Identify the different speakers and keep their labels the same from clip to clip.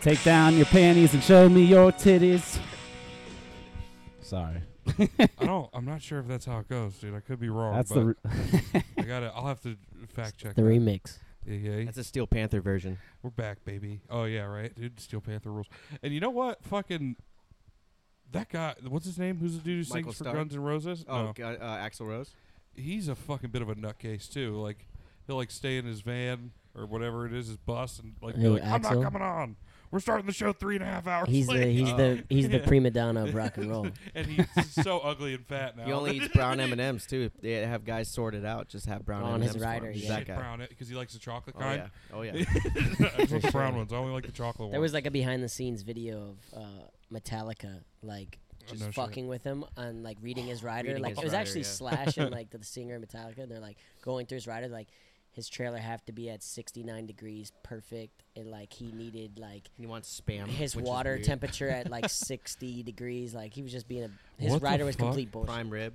Speaker 1: Take down your panties and show me your titties. Sorry.
Speaker 2: I don't. I'm not sure if that's how it goes, dude. I could be wrong.
Speaker 1: That's
Speaker 2: but
Speaker 1: the re-
Speaker 2: I got to I'll have to fact check.
Speaker 3: The
Speaker 2: that.
Speaker 3: remix.
Speaker 2: Yeah, yeah.
Speaker 4: That's a Steel Panther version.
Speaker 2: We're back, baby. Oh yeah, right, dude. Steel Panther rules. And you know what? Fucking that guy. What's his name? Who's the dude who
Speaker 4: Michael
Speaker 2: sings for
Speaker 4: Starr?
Speaker 2: Guns N' Roses?
Speaker 4: Oh,
Speaker 2: no,
Speaker 4: God, uh, Axel Rose.
Speaker 2: he's a fucking bit of a nutcase too. Like he'll like stay in his van or whatever it is, his bus, and like be
Speaker 3: Who,
Speaker 2: like, I'm not
Speaker 3: Axl?
Speaker 2: coming on. We're starting the show three and a half hours.
Speaker 3: He's the
Speaker 2: late."
Speaker 3: he's the he's the
Speaker 2: yeah.
Speaker 3: prima donna of rock and roll.
Speaker 2: and he's so ugly and fat now.
Speaker 4: He only eats brown M and M's too. They have guys sorted out. Just have brown M
Speaker 3: On
Speaker 4: and M's.
Speaker 3: his rider,
Speaker 4: He's
Speaker 3: yeah.
Speaker 4: that
Speaker 2: Shit
Speaker 4: guy.
Speaker 2: brown because he likes the chocolate
Speaker 4: Oh
Speaker 2: kind.
Speaker 4: yeah. Oh yeah.
Speaker 2: I just like the brown ones. I only like the chocolate
Speaker 3: There
Speaker 2: ones.
Speaker 3: was like a behind the scenes video of uh, Metallica like
Speaker 2: Oh,
Speaker 3: just
Speaker 2: no shit.
Speaker 3: fucking with him and like reading his rider.
Speaker 4: Reading
Speaker 3: like
Speaker 4: his
Speaker 3: it was
Speaker 4: rider,
Speaker 3: actually
Speaker 4: yeah.
Speaker 3: Slash and like the, singer of Metallica. And they're like going through his rider. Like his trailer have to be at 69 degrees, perfect, and like he needed like
Speaker 4: He wants spam.
Speaker 3: his
Speaker 4: which is
Speaker 3: water
Speaker 4: weird.
Speaker 3: temperature at like 60 degrees. Like he was just being a his
Speaker 2: What the
Speaker 3: rider was
Speaker 2: fuck?
Speaker 3: complete bullshit.
Speaker 4: Prime rib.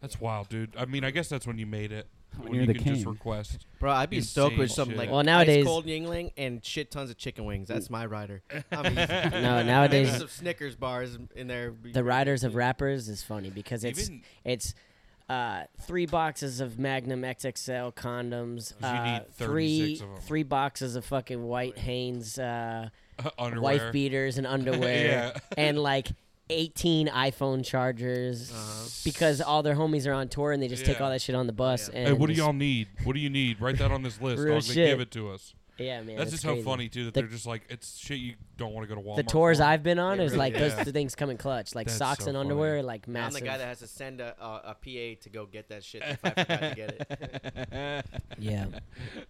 Speaker 2: That's wild, dude. I mean, I guess that's when you made it.
Speaker 1: When
Speaker 2: When
Speaker 1: you're
Speaker 2: you
Speaker 1: the
Speaker 2: can just
Speaker 1: king.
Speaker 2: request.
Speaker 4: Bro, I'd be stoked with
Speaker 2: Insane
Speaker 4: something
Speaker 2: shit.
Speaker 4: like
Speaker 3: Well, nowadays-
Speaker 4: ice cold Yingling and shit tons of chicken wings. That's my rider. I'm easy.
Speaker 3: No, nowadays-
Speaker 4: Maybe some Snickers bars in there.
Speaker 3: the riders of rappers is funny because it's
Speaker 2: Even-
Speaker 3: it's uh, three boxes of Magnum XXL condoms,
Speaker 2: You
Speaker 3: uh,
Speaker 2: need 36
Speaker 3: three
Speaker 2: of 'em.
Speaker 3: three boxes of fucking white Hanes uh,
Speaker 2: underwear.
Speaker 3: wife beaters and underwear,
Speaker 2: Yeah.
Speaker 3: and like. 18 iPhone chargers
Speaker 4: Uh-huh.
Speaker 3: because all their homies are on tour and they just take
Speaker 2: Yeah.
Speaker 3: all that shit on the bus.
Speaker 4: Yeah.
Speaker 3: And
Speaker 2: Hey, what do
Speaker 3: just-
Speaker 2: y'all need? What do you need? Write that on this list.
Speaker 3: Real
Speaker 2: dog. They give
Speaker 3: shit.
Speaker 2: it to us.
Speaker 3: Yeah, man.
Speaker 2: That's
Speaker 3: it's
Speaker 2: just
Speaker 3: crazy.
Speaker 2: how funny too that
Speaker 3: The-
Speaker 2: they're just like it's shit you don't want to go to Walmart.
Speaker 3: The tours
Speaker 2: for.
Speaker 3: I've been on
Speaker 4: Yeah,
Speaker 3: is
Speaker 4: really.
Speaker 3: like
Speaker 2: Yeah.
Speaker 3: those two things come in clutch, like
Speaker 2: That's
Speaker 3: socks
Speaker 2: so
Speaker 3: and
Speaker 2: funny.
Speaker 3: underwear, like
Speaker 4: I'm
Speaker 3: massive.
Speaker 4: the guy that has to send a, a, a PA to go get that shit if I forgot to get it.
Speaker 3: yeah,
Speaker 4: I'm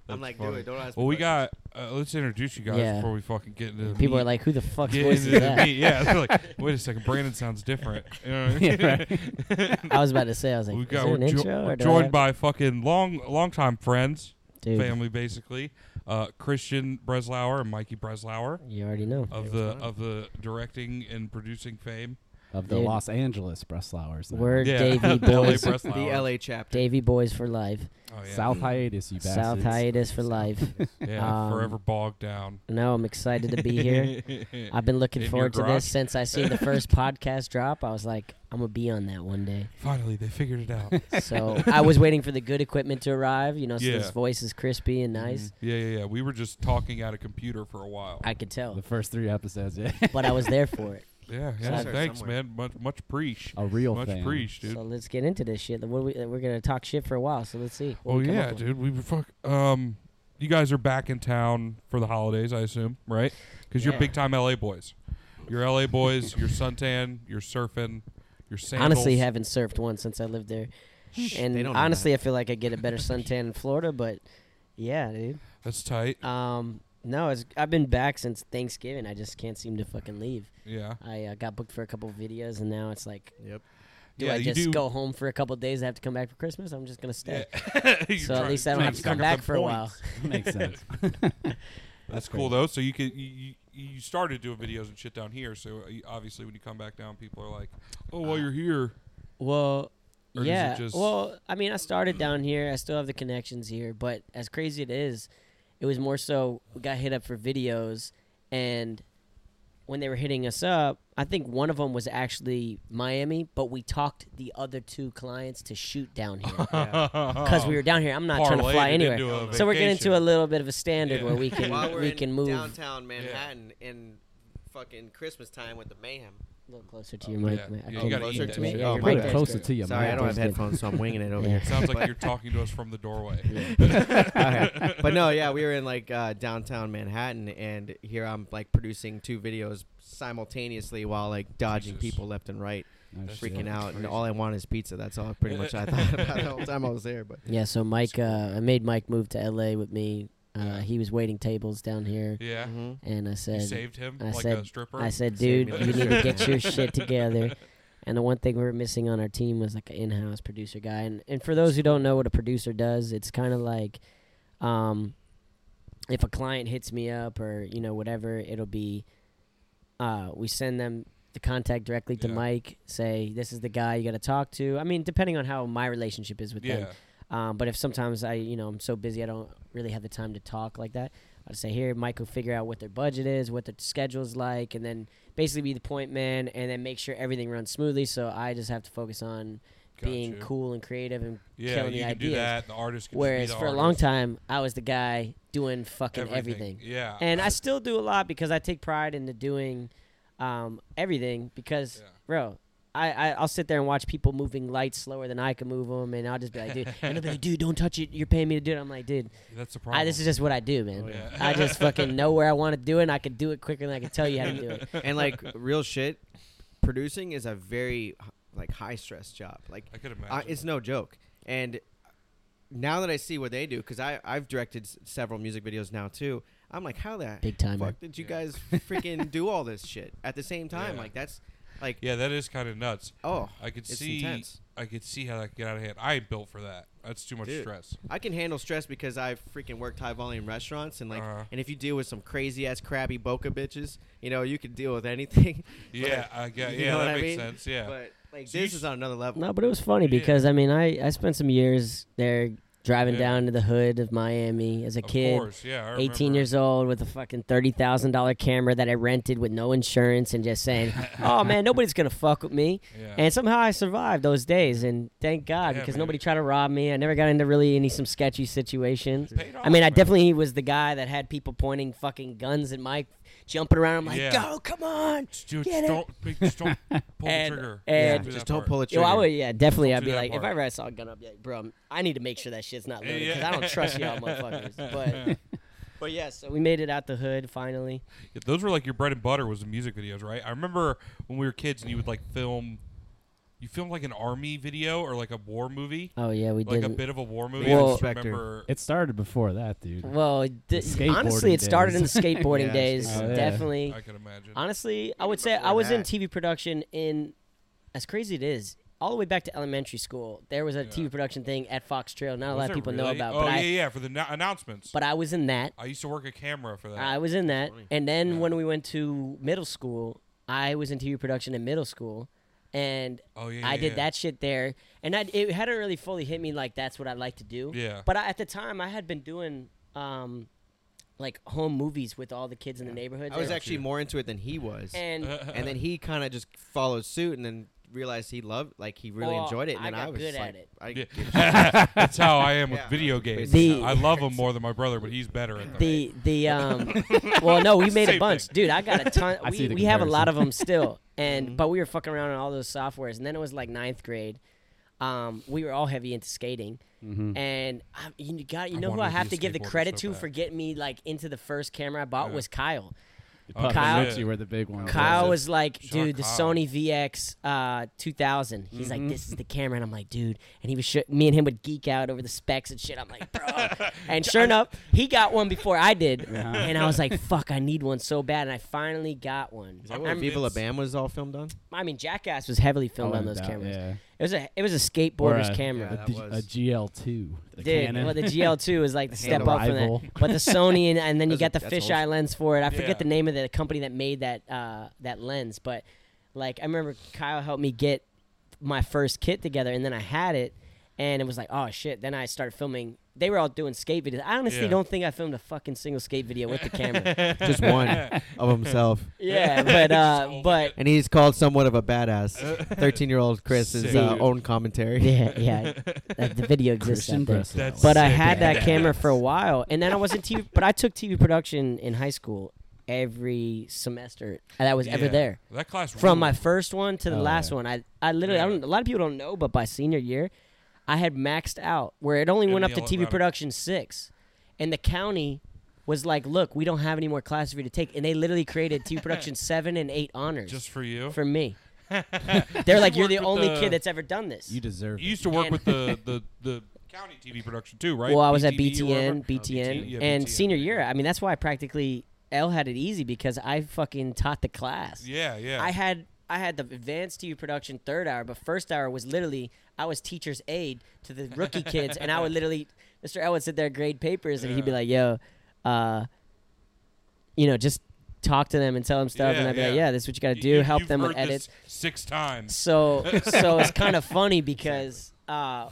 Speaker 2: That's
Speaker 4: like, do
Speaker 2: funny.
Speaker 4: it. Don't ask.
Speaker 2: Well,
Speaker 4: me
Speaker 2: we
Speaker 4: questions.
Speaker 2: got. Uh, let's introduce you guys
Speaker 3: Yeah.
Speaker 2: before we fucking get into the
Speaker 3: people are
Speaker 2: meat.
Speaker 3: like, "Who the fuck's
Speaker 2: Get
Speaker 3: voice
Speaker 2: into
Speaker 3: is
Speaker 2: the
Speaker 3: that?"
Speaker 2: meat. Yeah, they're like, wait a second, Brandon sounds different. You know what I mean?
Speaker 1: Yeah, right.
Speaker 3: I was about to say, I was like,
Speaker 2: We
Speaker 3: is
Speaker 2: got
Speaker 3: there
Speaker 2: we're,
Speaker 3: an
Speaker 2: jo-
Speaker 3: intro
Speaker 2: we're
Speaker 3: or do I
Speaker 2: joined
Speaker 3: have-
Speaker 2: by fucking long longtime friends,
Speaker 3: Dude,
Speaker 2: family basically, uh, Christian Breslauer and Mikey Breslauer
Speaker 3: You already know.
Speaker 2: of the of the directing and producing fame.
Speaker 1: of the
Speaker 3: Dude.
Speaker 1: Los Angeles breastlowers. now.
Speaker 3: We're
Speaker 2: Yeah,
Speaker 3: Davy
Speaker 2: LA
Speaker 3: boys,
Speaker 2: Breslauer.
Speaker 4: the LA chapter.
Speaker 3: Davy boys for life.
Speaker 2: Oh, yeah.
Speaker 1: South hiatus, you bastards.
Speaker 3: South hiatus for life.
Speaker 2: Yeah,
Speaker 3: Um,
Speaker 2: forever bogged down.
Speaker 3: no, I'm excited to be here. I've been looking
Speaker 2: In your
Speaker 3: forward to
Speaker 2: garage?
Speaker 3: this since I seen the first podcast drop. I was like, I'm gonna be on that one day.
Speaker 2: Finally, they figured it out.
Speaker 3: So I was waiting for the good equipment to arrive. You know, so
Speaker 2: Yeah.
Speaker 3: this voice is crispy and nice.
Speaker 2: Mhm. Yeah, yeah, yeah. We were just talking at a computer for a while.
Speaker 3: I could tell,
Speaker 1: The first three episodes, yeah.
Speaker 3: but I was there for it.
Speaker 2: yeah,
Speaker 3: So
Speaker 2: yeah.
Speaker 3: that's-
Speaker 2: thanks,
Speaker 4: somewhere.
Speaker 2: man. Much, much preach.
Speaker 1: A real
Speaker 2: much
Speaker 1: thing.
Speaker 2: preach, dude.
Speaker 3: So let's get into this shit. What we, we're gonna talk shit for a while. So let's see. what
Speaker 2: oh
Speaker 3: we come up
Speaker 2: yeah,
Speaker 3: with.
Speaker 2: dude. We were fuck. Um, you guys are back in town for the holidays, I assume, right? Because you're
Speaker 3: Yeah.
Speaker 2: big time LA boys. You're LA boys. you're suntan. You're surfing. You're sandals.
Speaker 3: Honestly, haven't surfed once since I lived there. And
Speaker 4: they don't know
Speaker 3: honestly, I feel like I get a better suntan in Florida, but yeah, dude.
Speaker 2: that's tight.
Speaker 3: Um, no, it's, I've been back since Thanksgiving. I just can't seem to fucking leave.
Speaker 2: Yeah,
Speaker 3: I uh, got booked for a couple videos, and now it's like,
Speaker 4: Yep.
Speaker 3: do
Speaker 2: yeah.
Speaker 3: I
Speaker 2: you
Speaker 3: just
Speaker 2: do,
Speaker 3: go home for a couple days? and have to come back for Christmas. I'm just gonna stay.
Speaker 2: You're
Speaker 3: So at
Speaker 2: trying-
Speaker 3: least I don't
Speaker 2: trying
Speaker 3: have to
Speaker 2: stack
Speaker 3: come
Speaker 2: up
Speaker 3: back
Speaker 2: them
Speaker 3: for a
Speaker 2: points.
Speaker 3: while. Oh,
Speaker 1: Makes sense.
Speaker 2: That's cool though. So you could you, you you started doing videos and shit down here. So you- obviously, when you come back down, people are like, "Oh, while you're here."
Speaker 3: Well,
Speaker 2: Or does it
Speaker 3: yeah.
Speaker 2: just- Mm.
Speaker 3: Well, I mean, I started down here. I still have the connections here, but as crazy it is, it was more so we got hit up for videos, and when they were hitting us up, I think one of them was actually Miami, but we talked the other two clients to shoot down here
Speaker 4: Yeah.
Speaker 3: because we were down here. I'm not trying to
Speaker 2: Parlayed
Speaker 3: fly
Speaker 2: it
Speaker 3: anywhere,
Speaker 2: into a
Speaker 3: so we're getting
Speaker 2: vacation.
Speaker 3: to a little bit of a standard
Speaker 2: Yeah.
Speaker 3: where we can
Speaker 4: While we're
Speaker 3: we
Speaker 4: in
Speaker 3: can move
Speaker 4: downtown Manhattan in fucking Christmas time with the mayhem.
Speaker 3: a little closer to your mic.
Speaker 2: Oh, yeah.
Speaker 3: man. I
Speaker 2: Yeah, you
Speaker 3: can't-
Speaker 2: gotta
Speaker 4: eat
Speaker 3: Yeah,
Speaker 4: that
Speaker 3: you're
Speaker 4: shit.
Speaker 3: right
Speaker 4: Oh,
Speaker 1: Put
Speaker 4: my
Speaker 1: it
Speaker 3: there.
Speaker 4: bad.
Speaker 1: closer to you,
Speaker 4: Sorry, I
Speaker 1: man.
Speaker 4: don't have
Speaker 3: Thursday.
Speaker 4: headphones, so I'm winging it over
Speaker 3: Yeah.
Speaker 4: here.
Speaker 2: Sounds
Speaker 4: But-
Speaker 2: like you're talking to us from the doorway.
Speaker 4: Okay. but no, yeah, we were in like uh, downtown Manhattan, and here I'm like producing two videos simultaneously while like dodging
Speaker 2: Jesus.
Speaker 4: people left and right,
Speaker 1: No
Speaker 2: That's
Speaker 1: shit.
Speaker 4: freaking out.
Speaker 2: crazy.
Speaker 4: And all I want is pizza. That's all pretty much I thought about the whole time I was there. But
Speaker 3: Yeah, so Mike, uh, I made Mike move to LA with me. Uh,
Speaker 2: Yeah.
Speaker 3: He was waiting tables down here,
Speaker 2: yeah,
Speaker 4: Mhm.
Speaker 3: and I
Speaker 2: you
Speaker 3: said,
Speaker 2: saved him
Speaker 3: I
Speaker 2: like a
Speaker 3: said-
Speaker 2: stripper.
Speaker 3: I said, dude,
Speaker 4: Saved me
Speaker 3: you
Speaker 4: like
Speaker 3: need
Speaker 4: a
Speaker 3: to
Speaker 4: stripper."
Speaker 3: get your shit together. And the one thing we were missing on our team was like an in-house producer guy. And and for those who don't know what a producer does, it's kind of like, um, if a client hits me up or you know whatever, it'll be, uh, we send them the contact directly to
Speaker 2: Yeah.
Speaker 3: Mike. Say this is the guy you got to talk to. I mean, depending on how my relationship is with them.
Speaker 2: yeah,
Speaker 3: Um, but if sometimes I, you know, I'm so busy, I don't really have the time to talk like that. I'd say here, Mike will figure out what their budget is, what their schedule's like, and then basically be the point man, and then make sure everything runs smoothly. So I just have to focus on being
Speaker 2: Gotcha.
Speaker 3: cool and creative and
Speaker 2: Yeah,
Speaker 3: killing
Speaker 2: you
Speaker 3: the
Speaker 2: can
Speaker 3: ideas.
Speaker 2: do that. The artist can just be
Speaker 3: Whereas
Speaker 2: the
Speaker 3: for a long
Speaker 2: artist.
Speaker 3: time, I was the guy doing fucking everything.
Speaker 2: Yeah.
Speaker 3: And I still do a lot because I take pride into doing um, everything because,
Speaker 2: Yeah.
Speaker 3: bro, I, I, I'll sit there and watch people moving lights slower than I can move them. And I'll just be like, dude, and they'll be like, dude, don't touch it. You're paying me to do it. I'm like, dude,
Speaker 2: that's the problem.
Speaker 3: I, this is just what I do, man.
Speaker 4: Oh, yeah.
Speaker 3: I just fucking know where I want to do it and I can do it quicker than I can tell you how to do it.
Speaker 4: and like real shit, producing is a very h- like high stress job. Like
Speaker 2: I could
Speaker 4: I,
Speaker 2: imagine.
Speaker 4: it's no joke. And now that I see what they do, because I I've directed s- several music videos now too. I'm like, how the
Speaker 3: Big timer.
Speaker 4: fuck did you
Speaker 2: Yeah.
Speaker 4: guys freaking do all this shit at the same time?
Speaker 2: Yeah.
Speaker 4: Like that's like
Speaker 2: yeah, that is kind of nuts.
Speaker 4: oh,
Speaker 2: I could
Speaker 4: it's
Speaker 2: see.
Speaker 4: intense.
Speaker 2: I could see how that could get out of hand. I ain't built for that. That's too much
Speaker 4: Dude.
Speaker 2: stress.
Speaker 4: I can handle stress because I've freaking worked high volume restaurants and like,
Speaker 2: Uh-huh.
Speaker 4: and if you deal with some crazy ass crabby boca bitches, you know you can deal with anything.
Speaker 2: Yeah, I get.
Speaker 4: you
Speaker 2: Yeah,
Speaker 4: know
Speaker 2: that
Speaker 4: what I
Speaker 2: makes
Speaker 4: mean?
Speaker 2: sense. Yeah.
Speaker 4: But like
Speaker 2: So you
Speaker 4: this
Speaker 2: sh-
Speaker 4: is on another level.
Speaker 3: No, but it was funny
Speaker 2: Yeah.
Speaker 3: because I mean, I, I spent some years there driving
Speaker 2: Yeah.
Speaker 3: down to the hood of Miami as a
Speaker 2: of
Speaker 3: kid.
Speaker 2: course. Yeah. I
Speaker 3: 18
Speaker 2: remember.
Speaker 3: years old with a fucking $30,000 camera that I rented with no insurance and just saying, oh man, nobody's going to fuck with me.
Speaker 2: Yeah.
Speaker 3: And somehow I survived those days and thank God
Speaker 2: Yeah,
Speaker 3: because
Speaker 2: man.
Speaker 3: nobody tried to rob me. I never got into really any some sketchy situations.
Speaker 2: Paid off,
Speaker 3: I mean, I
Speaker 2: man.
Speaker 3: definitely was the guy that had people pointing fucking guns at Mike, jumping around. I'm like,
Speaker 2: Yeah.
Speaker 3: go, come on.
Speaker 2: Just do it.
Speaker 3: Get
Speaker 2: Just
Speaker 3: it.
Speaker 2: don't, make- just don't pull
Speaker 3: And-
Speaker 2: the trigger.
Speaker 3: and-
Speaker 2: do
Speaker 4: just
Speaker 2: that
Speaker 4: don't
Speaker 2: part.
Speaker 4: pull a trigger.
Speaker 3: Yo, I would, yeah, definitely.
Speaker 2: Don't
Speaker 3: I'd
Speaker 2: do
Speaker 3: be
Speaker 2: that
Speaker 3: like, if
Speaker 2: part.
Speaker 3: I ever saw a gun, I'd be like, bro, I need to make sure that shit's not loaded because
Speaker 2: Yeah.
Speaker 3: I don't trust y'all motherfuckers. But, but yeah, so we made it out the hood finally.
Speaker 2: Yeah, those were like your bread and butter was the music videos, right? I remember when we were kids and you would like film, you filmed like an army video or like a war movie,
Speaker 3: Oh yeah, we
Speaker 2: like
Speaker 3: did.
Speaker 2: a bit of a war movie. I
Speaker 3: Well-
Speaker 2: just remember.
Speaker 1: It started before that, dude.
Speaker 3: Well, th-
Speaker 1: skateboarding
Speaker 3: honestly, it started in the
Speaker 1: days.
Speaker 3: skateboarding
Speaker 4: Yeah,
Speaker 3: days.
Speaker 1: skateboarding. Oh, yeah.
Speaker 3: Definitely.
Speaker 2: I can imagine.
Speaker 3: Honestly, I would say I
Speaker 4: before
Speaker 3: was in
Speaker 4: that.
Speaker 3: TV production in, as crazy it is, all the way back to elementary school. There was a
Speaker 2: Yeah.
Speaker 3: TV production thing at Fox Trail. Not a
Speaker 2: Was
Speaker 3: lot of
Speaker 2: there
Speaker 3: people know
Speaker 2: really?
Speaker 3: about,
Speaker 2: Oh
Speaker 3: but
Speaker 2: yeah,
Speaker 3: I
Speaker 2: yeah, for the no- announcements.
Speaker 3: but I was in that.
Speaker 2: I used to work a camera for that.
Speaker 3: I was in that,
Speaker 4: funny.
Speaker 3: and
Speaker 2: Oh,
Speaker 3: then
Speaker 2: Yeah.
Speaker 3: when we went to middle school, I was in TV production in middle school, and
Speaker 2: oh yeah,
Speaker 3: I
Speaker 2: yeah,
Speaker 3: did
Speaker 2: yeah.
Speaker 3: that shit there, and I, it hadn't really fully hit me like that's what I like to do.
Speaker 2: Yeah.
Speaker 3: But I, at the time, I had been doing um, like home movies with all the kids in the neighborhood.
Speaker 4: I was
Speaker 3: there.
Speaker 4: actually more into it than he was, and,
Speaker 2: Uh-huh.
Speaker 3: and
Speaker 4: then he kind of just followed suit and then realized he loved, like he really
Speaker 3: Well,
Speaker 4: enjoyed it.
Speaker 3: I
Speaker 4: And then
Speaker 3: got
Speaker 4: I was
Speaker 3: good
Speaker 4: just like,
Speaker 3: at it.
Speaker 4: I,
Speaker 2: Yeah. That's how I am with
Speaker 4: Yeah,
Speaker 2: video games.
Speaker 3: The-
Speaker 2: I love them more than my brother, but he's better at them.
Speaker 3: the the um, well, no, we made a
Speaker 2: Same
Speaker 3: bunch,
Speaker 2: thing.
Speaker 3: dude. I got a ton.
Speaker 1: I see
Speaker 3: we
Speaker 1: the
Speaker 3: we have a lot of
Speaker 1: comparison.
Speaker 3: them still,
Speaker 2: Mm-hmm.
Speaker 3: and but we were fucking around on all those softwares, and then it was like ninth grade. Um, we were all heavy into skating, and I, you got you
Speaker 2: Mm-hmm. I
Speaker 3: know who
Speaker 2: wanted to be
Speaker 3: I have
Speaker 2: a
Speaker 3: to give the
Speaker 2: skateboarder
Speaker 3: credit
Speaker 2: so
Speaker 3: to
Speaker 2: bad.
Speaker 3: for getting me like into the first camera I bought
Speaker 2: Yeah.
Speaker 3: was Kyle.
Speaker 1: Puff
Speaker 3: Kyle-
Speaker 1: and Richie were the big
Speaker 5: Oh,
Speaker 1: ones.
Speaker 3: Kyle
Speaker 2: Yeah.
Speaker 3: was like,
Speaker 2: Shout out
Speaker 3: dude, the
Speaker 2: Kyle.
Speaker 3: Sony VX uh, 2000. He's like, this is the camera, and I'm like, dude. And he was, sh- me and him would geek out over the specs and shit. I'm like, bro. and sure enough, he got one before I did, and I was like, fuck, I need one so bad. And I finally got one.
Speaker 4: Is
Speaker 2: I
Speaker 4: that where
Speaker 2: remember-
Speaker 4: Viva La Bam was all filmed on?
Speaker 3: I mean, Jackass was heavily filmed
Speaker 1: I
Speaker 3: on
Speaker 1: wouldn't
Speaker 3: those
Speaker 1: doubt,
Speaker 3: cameras.
Speaker 1: Yeah.
Speaker 3: It was a, it was a
Speaker 1: Or
Speaker 3: skateboarder's
Speaker 1: a-
Speaker 3: camera.
Speaker 4: Yeah,
Speaker 1: a,
Speaker 4: that
Speaker 1: D-
Speaker 4: was-
Speaker 1: a GL2. The
Speaker 3: Dude,
Speaker 1: Canon.
Speaker 3: well, the GL2 was like the step
Speaker 1: handle
Speaker 3: up from
Speaker 1: rival.
Speaker 3: that. But the Sony, and, and then you
Speaker 4: That's a-
Speaker 3: got the
Speaker 4: that's
Speaker 3: fisheye lens for it. I forget
Speaker 2: Yeah.
Speaker 3: the name of the company that made that uh, that lens, but like I remember Kyle helped me get my first kit together, and then I had it, and it was like, oh shit. Then I started filming. They were all doing skate videos. I honestly
Speaker 2: Yeah.
Speaker 3: don't think I filmed a fucking single skate video with the camera.
Speaker 4: Just one of himself.
Speaker 3: yeah, but uh,
Speaker 2: Just
Speaker 3: but
Speaker 4: And he's called somewhat of a badass. 13 year old Chris's uh,
Speaker 3: Sick.
Speaker 4: own commentary.
Speaker 3: yeah, yeah, that- the video exists.
Speaker 1: Christian
Speaker 3: out there.
Speaker 1: Breslau.
Speaker 2: That's
Speaker 3: But I
Speaker 2: Sick
Speaker 3: had that
Speaker 2: ass.
Speaker 3: camera for a while, and then I wasn't TV. But I took TV production in high school every semester that was ever
Speaker 2: Yeah.
Speaker 3: there.
Speaker 2: That class
Speaker 3: From my
Speaker 2: ruled.
Speaker 3: first one to the
Speaker 1: Oh,
Speaker 3: last
Speaker 1: yeah.
Speaker 3: one, I I literally I
Speaker 2: Yeah.
Speaker 3: don't, a lot of people don't know, but by senior year, I had maxed out where it only
Speaker 2: In
Speaker 3: went
Speaker 2: the
Speaker 3: up to
Speaker 2: ele-
Speaker 3: TV
Speaker 2: amount of-
Speaker 3: production six, and the county was like, "Look, we don't have any more classes for you to take," and they literally created TV production seven and eight honors
Speaker 2: just for you.
Speaker 3: for me. They're like, "You're
Speaker 2: worked
Speaker 3: the
Speaker 2: with
Speaker 3: only
Speaker 2: the-
Speaker 3: kid that's ever done this."
Speaker 1: You deserve
Speaker 2: you
Speaker 1: it.
Speaker 2: used to work
Speaker 3: And-
Speaker 2: with the, the the county TV production too, right?
Speaker 3: Well, I was
Speaker 2: BTV or whatever?
Speaker 3: at BTN, BTN,
Speaker 2: BTN, yeah,
Speaker 3: and
Speaker 2: BTN,
Speaker 3: senior
Speaker 2: yeah.
Speaker 3: year. I mean, that's why I practically L had it easy because I fucking taught the class.
Speaker 2: Yeah, yeah.
Speaker 3: I had I had the advanced TV production third hour, but first hour was literally I was teacher's aide to the rookie kids, and I would literally Mr. L would sit there and grade papers, and he'd be
Speaker 2: Yeah.
Speaker 3: like, "Yo, uh, you know, just talk to them and tell them stuff," and
Speaker 2: Yeah,
Speaker 3: I'd be like,
Speaker 2: yeah.
Speaker 3: "Yeah, this is what you got to
Speaker 2: You-
Speaker 3: do.
Speaker 2: you-
Speaker 3: Help
Speaker 2: you've
Speaker 3: them with
Speaker 2: heard this
Speaker 3: edits."
Speaker 2: six times.
Speaker 3: So so it's kind of funny because uh,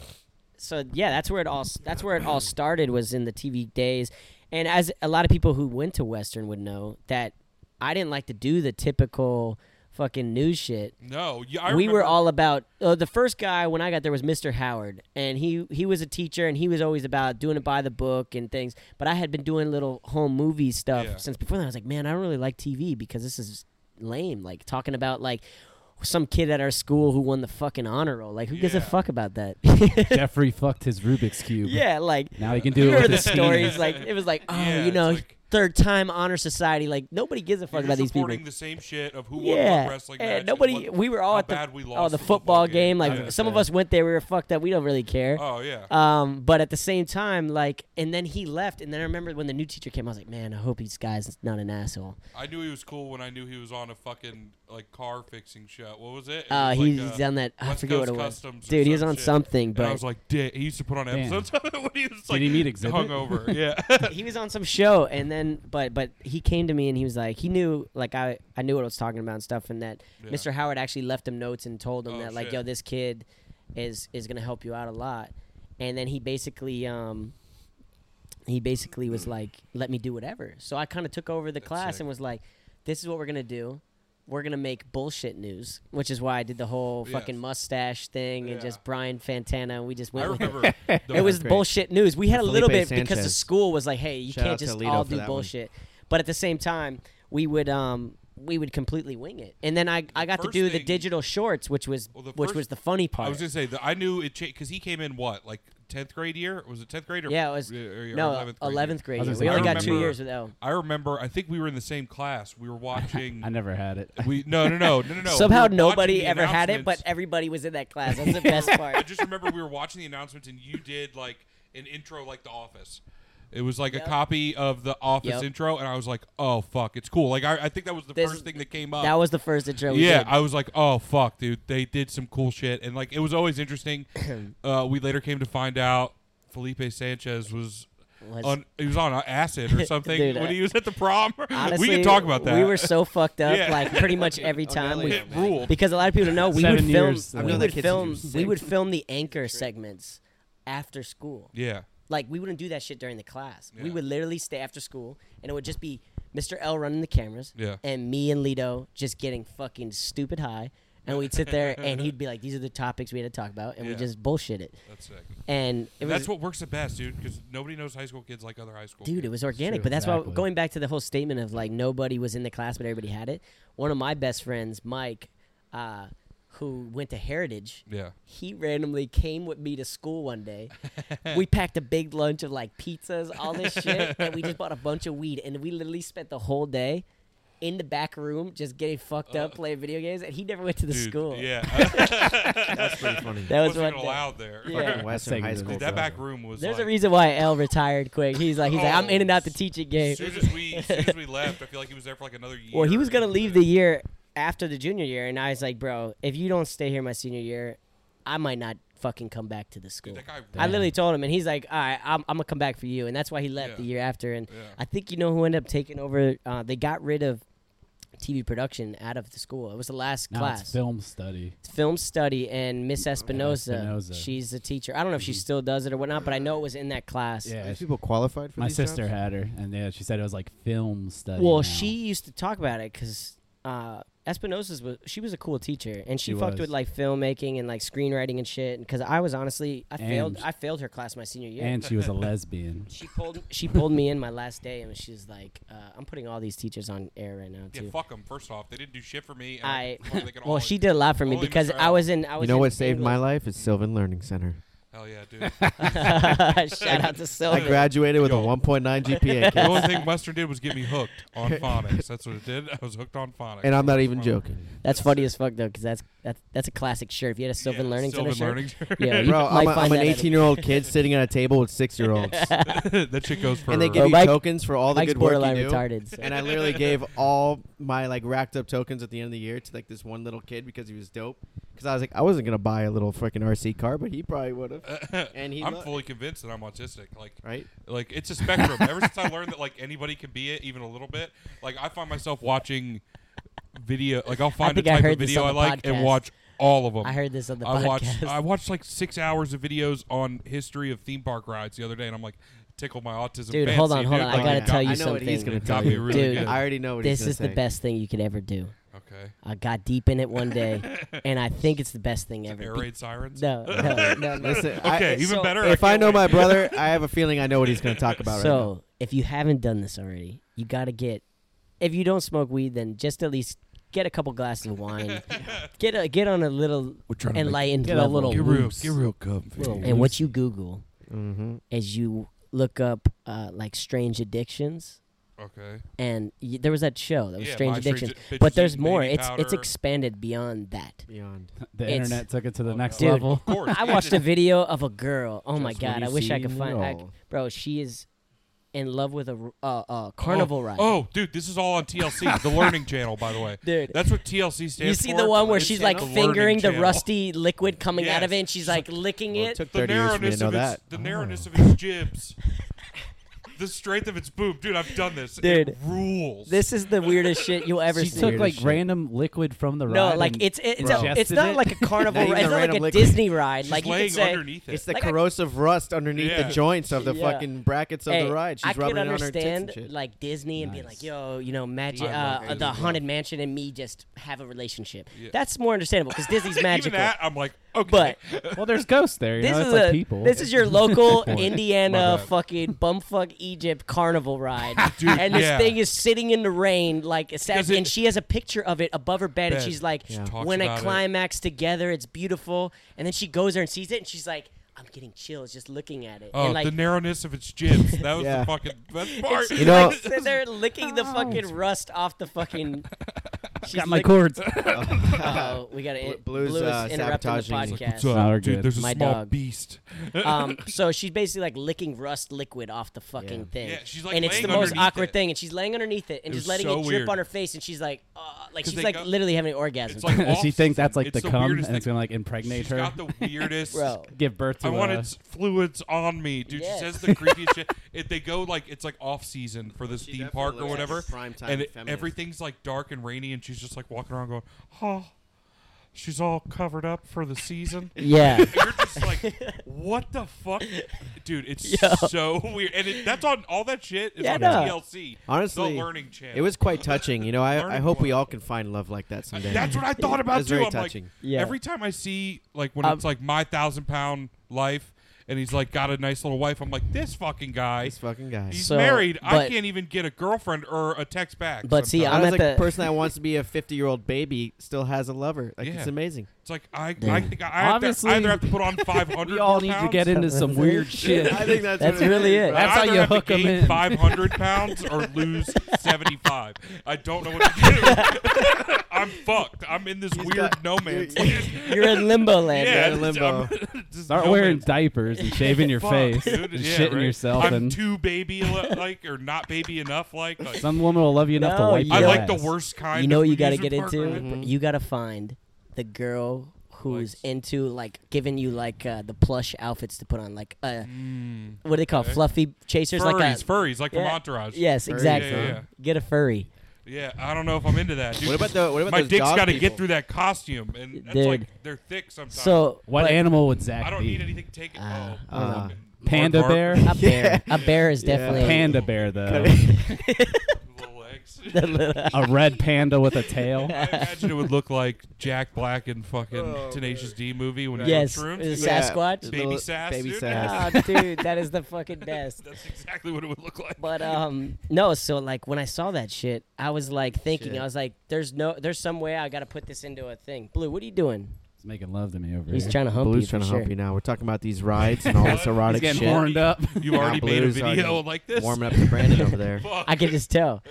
Speaker 3: so yeah, that's where it all that's where it all started was in the TV days, and as a lot of people who went to Western would know that I didn't like to do the typical fucking news shit.
Speaker 2: No, yeah, I
Speaker 3: we were
Speaker 2: remember-
Speaker 3: all about uh, the first guy when I got there was Mr. Howard, and he he was a teacher, and he was always about doing it by the book and things. But I had been doing little home movie stuff
Speaker 2: Yeah.
Speaker 3: since before then. I was like, man, I don't really like TV because this is lame. Like talking about like some kid at our school who won the fucking honor roll. Like who gives a
Speaker 2: Yeah.
Speaker 3: fuck about that?
Speaker 1: Jeffrey fucked his Rubik's cube.
Speaker 3: yeah, like
Speaker 1: Now he can do
Speaker 3: you
Speaker 1: it
Speaker 3: remember
Speaker 1: with
Speaker 3: the
Speaker 1: his
Speaker 3: stories. Like it was like, oh,
Speaker 2: Yeah,
Speaker 3: you know,
Speaker 2: it's like-
Speaker 3: third time honor society. Like nobody gives a
Speaker 2: You're
Speaker 3: fuck about these people.
Speaker 2: supporting the same shit of who won
Speaker 3: yeah,
Speaker 2: what wrestling
Speaker 3: and
Speaker 2: match and
Speaker 3: nobody.
Speaker 2: what-
Speaker 3: we were all
Speaker 2: how
Speaker 3: at the
Speaker 2: bad we lost
Speaker 3: oh the football game. Like
Speaker 2: Yeah.
Speaker 3: some of us went there. We were fucked up. We don't really care.
Speaker 2: Oh yeah.
Speaker 3: Um, but at the same time, like, and then he left, and then I remember when the new teacher came, I was like, man, I hope this guy's not an asshole.
Speaker 2: I knew he was cool when I knew he was on a fucking like car fixing show. What was it? It
Speaker 3: Uh,
Speaker 2: was like,
Speaker 3: he's, he's on that. I
Speaker 2: West
Speaker 3: forget what
Speaker 2: Coast
Speaker 3: it was.
Speaker 2: Customs or
Speaker 3: Dude, he was
Speaker 2: some
Speaker 3: on
Speaker 2: shit.
Speaker 3: something,
Speaker 2: and I
Speaker 3: but
Speaker 2: was like, "Dick." He used to put on
Speaker 1: Damn.
Speaker 2: episodes of it when he was like
Speaker 1: he meet Exhibit?
Speaker 2: hungover. Yeah.
Speaker 3: he was on some show and then but but he came to me and he was like he knew like i i knew what i was talking about and stuff and that
Speaker 2: Yeah.
Speaker 3: mr howard actually left him notes and told him
Speaker 2: Oh,
Speaker 3: that like
Speaker 2: shit.
Speaker 3: yo this kid is is gonna help you out a lot and then he basically um he basically was like let me do whatever so i kind of took over the
Speaker 2: Mm. That's
Speaker 3: class
Speaker 2: sick.
Speaker 3: and was like this is what we're gonna do we're gonna make bullshit news, which is why I did the whole
Speaker 2: Yes.
Speaker 3: fucking mustache thing and
Speaker 2: Yeah.
Speaker 3: just Brian Fantana, and we just
Speaker 2: I
Speaker 3: went. with it.
Speaker 2: remember. the-
Speaker 3: It was
Speaker 4: Great.
Speaker 3: bullshit news. We had a
Speaker 4: Felipe
Speaker 3: little bit because the
Speaker 4: Sanchez.
Speaker 3: school was like, "Hey, you
Speaker 4: Shout
Speaker 3: can't
Speaker 4: out to
Speaker 3: just
Speaker 4: Alito
Speaker 3: all
Speaker 4: for
Speaker 3: do
Speaker 4: that one.
Speaker 3: bullshit." But at the same time, we would um we would completely wing it. And then I I got to
Speaker 2: first
Speaker 3: do the
Speaker 2: thing-
Speaker 3: digital shorts, which was
Speaker 2: Well, the
Speaker 3: which
Speaker 2: first-
Speaker 3: was the funny part.
Speaker 2: I was gonna say that I knew it because he came in what like tenth grade year was it tenth grade or
Speaker 3: yeah, it was
Speaker 2: or- or
Speaker 3: no
Speaker 2: 11th grade year?
Speaker 3: eleventh grade.
Speaker 1: I was
Speaker 3: We
Speaker 1: gonna say,
Speaker 3: only
Speaker 1: I
Speaker 3: got two
Speaker 1: remember-
Speaker 3: years with L.
Speaker 2: I remember. I think we were in the same class. We were watching.
Speaker 1: I never had it.
Speaker 2: we no no no no no. no.
Speaker 3: Somehow
Speaker 2: We were watching
Speaker 3: nobody
Speaker 2: the
Speaker 3: ever had it, but
Speaker 2: announcements.
Speaker 3: everybody was in that class. That's the best
Speaker 2: I
Speaker 3: part.
Speaker 2: just remember we were watching the announcements and you did like an intro like The Office. It was like
Speaker 3: Yep.
Speaker 2: a copy of the Office
Speaker 3: Yep.
Speaker 2: intro, and I was like, "Oh fuck, it's cool." Like I, I think that was the
Speaker 3: This-
Speaker 2: first thing that came up.
Speaker 3: That was the first intro. We
Speaker 2: yeah,
Speaker 3: did.
Speaker 2: I was like, "Oh fuck, dude, they did some cool shit," and like it was always interesting. uh, we later came to find out Felipe Sanchez was.
Speaker 3: Was-
Speaker 2: on, he was on acid or something
Speaker 3: Dude,
Speaker 2: when
Speaker 3: I-
Speaker 2: he was at the prom.
Speaker 3: Honestly,
Speaker 2: we can talk about that.
Speaker 3: We were so fucked up,
Speaker 2: Yeah.
Speaker 3: like pretty much every
Speaker 4: Okay,
Speaker 3: time
Speaker 4: like-
Speaker 3: we
Speaker 2: it ruled.
Speaker 3: because a lot of people don't know we
Speaker 1: Seven
Speaker 3: would film
Speaker 1: years. I've
Speaker 3: we
Speaker 1: known
Speaker 4: that
Speaker 3: would
Speaker 4: kid since he
Speaker 3: film
Speaker 4: was
Speaker 3: we
Speaker 4: six.
Speaker 3: would film the anchor segments after school.
Speaker 2: yeah,
Speaker 3: Like we wouldn't do that shit during the class. We
Speaker 2: Yeah.
Speaker 3: would literally stay after school and it would just be Mr. L running the cameras
Speaker 2: Yeah.
Speaker 3: and me and Lito just getting fucking stupid high and we'd sit there and he'd be like these are the topics we had to talk about and we
Speaker 2: Yeah.
Speaker 3: just bullshit it.
Speaker 2: that's sick.
Speaker 3: And it
Speaker 2: And that's
Speaker 3: was
Speaker 2: what works the best, dude. Because nobody knows high school kids like other high school.
Speaker 3: Dude,
Speaker 2: kids.
Speaker 3: it was organic,
Speaker 1: True,
Speaker 3: but that's why
Speaker 1: exactly.
Speaker 3: going back to the whole statement of like nobody was in the class, but everybody had it. One of my best friends, Mike, uh, who went to Heritage,
Speaker 2: yeah.
Speaker 3: he randomly came with me to school one day. we packed a big lunch of like pizzas, all this shit, and we just bought a bunch of weed, and we literally spent the whole day in the back room just getting fucked up playing video games, and he never went to the
Speaker 2: Uh. Dude,
Speaker 3: school.
Speaker 2: Yeah, that's
Speaker 4: Pretty funny.
Speaker 3: That was
Speaker 2: wasn't
Speaker 3: one.
Speaker 2: even
Speaker 3: thing.
Speaker 2: allowed there.
Speaker 3: Yeah.
Speaker 4: Fucking Western
Speaker 1: That
Speaker 4: High
Speaker 1: segment
Speaker 4: School.
Speaker 1: is
Speaker 2: Dude, that
Speaker 4: bro.
Speaker 2: back room was.
Speaker 3: There's
Speaker 2: like, Oh,
Speaker 3: a reason why L retired quick. He's like, he's like, I'm in and out the teaching game.
Speaker 2: As soon as we, as soon as we left, I feel like he was there for like another year.
Speaker 3: Well, he was
Speaker 2: or
Speaker 3: gonna
Speaker 2: something.
Speaker 3: leave the year after the junior year, and I was like, bro, if you don't stay here my senior year, I might not fucking come back to the school.
Speaker 2: Dude, that guy.
Speaker 3: I literally told him, and he's like, all right, I'm, I'm gonna come back for you, and that's why he left
Speaker 2: Yeah.
Speaker 3: the year after. And
Speaker 2: Yeah.
Speaker 3: I think you know who ended up taking over. Uh, they got rid of TV production out of the school. It was the last
Speaker 1: Now
Speaker 3: class.
Speaker 1: it's film study.
Speaker 3: Film study and Miss Mm-hmm. Espinosa,
Speaker 1: Espinoza.
Speaker 3: she's a teacher. I don't know if she still does it or whatnot, but I know it was in that class.
Speaker 1: Yeah,
Speaker 4: Are these people qualified for
Speaker 1: my
Speaker 4: these
Speaker 1: sister
Speaker 4: jobs?
Speaker 1: had her, and yeah, she said it was like film
Speaker 4: uh,
Speaker 1: study.
Speaker 3: Well,
Speaker 1: now.
Speaker 3: she used to talk about it because uh, Espinosa's was she was a cool teacher, and she,
Speaker 1: She
Speaker 3: fucked
Speaker 1: was.
Speaker 3: with like filmmaking and like screenwriting and shit. Because I was honestly, I failed,
Speaker 1: And-
Speaker 3: I failed her class my senior year.
Speaker 1: and she was a lesbian.
Speaker 3: she pulled, she pulled me in my last day, and she's like, uh, "I'm putting all these teachers on air right now
Speaker 2: Yeah,
Speaker 3: too."
Speaker 2: fuck them. First off, they didn't do shit for me. and
Speaker 3: I
Speaker 2: fucking- they can all-
Speaker 3: well, she did a lot for me
Speaker 2: only
Speaker 3: because
Speaker 2: Mr.
Speaker 3: I was in, I was.
Speaker 4: You know
Speaker 3: in
Speaker 4: what saved my
Speaker 3: England.
Speaker 4: life is Sylvan Learning Center.
Speaker 2: Hell yeah, dude.
Speaker 3: Shout out to
Speaker 4: I
Speaker 3: Sylvan.
Speaker 4: graduated with a
Speaker 2: Yo.
Speaker 4: 1.9 GPA,
Speaker 2: the
Speaker 4: kids.
Speaker 2: only thing Western did was get me hooked on phonics. That's what it did. I was hooked on phonics.
Speaker 4: and I'm not even
Speaker 2: Wow.
Speaker 4: joking.
Speaker 3: that's funny as fuck though, because that's, that's that's a classic shirt. If you had a Sylvan
Speaker 2: yeah,
Speaker 3: Learning Center
Speaker 2: Sylvan
Speaker 3: shirt,
Speaker 2: Learning
Speaker 3: Yeah, you
Speaker 4: Bro,
Speaker 3: might
Speaker 4: I'm, a,
Speaker 3: find
Speaker 4: I'm an
Speaker 3: that at a-
Speaker 4: 18 year old kid sitting at a table with six year olds,
Speaker 2: that shit goes for.
Speaker 4: and they give you
Speaker 3: Mike-
Speaker 4: tokens for all the
Speaker 3: Mike's
Speaker 4: good work
Speaker 3: borderline
Speaker 4: you do.
Speaker 3: retarded. so-
Speaker 4: And I literally gave all my like racked up tokens at the end of the year to like this one little kid because he was dope. Because I was like, I wasn't gonna buy a little freaking RC car, but he probably would
Speaker 2: Uh,
Speaker 4: have, and he
Speaker 2: I'm
Speaker 4: lo-
Speaker 2: fully convinced that I'm autistic. Like,
Speaker 4: right.
Speaker 2: like it's a spectrum. Ever since I learned that like anybody can be it, even a little bit, like I find myself watching video. Like I'll find a
Speaker 3: think I
Speaker 2: type
Speaker 3: heard
Speaker 2: of
Speaker 3: this
Speaker 2: video
Speaker 3: on
Speaker 2: I
Speaker 3: the
Speaker 2: like
Speaker 3: podcast.
Speaker 2: and watch all of them.
Speaker 3: I heard this on the
Speaker 2: I
Speaker 3: podcast.
Speaker 2: watched I watched like six hours of videos on history of theme park rides the other day, and I'm like, tickle my autism.
Speaker 3: Dude,
Speaker 2: fancy,
Speaker 3: hold on, hold
Speaker 2: dude.
Speaker 3: on. I
Speaker 2: Like,
Speaker 3: gotta
Speaker 2: got
Speaker 3: tell
Speaker 2: me-
Speaker 3: you
Speaker 4: I know what he's
Speaker 3: something.
Speaker 4: gonna
Speaker 2: Got
Speaker 4: tell
Speaker 2: me
Speaker 4: you.
Speaker 2: really
Speaker 3: Dude,
Speaker 2: good.
Speaker 4: I already know what
Speaker 3: This
Speaker 4: he's
Speaker 3: is
Speaker 4: gonna
Speaker 3: the
Speaker 4: say.
Speaker 3: best thing you could ever do.
Speaker 2: Okay.
Speaker 3: I got deep in it one day, and I think it's the best thing ever.
Speaker 2: Air
Speaker 3: Be-
Speaker 2: raid sirens.
Speaker 3: No, no, no, no.
Speaker 4: Listen,
Speaker 2: Okay,
Speaker 4: I,
Speaker 2: even
Speaker 3: so-
Speaker 2: better.
Speaker 4: if I
Speaker 2: can't
Speaker 4: know
Speaker 2: wait.
Speaker 4: my brother, I have a feeling I know what he's gonna talk about right now.
Speaker 3: so if you haven't done this already, you gotta get. If you don't smoke weed, then just at least get a couple glasses of wine. get a, get on a little
Speaker 1: We're trying
Speaker 3: enlightened
Speaker 1: get a
Speaker 3: level.
Speaker 1: little
Speaker 2: Get real-
Speaker 1: loose.
Speaker 2: get
Speaker 1: real comfy.
Speaker 3: Little- and what you Google
Speaker 4: Mm-hmm.
Speaker 3: is you look up uh, like strange addictions,
Speaker 2: Okay.
Speaker 3: and y- there was that show that was
Speaker 2: Yeah,
Speaker 3: Strange
Speaker 2: my
Speaker 3: Addictions.
Speaker 2: Bitches- Bitches
Speaker 3: But there's
Speaker 2: Eating
Speaker 3: more.
Speaker 2: Baby
Speaker 3: It's it's
Speaker 2: Powder.
Speaker 3: expanded beyond that.
Speaker 4: Beyond.
Speaker 1: the
Speaker 3: it's-
Speaker 1: internet took it to the
Speaker 2: Oh,
Speaker 1: next
Speaker 2: no.
Speaker 3: Dude.
Speaker 1: level.
Speaker 2: Of course. Oh,
Speaker 3: I watched a video of a girl. Oh my god! I wish I could find. I,
Speaker 4: No.
Speaker 3: bro, she is in love with a r- uh, uh, carnival ride.
Speaker 2: Oh, dude, this is all on TLC, the Learning Channel, by the way.
Speaker 3: dude.
Speaker 2: That's what TLC stands for.
Speaker 3: You see the one where
Speaker 2: It's
Speaker 3: she's like
Speaker 2: the Learning
Speaker 3: fingering the
Speaker 2: Channel.
Speaker 3: rusty liquid coming out of
Speaker 2: Yes.
Speaker 3: it, and she's like licking
Speaker 4: Well, it
Speaker 3: it.
Speaker 4: took
Speaker 2: The
Speaker 4: 30 years for me to
Speaker 2: narrowness
Speaker 4: know
Speaker 2: of its
Speaker 4: that.
Speaker 2: the narrowness
Speaker 3: Oh.
Speaker 2: of its jibs. The strength of its boob, dude. I've done this.
Speaker 3: Dude.
Speaker 2: it rules.
Speaker 3: This is the weirdest shit you'll ever
Speaker 1: She
Speaker 3: see.
Speaker 1: took
Speaker 4: Weird
Speaker 1: like
Speaker 4: as shit.
Speaker 1: random liquid from the
Speaker 3: no,
Speaker 1: ride
Speaker 3: like
Speaker 1: and
Speaker 3: it's it's
Speaker 4: Bro.
Speaker 3: a, it's
Speaker 1: Ingested
Speaker 3: not
Speaker 1: it?
Speaker 3: like a carnival.
Speaker 4: Not
Speaker 3: ride. It's not like
Speaker 4: even a
Speaker 3: a
Speaker 4: random liquid.
Speaker 3: Disney ride.
Speaker 2: she's
Speaker 3: like you
Speaker 2: laying
Speaker 3: could say,
Speaker 2: underneath it.
Speaker 4: It's the
Speaker 3: Like I-
Speaker 4: corrosive rust underneath
Speaker 2: Yeah.
Speaker 4: the joints of the
Speaker 3: Yeah.
Speaker 4: fucking brackets of
Speaker 3: hey,
Speaker 4: the ride. She's
Speaker 3: I
Speaker 4: rubbing
Speaker 3: could
Speaker 4: it on her tits
Speaker 3: understand
Speaker 4: and shit.
Speaker 3: like Disney and being like,
Speaker 1: Nice.
Speaker 3: yo, you know, magic,
Speaker 2: I love
Speaker 3: uh,
Speaker 2: Disney,
Speaker 3: the
Speaker 2: bro.
Speaker 3: haunted mansion, and me just have a relationship.
Speaker 2: Yeah.
Speaker 3: That's more understandable because Disney's
Speaker 2: Even
Speaker 3: magical.
Speaker 2: that, I'm like, okay.
Speaker 3: But
Speaker 1: well, there's ghosts there. You
Speaker 3: this
Speaker 1: know,
Speaker 3: is
Speaker 1: it's like
Speaker 3: a
Speaker 1: people.
Speaker 3: this is your local
Speaker 1: point.
Speaker 3: Indiana
Speaker 2: My bad.
Speaker 3: fucking bumfuck Egypt carnival ride,
Speaker 2: Dude,
Speaker 3: and this
Speaker 2: yeah.
Speaker 3: thing is sitting in the rain like it's sad,
Speaker 2: Because it-
Speaker 3: and she has a picture of it above her bed, and
Speaker 2: Bed.
Speaker 3: she's like,
Speaker 4: Yeah.
Speaker 2: Talks
Speaker 3: when I
Speaker 2: about it.
Speaker 3: climax together, it's beautiful, and then she goes there and sees it, and she's like, I'm getting chills just looking at it,
Speaker 2: oh,
Speaker 3: and like.
Speaker 2: the narrowness of its jibs. That was
Speaker 4: Yeah.
Speaker 2: the fucking best
Speaker 3: and
Speaker 2: part.
Speaker 3: she's
Speaker 4: You know-
Speaker 3: like sitting there licking
Speaker 4: Oh.
Speaker 3: the fucking rust off the fucking. She's
Speaker 1: got my
Speaker 3: lick-
Speaker 1: cords.
Speaker 3: Oh, we got to.
Speaker 4: Blue's,
Speaker 3: Blue's
Speaker 4: uh,
Speaker 3: interrupting the
Speaker 4: sabotaging.
Speaker 2: Like, what's
Speaker 3: podcast.
Speaker 1: Nah, we're
Speaker 2: up, dude?
Speaker 1: good.
Speaker 2: There's a
Speaker 3: My
Speaker 2: small
Speaker 3: dog.
Speaker 2: beast.
Speaker 3: Um, so she's basically like licking rust liquid off the fucking
Speaker 4: Yeah.
Speaker 3: thing.
Speaker 2: Yeah, she's, like,
Speaker 3: and it's
Speaker 2: laying
Speaker 3: the most
Speaker 2: underneath
Speaker 3: awkward
Speaker 2: it.
Speaker 3: thing. And she's laying underneath it and
Speaker 2: It
Speaker 3: just
Speaker 2: was
Speaker 3: letting
Speaker 2: so
Speaker 3: it drip
Speaker 2: weird.
Speaker 3: on her face. and she's like, uh, like
Speaker 2: 'Cause
Speaker 3: she's
Speaker 2: they
Speaker 3: like
Speaker 2: got-
Speaker 3: literally having an orgasm.
Speaker 2: It's like
Speaker 1: she thinks that's like
Speaker 2: it's
Speaker 1: the
Speaker 2: the
Speaker 1: cum,
Speaker 2: weirdest
Speaker 1: and it's
Speaker 2: thing.
Speaker 1: gonna like impregnate
Speaker 2: She's
Speaker 1: her,
Speaker 2: got the weirdest.
Speaker 3: Bro.
Speaker 1: give birth to.
Speaker 2: I wanted
Speaker 1: uh,
Speaker 2: s- fluids on me, dude.
Speaker 3: Yes.
Speaker 2: She says the creepiest shit. If they go like it's like off season for this
Speaker 4: She
Speaker 2: theme
Speaker 4: definitely
Speaker 2: park or
Speaker 4: looks like a
Speaker 2: whatever,
Speaker 4: primetime
Speaker 2: and it-
Speaker 4: feminist.
Speaker 2: everything's like dark and rainy, and she's just like walking around going, "Oh, she's all covered up for the season." And
Speaker 3: yeah.
Speaker 2: You're just like, what the fuck, dude? It's
Speaker 3: Yo.
Speaker 2: so weird, and it, that's on all that shit is
Speaker 3: Yeah,
Speaker 2: on
Speaker 3: no.
Speaker 2: TLC,
Speaker 4: Honestly,
Speaker 2: the Learning Channel.
Speaker 4: It was quite touching. You know, I, I
Speaker 2: Learning
Speaker 4: hope we
Speaker 2: one.
Speaker 4: all can find love like that someday.
Speaker 2: That's what I thought about
Speaker 4: It's
Speaker 2: too.
Speaker 4: very
Speaker 2: I'm
Speaker 4: touching.
Speaker 2: like,
Speaker 3: Yeah.
Speaker 2: every time I see like when
Speaker 3: Um,
Speaker 2: it's like my thousand pound life, and he's like got a nice little wife. I'm like, this fucking guy.
Speaker 4: This fucking guy.
Speaker 2: He's
Speaker 3: So,
Speaker 2: married. I
Speaker 3: but-
Speaker 2: can't even get a girlfriend or a text back.
Speaker 3: But see,
Speaker 2: sometimes.
Speaker 3: I'm at
Speaker 4: I was like
Speaker 3: the-
Speaker 4: the person that wants to be a 50 year old baby still has a lover. Like
Speaker 2: Yeah.
Speaker 4: it's amazing.
Speaker 2: it's like I,
Speaker 3: Dude.
Speaker 2: I think I, have
Speaker 1: Obviously,
Speaker 2: to, either have to put on 500.
Speaker 1: we all
Speaker 2: more
Speaker 1: need
Speaker 2: pounds,
Speaker 1: to get into some weird shit.
Speaker 4: I think that's,
Speaker 3: That's what it really is, it.
Speaker 2: I
Speaker 1: That's how
Speaker 2: either
Speaker 1: you
Speaker 2: have to
Speaker 1: hook 'em
Speaker 2: gain
Speaker 1: in.
Speaker 2: 500 pounds or lose 75. I don't know what to do. I'm fucked. I'm in this weird
Speaker 4: got-
Speaker 2: no man's
Speaker 4: you're-
Speaker 2: land.
Speaker 3: You're in limbo land.
Speaker 2: yeah,
Speaker 4: in
Speaker 2: it's-
Speaker 4: limbo.
Speaker 2: I'm- just
Speaker 1: Start
Speaker 2: no
Speaker 1: wearing
Speaker 2: man's
Speaker 1: diapers and shaving your
Speaker 2: Fuck,
Speaker 1: face
Speaker 2: dude.
Speaker 1: and
Speaker 2: Yeah,
Speaker 1: shitting
Speaker 2: right.
Speaker 1: yourself.
Speaker 2: I'm
Speaker 1: and
Speaker 2: too baby li- like or not baby enough like. like,
Speaker 1: some woman will love you enough
Speaker 3: No,
Speaker 1: to wipe
Speaker 3: you
Speaker 1: your
Speaker 2: I like the
Speaker 1: ass.
Speaker 2: worst kind.
Speaker 3: You know
Speaker 2: of
Speaker 3: what you got to
Speaker 2: amusement
Speaker 3: get
Speaker 2: park Mm-hmm.
Speaker 3: into? Mm-hmm.
Speaker 2: ride.
Speaker 4: Mhm.
Speaker 3: You got to find the girl who's
Speaker 2: Likes.
Speaker 3: into like giving you like uh, the plush outfits to put on like uh
Speaker 2: Mm.
Speaker 3: what do they call
Speaker 2: Okay.
Speaker 3: fluffy chasers
Speaker 2: Furries,
Speaker 3: like a
Speaker 2: furries, like
Speaker 3: Yeah.
Speaker 2: from Entourage.
Speaker 3: yes
Speaker 4: Furry,
Speaker 3: exactly
Speaker 2: yeah, yeah.
Speaker 3: get a furry
Speaker 2: Yeah, I don't know if I'm into that. Dude,
Speaker 4: What about the what about
Speaker 2: my
Speaker 4: those
Speaker 2: dick's
Speaker 4: dog
Speaker 2: got to
Speaker 4: people?
Speaker 2: get through that costume, and that's
Speaker 3: Dude.
Speaker 2: like they're thick sometimes.
Speaker 3: so
Speaker 1: What
Speaker 3: but
Speaker 1: animal would Zach
Speaker 2: I don't
Speaker 1: be?
Speaker 2: need anything taken.
Speaker 3: Uh,
Speaker 2: oh,
Speaker 4: uh,
Speaker 2: fucking
Speaker 1: Panda
Speaker 2: bark,
Speaker 1: bear.
Speaker 3: a bear a bear is
Speaker 4: Yeah.
Speaker 3: definitely
Speaker 1: Panda bear though.
Speaker 2: bark, Little legs.
Speaker 1: a red panda with a tail.
Speaker 2: I imagine it would look like Jack Black in fucking Tenacious D movie when he
Speaker 3: Oh, yes
Speaker 2: goes shrooms.
Speaker 3: is
Speaker 2: He's
Speaker 3: a
Speaker 2: like,
Speaker 4: Yeah.
Speaker 3: Sasquatch
Speaker 2: Baby
Speaker 4: Little-
Speaker 2: sass,
Speaker 4: Baby
Speaker 2: dude.
Speaker 4: sass.
Speaker 3: Oh, dude, that is the fucking best.
Speaker 2: That's exactly what it would look like.
Speaker 3: But um, no. So like when I saw that shit, I was like thinking,
Speaker 4: Shit.
Speaker 3: I was like, "There's no, there's some way I got to put this into a thing." Blue, what are you doing?
Speaker 1: He's making love to me over
Speaker 3: He's
Speaker 1: here.
Speaker 3: trying to hump
Speaker 4: Blue's
Speaker 3: you. for
Speaker 4: trying to help
Speaker 3: sure.
Speaker 4: you now. We're talking about these rides and all this erotic
Speaker 1: getting
Speaker 4: shit.
Speaker 1: horned up.
Speaker 2: You've already made a
Speaker 4: Blue's already
Speaker 2: video like this.
Speaker 4: Warming up to Brandon over there.
Speaker 2: Fuck.
Speaker 3: I can just tell.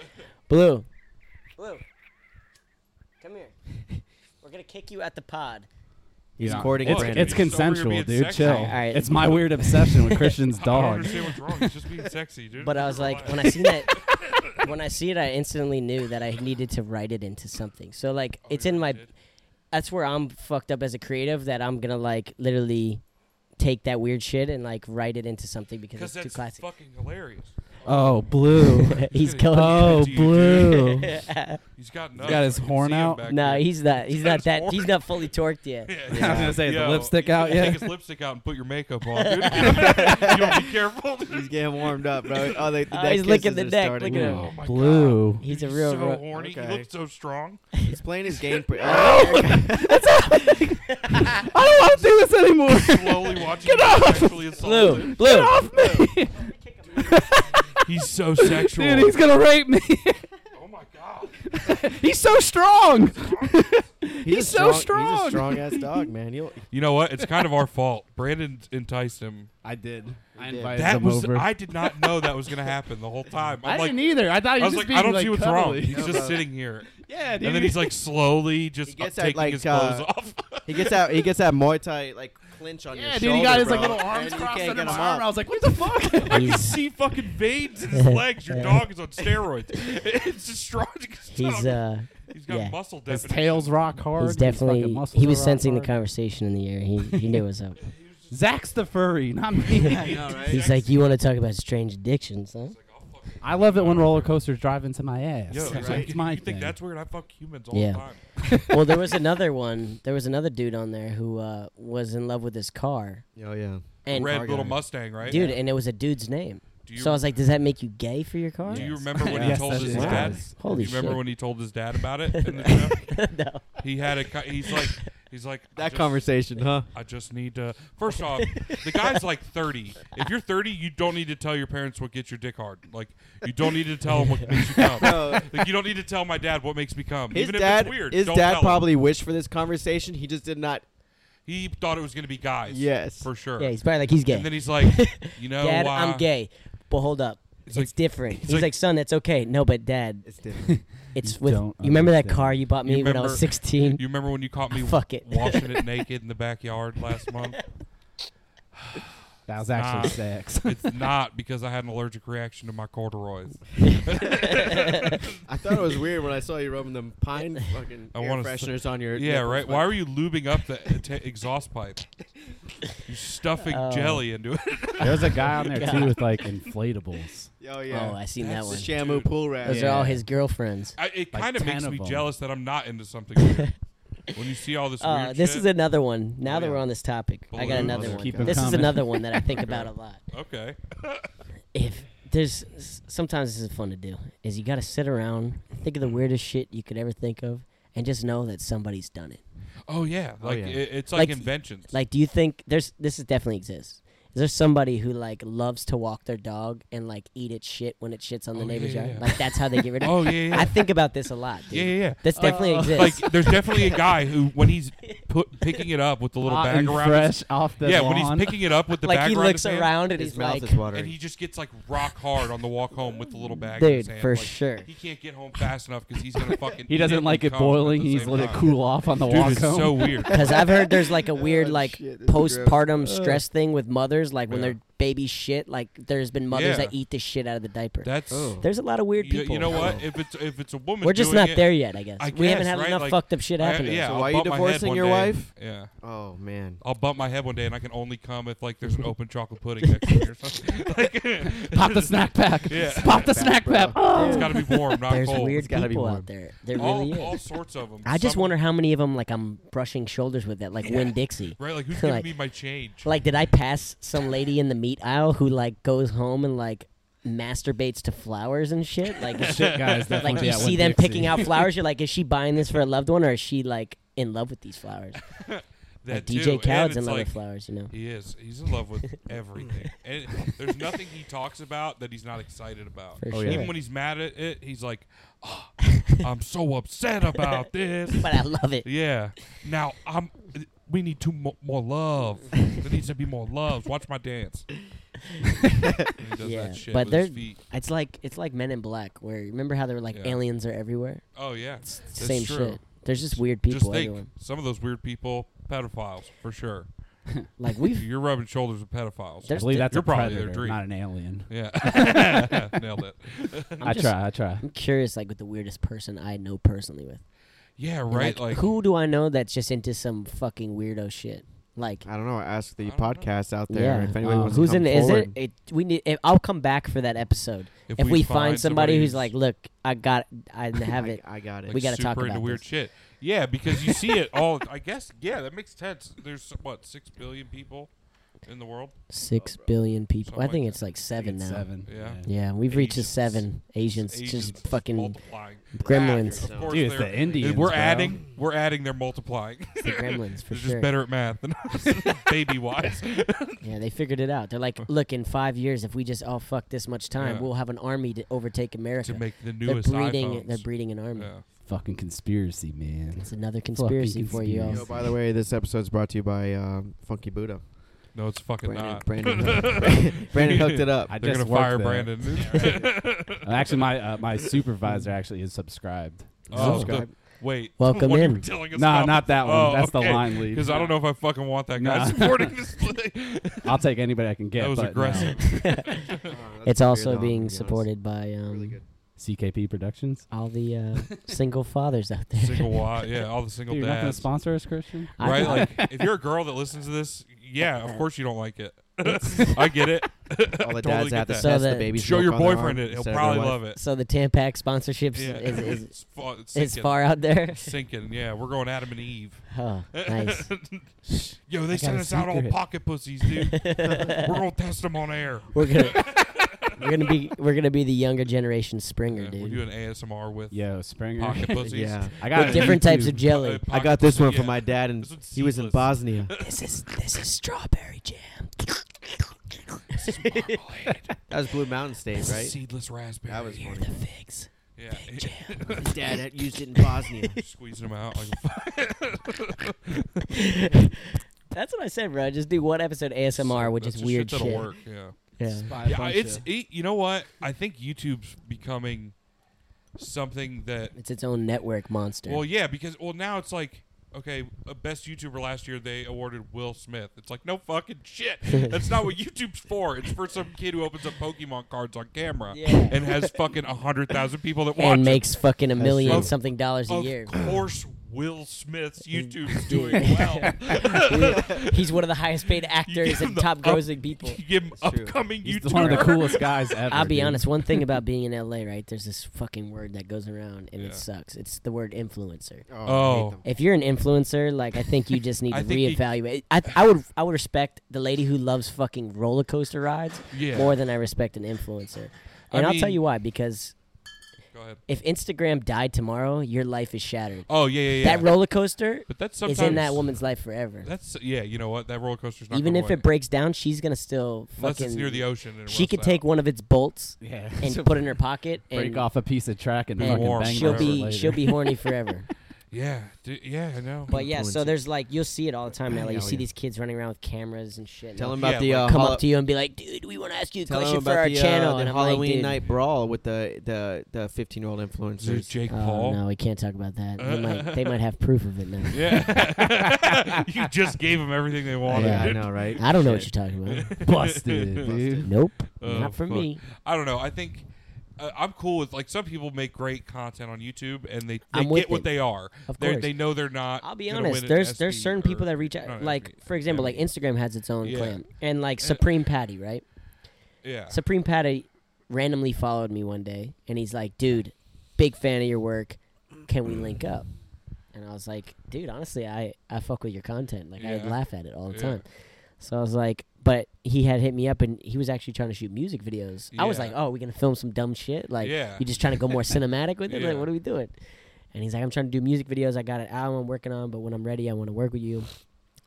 Speaker 3: Blue. Blue. Come here. We're gonna kick you at the pod.
Speaker 4: He's
Speaker 1: Yeah.
Speaker 4: courting
Speaker 1: it's,
Speaker 4: Brandon.
Speaker 1: it's
Speaker 2: Just over here
Speaker 1: consensual,
Speaker 2: being
Speaker 1: dude.
Speaker 2: sexy.
Speaker 1: Chill.
Speaker 3: All right.
Speaker 1: It's my weird obsession with Christian's
Speaker 2: I don't
Speaker 1: dog.
Speaker 2: understand what's wrong. He's just being sexy, dude.
Speaker 3: But I was like, when I seen that, when I see it, I instantly knew that I needed to write it into something. So
Speaker 4: Oh,
Speaker 3: like,
Speaker 2: Oh,
Speaker 3: it's in my. That's where I'm fucked up as a creative that I'm gonna like literally take that weird shit and like write it into something because
Speaker 2: Because
Speaker 3: it's too
Speaker 2: that's
Speaker 3: classic.
Speaker 2: fucking hilarious.
Speaker 1: Oh, blue.
Speaker 3: he's
Speaker 2: gonna
Speaker 3: going.
Speaker 1: oh,
Speaker 2: Dude.
Speaker 1: blue.
Speaker 2: He's got nuts.
Speaker 1: got his
Speaker 2: I can
Speaker 1: horn
Speaker 2: see him
Speaker 1: out?
Speaker 2: back
Speaker 3: no,
Speaker 2: there.
Speaker 3: he's not. He's
Speaker 2: He's
Speaker 3: not
Speaker 2: got
Speaker 3: that.
Speaker 2: his
Speaker 3: He's not fully torked yet.
Speaker 1: I was gonna say, the lipstick
Speaker 2: you
Speaker 1: out,
Speaker 2: can
Speaker 1: yeah.
Speaker 2: Take his lipstick out and put your makeup on. Dude. you don't be careful.
Speaker 4: He's
Speaker 2: Dude.
Speaker 4: getting warmed up, bro. Oh, they, the
Speaker 3: Oh,
Speaker 4: neck
Speaker 3: he's licking
Speaker 4: kisses
Speaker 3: the
Speaker 4: are
Speaker 3: neck,
Speaker 4: starting.
Speaker 3: look at him.
Speaker 1: Oh,
Speaker 2: my
Speaker 1: blue.
Speaker 3: He's a real.
Speaker 2: so
Speaker 3: ro-
Speaker 2: horny.
Speaker 4: Okay.
Speaker 2: He looks so strong.
Speaker 4: He's playing his game. Pre- oh,
Speaker 1: I don't want to do this anymore.
Speaker 2: Slowly watching Get off. sexually assaulted.
Speaker 3: blue, blue.
Speaker 2: He's so sexual.
Speaker 1: Dude, he's gonna rape me.
Speaker 2: oh my god.
Speaker 1: he's so strong.
Speaker 4: he's,
Speaker 1: He's
Speaker 4: a
Speaker 1: so
Speaker 4: He's
Speaker 1: strong.
Speaker 4: a strong ass dog, man. He'll,
Speaker 2: You know what? It's kind of our fault. Brandon enticed him.
Speaker 5: I did. I
Speaker 4: did.
Speaker 5: invited
Speaker 2: That
Speaker 5: him
Speaker 2: was
Speaker 5: over.
Speaker 2: I did not know that was gonna happen the whole time. I'm
Speaker 5: I
Speaker 2: like
Speaker 5: didn't either. I thought he
Speaker 2: I was
Speaker 5: just
Speaker 2: like,
Speaker 5: being,
Speaker 2: I don't
Speaker 5: like,
Speaker 2: see what's
Speaker 5: cuddly.
Speaker 2: wrong. He's
Speaker 4: No,
Speaker 2: just
Speaker 4: bro.
Speaker 2: sitting here.
Speaker 5: Yeah, dude.
Speaker 2: And then he's like slowly just
Speaker 4: gets that,
Speaker 2: taking
Speaker 4: like,
Speaker 2: his
Speaker 4: uh,
Speaker 2: clothes off.
Speaker 4: he gets out. He gets that Muay Thai like clinch on your
Speaker 5: yeah, dude.
Speaker 4: shoulder,
Speaker 5: He got his
Speaker 4: bro,
Speaker 5: like little arms
Speaker 4: and you
Speaker 5: crossed
Speaker 4: can't
Speaker 5: under
Speaker 4: get
Speaker 5: his
Speaker 4: him
Speaker 5: arm.
Speaker 4: up.
Speaker 5: I was like, what the fuck?
Speaker 2: I can see fucking veins in his legs. Your dog is on steroids. It's just strong.
Speaker 3: He's uh.
Speaker 2: he's got
Speaker 3: yeah.
Speaker 2: muscle
Speaker 5: His
Speaker 2: definition.
Speaker 5: tail's rock hard.
Speaker 3: He's
Speaker 5: his fucking
Speaker 3: definitely.
Speaker 5: muscles
Speaker 3: He
Speaker 5: are
Speaker 3: was
Speaker 5: rock
Speaker 3: sensing the
Speaker 5: hard.
Speaker 3: conversation in the air. He he knew it was up.
Speaker 1: Zach's the furry, not me.
Speaker 4: know, right?
Speaker 3: He's like, you want to talk about strange addictions, huh?
Speaker 2: Like, I'll fucking-
Speaker 5: I love it when roller coasters drive into my ass.
Speaker 2: Yo,
Speaker 5: That's
Speaker 2: like,
Speaker 5: my
Speaker 2: you
Speaker 5: thing.
Speaker 2: think that's weird? I fuck humans all
Speaker 3: Yeah.
Speaker 2: the time.
Speaker 3: well, there was another one. There was another dude on there who uh, was in love with his car.
Speaker 4: Oh yeah.
Speaker 3: And
Speaker 2: Red
Speaker 4: Car
Speaker 2: little
Speaker 4: guy.
Speaker 2: Mustang, right?
Speaker 3: dude, and it was a dude's name.
Speaker 2: Do you,
Speaker 3: So I was like, does that make you gay for your car?
Speaker 2: do you remember when he
Speaker 5: Yes,
Speaker 2: told
Speaker 5: that
Speaker 2: his
Speaker 5: is.
Speaker 2: dad?
Speaker 5: Yes.
Speaker 2: do
Speaker 3: Holy
Speaker 2: you remember
Speaker 3: shit.
Speaker 2: when he told his dad about it? In the show?
Speaker 3: no.
Speaker 2: He had a. co- He's like. He's like I
Speaker 4: That
Speaker 2: just-
Speaker 4: conversation, huh?
Speaker 2: I just need to. First off, the guy's like 30. If you're 30, you don't need to tell your parents what gets your dick hard. Like, you don't need to tell them what makes you come.
Speaker 4: No.
Speaker 2: Like, you don't need to tell my dad what makes me come.
Speaker 4: His
Speaker 2: Even if
Speaker 4: dad,
Speaker 2: it's weird.
Speaker 4: his
Speaker 2: don't
Speaker 4: dad
Speaker 2: tell him.
Speaker 4: probably wished for this conversation. He just did not.
Speaker 2: He thought it was going to be guys.
Speaker 4: Yes.
Speaker 2: For sure.
Speaker 3: Yeah, he's probably like, he's gay.
Speaker 2: And then he's like, you know,
Speaker 3: dad,
Speaker 2: uh,
Speaker 3: I'm gay. But hold up.
Speaker 2: It's
Speaker 3: It's,
Speaker 2: like-
Speaker 3: different.
Speaker 2: it's
Speaker 3: He's
Speaker 2: like-
Speaker 3: like, son, that's okay. No, but dad,
Speaker 4: It's different.
Speaker 3: it's
Speaker 5: You
Speaker 3: with. You
Speaker 5: don't
Speaker 3: remember that
Speaker 5: understand.
Speaker 3: car you bought
Speaker 2: You
Speaker 3: me when I was
Speaker 2: remember-
Speaker 3: 16?
Speaker 2: You remember when you caught me
Speaker 3: Fuck it.
Speaker 2: washing it naked in the backyard last month?
Speaker 5: That was actually
Speaker 2: Nah.
Speaker 5: sex.
Speaker 2: It's not because I had an allergic reaction to my corduroys.
Speaker 4: I thought it was weird when I saw you rubbing them pine fucking
Speaker 2: I
Speaker 4: air
Speaker 2: wanna s-
Speaker 4: fresheners on your.
Speaker 2: Yeah,
Speaker 4: nipples,
Speaker 2: right.
Speaker 4: but
Speaker 2: Why were you lubing up the t- exhaust pipe? You're stuffing
Speaker 3: Oh.
Speaker 2: jelly into it.
Speaker 5: There's a guy on there too with like inflatables.
Speaker 4: Oh yeah.
Speaker 3: Oh, I seen that
Speaker 2: That's
Speaker 3: one.
Speaker 2: the
Speaker 4: Shamu
Speaker 2: Dude.
Speaker 4: pool rat.
Speaker 3: Those
Speaker 5: Yeah.
Speaker 3: are all his girlfriends.
Speaker 2: I, it
Speaker 5: Like
Speaker 2: kind of
Speaker 5: 10
Speaker 2: makes
Speaker 5: of
Speaker 2: me
Speaker 5: them.
Speaker 2: jealous that I'm not into something weird. when you see all this
Speaker 3: Uh,
Speaker 2: weird
Speaker 3: this
Speaker 2: shit.
Speaker 3: is another one. Now
Speaker 4: Oh,
Speaker 3: that
Speaker 4: yeah.
Speaker 3: we're on this topic, I
Speaker 2: Balloons.
Speaker 3: got another
Speaker 4: Let's
Speaker 3: one.
Speaker 4: keep 'em
Speaker 3: This is
Speaker 5: coming.
Speaker 3: another one that I think about a lot.
Speaker 2: okay.
Speaker 3: if there's s- sometimes this is fun to do is you got to sit around think of the weirdest shit you could ever think of and just know that somebody's done it
Speaker 2: Oh yeah,
Speaker 4: Oh,
Speaker 2: like
Speaker 4: yeah.
Speaker 2: It, it's like,
Speaker 3: Like-
Speaker 2: inventions.
Speaker 3: like do you think there's this is definitely exists is there somebody who like loves to walk their dog and like eat its shit when it shits on the
Speaker 2: Oh,
Speaker 3: neighbor's
Speaker 2: yeah,
Speaker 3: yard
Speaker 2: yeah.
Speaker 3: like that's how they get rid of it
Speaker 2: oh yeah, yeah,
Speaker 3: i think about this a lot dude
Speaker 2: yeah, yeah. yeah.
Speaker 3: this definitely
Speaker 2: Like
Speaker 3: exists
Speaker 2: there's definitely a guy who when he's put, picking it up with the little
Speaker 5: Hot
Speaker 2: bag
Speaker 5: and
Speaker 2: around. his-
Speaker 5: fresh off the
Speaker 2: yeah,
Speaker 5: lawn.
Speaker 2: when he's picking it up with the
Speaker 3: like
Speaker 2: bag
Speaker 3: he
Speaker 2: around
Speaker 3: looks
Speaker 2: his hand,
Speaker 3: around and
Speaker 4: His
Speaker 3: he's
Speaker 4: mouth
Speaker 3: like
Speaker 4: is watering.
Speaker 2: and he just gets like rock hard on the walk home with the little bag. in his
Speaker 3: dude
Speaker 2: hand.
Speaker 3: for
Speaker 2: Like,
Speaker 3: sure
Speaker 2: He can't get home fast enough because he's gonna fucking.
Speaker 5: He
Speaker 2: eat
Speaker 5: doesn't
Speaker 2: and
Speaker 5: like it
Speaker 2: come at the
Speaker 5: boiling. He's
Speaker 2: same
Speaker 5: let it
Speaker 2: time.
Speaker 5: cool off on the
Speaker 2: Dude,
Speaker 5: walk
Speaker 2: it's
Speaker 5: home.
Speaker 2: so weird.
Speaker 3: Because I've heard there's like a weird
Speaker 4: Oh,
Speaker 3: like
Speaker 4: shit, this is gross.
Speaker 3: postpartum stress thing with mothers, like when
Speaker 2: Yeah.
Speaker 3: their baby shit. Like there's been mothers
Speaker 2: Yeah.
Speaker 3: that eat the shit out of the diaper.
Speaker 2: That's
Speaker 4: Oh.
Speaker 3: there's a lot of weird
Speaker 2: you,
Speaker 3: people.
Speaker 2: you know what? If it's if it's a woman,
Speaker 3: We're just
Speaker 2: doing
Speaker 3: not
Speaker 2: it-
Speaker 3: there yet, I guess.
Speaker 2: I
Speaker 3: we haven't
Speaker 2: guess,
Speaker 3: had
Speaker 2: right?
Speaker 3: enough
Speaker 2: Like,
Speaker 3: fucked up shit
Speaker 2: I-
Speaker 3: happen. to
Speaker 2: yeah,
Speaker 3: us.
Speaker 4: So
Speaker 2: I'll
Speaker 4: why are you
Speaker 2: bump my head
Speaker 4: divorcing
Speaker 2: one
Speaker 4: your
Speaker 2: day.
Speaker 4: wife?
Speaker 2: Yeah.
Speaker 4: Oh man.
Speaker 2: I'll bump my head one day, and I can only come if like there's an open chocolate pudding next to me or something. Like,
Speaker 5: Pop the snack pack.
Speaker 2: Yeah.
Speaker 5: Pop the snack pack.
Speaker 2: It's got to be warm, not
Speaker 3: There's
Speaker 2: cold.
Speaker 3: weird
Speaker 4: It's gotta be
Speaker 3: people
Speaker 4: warm.
Speaker 3: out there. There
Speaker 2: all,
Speaker 3: really
Speaker 2: all
Speaker 3: is.
Speaker 2: sorts of them.
Speaker 3: I just wonder how many of them like I'm brushing shoulders with that, like
Speaker 2: Yeah.
Speaker 3: Win Dixie.
Speaker 2: right? Like, who's giving
Speaker 3: like-
Speaker 2: me my change?
Speaker 3: Like, did I pass some lady in the meat aisle who like goes home and like masturbates to flowers and shit? Like, is she,
Speaker 5: Shit, guys. definitely
Speaker 3: like you
Speaker 5: at
Speaker 3: see
Speaker 5: Winn
Speaker 3: them
Speaker 5: Dixie.
Speaker 3: picking out flowers, you're like, is she buying this for a loved one or is she like in love with these flowers?
Speaker 2: That
Speaker 3: like
Speaker 2: too.
Speaker 3: DJ
Speaker 2: And
Speaker 3: Khaled's in
Speaker 2: it's
Speaker 3: love
Speaker 2: like,
Speaker 3: with flowers, you know.
Speaker 2: He is. He's in love with everything, and there's nothing he talks about that he's not excited about.
Speaker 3: For
Speaker 4: Oh,
Speaker 3: sure.
Speaker 4: yeah.
Speaker 2: Even when he's mad at it, he's like, "Ah, "I'm so upset about this."
Speaker 3: But I love it.
Speaker 2: Yeah. Now I'm. We need two more, more love. There needs to be more love. Watch my dance. And he does
Speaker 3: Yeah,
Speaker 2: that shit
Speaker 3: but
Speaker 2: with his
Speaker 3: they're-
Speaker 2: feet.
Speaker 3: It's like it's like Men in Black, where remember how they were like
Speaker 2: Yeah.
Speaker 3: aliens are everywhere.
Speaker 2: Oh yeah.
Speaker 3: It's
Speaker 2: That's
Speaker 3: same
Speaker 2: true.
Speaker 3: shit. There's just weird
Speaker 2: Just
Speaker 3: people.
Speaker 2: think,
Speaker 3: everyone.
Speaker 2: some of those weird people, pedophiles for sure.
Speaker 3: Like we've
Speaker 2: You're rubbing shoulders with pedophiles.
Speaker 5: I
Speaker 3: There's-
Speaker 5: believe that's
Speaker 2: You're
Speaker 5: a
Speaker 2: probably their
Speaker 5: predator,
Speaker 2: dream.
Speaker 5: not an alien.
Speaker 2: yeah. Nailed it.
Speaker 3: I'm
Speaker 5: i
Speaker 3: just-
Speaker 5: try. I try.
Speaker 3: I'm curious, like with the weirdest person I know personally with.
Speaker 2: Yeah.
Speaker 3: And,
Speaker 2: Right. Like,
Speaker 3: who do I know that's just into some fucking weirdo shit? Like,
Speaker 4: I don't know. Ask the
Speaker 2: I don't know.
Speaker 4: podcast out there
Speaker 3: yeah.
Speaker 4: if anyone
Speaker 5: Um,
Speaker 4: wants
Speaker 3: Who's
Speaker 4: to
Speaker 3: in?
Speaker 4: come
Speaker 3: Is
Speaker 4: forward.
Speaker 3: it? it we need. If, I'll come back for that episode. If, we, find, somebody, who's like, look, I got, I have
Speaker 4: I-
Speaker 3: it.
Speaker 4: I, got it.
Speaker 3: we gotta talk
Speaker 2: super into
Speaker 3: about
Speaker 2: weird
Speaker 3: this.
Speaker 2: shit. Yeah, because you see it all. I guess yeah, that makes sense. There's what six billion people in the world.
Speaker 3: Six billion people.
Speaker 2: Something
Speaker 3: I think
Speaker 2: like
Speaker 3: it's like
Speaker 5: I think
Speaker 3: seven
Speaker 5: it's
Speaker 3: now.
Speaker 5: Seven.
Speaker 2: Yeah.
Speaker 3: Yeah, we've reached a
Speaker 2: Asians.
Speaker 3: seven. Asians,
Speaker 2: Asians
Speaker 3: just fucking
Speaker 2: multiplying.
Speaker 3: gremlins.
Speaker 2: Of course
Speaker 5: Dude, it's
Speaker 2: they're-
Speaker 5: the Indians.
Speaker 2: We're
Speaker 5: bro.
Speaker 2: adding. We're adding. They're multiplying.
Speaker 3: It's the gremlins for
Speaker 2: They're
Speaker 3: sure.
Speaker 2: just better at math than us, baby wise.
Speaker 3: Yeah, they figured it out. They're like, look, in five years, if we just all fuck this much time,
Speaker 2: Yeah.
Speaker 3: we'll have an army to overtake America.
Speaker 2: to make the
Speaker 3: they're
Speaker 2: newest
Speaker 3: breeding.
Speaker 2: iPhones.
Speaker 3: They're breeding an army.
Speaker 2: Yeah.
Speaker 5: Fucking conspiracy, man.
Speaker 3: It's another conspiracy for you all.
Speaker 4: Yo, by the way, this episode's brought to you by um, Funky Buddha.
Speaker 2: No, it's fucking
Speaker 4: Brandon,
Speaker 2: not.
Speaker 4: Brandon, hooked- Brandon hooked it up.
Speaker 5: I
Speaker 2: They're
Speaker 5: just
Speaker 2: gonna fire
Speaker 5: worked there.
Speaker 2: Brandon.
Speaker 5: Uh, Actually, my uh, my supervisor actually is subscribed.
Speaker 2: Oh,
Speaker 4: Subscribe.
Speaker 2: the- wait.
Speaker 3: Welcome
Speaker 2: what you
Speaker 3: in.
Speaker 2: were telling us
Speaker 5: Nah,
Speaker 2: about-
Speaker 5: not that one.
Speaker 2: Oh,
Speaker 5: That's
Speaker 2: okay.
Speaker 5: the line lead.
Speaker 2: Because I don't know if I fucking want that guy
Speaker 5: Nah.
Speaker 2: supporting this thing.
Speaker 5: I'll take anybody I can get.
Speaker 2: that was
Speaker 5: but uh, no.
Speaker 2: aggressive.
Speaker 4: Oh, that's
Speaker 3: It's
Speaker 4: weird
Speaker 3: also
Speaker 4: dog, to be
Speaker 3: being
Speaker 4: honest.
Speaker 3: supported by um,
Speaker 4: Really good.
Speaker 5: CKP Productions.
Speaker 3: all the uh, single fathers out there.
Speaker 2: Single wa- yeah, all the single
Speaker 5: Dude, you're not gonna
Speaker 2: dads.
Speaker 5: sponsor us, Christian.
Speaker 3: I
Speaker 2: right?
Speaker 3: thought-
Speaker 2: Like, if you're a girl that listens to this, yeah, of course you don't like it. I get it.
Speaker 4: All the
Speaker 2: Totally
Speaker 4: dads
Speaker 2: get
Speaker 4: have to
Speaker 2: that.
Speaker 3: So
Speaker 4: test the
Speaker 3: that-
Speaker 4: baby's
Speaker 2: Show
Speaker 4: milk
Speaker 2: your
Speaker 4: on their
Speaker 2: boyfriend
Speaker 4: arm
Speaker 2: it. He'll
Speaker 4: instead of their
Speaker 2: probably
Speaker 4: wife.
Speaker 2: love it.
Speaker 3: so the Tampac sponsorships
Speaker 2: Yeah.
Speaker 3: is, is,
Speaker 2: it's, fa- it's
Speaker 3: is
Speaker 2: sinking.
Speaker 3: far out there.
Speaker 2: Sinking, yeah. We're going Adam and Eve.
Speaker 3: Oh, nice.
Speaker 2: Yo, they
Speaker 3: I got
Speaker 2: sent
Speaker 3: a
Speaker 2: us out all
Speaker 3: secret.
Speaker 2: pocket pussies, dude. We're going to test them on air.
Speaker 3: we're gonna we're gonna be we're gonna be the younger generation Springer,
Speaker 2: Yeah, we're doing
Speaker 3: dude.
Speaker 2: ASMR with
Speaker 5: Yo, Springer.
Speaker 2: pocket pussies.
Speaker 4: Yeah.
Speaker 5: I got
Speaker 2: With
Speaker 5: a
Speaker 3: Different types
Speaker 5: YouTube-
Speaker 3: of jelly.
Speaker 2: Po-
Speaker 4: I got this
Speaker 2: pocket
Speaker 4: one
Speaker 2: pussy,
Speaker 4: from
Speaker 2: yeah.
Speaker 4: my dad, and
Speaker 2: This one's
Speaker 4: he was in
Speaker 2: seedless.
Speaker 4: Bosnia.
Speaker 3: This is this is strawberry jam.
Speaker 4: That was Blue Mountain State,
Speaker 2: This is
Speaker 4: right?
Speaker 2: Seedless raspberry.
Speaker 4: That was
Speaker 3: Here are
Speaker 4: funny.
Speaker 3: the figs.
Speaker 2: yeah.
Speaker 3: Fig jam.
Speaker 4: His dad had used it in Bosnia.
Speaker 2: Squeezing them out like a fuck.
Speaker 3: That's what I said, bro. Just do one episode ASMR, which
Speaker 2: That's
Speaker 3: is
Speaker 2: the
Speaker 3: weird
Speaker 2: shit.
Speaker 3: shit.
Speaker 2: That'll work, yeah.
Speaker 3: Yeah.
Speaker 5: Spy
Speaker 2: yeah
Speaker 5: bunch
Speaker 2: it's,
Speaker 5: of-
Speaker 2: it, you know what? I think YouTube's becoming something that
Speaker 3: It's its own network monster.
Speaker 2: Well, yeah, because well now it's like okay, uh, best YouTuber last year they awarded Will Smith. It's like no fucking shit. That's not what YouTube's for. It's for some kid who opens up Pokemon cards on camera
Speaker 3: Yeah.
Speaker 2: and has fucking a hundred thousand people that watch.
Speaker 3: and
Speaker 2: it.
Speaker 3: makes fucking a
Speaker 4: That's
Speaker 3: million
Speaker 2: true.
Speaker 3: something dollars a
Speaker 2: of
Speaker 3: year.
Speaker 2: course, Will Smith's YouTube's doing well.
Speaker 3: He's one of the highest paid
Speaker 2: You
Speaker 3: actors
Speaker 2: give him
Speaker 3: and
Speaker 2: the
Speaker 3: top
Speaker 2: up-
Speaker 3: grossing people.
Speaker 2: You give him
Speaker 4: That's true.
Speaker 2: upcoming
Speaker 5: He's
Speaker 2: YouTuber.
Speaker 5: one of the coolest guys ever.
Speaker 3: I'll be
Speaker 5: dude.
Speaker 3: honest. One thing about being in LA, right? There's this fucking word that goes around, and
Speaker 2: Yeah.
Speaker 3: it sucks. It's the word influencer.
Speaker 4: I hate
Speaker 2: Oh.
Speaker 4: them.
Speaker 3: If you're an influencer, like I think you just need
Speaker 2: I
Speaker 3: to
Speaker 2: think you-
Speaker 3: reevaluate. I, I would I would respect the lady who loves fucking roller coaster rides
Speaker 2: Yeah.
Speaker 3: more than I respect an influencer.
Speaker 2: I
Speaker 3: And I will tell
Speaker 2: mean-
Speaker 3: you why because
Speaker 2: Go ahead.
Speaker 3: if Instagram died tomorrow, your life is shattered.
Speaker 2: Oh yeah, yeah, yeah.
Speaker 3: That roller coaster
Speaker 2: but that's sometimes
Speaker 3: is in that woman's life forever.
Speaker 2: That's yeah. You know what? That roller coaster's not
Speaker 3: Even
Speaker 2: going
Speaker 3: if it breaks down, she's gonna still
Speaker 2: unless
Speaker 3: fucking.
Speaker 2: it's near the ocean. And it
Speaker 3: she
Speaker 2: rusts
Speaker 3: could
Speaker 2: out.
Speaker 3: take one of its bolts
Speaker 5: Yeah.
Speaker 3: and put it in her pocket
Speaker 5: break
Speaker 3: and
Speaker 5: off a piece of track and
Speaker 2: Be
Speaker 5: fucking
Speaker 2: warm
Speaker 5: bang
Speaker 3: she'll
Speaker 5: her
Speaker 2: forever
Speaker 3: be
Speaker 5: later.
Speaker 3: she'll be horny forever.
Speaker 2: Yeah, d- yeah, I know.
Speaker 3: but yeah, so
Speaker 4: Influencer.
Speaker 3: there's like you'll see it all the time now. Like you
Speaker 4: Hell
Speaker 3: see
Speaker 4: yeah.
Speaker 3: these kids running around with cameras and shit. and
Speaker 4: Tell
Speaker 3: they'll
Speaker 4: him about
Speaker 2: Yeah,
Speaker 4: the uh,
Speaker 2: like-
Speaker 3: come
Speaker 4: hollow-
Speaker 3: up to you and be like, "Dude, we want to ask you a
Speaker 4: tell
Speaker 3: question
Speaker 4: him
Speaker 3: for
Speaker 4: about
Speaker 3: our
Speaker 4: the, uh,
Speaker 3: channel."
Speaker 4: the
Speaker 3: and I'm
Speaker 4: Halloween
Speaker 3: like, "Dude,
Speaker 4: night brawl with the the the 15 year old
Speaker 2: Is there
Speaker 4: influencers.
Speaker 2: Jake
Speaker 3: oh,
Speaker 2: Paul.
Speaker 3: no, we can't talk about that. They might they might have proof of it now.
Speaker 2: Yeah, you just gave them everything they wanted.
Speaker 4: Yeah, I
Speaker 2: dude.
Speaker 4: know, right?
Speaker 3: I don't know what you're talking about.
Speaker 5: busted, dude.
Speaker 3: Nope,
Speaker 2: Oh,
Speaker 3: not for
Speaker 2: fuck.
Speaker 3: me.
Speaker 2: I don't know. I think uh, I'm cool with like some people make great content on YouTube and they, they
Speaker 3: I'm
Speaker 2: get
Speaker 3: with
Speaker 2: what
Speaker 3: it.
Speaker 2: they are.
Speaker 3: Of
Speaker 2: They
Speaker 3: course.
Speaker 2: they know they're not.
Speaker 3: I'll be
Speaker 2: gonna win
Speaker 3: honest.
Speaker 2: an
Speaker 3: There's
Speaker 2: SB
Speaker 3: there's certain
Speaker 2: or-
Speaker 3: people that reach out,
Speaker 2: not
Speaker 3: like
Speaker 2: SB,
Speaker 3: for example, like
Speaker 2: Emmy.
Speaker 3: Instagram has its own
Speaker 2: Yeah.
Speaker 3: clan, and like
Speaker 2: And-
Speaker 3: Supreme Patty, right?
Speaker 2: yeah.
Speaker 3: Supreme Patty randomly followed me one day, and he's like, "Dude, big fan of your work. Can we link up?" And I was like, "Dude, honestly, I I fuck with your content. Like I
Speaker 2: Yeah.
Speaker 3: laugh at it all the
Speaker 2: Yeah.
Speaker 3: time." So I was like, "But he had hit me up, and he was actually trying to shoot music videos. I was
Speaker 2: Yeah.
Speaker 3: like, "Oh, we gonna film some dumb shit? Like
Speaker 2: Yeah.
Speaker 3: you just trying to go more cinematic with it?
Speaker 2: Yeah.
Speaker 3: Like what are we doing?" And he's like, "I'm trying to do music videos. I got an album I'm working on, but when I'm ready, I want to work with you."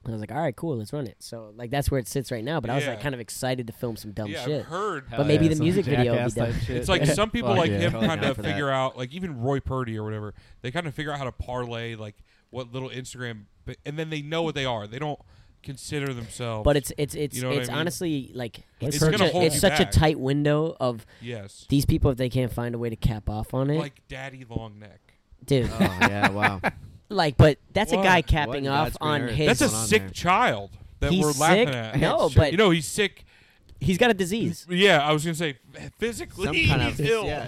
Speaker 3: And I was like, "All right, cool, let's run it." So like that's where it sits right now. But I was like
Speaker 2: Yeah.
Speaker 3: kind of excited to film some dumb
Speaker 2: yeah,
Speaker 3: shit.
Speaker 2: I've heard.
Speaker 5: Hell
Speaker 3: maybe
Speaker 5: yeah,
Speaker 3: the
Speaker 5: some
Speaker 3: music video will
Speaker 5: jackass
Speaker 3: be done.
Speaker 5: type shit.
Speaker 2: It's like some people
Speaker 5: Fuck
Speaker 2: like
Speaker 5: yeah.
Speaker 2: him
Speaker 4: Totally
Speaker 2: kind
Speaker 4: down
Speaker 2: of
Speaker 4: for that.
Speaker 2: figure out, like even Roy Purdy or whatever. They kind of figure out how to parlay like what little Instagram, bi- and then they know what they are. They don't consider themselves.
Speaker 3: But it's it's it's
Speaker 2: You know what I
Speaker 3: it's
Speaker 2: mean?
Speaker 3: honestly like it's,
Speaker 2: It's
Speaker 3: such
Speaker 2: gonna
Speaker 3: a
Speaker 2: hold
Speaker 3: it's
Speaker 2: you
Speaker 3: such
Speaker 2: back.
Speaker 3: a tight window of
Speaker 2: yes,
Speaker 3: these people if they can't find a way to cap off on it,
Speaker 2: like uh, Daddy Long Neck.
Speaker 3: dude.
Speaker 4: Oh yeah, wow.
Speaker 3: like, but that's a
Speaker 2: What?
Speaker 3: guy
Speaker 2: What
Speaker 3: capping
Speaker 4: in
Speaker 3: off
Speaker 4: God's green
Speaker 3: on
Speaker 4: earth?
Speaker 3: his.
Speaker 2: That's a
Speaker 4: going on
Speaker 2: sick
Speaker 4: there?
Speaker 2: child that
Speaker 3: he's
Speaker 2: we're
Speaker 3: sick.
Speaker 2: laughing at.
Speaker 3: No,
Speaker 4: Sure.
Speaker 3: but
Speaker 2: you know he's sick
Speaker 3: he's got a disease.
Speaker 2: Yeah, I was gonna say physically
Speaker 4: Some kind
Speaker 2: he's
Speaker 4: of-
Speaker 2: ill.
Speaker 4: yeah.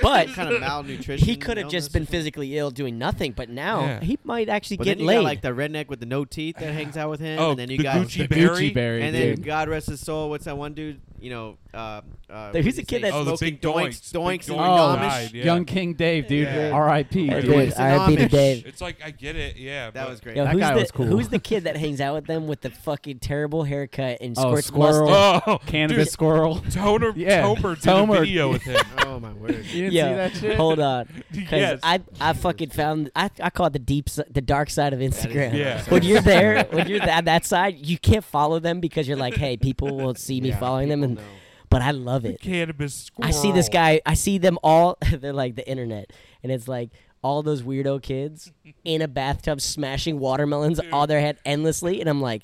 Speaker 3: But
Speaker 4: Some kind of malnutrition.
Speaker 3: he could have just
Speaker 4: illness.
Speaker 3: been physically ill doing nothing, but now
Speaker 2: Yeah.
Speaker 3: he might actually
Speaker 4: But
Speaker 3: get
Speaker 4: then you
Speaker 3: laid.
Speaker 4: got like the redneck with the no teeth that hangs out with him,
Speaker 2: Oh,
Speaker 4: and then you
Speaker 2: the
Speaker 4: got
Speaker 2: Gucci
Speaker 5: The
Speaker 2: Berry?
Speaker 5: Gucci Berry,
Speaker 4: and then
Speaker 5: dude.
Speaker 4: God rest his soul. What's that one dude? You know, uh, uh,
Speaker 3: There- he's
Speaker 4: what
Speaker 3: a
Speaker 4: did he
Speaker 3: kid
Speaker 4: say?
Speaker 3: that-
Speaker 2: Oh, the
Speaker 4: smoking
Speaker 2: big doinks.
Speaker 4: doinks,
Speaker 2: Big
Speaker 4: doinks, and
Speaker 5: doinks.
Speaker 4: Amish.
Speaker 2: Died, yeah.
Speaker 5: Oh, Young King Dave, dude.
Speaker 4: Yeah.
Speaker 5: R.I.P.
Speaker 3: Hey,
Speaker 5: dude.
Speaker 3: dude,
Speaker 4: Doinks and
Speaker 3: R.I.P. to
Speaker 4: Amish.
Speaker 3: Dave.
Speaker 2: It's like I get it. Yeah,
Speaker 4: That
Speaker 2: but-
Speaker 4: was great.
Speaker 3: Yo,
Speaker 5: That
Speaker 3: who's
Speaker 5: guy
Speaker 3: the,
Speaker 5: was cool.
Speaker 3: Who's the kid that hangs out with them with the fucking terrible haircut and
Speaker 5: Oh,
Speaker 3: squirts
Speaker 5: squirrel.
Speaker 3: mustard?
Speaker 2: Oh,
Speaker 5: Cannabis
Speaker 2: dude,
Speaker 5: squirrel.
Speaker 2: Toner,
Speaker 5: Yeah,
Speaker 2: Tomer did
Speaker 5: Tomer.
Speaker 2: a video with him.
Speaker 4: oh my word!
Speaker 5: You didn't
Speaker 3: Yo,
Speaker 5: see that shit?
Speaker 3: hold on, 'cause
Speaker 2: Yes.
Speaker 3: I I fucking found I, I call it the deep si- the dark side of
Speaker 4: is
Speaker 3: Instagram.
Speaker 4: the
Speaker 2: dark
Speaker 3: When
Speaker 2: side.
Speaker 3: you're there, when you're that that side, you can't follow them because you're like, hey, people will see me
Speaker 4: Yeah,
Speaker 3: following them,
Speaker 4: people
Speaker 3: and
Speaker 4: know.
Speaker 3: but I love it.
Speaker 2: Cannabis squirrel.
Speaker 3: I see this guy. I see them all. They're like the internet, and it's like all those weirdo kids in a bathtub smashing watermelons
Speaker 2: Dude.
Speaker 3: on their head endlessly, and I'm like,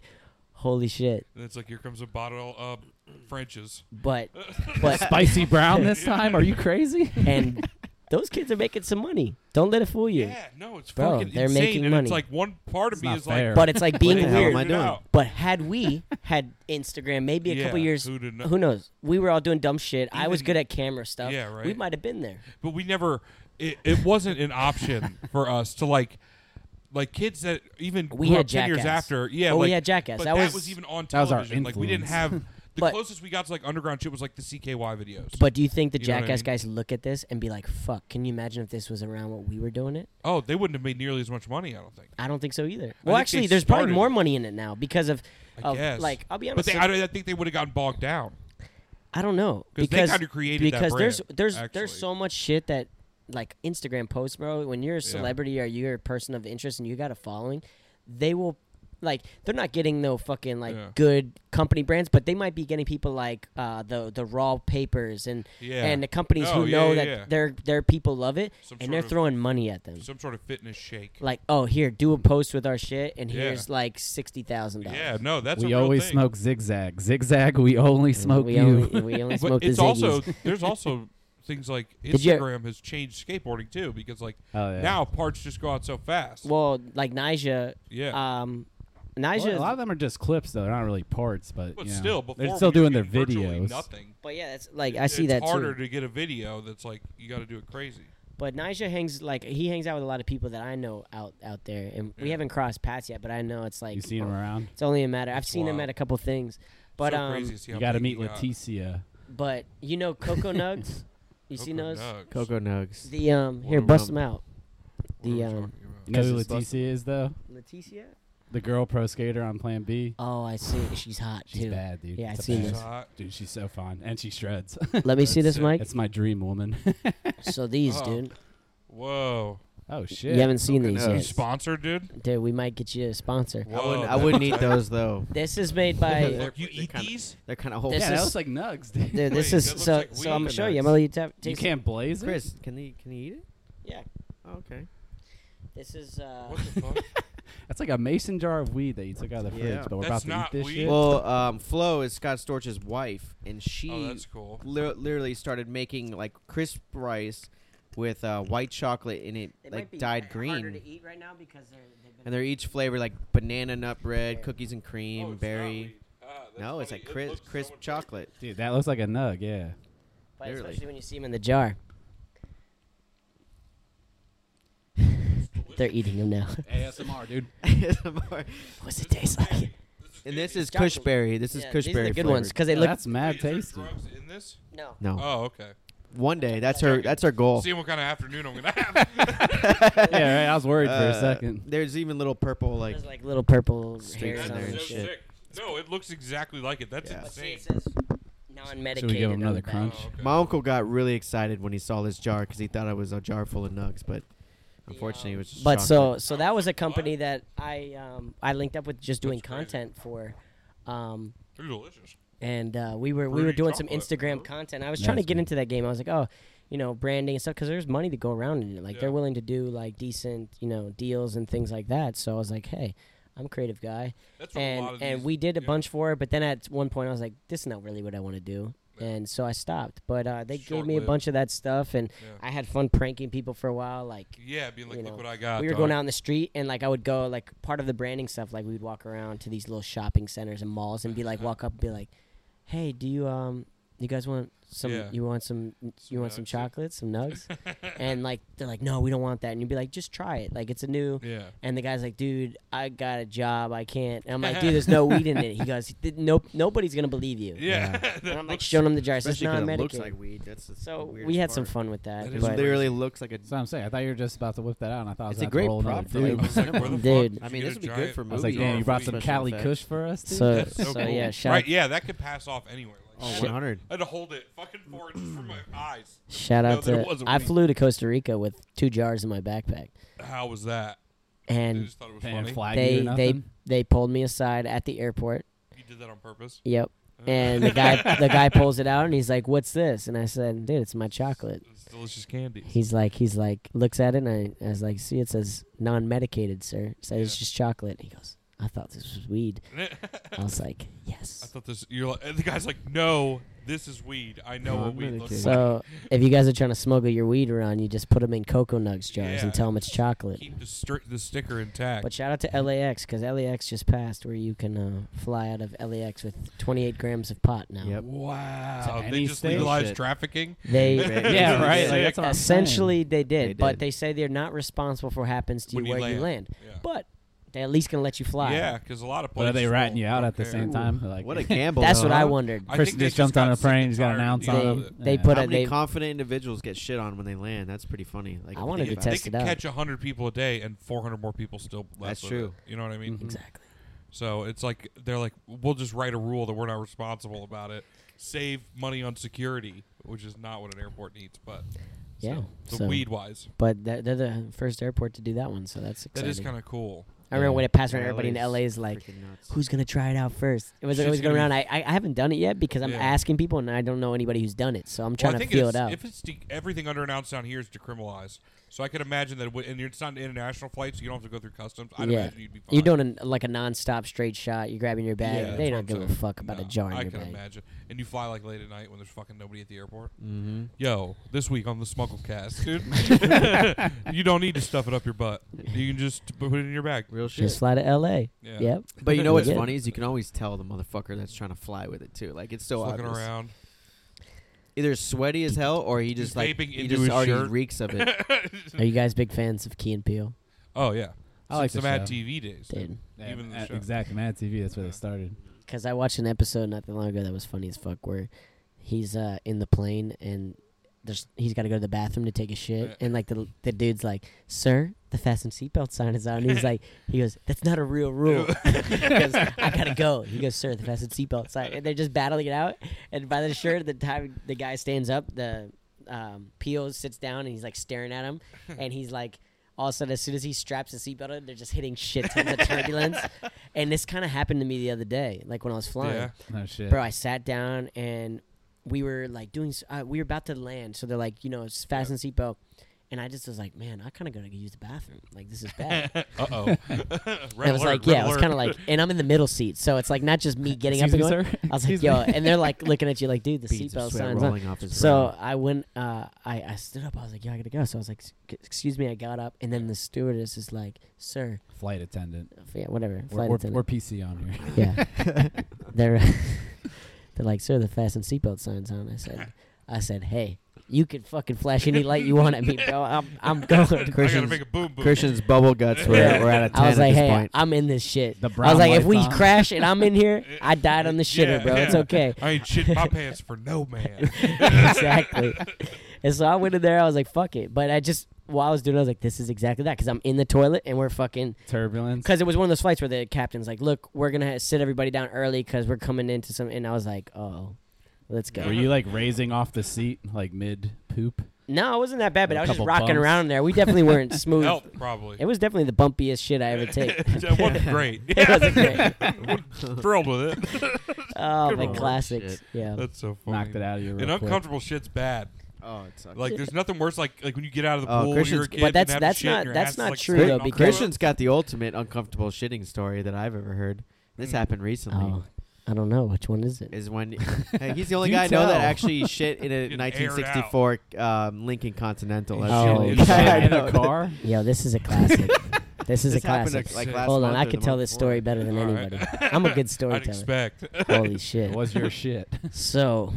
Speaker 3: holy shit!
Speaker 2: And it's like here comes a bottle of French's.
Speaker 3: But but
Speaker 5: Spicy brown this time? Are you crazy?
Speaker 3: and those kids are making some money. Don't let it fool you.
Speaker 2: Yeah, no, it's
Speaker 3: Bro,
Speaker 2: fucking
Speaker 3: they're
Speaker 2: insane.
Speaker 3: making
Speaker 2: and
Speaker 3: money.
Speaker 2: it's like one part of
Speaker 5: It's
Speaker 2: me
Speaker 5: not
Speaker 2: is
Speaker 5: fair.
Speaker 2: like,
Speaker 3: But it's like
Speaker 4: What
Speaker 3: being
Speaker 4: the hell
Speaker 3: weird.
Speaker 4: am I
Speaker 2: figured it
Speaker 4: doing?
Speaker 2: out.
Speaker 3: But had we had Instagram, maybe a couple
Speaker 2: Yeah,
Speaker 3: years,
Speaker 2: who'da kno-
Speaker 3: who knows? We were all doing dumb shit. I was
Speaker 2: Even-
Speaker 3: good at camera stuff.
Speaker 2: Yeah,
Speaker 3: We
Speaker 2: right.
Speaker 3: might have been there.
Speaker 2: but we never. It, it wasn't an option for us to like, like kids that even
Speaker 3: We
Speaker 2: grew
Speaker 3: had
Speaker 2: up ten years
Speaker 3: Jackass.
Speaker 2: after. Yeah,
Speaker 3: Oh, we
Speaker 2: like,
Speaker 3: had Jackass.
Speaker 2: But
Speaker 3: That
Speaker 2: that,
Speaker 3: was-
Speaker 2: was, even on
Speaker 5: That was
Speaker 2: television.
Speaker 5: our
Speaker 2: like we didn't have the
Speaker 3: But-
Speaker 2: closest we got to like underground shit was like the CKY videos.
Speaker 3: But do you think the
Speaker 2: You know what I
Speaker 3: jackass
Speaker 2: mean?
Speaker 3: guys look at this and be like, "Fuck"? Can you imagine if this was around what we were doing it?
Speaker 2: oh, they wouldn't have made nearly as much money. I don't think.
Speaker 3: I don't think so either. Well,
Speaker 2: think
Speaker 3: actually,
Speaker 2: they
Speaker 3: there's probably
Speaker 2: started
Speaker 3: more
Speaker 2: it.
Speaker 3: money in it now because of,
Speaker 2: I
Speaker 3: of
Speaker 2: guess.
Speaker 3: like I'll be honest.
Speaker 2: But they,
Speaker 3: like,
Speaker 2: I, don't- I think they would have gotten bogged down.
Speaker 3: I don't know
Speaker 2: 'Cause they
Speaker 3: because
Speaker 2: kinda created that
Speaker 3: because there's
Speaker 2: brand,
Speaker 3: there's
Speaker 2: actually.
Speaker 3: there's so much shit that like Instagram posts, bro. When you're a celebrity or you're a person of interest and you got a following, they will like they're not getting no fucking like
Speaker 2: Yeah.
Speaker 3: good company brands, but they might be getting people like uh, the the raw papers and
Speaker 2: Yeah.
Speaker 3: and the companies
Speaker 2: Oh,
Speaker 3: who
Speaker 2: yeah,
Speaker 3: know
Speaker 2: yeah,
Speaker 3: that
Speaker 2: yeah.
Speaker 3: their their people love it
Speaker 2: Some
Speaker 3: and they're
Speaker 2: sort of-
Speaker 3: throwing money at them.
Speaker 2: Some sort of fitness shake.
Speaker 3: like, oh, here, do a post with our shit, and
Speaker 2: Yeah.
Speaker 3: here's like sixty thousand dollars.
Speaker 2: Yeah, no, that's a
Speaker 5: we
Speaker 2: real
Speaker 5: always
Speaker 2: thing.
Speaker 5: smoke zigzag. Zigzag, we only smoke
Speaker 3: we
Speaker 5: you.
Speaker 3: Only, we only
Speaker 2: But
Speaker 3: smoke the
Speaker 2: it's also
Speaker 3: Ziggies.
Speaker 2: there's also things like
Speaker 3: Did you-
Speaker 2: Instagram has changed skateboarding too because like
Speaker 5: Oh, yeah.
Speaker 2: now parts just go out so fast.
Speaker 3: well, like Nija,
Speaker 2: yeah,
Speaker 3: um,
Speaker 5: Well,
Speaker 3: Nija.
Speaker 5: a lot of them are just clips, though. They're not really parts, but,
Speaker 2: but
Speaker 5: you know,
Speaker 2: still, before
Speaker 5: they're still
Speaker 2: we were
Speaker 5: doing their
Speaker 2: getting virtually
Speaker 5: videos.
Speaker 2: Nothing.
Speaker 3: but yeah, that's like I see
Speaker 2: it's
Speaker 3: that
Speaker 2: harder
Speaker 3: too.
Speaker 2: to get a video that's like you got to do it crazy.
Speaker 3: But Nija hangs like he hangs out with a lot of people that I know out out there, and we
Speaker 2: Yeah.
Speaker 3: haven't crossed paths yet. But I know it's like
Speaker 5: you see them around.
Speaker 3: It's only a matter. I've
Speaker 2: It's
Speaker 3: seen him
Speaker 2: wild.
Speaker 3: at a couple things, but
Speaker 2: so
Speaker 3: um,
Speaker 2: crazy to see
Speaker 5: You
Speaker 2: how
Speaker 5: got to meet
Speaker 2: big he got.
Speaker 5: Leticia.
Speaker 3: but you know Coco Nugs, you seen
Speaker 2: Coco
Speaker 3: those?
Speaker 2: Nugs.
Speaker 4: Cocoa Nugs.
Speaker 3: The um,
Speaker 2: What
Speaker 3: here,
Speaker 2: a
Speaker 3: bust
Speaker 4: rum.
Speaker 3: them out.
Speaker 2: What are
Speaker 3: the,
Speaker 2: we
Speaker 3: um,
Speaker 2: talking about?
Speaker 5: You know who
Speaker 4: Because it's
Speaker 5: Leticia is, though?
Speaker 3: Leticia.
Speaker 5: The girl pro skater on Plan B.
Speaker 3: Oh, I see. She's hot
Speaker 5: She's
Speaker 3: too.
Speaker 5: bad, dude.
Speaker 3: Yeah, I've
Speaker 5: It's a
Speaker 3: seen
Speaker 5: bad-
Speaker 2: She's
Speaker 3: this.
Speaker 2: hot.
Speaker 5: Dude, she's so fun. And she shreds.
Speaker 3: Let me see
Speaker 2: That's
Speaker 3: this,
Speaker 2: it.
Speaker 3: Mike.
Speaker 5: That's my dream woman.
Speaker 3: So these,
Speaker 2: Oh,
Speaker 3: dude.
Speaker 2: Whoa,
Speaker 5: oh, shit.
Speaker 3: You haven't seen
Speaker 4: Fucking
Speaker 3: these
Speaker 4: hell.
Speaker 2: you
Speaker 3: yet.
Speaker 2: sponsored, dude.
Speaker 3: Dude, we might get you a sponsor.
Speaker 2: Whoa,
Speaker 4: I wouldn't, I
Speaker 2: that-
Speaker 4: wouldn't eat those though.
Speaker 3: This is made by.
Speaker 4: They're-
Speaker 2: You
Speaker 4: they're
Speaker 2: eat
Speaker 4: kinda-
Speaker 2: these?
Speaker 4: They're kind of whole.
Speaker 3: This
Speaker 5: yeah,
Speaker 3: is-
Speaker 5: that looks like nugs, dude.
Speaker 3: Dude, this
Speaker 2: Wait,
Speaker 3: is
Speaker 2: that looks
Speaker 3: so.
Speaker 2: like
Speaker 3: so I'm gonna
Speaker 2: weed.
Speaker 3: show you. I'm gonna let you tap.
Speaker 5: you
Speaker 3: Taste it.
Speaker 5: can't blaze it?
Speaker 4: Chris, can he can he eat it?
Speaker 3: Yeah.
Speaker 4: Oh, okay.
Speaker 3: This is. Uh,
Speaker 2: What the fuck? Oh,
Speaker 5: That's like a mason jar of weed that you took out of the fridge,
Speaker 4: Yeah.
Speaker 5: but we're
Speaker 2: That's
Speaker 5: about
Speaker 2: not
Speaker 5: to eat this
Speaker 2: weed.
Speaker 5: shit.
Speaker 4: Well, um, Flo is Scott Storch's wife, and she
Speaker 2: oh, that's cool.
Speaker 4: lir- literally started making like crisp rice with uh, white chocolate in it,
Speaker 3: it might
Speaker 4: like
Speaker 3: be
Speaker 4: dyed
Speaker 3: harder
Speaker 4: green.
Speaker 3: to eat right now because they're- they've been-
Speaker 4: And they're each flavored like banana nut bread,
Speaker 3: Yeah.
Speaker 4: cookies and
Speaker 2: Oh,
Speaker 4: cream,
Speaker 2: it's not
Speaker 4: berry.
Speaker 2: weed. Ah, that's
Speaker 4: no, it's
Speaker 2: funny.
Speaker 4: like
Speaker 2: It
Speaker 4: crisp,
Speaker 2: looks so
Speaker 4: crisp
Speaker 2: much better.
Speaker 4: chocolate.
Speaker 5: dude, that looks like a nug, yeah.
Speaker 3: but
Speaker 4: literally.
Speaker 3: especially when you see them in the jar. They're eating them now.
Speaker 5: ASMR, dude.
Speaker 3: What's it taste like?
Speaker 4: and this is
Speaker 3: Chocolate.
Speaker 4: Cushberry. This is
Speaker 3: Yeah,
Speaker 4: Cushberry.
Speaker 3: These are the good
Speaker 4: flavored. Oh,
Speaker 3: ones because they
Speaker 5: Yeah,
Speaker 3: look.
Speaker 5: that's mad
Speaker 2: Wait, is
Speaker 5: tasty.
Speaker 2: there drugs in this?
Speaker 3: No.
Speaker 4: No,
Speaker 2: Oh, okay.
Speaker 4: one day that's her.
Speaker 2: Okay.
Speaker 4: That's her goal.
Speaker 2: Seeing what kind of afternoon I'm gonna have.
Speaker 5: yeah, right, I was worried for a
Speaker 4: Uh,
Speaker 5: second.
Speaker 4: There's even little purple like.
Speaker 3: There's like little purple
Speaker 4: streaks
Speaker 3: hairs
Speaker 4: in
Speaker 2: That's
Speaker 3: on
Speaker 4: there
Speaker 3: it
Speaker 4: and
Speaker 3: and
Speaker 2: so
Speaker 3: shit.
Speaker 2: sick. No, it looks exactly like it. That's
Speaker 4: Yeah.
Speaker 3: But see,
Speaker 2: insane.
Speaker 3: it says non-medicated.
Speaker 5: Should we give him
Speaker 3: on the
Speaker 5: another
Speaker 3: back.
Speaker 5: crunch?
Speaker 2: Oh, okay.
Speaker 4: My uncle got really excited when he saw this jar because he thought it was a jar full of nugs, but unfortunately it was just.
Speaker 3: But so
Speaker 4: chocolate.
Speaker 3: so that was a company that I um I linked up with just doing content for, um
Speaker 2: They're delicious.
Speaker 3: and uh, we were we were
Speaker 2: Fruity
Speaker 3: doing some
Speaker 2: chocolate.
Speaker 3: Instagram content. I was trying to
Speaker 5: That's
Speaker 3: get
Speaker 5: good.
Speaker 3: into that game. I was like, oh, you know, branding and stuff because there's money to go around in it. Like
Speaker 2: Yeah.
Speaker 3: they're willing to do like decent you know deals and things like that. So I was like, hey, I'm a creative guy,
Speaker 2: That's what a lot
Speaker 3: and
Speaker 2: of
Speaker 3: and
Speaker 2: these-
Speaker 3: we did a
Speaker 2: yeah.
Speaker 3: bunch for it. But then at one point I was like, this is not really what I want to do.
Speaker 2: Yeah.
Speaker 3: And so I stopped, but uh, they gave me a
Speaker 2: Short-lived.
Speaker 3: bunch of that stuff, and
Speaker 2: Yeah.
Speaker 3: I had fun pranking people for a while. Like
Speaker 2: Yeah, being like,
Speaker 3: you know,
Speaker 2: look what I got.
Speaker 3: we were
Speaker 2: dog.
Speaker 3: going out in the street and like I would go like
Speaker 2: Uh-huh.
Speaker 3: part of the branding stuff like we'd walk around to these little shopping centers and malls and be like walk up and be like "Hey, do you um, you guys want some?
Speaker 2: Yeah.
Speaker 3: You want some?
Speaker 2: Some
Speaker 3: You want some
Speaker 2: nugs, yeah.
Speaker 3: chocolate? Some nugs?" and like they're like, "No, we don't want that." And you'd be like, "Just try it. Like it's a new."
Speaker 2: Yeah.
Speaker 3: And the guy's like, "Dude, I got a job. I can't." And I'm like, "Dude, there's no weed in it." He goes, "Th- "Nope, nobody's gonna believe you."
Speaker 2: Yeah.
Speaker 3: And I'm like showing him the jars. It's
Speaker 4: Especially 'cause
Speaker 3: not
Speaker 4: it looks
Speaker 3: medicated.
Speaker 4: like weed. That's the
Speaker 3: so
Speaker 4: weirdest
Speaker 3: we had some
Speaker 4: part.
Speaker 3: fun with that.
Speaker 2: That is
Speaker 4: It
Speaker 3: but-
Speaker 4: literally looks like a.
Speaker 5: That's what I'm saying. I thought you were just about to whip that out, and I thought it was
Speaker 4: It's a
Speaker 5: like
Speaker 4: great
Speaker 5: whole nother
Speaker 4: prop for, like,
Speaker 5: dude.
Speaker 2: I was like, where the fuck
Speaker 3: Dude.
Speaker 2: did
Speaker 4: I
Speaker 2: you
Speaker 4: mean,
Speaker 2: get a
Speaker 4: this would be
Speaker 2: giant
Speaker 4: good for
Speaker 5: I was
Speaker 4: movies.
Speaker 5: like,
Speaker 2: movie
Speaker 5: damn, you brought
Speaker 2: or
Speaker 5: some
Speaker 2: weed.
Speaker 5: Cali
Speaker 4: Special
Speaker 5: Kush for us, dude.
Speaker 3: So,
Speaker 2: That's
Speaker 3: so,
Speaker 2: so cool.
Speaker 3: yeah, shout,
Speaker 2: Right, yeah, that could pass off anywhere. Like,
Speaker 4: Oh,
Speaker 2: shit.
Speaker 4: 100.
Speaker 2: I had to hold it fucking four inches from my eyes.
Speaker 3: shout
Speaker 2: No,
Speaker 3: out
Speaker 2: there
Speaker 3: to.
Speaker 2: wasn't
Speaker 3: I
Speaker 2: weed.
Speaker 3: flew to Costa Rica with two jars in my backpack,
Speaker 2: How was that? I
Speaker 3: and
Speaker 2: just thought it was
Speaker 5: They didn't
Speaker 2: funny.
Speaker 5: flag you or
Speaker 3: they they
Speaker 5: nothing.
Speaker 3: they pulled me aside at the airport.
Speaker 2: You did that on purpose.
Speaker 3: Yep.
Speaker 2: Uh.
Speaker 3: And the guy the guy pulls it out and he's like, "What's this?" And I said, "Dude, it's my chocolate."
Speaker 2: It's delicious candy.
Speaker 3: He's like, he's like, looks at it and I, I was like, "See, it says non-medicated, sir." So it's
Speaker 2: Yeah.
Speaker 3: just chocolate. He goes, "I thought this was weed."
Speaker 2: I
Speaker 3: I was like, "Yes."
Speaker 2: thought this. You're like, and the guy's like, no, this is weed. I know what weed looks like.
Speaker 3: So if you guys are trying to smuggle your weed around, you just put them in cocoa nugs jars
Speaker 2: Yeah.
Speaker 3: and tell them it's chocolate.
Speaker 2: Keep the, stri- the sticker intact.
Speaker 3: But shout out to LAX because LAX just passed where you can uh, fly out of LAX with 28 grams of pot now.
Speaker 4: Yep.
Speaker 5: To
Speaker 2: wow, they
Speaker 5: any
Speaker 2: just
Speaker 5: state?
Speaker 2: legalized
Speaker 4: Shit.
Speaker 2: trafficking.
Speaker 3: They
Speaker 5: Yeah, right, like, that's what I'm
Speaker 3: essentially they did,
Speaker 4: They
Speaker 3: but
Speaker 4: did.
Speaker 3: they say they're not responsible for what happens to you
Speaker 2: When you
Speaker 3: where you land.
Speaker 2: land. Yeah.
Speaker 3: But they at least can let you fly.
Speaker 2: Yeah, because a lot of
Speaker 5: But
Speaker 2: places.
Speaker 5: are they ratting you out
Speaker 2: don't
Speaker 5: at the
Speaker 2: care.
Speaker 5: same time? Like,
Speaker 4: What a gamble.
Speaker 3: That's
Speaker 4: though,
Speaker 3: what I
Speaker 4: huh?
Speaker 3: wondered.
Speaker 2: Uh-huh. I
Speaker 5: person
Speaker 2: think they
Speaker 5: just jumped on a
Speaker 2: got
Speaker 5: plane,
Speaker 2: sick
Speaker 5: just got an
Speaker 2: and
Speaker 5: ounce
Speaker 2: tired
Speaker 5: on
Speaker 2: of
Speaker 5: him.
Speaker 2: it.
Speaker 3: They
Speaker 5: Yeah.
Speaker 3: put
Speaker 4: How
Speaker 3: a
Speaker 4: many
Speaker 3: they
Speaker 4: confident individuals get shit on when they land? That's pretty funny. Like,
Speaker 3: I wanted
Speaker 4: think
Speaker 3: to
Speaker 4: about it.
Speaker 2: They
Speaker 3: test
Speaker 2: could
Speaker 3: it out.
Speaker 2: catch 100 people a day, and 400 more people still left.
Speaker 4: That's
Speaker 2: with
Speaker 4: true.
Speaker 2: it. You know what I mean?
Speaker 5: Mhm.
Speaker 3: exactly.
Speaker 2: Mm. So it's like they're like, we'll just write a rule that we're not responsible about it. Save money on security, which is not what an airport needs. But
Speaker 3: Yeah,
Speaker 2: so,
Speaker 3: so-
Speaker 2: weed wise,
Speaker 3: But they're, they're the first airport to do that one, so that's
Speaker 2: that
Speaker 3: exciting.
Speaker 2: is kind of cool.
Speaker 3: I remember
Speaker 5: Yeah.
Speaker 3: when it passed around, everybody in
Speaker 4: LA's
Speaker 3: LA is like,
Speaker 4: freaking nuts.
Speaker 3: "Who's gonna try it out first? It was
Speaker 2: Shit's
Speaker 3: always going
Speaker 2: gonna
Speaker 3: around.
Speaker 2: be-
Speaker 3: I, I I haven't done it yet because I'm
Speaker 2: Yeah.
Speaker 3: asking people and I don't know anybody who's done it, so I'm trying
Speaker 2: well, I
Speaker 3: to
Speaker 2: think
Speaker 3: feel it
Speaker 2: it's,
Speaker 3: out.
Speaker 2: If it's de- everything under an ounce down here is decriminalized, so I could imagine that, it would, and it's not an international flight, so you don't have to go through customs. I'd
Speaker 3: Yeah.
Speaker 2: imagine you'd be fine.
Speaker 3: You're doing a, like a non-stop straight shot. You're grabbing your bag.
Speaker 2: that's
Speaker 3: they
Speaker 2: what
Speaker 3: don't
Speaker 2: I'm
Speaker 3: give a
Speaker 2: saying.
Speaker 3: fuck about a
Speaker 2: No,
Speaker 3: jar in
Speaker 2: I
Speaker 3: your
Speaker 2: can
Speaker 3: bag.
Speaker 2: imagine. And you fly like late at night when there's fucking nobody at the airport.
Speaker 4: Mm-hmm.
Speaker 2: Yo, this week on the Smugglecast, dude, you don't need to stuff it up your butt. You can just put it in your bag.
Speaker 4: Real shit.
Speaker 3: Just fly to L.A.
Speaker 2: Yeah.
Speaker 3: Yep.
Speaker 4: But you know what's
Speaker 3: Yeah.
Speaker 4: funny is you can always tell the motherfucker that's trying to fly with it too. Like it's so
Speaker 2: Just looking
Speaker 4: obvious.
Speaker 2: around.
Speaker 4: Either sweaty as hell or he
Speaker 2: He's
Speaker 4: just like
Speaker 2: vaping
Speaker 4: he
Speaker 2: into
Speaker 4: just
Speaker 2: his
Speaker 4: already
Speaker 2: shirt.
Speaker 4: reeks of it.
Speaker 3: Are you guys big fans of Key and Peele?
Speaker 2: Oh yeah,
Speaker 5: I like
Speaker 2: Since
Speaker 5: the
Speaker 2: the Mad
Speaker 5: show.
Speaker 2: TV days.
Speaker 3: Dude,
Speaker 5: Yeah,
Speaker 2: Even the
Speaker 5: uh,
Speaker 2: show.
Speaker 5: exactly. Mad TV. That's where
Speaker 2: Yeah.
Speaker 5: they started.
Speaker 3: because I watched an episode not that long ago that was funny as fuck, where he's uh, in the plane and there's he's got to go to the bathroom to take a shit, and like the the dude's like, "Sir, the fasten seatbelt sign is on." And he's like, he goes, "That's not a real rule." Because I gotta go. He goes, "Sir, the fasten seatbelt sign," and they're just battling it out. And by the shirt, the time the guy stands up, the um, PO sits down and he's like staring at him, and he's like. All of a sudden, as soon as he straps the seatbelt on, they're just hitting shit tons of turbulence. And this kind of happened to me the other day, like when I was flying.
Speaker 2: Yeah.
Speaker 5: No shit.
Speaker 3: Bro, I sat down and we were like doing, s- uh, we were about to land. So they're like, you know, s- fasten seatbelt. And I just was like, man, I kind of got to use the bathroom. Like, this is bad.
Speaker 2: uh oh.
Speaker 3: And I was like, yeah, I was kind of like, and I'm in the middle seat. So it's like not just me getting up and
Speaker 5: Excuse
Speaker 3: going.
Speaker 5: me, sir?
Speaker 3: I was like,
Speaker 5: Excuse
Speaker 3: yo,
Speaker 5: me?
Speaker 3: and they're like looking at you like, dude, the
Speaker 4: Beads of
Speaker 3: seatbelt
Speaker 4: sweat
Speaker 3: sign's on.
Speaker 4: rolling off his
Speaker 3: So I went, uh, I, I stood up. I was like, yo, I got to go. So I was like, "Sc- excuse me. I got up. And then the stewardess is like, sir,
Speaker 5: Flight attendant.
Speaker 3: yeah, whatever.
Speaker 5: We're,
Speaker 3: Flight
Speaker 5: we're,
Speaker 3: attendant.
Speaker 5: we're PC on here.
Speaker 3: Yeah. they're they're like, sir, the fasten seatbelt sign's on. I said, I said, hey, you can fucking flash any light you want at me, bro. I'm I'm going.
Speaker 2: I gotta
Speaker 4: Christian's-
Speaker 2: make a boom boom.
Speaker 4: Christian's bubble guts were, were at a ten
Speaker 3: I was
Speaker 4: at
Speaker 3: like,
Speaker 4: this
Speaker 3: hey,
Speaker 4: point.
Speaker 3: I'm in this shit.
Speaker 5: The
Speaker 3: I
Speaker 5: brown
Speaker 3: was like, if
Speaker 5: lights
Speaker 3: we
Speaker 5: on.
Speaker 3: crash and I'm in here, I died on the shitter,
Speaker 2: Yeah,
Speaker 3: bro. It's
Speaker 2: yeah.
Speaker 3: okay.
Speaker 2: I ain't shit my pants for no man.
Speaker 3: exactly. And so I went in there. I was like, fuck it. But I just while I was doing, it, I was like, this is exactly that because I'm in the toilet and we're fucking
Speaker 5: Turbulence.
Speaker 3: because it was one of those flights where the captain's like, "Look, we're gonna sit everybody down early because we're coming into some." And I was like, "Oh, let's go."
Speaker 5: Were you like raising off the seat like mid poop?
Speaker 3: no, it wasn't that bad, but
Speaker 5: A
Speaker 3: I was just
Speaker 5: couple
Speaker 3: rocking
Speaker 5: bumps.
Speaker 3: around in there. We definitely weren't smooth.
Speaker 2: Help probably.
Speaker 3: It was definitely the bumpiest shit I ever take.
Speaker 2: it wasn't great.
Speaker 3: it wasn't great.
Speaker 2: Thrilled with it.
Speaker 3: Oh,
Speaker 2: Good
Speaker 3: my
Speaker 2: lord.
Speaker 3: classics.
Speaker 4: Shit.
Speaker 3: Yeah.
Speaker 2: That's so funny.
Speaker 5: Knocked it out of your.
Speaker 2: And uncomfortable shit's bad.
Speaker 4: oh, it sucks.
Speaker 2: Like there's nothing worse like like when you get out of the
Speaker 4: Oh,
Speaker 2: pool when you're a
Speaker 4: Christian's-
Speaker 2: kid.
Speaker 3: but
Speaker 2: and
Speaker 3: that's-
Speaker 2: have to
Speaker 3: that's
Speaker 2: shit and
Speaker 3: not-
Speaker 2: your
Speaker 3: that's
Speaker 2: hat's,
Speaker 3: not
Speaker 2: like,
Speaker 3: true,
Speaker 2: sitting
Speaker 3: though,
Speaker 2: on
Speaker 3: because-
Speaker 2: crack.
Speaker 4: Christian's got the ultimate uncomfortable shitting story that I've ever heard. This
Speaker 2: Mm.
Speaker 4: happened recently.
Speaker 3: Oh, I don't know which one is it.
Speaker 4: Is when hey, he's the only
Speaker 5: You
Speaker 4: guy I know
Speaker 5: tell.
Speaker 4: that actually shit in a
Speaker 2: Getting aired
Speaker 4: 1964 um, Lincoln Continental.
Speaker 2: He
Speaker 4: That's the
Speaker 3: shit
Speaker 4: only
Speaker 3: in
Speaker 4: guy
Speaker 3: the-
Speaker 4: I
Speaker 5: in
Speaker 4: know
Speaker 5: a
Speaker 4: that-
Speaker 5: car.
Speaker 3: Yo, this is a classic. This is
Speaker 4: This
Speaker 3: a
Speaker 4: happened,
Speaker 3: classic.
Speaker 4: like, last
Speaker 3: Hold on, I
Speaker 4: month or
Speaker 3: could
Speaker 4: the
Speaker 3: tell
Speaker 4: month
Speaker 3: this story
Speaker 4: before.
Speaker 3: better than
Speaker 2: All right.
Speaker 3: anybody. I'm a good
Speaker 2: I'd
Speaker 3: storyteller.
Speaker 2: expect.
Speaker 3: Holy shit!
Speaker 5: was your shit.
Speaker 3: So,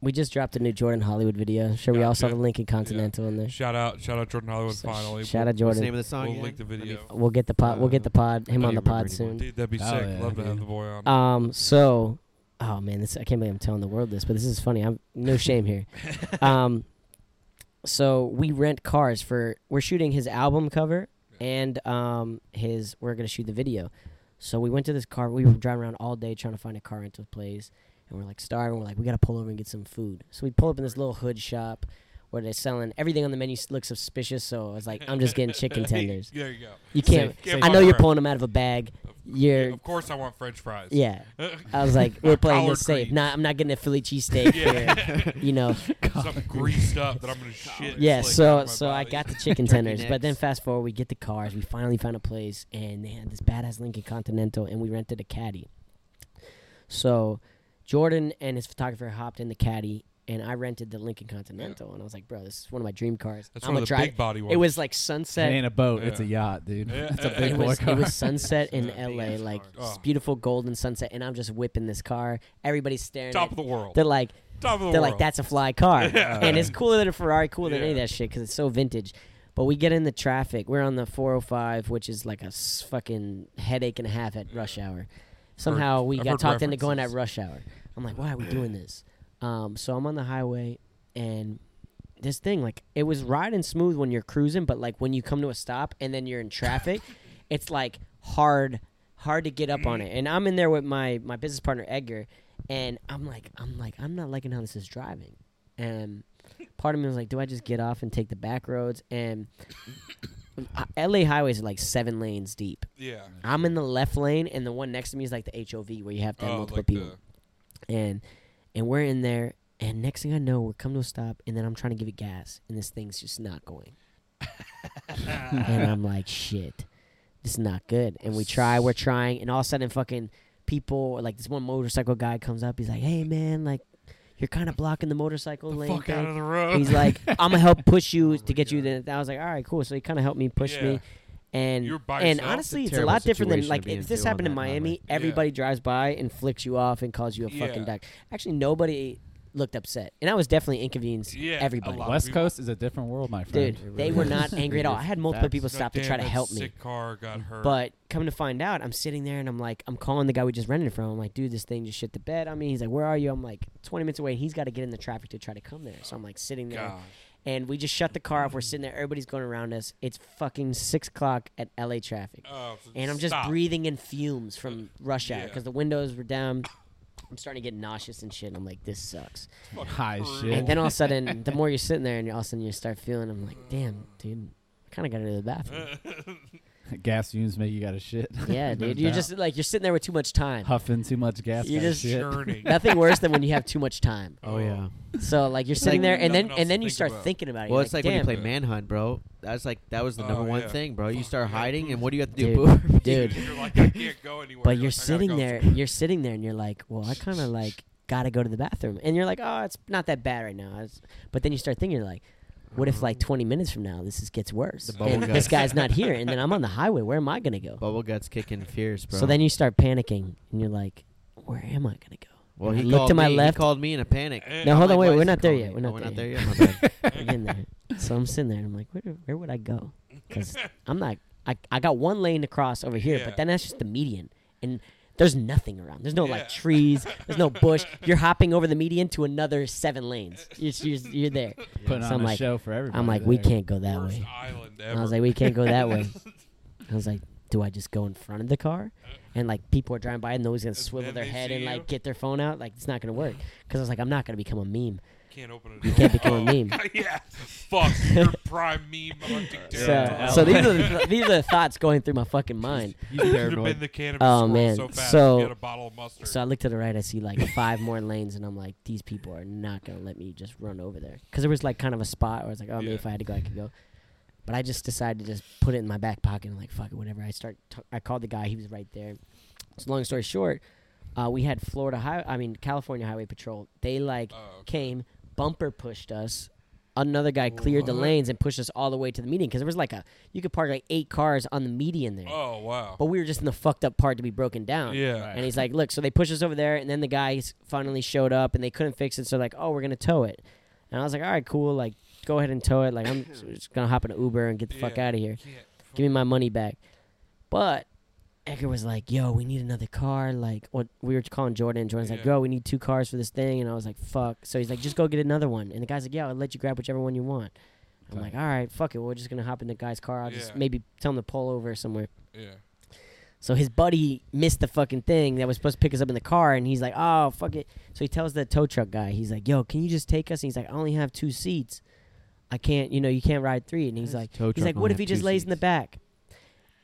Speaker 3: we just dropped a new Jordan Hollywood video. Sure, we all saw
Speaker 2: Gotcha.
Speaker 3: the Lincoln Continental in there.
Speaker 2: shout out, shout out Jordan Hollywood.
Speaker 3: So sh-
Speaker 2: finally,
Speaker 3: shout out
Speaker 4: What's the
Speaker 3: Jordan.
Speaker 4: name of the song?
Speaker 2: We'll
Speaker 4: again?
Speaker 2: link the
Speaker 4: Let me
Speaker 2: video.
Speaker 4: f-
Speaker 3: We'll get the pod. We'll get the pod. Him
Speaker 4: I
Speaker 3: on the
Speaker 4: don't remember
Speaker 3: pod soon.
Speaker 4: anymore.
Speaker 2: dude, that'd be
Speaker 5: Oh,
Speaker 2: sick.
Speaker 5: yeah,
Speaker 2: Love to have
Speaker 5: dude.
Speaker 2: the boy on.
Speaker 3: Um. So, oh man, this I can't believe I'm telling the world this, but this is funny. I'm no shame here. um. So we rent cars for we're shooting his album cover and um his we're gonna shoot the video. So we went to this car. We were driving around all day trying to find a car rental place, and we're like starving. We're like, we gotta pull over and get some food. So we pull up in this little hood shop where they're selling everything on the menu s- looks suspicious. So I was like, I'm just getting chicken tenders.
Speaker 2: there you go.
Speaker 3: You can't.
Speaker 2: Safe- safe
Speaker 3: I know you're
Speaker 2: harbor.
Speaker 3: pulling them out of a bag. You're
Speaker 2: Of course, I want French fries.
Speaker 3: yeah. I was like, we're playing this
Speaker 2: Collard
Speaker 3: safe.
Speaker 2: greens.
Speaker 3: Not, I'm not getting a Philly cheesesteak
Speaker 2: Yeah.
Speaker 3: here. You know,
Speaker 2: something greased up that I'm gonna shit. and
Speaker 3: yeah.
Speaker 2: slick out
Speaker 3: So,
Speaker 2: of oh my
Speaker 3: so I
Speaker 2: body.
Speaker 3: got the chicken
Speaker 4: Turkey
Speaker 3: tenders, but then
Speaker 4: necks.
Speaker 3: fast forward, we get the cars. We finally found a place, and they had this badass Lincoln Continental, and we rented a caddy. So, Jordan and his photographer hopped in the caddy, and I rented the Lincoln Continental, and I was like, bro, this is one of my dream cars.
Speaker 2: That's
Speaker 3: I'm
Speaker 2: one
Speaker 3: a
Speaker 2: of the
Speaker 3: dri-
Speaker 2: big body ones.
Speaker 3: It was like
Speaker 5: It
Speaker 3: sunset.
Speaker 5: ain't a boat.
Speaker 2: Yeah.
Speaker 5: It's a yacht, dude.
Speaker 2: Yeah.
Speaker 5: It's a
Speaker 2: It
Speaker 5: big
Speaker 3: it
Speaker 5: boy
Speaker 3: was,
Speaker 5: car.
Speaker 3: it was sunset in LA,
Speaker 2: big-ass
Speaker 3: like
Speaker 2: car. Oh.
Speaker 3: beautiful golden sunset, and I'm just whipping this car. Everybody's staring.
Speaker 2: top
Speaker 3: at,
Speaker 2: of the world.
Speaker 3: they're like,
Speaker 2: top of the
Speaker 3: they're
Speaker 2: world.
Speaker 3: like, that's a fly car.
Speaker 2: Yeah.
Speaker 3: And it's cooler than a Ferrari, cooler than any of
Speaker 2: Yeah.
Speaker 3: that shit because it's so vintage. But we get in the traffic. We're on the 405, which is like a s- fucking headache and a half at rush hour. Somehow Oh, we
Speaker 2: I've
Speaker 3: got
Speaker 2: heard
Speaker 3: talked into going at
Speaker 2: references.
Speaker 3: rush hour. I'm like, why are we doing this? Um, so I'm on the highway and this thing, like, it was riding smooth when you're cruising, but like when you come to a stop and then you're in traffic, it's like hard hard to get up on it and i'm in there with my my business partner edgar and i'm like i'm like i'm not liking how this is driving and part of me was like do i just get off and take the back roads and uh, la highways are like seven lanes deep
Speaker 2: yeah.
Speaker 3: i'm in the left lane and the one next to me is like the hov where you have to have
Speaker 2: Oh,
Speaker 3: multiple
Speaker 2: like
Speaker 3: people
Speaker 2: the,
Speaker 3: and and we're in there and next thing i know we're coming to a stop and then i'm trying to give it gas and this thing's just not going and i'm like shit this is not good and we try we're trying and all of a sudden fucking people like this one motorcycle guy comes up he's like hey man like you're kind of blocking the motorcycle
Speaker 2: the
Speaker 3: lane
Speaker 2: fuck
Speaker 3: thing.
Speaker 2: out of the road.
Speaker 3: he's like i'm gonna help push you
Speaker 2: Oh
Speaker 3: to
Speaker 2: my
Speaker 3: get you
Speaker 2: God.
Speaker 3: the i was like all right cool so he kind of helped me push
Speaker 2: Yeah.
Speaker 3: me and
Speaker 2: You were by
Speaker 3: and
Speaker 2: yourself?
Speaker 3: honestly, it's a
Speaker 4: Terrible
Speaker 3: lot different than
Speaker 4: situation
Speaker 3: like
Speaker 4: to be
Speaker 3: if
Speaker 4: in
Speaker 3: this
Speaker 4: too on
Speaker 3: happened in
Speaker 4: that highway.
Speaker 3: Miami,
Speaker 2: Yeah.
Speaker 3: everybody drives by and flicks you off and calls you a fucking
Speaker 2: Yeah.
Speaker 3: duck. Actually, nobody looked upset, and I was definitely inconvenienced
Speaker 2: Yeah, a
Speaker 3: everybody.
Speaker 2: lot.
Speaker 5: West Coast is a different world, my friend.
Speaker 3: Dude,
Speaker 4: It
Speaker 3: they
Speaker 4: really
Speaker 3: were
Speaker 4: is.
Speaker 3: not angry at all. I had multiple
Speaker 5: That's-
Speaker 3: people
Speaker 2: Like,
Speaker 3: stop to
Speaker 2: damn,
Speaker 3: try to
Speaker 2: that
Speaker 3: help me.
Speaker 2: Sick car got hurt.
Speaker 3: But come to find out, I'm sitting there and I'm like, I'm calling the guy we just rented from. I'm like, dude, this thing just shit the bed. I mean, he's like, where are you? I'm like, 20 minutes away. And he's got to get in the traffic to try to come there. So I'm like sitting there,
Speaker 2: God.
Speaker 3: and we just shut the car off. We're sitting there. Everybody's going around us. It's fucking six o'clock at LA traffic
Speaker 2: Oh, so
Speaker 3: and I'm just
Speaker 2: stop.
Speaker 3: breathing in fumes from rush hour
Speaker 2: Yeah.
Speaker 3: because the windows were down. I'm starting to get nauseous and shit. And I'm like, this sucks.
Speaker 2: Fuck
Speaker 5: High
Speaker 2: brutal.
Speaker 5: shit.
Speaker 3: And then all of a sudden, the more you're sitting there, and all of a sudden you start feeling, I'm like, damn, dude, I kind of got to go to the bathroom.
Speaker 5: gas fumes make you got to shit.
Speaker 3: yeah, dude,
Speaker 5: No
Speaker 3: you're
Speaker 5: doubt.
Speaker 3: just like you're sitting there with too much time.
Speaker 5: huffing too much gas.
Speaker 3: You
Speaker 5: gotta
Speaker 3: just-
Speaker 5: shit.
Speaker 2: Churning.
Speaker 3: Nothing worse than when you have too much time.
Speaker 4: Oh yeah.
Speaker 3: So like you're sitting there, and then
Speaker 2: nothing else
Speaker 3: and then
Speaker 2: to
Speaker 3: you
Speaker 2: think
Speaker 3: start
Speaker 2: about.
Speaker 3: thinking about it.
Speaker 4: Well,
Speaker 3: You're
Speaker 4: it's like, when
Speaker 3: damn,
Speaker 4: you play Manhunt, bro. That's like that was the number
Speaker 2: Oh,
Speaker 4: one
Speaker 2: yeah.
Speaker 4: thing, bro. You
Speaker 2: Fuck,
Speaker 4: start
Speaker 2: yeah.
Speaker 4: hiding, and what do you have to do?
Speaker 3: Dude.
Speaker 4: Boof.
Speaker 3: dude.
Speaker 2: You're like, I can't go anywhere. You're like, I
Speaker 3: But you're
Speaker 2: gotta
Speaker 3: sitting
Speaker 2: go
Speaker 3: there,
Speaker 2: somewhere.
Speaker 3: you're sitting there, and you're like, well, I kind of like gotta go to the bathroom, and you're like, oh, it's not that bad right now. It's, but then you start thinking, you're like, what if like 20 minutes from now this is, gets worse?
Speaker 4: The bubble
Speaker 3: And
Speaker 4: guts.
Speaker 3: this guy's not here, and then I'm on the highway. Where am I gonna go?
Speaker 4: Bubble guts kicking fierce, bro.
Speaker 3: So then you start panicking, and you're like, where am I gonna go?
Speaker 4: well,
Speaker 3: I
Speaker 4: he
Speaker 3: looked
Speaker 4: called
Speaker 3: to my
Speaker 4: me,
Speaker 3: left.
Speaker 4: He called me in a panic.
Speaker 2: Eh,
Speaker 3: No,
Speaker 4: I'm
Speaker 3: hold
Speaker 4: like,
Speaker 3: on,
Speaker 4: why
Speaker 3: wait,
Speaker 4: is
Speaker 3: we're
Speaker 4: he
Speaker 3: not there
Speaker 4: calling
Speaker 3: yet.
Speaker 4: me?
Speaker 3: We're not,
Speaker 4: Oh,
Speaker 3: there yet.
Speaker 4: yet. My bad.
Speaker 3: I'm getting there. So I'm sitting there, and I'm like, where, where would I go? Because I'm not. I, I got one lane to cross over here,
Speaker 2: Yeah.
Speaker 3: but then that's just the median, and there's nothing around. There's no
Speaker 2: Yeah.
Speaker 3: like trees. There's no bush. You're hopping over the median to another seven lanes. You're, you're, you're there.
Speaker 5: putting
Speaker 3: So
Speaker 5: on
Speaker 3: I'm
Speaker 5: a
Speaker 3: like-
Speaker 5: show for everybody.
Speaker 3: I'm like, we
Speaker 5: there.
Speaker 3: can't go that
Speaker 2: Worst
Speaker 3: way.
Speaker 2: island
Speaker 3: And
Speaker 2: ever.
Speaker 3: I was like, we can't go that way. I was like, do I just go in front of the car? And like people are driving by and nobody's gonna
Speaker 2: And
Speaker 3: swivel
Speaker 2: then
Speaker 3: their
Speaker 2: they
Speaker 3: head
Speaker 2: see
Speaker 3: and
Speaker 2: you?
Speaker 3: like get their phone out. Like it's not gonna work. Because I was like, I'm not gonna become a meme.
Speaker 2: can't open it.
Speaker 3: You can't become a meme.
Speaker 2: yeah. Fuck. You're prime meme hunting territory.
Speaker 3: So, so these are the, these are the thoughts going through my fucking mind.
Speaker 5: You
Speaker 2: You'd have
Speaker 5: terrible.
Speaker 2: been the cannabis
Speaker 3: Oh,
Speaker 2: oh,
Speaker 3: man.
Speaker 2: so fast.
Speaker 3: So-
Speaker 2: you had a bottle of mustard.
Speaker 3: So I look to the right, I see like five more lanes, and I'm like, these people are not gonna let me just run over there because there was like kind of a spot where I was like, oh, maybe
Speaker 2: Yeah.
Speaker 3: if I had to go, I could go. But I just decided to just put it in my back pocket and like fuck it, whatever. I start, t- I called the guy, he was right there. So long story short, uh, we had Florida High, I mean California Highway Patrol. They like
Speaker 2: Oh, okay.
Speaker 3: came, bumper pushed us another guy cleared the
Speaker 2: What?
Speaker 3: lanes and pushed us all the way to the median because there was like a you could park like eight cars on the median there.
Speaker 2: Oh wow.
Speaker 3: But we were just in the fucked up part to be broken down.
Speaker 2: Yeah.
Speaker 3: And he's like, look, so they pushed us over there, and then the guys finally showed up, and they couldn't fix it, so like, oh, we're gonna tow it. And I was like, all right, cool, like go ahead and tow it. Like I'm just gonna hop in an Uber and get the fuck
Speaker 2: Yeah.
Speaker 3: out of here.
Speaker 2: Can't-
Speaker 3: Give me my money back. But Edgar was like, yo, we need another car. Like what we were calling Jordan. Jordan's like,
Speaker 2: Yeah.
Speaker 3: yo, we need two cars for this thing. And I was like, fuck. So he's like, just go get another one. And the guy's like, yeah, I'll let you grab whichever one you want. I'm
Speaker 5: Okay.
Speaker 3: like, all right, fuck it. We're just gonna hop in the guy's car. I'll
Speaker 2: Yeah.
Speaker 3: just maybe tell him to pull over somewhere.
Speaker 2: Yeah.
Speaker 3: So his buddy missed the fucking thing that was supposed to pick us up in the car, and he's like, "Oh fuck it." So he tells the tow truck guy, he's like, "Yo, can you just take us?" And he's like, "I only have two seats. I can't, you know, you can't ride three. And he's like, "He's like, what if he just lays in the back?"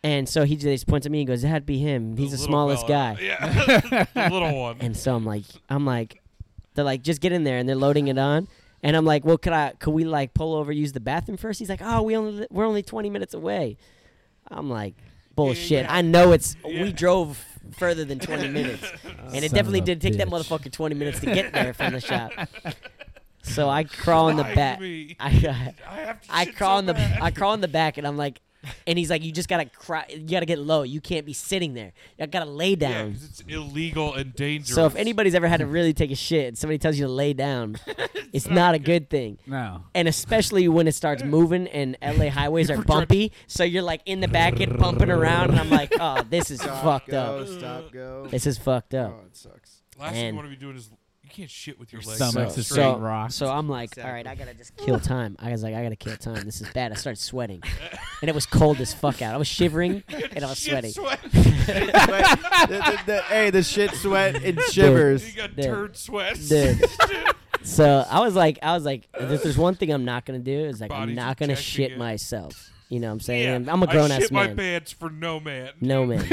Speaker 3: And so he just points at me and goes, "That'd be him. He's the,
Speaker 2: little
Speaker 3: smallest
Speaker 2: fella.
Speaker 3: guy."
Speaker 2: Yeah. the little one.
Speaker 3: And so I'm like, I'm like, they're like, just get in there, and they're loading it on. And I'm like, well, could I? Could we like pull over, use the bathroom first? He's like, oh, we only we're only 20 minutes away. I'm like, bullshit.
Speaker 2: yeah.
Speaker 3: I know it's
Speaker 2: Yeah.
Speaker 3: we drove further than 20 minutes, and it
Speaker 5: Son
Speaker 3: definitely
Speaker 5: of a
Speaker 3: did take that
Speaker 5: bitch.
Speaker 3: motherfucker 20 minutes to get there from the shop. So I crawl in the
Speaker 2: Like
Speaker 3: back.
Speaker 2: me. I,
Speaker 3: I,
Speaker 2: have to
Speaker 3: I
Speaker 2: shit
Speaker 3: crawl
Speaker 2: so
Speaker 3: in the
Speaker 2: bad.
Speaker 3: I crawl in the back and I'm like, and he's like, you just gotta cry, you gotta get low. You can't be sitting there. You gotta lay
Speaker 2: Yeah,
Speaker 3: down.
Speaker 2: 'cause it's illegal and dangerous.
Speaker 3: So if anybody's ever had to really take a shit, and somebody tells you to lay down, it's, not, a good thing.
Speaker 5: No.
Speaker 3: And especially when it starts moving and LA highways are bumpy, so you're like in the back end bumping around, and I'm like, oh, this is fucked
Speaker 4: go,
Speaker 3: up.
Speaker 4: Stop, go.
Speaker 3: This is fucked up.
Speaker 4: Oh, it sucks.
Speaker 2: last thing you
Speaker 3: and-
Speaker 2: want to be doing is you can't shit with your,
Speaker 5: Your
Speaker 3: Oh,
Speaker 2: legs.
Speaker 5: stomach's
Speaker 2: So-
Speaker 5: just
Speaker 2: straight.
Speaker 5: being rocked.
Speaker 3: So I'm like,
Speaker 4: Exactly.
Speaker 3: all right, I gotta just kill time. I was like, I gotta kill time. This is bad. I started sweating, and it was cold as fuck out. I was shivering and I was
Speaker 2: Shit
Speaker 3: sweating.
Speaker 2: sweat.
Speaker 4: Sweat- the- the- the- hey, the shit, sweat, and shivers.
Speaker 2: You got
Speaker 3: Dude.
Speaker 2: turd sweats.
Speaker 3: Dude. So I was like, I was like, if there's one thing I'm not gonna do is like,
Speaker 2: Body's
Speaker 3: I'm not gonna
Speaker 2: rejecting
Speaker 3: shit
Speaker 2: it.
Speaker 3: myself. You know what I'm
Speaker 2: Yeah,
Speaker 3: saying? I'm a grown
Speaker 2: I
Speaker 3: ass
Speaker 2: shit
Speaker 3: man.
Speaker 2: my pants for no man.
Speaker 3: No man.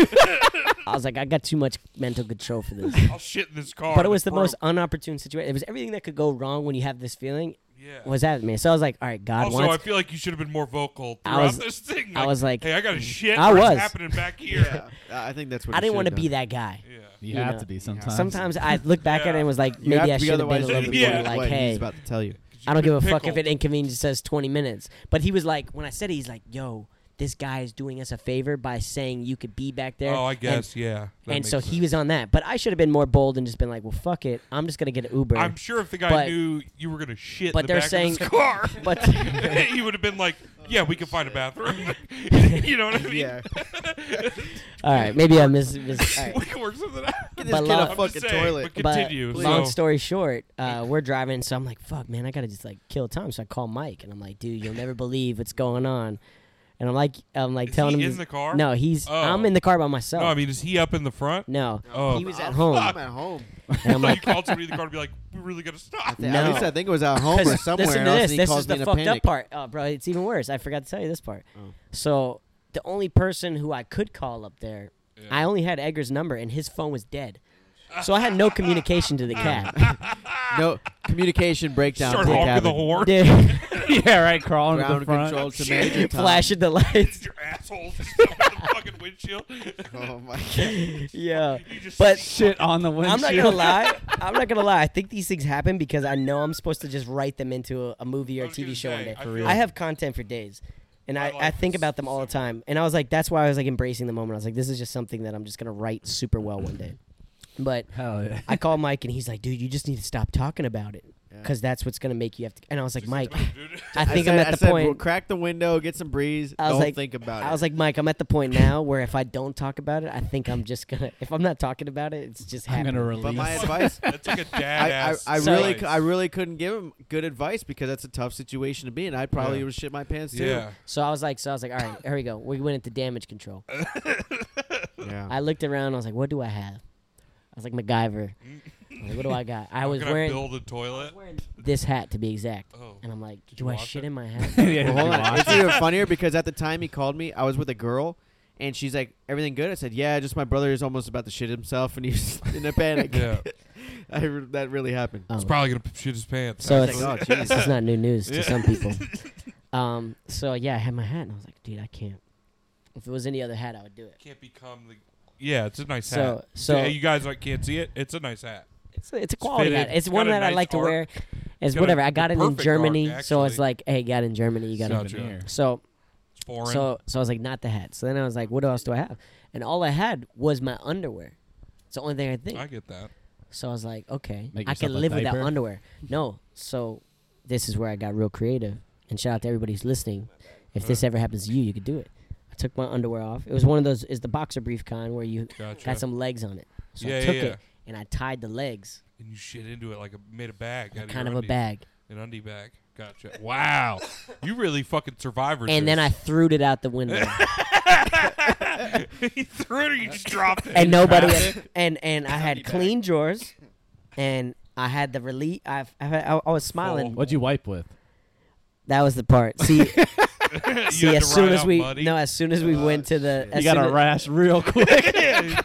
Speaker 3: I was like, I got too much mental control for this.
Speaker 2: I'll shit in this car.
Speaker 3: But it was the
Speaker 2: that's
Speaker 3: most
Speaker 2: broke.
Speaker 3: unopportune situation. It was everything that could go wrong when you have this feeling
Speaker 2: Yeah.
Speaker 3: was happening. So I was like, all right, God
Speaker 2: also, I
Speaker 3: wants.
Speaker 2: feel like you should have been more vocal
Speaker 3: I
Speaker 2: throughout
Speaker 3: was-
Speaker 2: this thing.
Speaker 3: I
Speaker 2: Like,
Speaker 3: was like-
Speaker 2: hey, I got a shit.
Speaker 3: I
Speaker 2: What's
Speaker 3: was.
Speaker 2: happening back here?
Speaker 4: Yeah, I I think that's what.
Speaker 3: I didn't want to be that guy.
Speaker 2: Yeah.
Speaker 5: You
Speaker 3: You
Speaker 5: have
Speaker 3: know.
Speaker 5: to be sometimes.
Speaker 3: Sometimes I look back at it and was like,
Speaker 4: You have
Speaker 3: maybe
Speaker 4: to
Speaker 3: I
Speaker 4: be,
Speaker 3: should have been a
Speaker 4: otherwise
Speaker 3: little bit
Speaker 4: you'll be
Speaker 2: Yeah.
Speaker 3: more
Speaker 4: what
Speaker 3: like,
Speaker 4: he was
Speaker 3: hey,
Speaker 4: about to tell you.
Speaker 3: I don't give a fuck if
Speaker 2: Pickled.
Speaker 3: it inconveniences 20 minutes. But he was like, when I said it, he's like, yo, this guy is doing us a favor by saying you could be back there.
Speaker 2: Oh, I
Speaker 3: And-
Speaker 2: guess. yeah. that
Speaker 3: And,
Speaker 2: makes
Speaker 3: so he
Speaker 2: sense.
Speaker 3: was on that. But I should have been more bold and just been like, well, fuck it. I'm just going to get an Uber.
Speaker 2: I'm sure if the guy
Speaker 3: But-
Speaker 2: knew you were gonna shit
Speaker 3: but
Speaker 2: in the
Speaker 3: they're
Speaker 2: back
Speaker 3: saying-
Speaker 2: of his car,
Speaker 3: but
Speaker 2: he would have been like, "Yeah, we can find a bathroom." you know what I mean?
Speaker 4: Yeah,
Speaker 3: all right, maybe I mis. mis- all right.
Speaker 2: we can work something out.
Speaker 3: But
Speaker 4: get this kid
Speaker 3: love-
Speaker 4: a
Speaker 2: I'm
Speaker 4: fucking
Speaker 2: just saying,
Speaker 4: toilet.
Speaker 2: But continue.
Speaker 3: But
Speaker 2: so-
Speaker 3: long story short, uh, we're driving, so I'm like, "Fuck, man, I gotta just like kill time." So I call Mike, and I'm like, "Dude, you'll never believe what's going on." And I'm like, I'm like
Speaker 2: Is
Speaker 3: telling
Speaker 2: he
Speaker 3: him,
Speaker 2: in the car?
Speaker 3: "No, he's
Speaker 2: Oh.
Speaker 3: I'm in the car by myself."
Speaker 2: No, I mean, is he up in the front?
Speaker 3: no,
Speaker 2: Oh,
Speaker 3: he was at
Speaker 4: I'm-
Speaker 3: home,
Speaker 4: I'm at home.
Speaker 3: and
Speaker 2: I
Speaker 3: I'm
Speaker 2: thought you
Speaker 3: like,
Speaker 2: called somebody in the car to be like, "We really gotta stop."
Speaker 4: Yeah,
Speaker 3: No.
Speaker 4: At least I think it was at home or
Speaker 3: 'Cause
Speaker 4: somewhere.
Speaker 3: Listen to
Speaker 4: else,
Speaker 3: this.
Speaker 4: and he
Speaker 3: This
Speaker 4: calls
Speaker 3: is
Speaker 4: me in
Speaker 3: the
Speaker 4: a
Speaker 3: fucked up
Speaker 4: panic.
Speaker 3: part, oh, bro. It's even worse. I forgot to tell you this part.
Speaker 4: Oh.
Speaker 3: So the only person who I could call up there,
Speaker 2: Yeah.
Speaker 3: I only had Edgar's number, and his phone was dead. So I had no communication to the cab.
Speaker 4: No communication breakdown.
Speaker 2: Start
Speaker 4: to the
Speaker 2: honking
Speaker 4: cabin.
Speaker 2: the horn.
Speaker 3: Dude,
Speaker 5: yeah, right. Crawling to the
Speaker 4: Ground
Speaker 5: front.
Speaker 4: control to
Speaker 2: Shit.
Speaker 4: major time.
Speaker 3: flashing the lights.
Speaker 2: Your asshole just stuck in the fucking windshield.
Speaker 4: Oh my god.
Speaker 3: Yeah.
Speaker 2: You just
Speaker 3: But-
Speaker 5: Shit on the windshield.
Speaker 3: I'm not gonna lie. I'm not gonna lie. I think these things happen because I know I'm supposed to just write them into a, a movie or
Speaker 2: I
Speaker 3: a
Speaker 2: was
Speaker 3: TV
Speaker 2: gonna
Speaker 3: show one
Speaker 2: say,
Speaker 3: day.
Speaker 2: I For feel-
Speaker 3: I have content for days, and
Speaker 2: My
Speaker 3: I, I
Speaker 2: life
Speaker 3: think
Speaker 2: is
Speaker 3: about them all the
Speaker 2: similar.
Speaker 3: time. And I was like, that's why I was like embracing the moment. I was like, this is just something that I'm just gonna write super well one day. But
Speaker 5: Hell yeah.
Speaker 3: I call Mike and he's like, dude, you just need to stop talking about it because that's what's gonna make you have to. And I was like, Mike,
Speaker 2: dude.
Speaker 3: I think
Speaker 4: said,
Speaker 3: I'm at
Speaker 4: I
Speaker 3: the
Speaker 4: said,
Speaker 3: point.
Speaker 4: Well, crack the window, get some breeze.
Speaker 3: I was
Speaker 4: don't
Speaker 3: like-
Speaker 4: think about it.
Speaker 3: I was like, Mike, I'm at the point now where if I don't talk about it, I think I'm just gonna. If I'm not talking about it, it's just
Speaker 5: I'm
Speaker 3: happening.
Speaker 5: gonna release.
Speaker 4: but my advice,
Speaker 2: That's like a dad
Speaker 4: I, I,
Speaker 2: ass.
Speaker 4: I
Speaker 3: So-
Speaker 4: really, cou- I really couldn't give him good advice because that's a tough situation to be in. I'd probably
Speaker 2: Yeah.
Speaker 4: would shit my pants too.
Speaker 2: Yeah.
Speaker 3: So I was like, so I was like, all right, here we go. We went into damage control.
Speaker 4: Yeah.
Speaker 3: I looked around. I was like, what do I have? I was like MacGyver. I was like, what do I got? I was
Speaker 2: Can I
Speaker 3: wearing
Speaker 2: build a toilet?
Speaker 3: this hat to be exact,
Speaker 2: Oh.
Speaker 3: and I'm like,
Speaker 2: Did
Speaker 3: do
Speaker 2: you
Speaker 3: I
Speaker 2: wash
Speaker 3: shit
Speaker 2: it?
Speaker 3: in my hat?
Speaker 5: yeah,
Speaker 4: Well, hold
Speaker 5: you
Speaker 4: on.
Speaker 5: watch.
Speaker 4: It's even funnier because at the time he called me, I was with a girl, and she's like, "Everything good?" I said, "Yeah, just my brother is almost about to shit himself, and he's in a panic."
Speaker 2: Yeah.
Speaker 4: I re- that really happened.
Speaker 3: Oh.
Speaker 2: He's probably gonna p- shit his pants.
Speaker 3: So
Speaker 4: I
Speaker 3: it's
Speaker 4: was like, "Oh,
Speaker 3: this is not new news to
Speaker 2: Yeah.
Speaker 3: some people. Um, so yeah, I had my hat, and I was like, dude, I can't. If it was any other hat, I would do it.
Speaker 2: can't become the. Yeah, it's a nice
Speaker 3: So-
Speaker 2: hat.
Speaker 3: so-
Speaker 2: you guys like can't see it. It's a nice hat.
Speaker 3: It's a, it's a quality
Speaker 2: fitted.
Speaker 3: hat. It's
Speaker 2: It's
Speaker 3: one
Speaker 2: got a
Speaker 3: that I
Speaker 2: nice
Speaker 3: like to
Speaker 2: arc.
Speaker 3: wear. It's
Speaker 2: Got a-
Speaker 3: whatever. I got
Speaker 2: the
Speaker 3: it in
Speaker 2: perfect arc,
Speaker 3: Germany, so it's
Speaker 2: actually.
Speaker 3: like, hey, got it in Germany, you got it.
Speaker 2: Gotcha.
Speaker 5: Souvenir.
Speaker 3: So
Speaker 2: It's foreign.
Speaker 3: so so I was like, not the hat. So then I was like, what else do I have? And all I had was my underwear. It's the only thing I think.
Speaker 2: I get that.
Speaker 3: So I was like, okay,
Speaker 5: Make
Speaker 3: I can
Speaker 5: yourself a
Speaker 3: live without
Speaker 5: diaper.
Speaker 3: underwear. No, so this is where I got real creative. And shout out to everybody who's listening. If this ever happens to you, you could do it. I took my underwear off. It was one of those. Is the boxer brief con where you
Speaker 2: Gotcha.
Speaker 3: got some legs on it? So
Speaker 2: Yeah,
Speaker 3: I
Speaker 2: yeah,
Speaker 3: took
Speaker 2: yeah.
Speaker 3: it and I tied the legs,
Speaker 2: And you shit into it like a made a bag. out your
Speaker 3: kind of a
Speaker 2: undies.
Speaker 3: bag,
Speaker 2: An undie bag. Gotcha. Wow. you really fucking survivor.
Speaker 3: and then I
Speaker 2: this.
Speaker 3: threw it out the window.
Speaker 2: he threw it. You just dropped it.
Speaker 3: and nobody and and I had clean drawers, and I had the relief. I I, I was smiling.
Speaker 2: Full.
Speaker 5: What'd you wipe with?
Speaker 3: That was the part. See,
Speaker 2: You had
Speaker 3: see,
Speaker 2: to
Speaker 3: as soon
Speaker 2: ride
Speaker 3: as
Speaker 2: out
Speaker 3: we
Speaker 2: muddy.
Speaker 3: no, as soon as we went to the, as
Speaker 5: you got
Speaker 3: soon
Speaker 5: a
Speaker 3: as-
Speaker 5: rash real quick.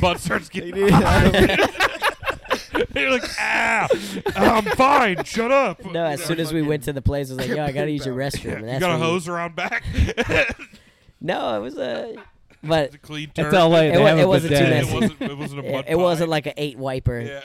Speaker 2: butt starts getting.
Speaker 4: Yeah.
Speaker 2: You're like, ah, I'm fine. Shut up.
Speaker 3: No, as soon as we went to the place, I was like, "Yo, I gotta use your restroom." and
Speaker 2: you
Speaker 3: that's
Speaker 2: got a
Speaker 3: when you-
Speaker 2: hose around back.
Speaker 3: No, it was a, but
Speaker 2: It's a clean turn.
Speaker 5: it's LA. They
Speaker 3: It wa-
Speaker 5: have
Speaker 3: it
Speaker 5: a
Speaker 3: wasn't too
Speaker 5: bidet.
Speaker 2: It
Speaker 3: messy.
Speaker 2: wasn't. It wasn't a
Speaker 3: it,
Speaker 2: mud
Speaker 3: it wasn't
Speaker 2: pie.
Speaker 3: like an eight wiper.
Speaker 2: Yeah.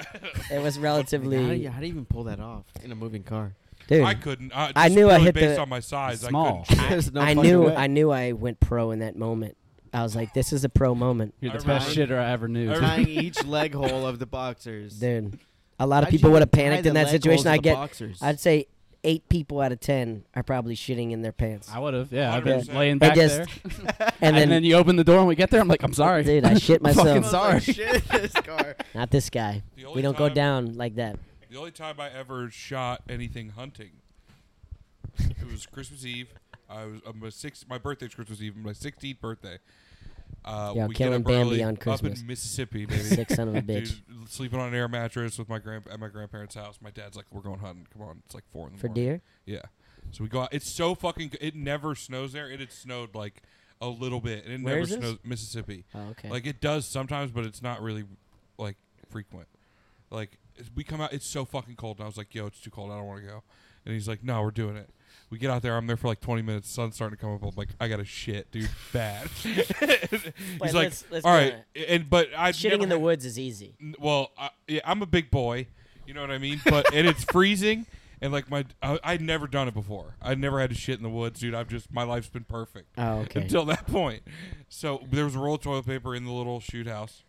Speaker 3: It was
Speaker 4: how, do you,
Speaker 3: relatively,
Speaker 4: how do you even pull that off in a moving car?
Speaker 3: dude.
Speaker 2: I couldn't. I,
Speaker 3: I
Speaker 2: just
Speaker 3: knew I
Speaker 2: purely
Speaker 3: hit
Speaker 2: based
Speaker 3: the-
Speaker 2: on my size.
Speaker 5: Small.
Speaker 2: I couldn't.
Speaker 4: There's no
Speaker 3: I
Speaker 4: fucking
Speaker 3: knew,
Speaker 4: way.
Speaker 3: I knew, I went pro in that moment. I was like, "This is a pro moment,
Speaker 5: You're the
Speaker 2: I
Speaker 5: best
Speaker 2: remember-
Speaker 5: shitter I ever knew.
Speaker 2: I
Speaker 4: tying each leg hole of the boxers.
Speaker 3: dude." A lot of
Speaker 4: How'd
Speaker 3: people
Speaker 4: you
Speaker 3: would have
Speaker 4: tie
Speaker 3: panicked
Speaker 4: the
Speaker 3: in that
Speaker 4: leg holes
Speaker 3: situation.
Speaker 4: of
Speaker 3: I
Speaker 4: the
Speaker 3: get,
Speaker 4: boxers?
Speaker 3: I'd say eight people out of ten are probably shitting in their pants,
Speaker 5: I would have. Yeah, I've been
Speaker 2: 100%.
Speaker 5: laying back
Speaker 3: just-
Speaker 5: there.
Speaker 3: and
Speaker 5: And
Speaker 3: then,
Speaker 5: then, you open the door and we get there. I'm like, I'm sorry,
Speaker 3: dude, I shit
Speaker 5: I'm fucking
Speaker 3: myself.
Speaker 4: I was
Speaker 5: sorry.
Speaker 4: like, Shit, this car.
Speaker 3: Not this guy.
Speaker 2: The only
Speaker 3: We don't go
Speaker 2: time-
Speaker 3: down like that.
Speaker 2: The only time I ever shot anything hunting, it was Christmas Eve. I was I'm a six. My birthday's Christmas Eve. My 16th birthday. Uh,
Speaker 3: Yeah,
Speaker 2: we get
Speaker 3: killing
Speaker 2: up
Speaker 3: Bambi
Speaker 2: early
Speaker 3: on
Speaker 2: up
Speaker 3: Christmas.
Speaker 2: in Mississippi, baby.
Speaker 3: Sick son of a
Speaker 2: Dude,
Speaker 3: bitch.
Speaker 2: sleeping on an air mattress with my grand at my grandparents' house. My dad's like, "We're going hunting. Come on, it's like four in the
Speaker 3: For
Speaker 2: morning."
Speaker 3: deer?
Speaker 2: Yeah. So we go out. It's so fucking. It never snows there. It had snowed like a little bit, and it
Speaker 3: Where
Speaker 2: never
Speaker 3: is this?
Speaker 2: snows Mississippi.
Speaker 3: Oh, okay.
Speaker 2: Like it does sometimes, but it's not really like frequent. Like it's- we come out, it's so fucking cold, and I was like, "Yo, it's too cold. I don't want to go." And he's like, "No, we're doing it." We get out there. I'm there for like 20 minutes. Sun's starting to come up. I'm like, "I got to shit, dude, bad." he's like,
Speaker 3: let's- let's
Speaker 2: "All right,"
Speaker 3: not-
Speaker 2: and but I
Speaker 3: Shitting in the woods is easy.
Speaker 2: N- well, I, yeah, I'm a big boy, you know what I mean. But and it's freezing, and like my, I, I'd never done it before. I never had to shit in the woods, dude. I've just my life's been perfect
Speaker 3: Oh, okay.
Speaker 2: until that point. So there was a roll of toilet paper in the little shoot house.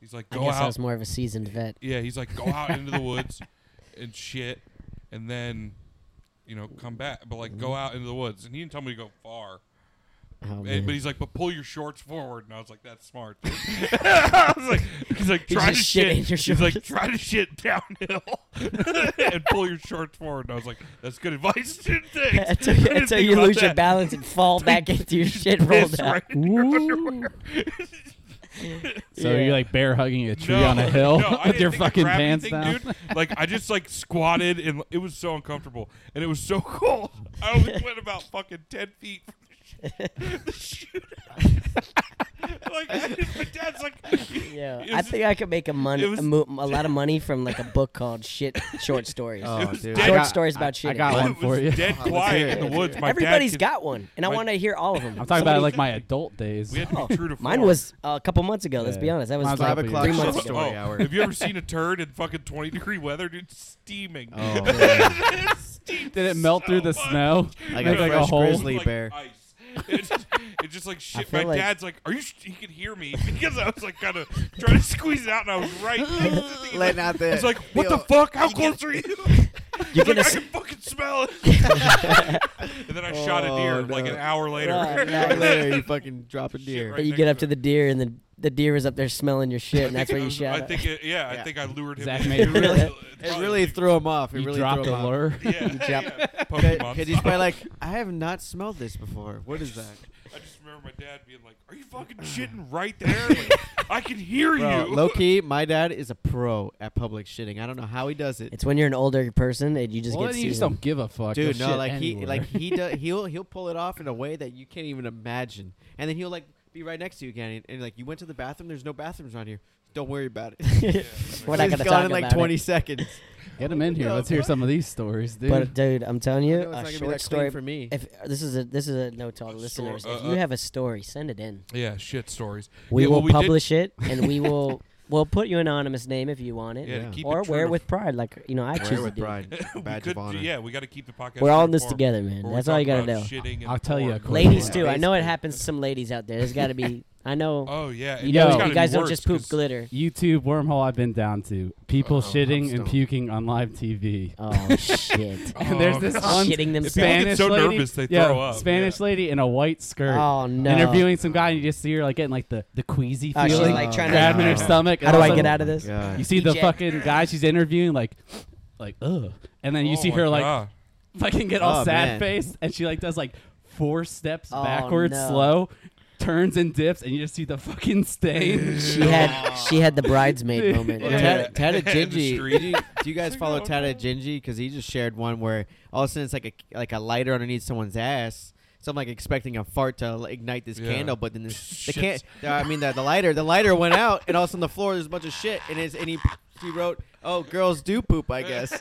Speaker 2: He's like,
Speaker 3: I
Speaker 2: go
Speaker 3: guess I
Speaker 2: out.
Speaker 3: was more of a seasoned vet.
Speaker 2: yeah, he's like, go out into the woods and shit, and then, you know, come back. But like,
Speaker 3: Mm-hmm.
Speaker 2: go out into the woods, and he didn't tell me to go far.
Speaker 3: Oh,
Speaker 2: And,
Speaker 3: man.
Speaker 2: but he's like, but pull your shorts forward, and I was like, that's smart. dude." I was like, he's like,
Speaker 3: He's
Speaker 2: try to
Speaker 3: just
Speaker 2: shit.
Speaker 3: shitting your
Speaker 2: he's like,
Speaker 3: shorts.
Speaker 2: try to shit downhill and pull your shorts forward. And I was like, that's good advice. dude. Thanks.
Speaker 3: until
Speaker 2: I didn't
Speaker 3: until
Speaker 2: think
Speaker 3: you
Speaker 2: about
Speaker 3: lose your
Speaker 2: that.
Speaker 3: balance and fall back into your shit rolled
Speaker 2: Piss
Speaker 3: out.
Speaker 2: right into your underwear.
Speaker 5: So
Speaker 3: Yeah.
Speaker 5: you're like bear hugging a tree
Speaker 2: No,
Speaker 5: on a hill
Speaker 2: no, I
Speaker 5: with
Speaker 2: didn't
Speaker 5: your
Speaker 2: think the
Speaker 5: fucking
Speaker 2: gravity
Speaker 5: pants
Speaker 2: thing,
Speaker 5: down.
Speaker 2: Dude. Like I just like squatted and it was so uncomfortable and it was so cold. I only went about fucking ten feet from the shoot. like I just, my dad's like,
Speaker 3: Yeah,
Speaker 2: it
Speaker 3: I
Speaker 2: was-
Speaker 3: think I could make a money,
Speaker 2: it was-
Speaker 3: a, mo- a lot of money from like a book called "Shit Short Stories."
Speaker 4: Oh,
Speaker 2: was
Speaker 4: dude.
Speaker 2: dead.
Speaker 4: I
Speaker 2: Short
Speaker 4: got-
Speaker 3: stories about
Speaker 5: I, I
Speaker 3: shitting.
Speaker 5: got
Speaker 3: Well,
Speaker 5: one
Speaker 2: it
Speaker 5: for
Speaker 2: was
Speaker 5: you.
Speaker 2: dead quiet in the woods. My
Speaker 3: Everybody's
Speaker 2: dad, could-
Speaker 3: got one, and I
Speaker 2: my-
Speaker 3: want to hear all of them.
Speaker 5: I'm talking about like my adult days.
Speaker 2: We had to be true to
Speaker 3: Mine
Speaker 2: form.
Speaker 3: was uh, a couple months ago. Let's be
Speaker 5: Yeah.
Speaker 3: honest, that was
Speaker 5: Mine's
Speaker 3: like
Speaker 5: five
Speaker 3: three
Speaker 5: o'clock
Speaker 4: shit
Speaker 3: months ago.
Speaker 4: story.
Speaker 2: Oh,
Speaker 4: hour.
Speaker 2: have you ever seen a turd in fucking 20 degree weather, dude? Steaming.
Speaker 4: Oh, man.
Speaker 2: Steamed
Speaker 5: Did it melt through
Speaker 2: so
Speaker 5: the
Speaker 2: much.
Speaker 5: snow?
Speaker 4: Like
Speaker 5: Make
Speaker 4: a
Speaker 5: like a
Speaker 4: fresh
Speaker 5: hole.
Speaker 4: grizzly.
Speaker 2: like
Speaker 4: bear.
Speaker 2: ice. It's just, it's just like shit.
Speaker 3: feel
Speaker 2: My
Speaker 3: like-
Speaker 2: dad's like, "Are you?" Sh-? He could hear me because I was like, kind of trying to squeeze it out, and I was right. next to the thing. He's
Speaker 4: Letting
Speaker 2: like-
Speaker 4: out the-
Speaker 2: He's like,
Speaker 4: the
Speaker 2: "What the
Speaker 4: old-
Speaker 2: fuck? How close are you?" He's like,
Speaker 3: gonna
Speaker 2: "I
Speaker 3: s-
Speaker 2: can fucking smell it." and then I shot a deer
Speaker 4: Oh,
Speaker 2: like
Speaker 4: no.
Speaker 2: an hour later.
Speaker 3: Right,
Speaker 4: Hour later, you fucking drop a deer.
Speaker 2: right
Speaker 3: But you
Speaker 2: next
Speaker 3: get up
Speaker 2: to
Speaker 3: to
Speaker 2: it.
Speaker 3: the deer, and the the deer was up there smelling your shit, and that's where
Speaker 2: I
Speaker 3: you
Speaker 2: was-
Speaker 3: shot.
Speaker 2: Um, I
Speaker 3: at.
Speaker 2: think, it, yeah, I
Speaker 4: Yeah.
Speaker 2: think I lured him.
Speaker 5: Zach
Speaker 2: in.
Speaker 5: made it
Speaker 4: really-
Speaker 2: it's
Speaker 4: It really threw him off. It
Speaker 5: You
Speaker 4: really
Speaker 5: dropped
Speaker 4: threw
Speaker 5: a
Speaker 4: him
Speaker 5: lure.
Speaker 2: Yeah, yeah,
Speaker 4: Because
Speaker 2: Pokemon
Speaker 4: he's probably
Speaker 2: style.
Speaker 4: like, I have not smelled this before. What is that?
Speaker 2: I just remember my dad being like, "Are you fucking shitting right there? Like, I can hear
Speaker 4: Bro,
Speaker 2: you."
Speaker 4: low key, my dad is a pro at public shitting. I don't know how he does it.
Speaker 3: it's when you're an older person and you just
Speaker 5: Well,
Speaker 3: get
Speaker 5: then you just
Speaker 3: seasoned.
Speaker 5: don't give a fuck.
Speaker 4: Dude,
Speaker 5: You'll
Speaker 4: no,
Speaker 5: shit
Speaker 4: like he
Speaker 5: anywhere.
Speaker 4: like he does he'll he'll pull it off in a way that you can't even imagine. And then he'll like be right next to you again and, and, like you went to the bathroom, there's no bathrooms around here. Don't worry about it.
Speaker 3: We're not gonna
Speaker 4: It's gone
Speaker 3: talk
Speaker 4: in like
Speaker 3: about it.
Speaker 4: 20 seconds.
Speaker 5: get him in here. Let's hear some of these stories, dude.
Speaker 3: But dude, I'm telling
Speaker 4: I know
Speaker 3: you,
Speaker 4: it's not
Speaker 3: a
Speaker 4: gonna be that
Speaker 3: short
Speaker 4: clean
Speaker 3: story
Speaker 4: for me.
Speaker 3: If this is a this is a note to all the
Speaker 2: A stor-
Speaker 3: listeners,
Speaker 2: uh,
Speaker 3: if
Speaker 2: uh.
Speaker 3: you have a story, send it in.
Speaker 2: Yeah, shit stories.
Speaker 3: We
Speaker 2: Yeah,
Speaker 3: will
Speaker 2: well, we did-
Speaker 3: publish it, and we will We'll put your anonymous name if you want it,
Speaker 2: Yeah, to
Speaker 4: Yeah.
Speaker 2: keep
Speaker 3: or
Speaker 2: it
Speaker 3: wear
Speaker 2: true.
Speaker 3: it with pride, like you know I choose
Speaker 4: Wear
Speaker 3: to
Speaker 4: with
Speaker 3: do.
Speaker 4: pride.
Speaker 2: We
Speaker 4: Badge
Speaker 2: could
Speaker 4: of
Speaker 2: do-
Speaker 4: honor.
Speaker 2: Yeah, we got to keep the podcast.
Speaker 3: We're all in this
Speaker 2: informed,
Speaker 3: together,
Speaker 2: or
Speaker 3: man.
Speaker 2: we
Speaker 3: That's all you
Speaker 2: talk
Speaker 3: gotta know.
Speaker 2: about shitting and
Speaker 5: I'll tell you a
Speaker 2: porn.
Speaker 5: quick
Speaker 3: Ladies
Speaker 5: Yeah.
Speaker 3: too. I know it
Speaker 4: Basically.
Speaker 3: happens to some ladies out there. There's got to be. I know.
Speaker 2: Oh yeah,
Speaker 3: you
Speaker 5: yo,
Speaker 3: know,
Speaker 5: it's
Speaker 3: you
Speaker 5: gotta
Speaker 3: guys don't just poop glitter.
Speaker 5: YouTube wormhole I've been down to. People
Speaker 4: Uh-oh, I'm
Speaker 5: shitting and
Speaker 4: stoned.
Speaker 5: puking on live TV.
Speaker 3: Oh shit!
Speaker 5: and there's
Speaker 2: Oh,
Speaker 5: this
Speaker 2: God.
Speaker 5: one
Speaker 3: Shitting themselves.
Speaker 5: Spanish
Speaker 2: so
Speaker 5: lady,
Speaker 2: nervous they
Speaker 5: yeah,
Speaker 2: throw up,
Speaker 5: Spanish
Speaker 2: yeah.
Speaker 5: lady in a white skirt.
Speaker 3: Oh no!
Speaker 5: Interviewing some guy, and you just see her like getting like the, the queasy
Speaker 3: Oh, she's
Speaker 5: feeling,
Speaker 3: like trying to.
Speaker 5: grabbing her
Speaker 4: Oh.
Speaker 5: stomach.
Speaker 3: How
Speaker 5: and
Speaker 3: do
Speaker 5: all
Speaker 3: I
Speaker 5: of a
Speaker 3: get
Speaker 5: sudden
Speaker 3: out of this?
Speaker 4: God.
Speaker 5: You see the
Speaker 3: Eject.
Speaker 5: fucking guy she's interviewing, like, like, ugh, and then you
Speaker 2: Oh
Speaker 5: see
Speaker 2: my
Speaker 5: her like
Speaker 2: God.
Speaker 5: fucking get all
Speaker 4: Oh,
Speaker 5: sad
Speaker 4: man.
Speaker 5: faced, and she like does like four steps
Speaker 3: Oh,
Speaker 5: backwards,
Speaker 3: no.
Speaker 5: slow, turns and dips, and you just see the fucking stain.
Speaker 3: She had she had the bridesmaid moment.
Speaker 2: Yeah.
Speaker 4: Tata, Tata
Speaker 2: In the
Speaker 4: Gingy.
Speaker 2: street.
Speaker 4: Do you, do you guys follow Tata Gingy? Because he just shared one where all of a sudden it's like a like a lighter underneath someone's ass. So I'm like expecting a fart to like, ignite this
Speaker 2: Yeah.
Speaker 4: candle, but then this, the can
Speaker 2: Shit.
Speaker 4: uh, I mean the, the lighter the lighter went out, and all of a sudden the floor there's a bunch of shit, and it's and he he wrote, "Oh, girls do poop, I guess."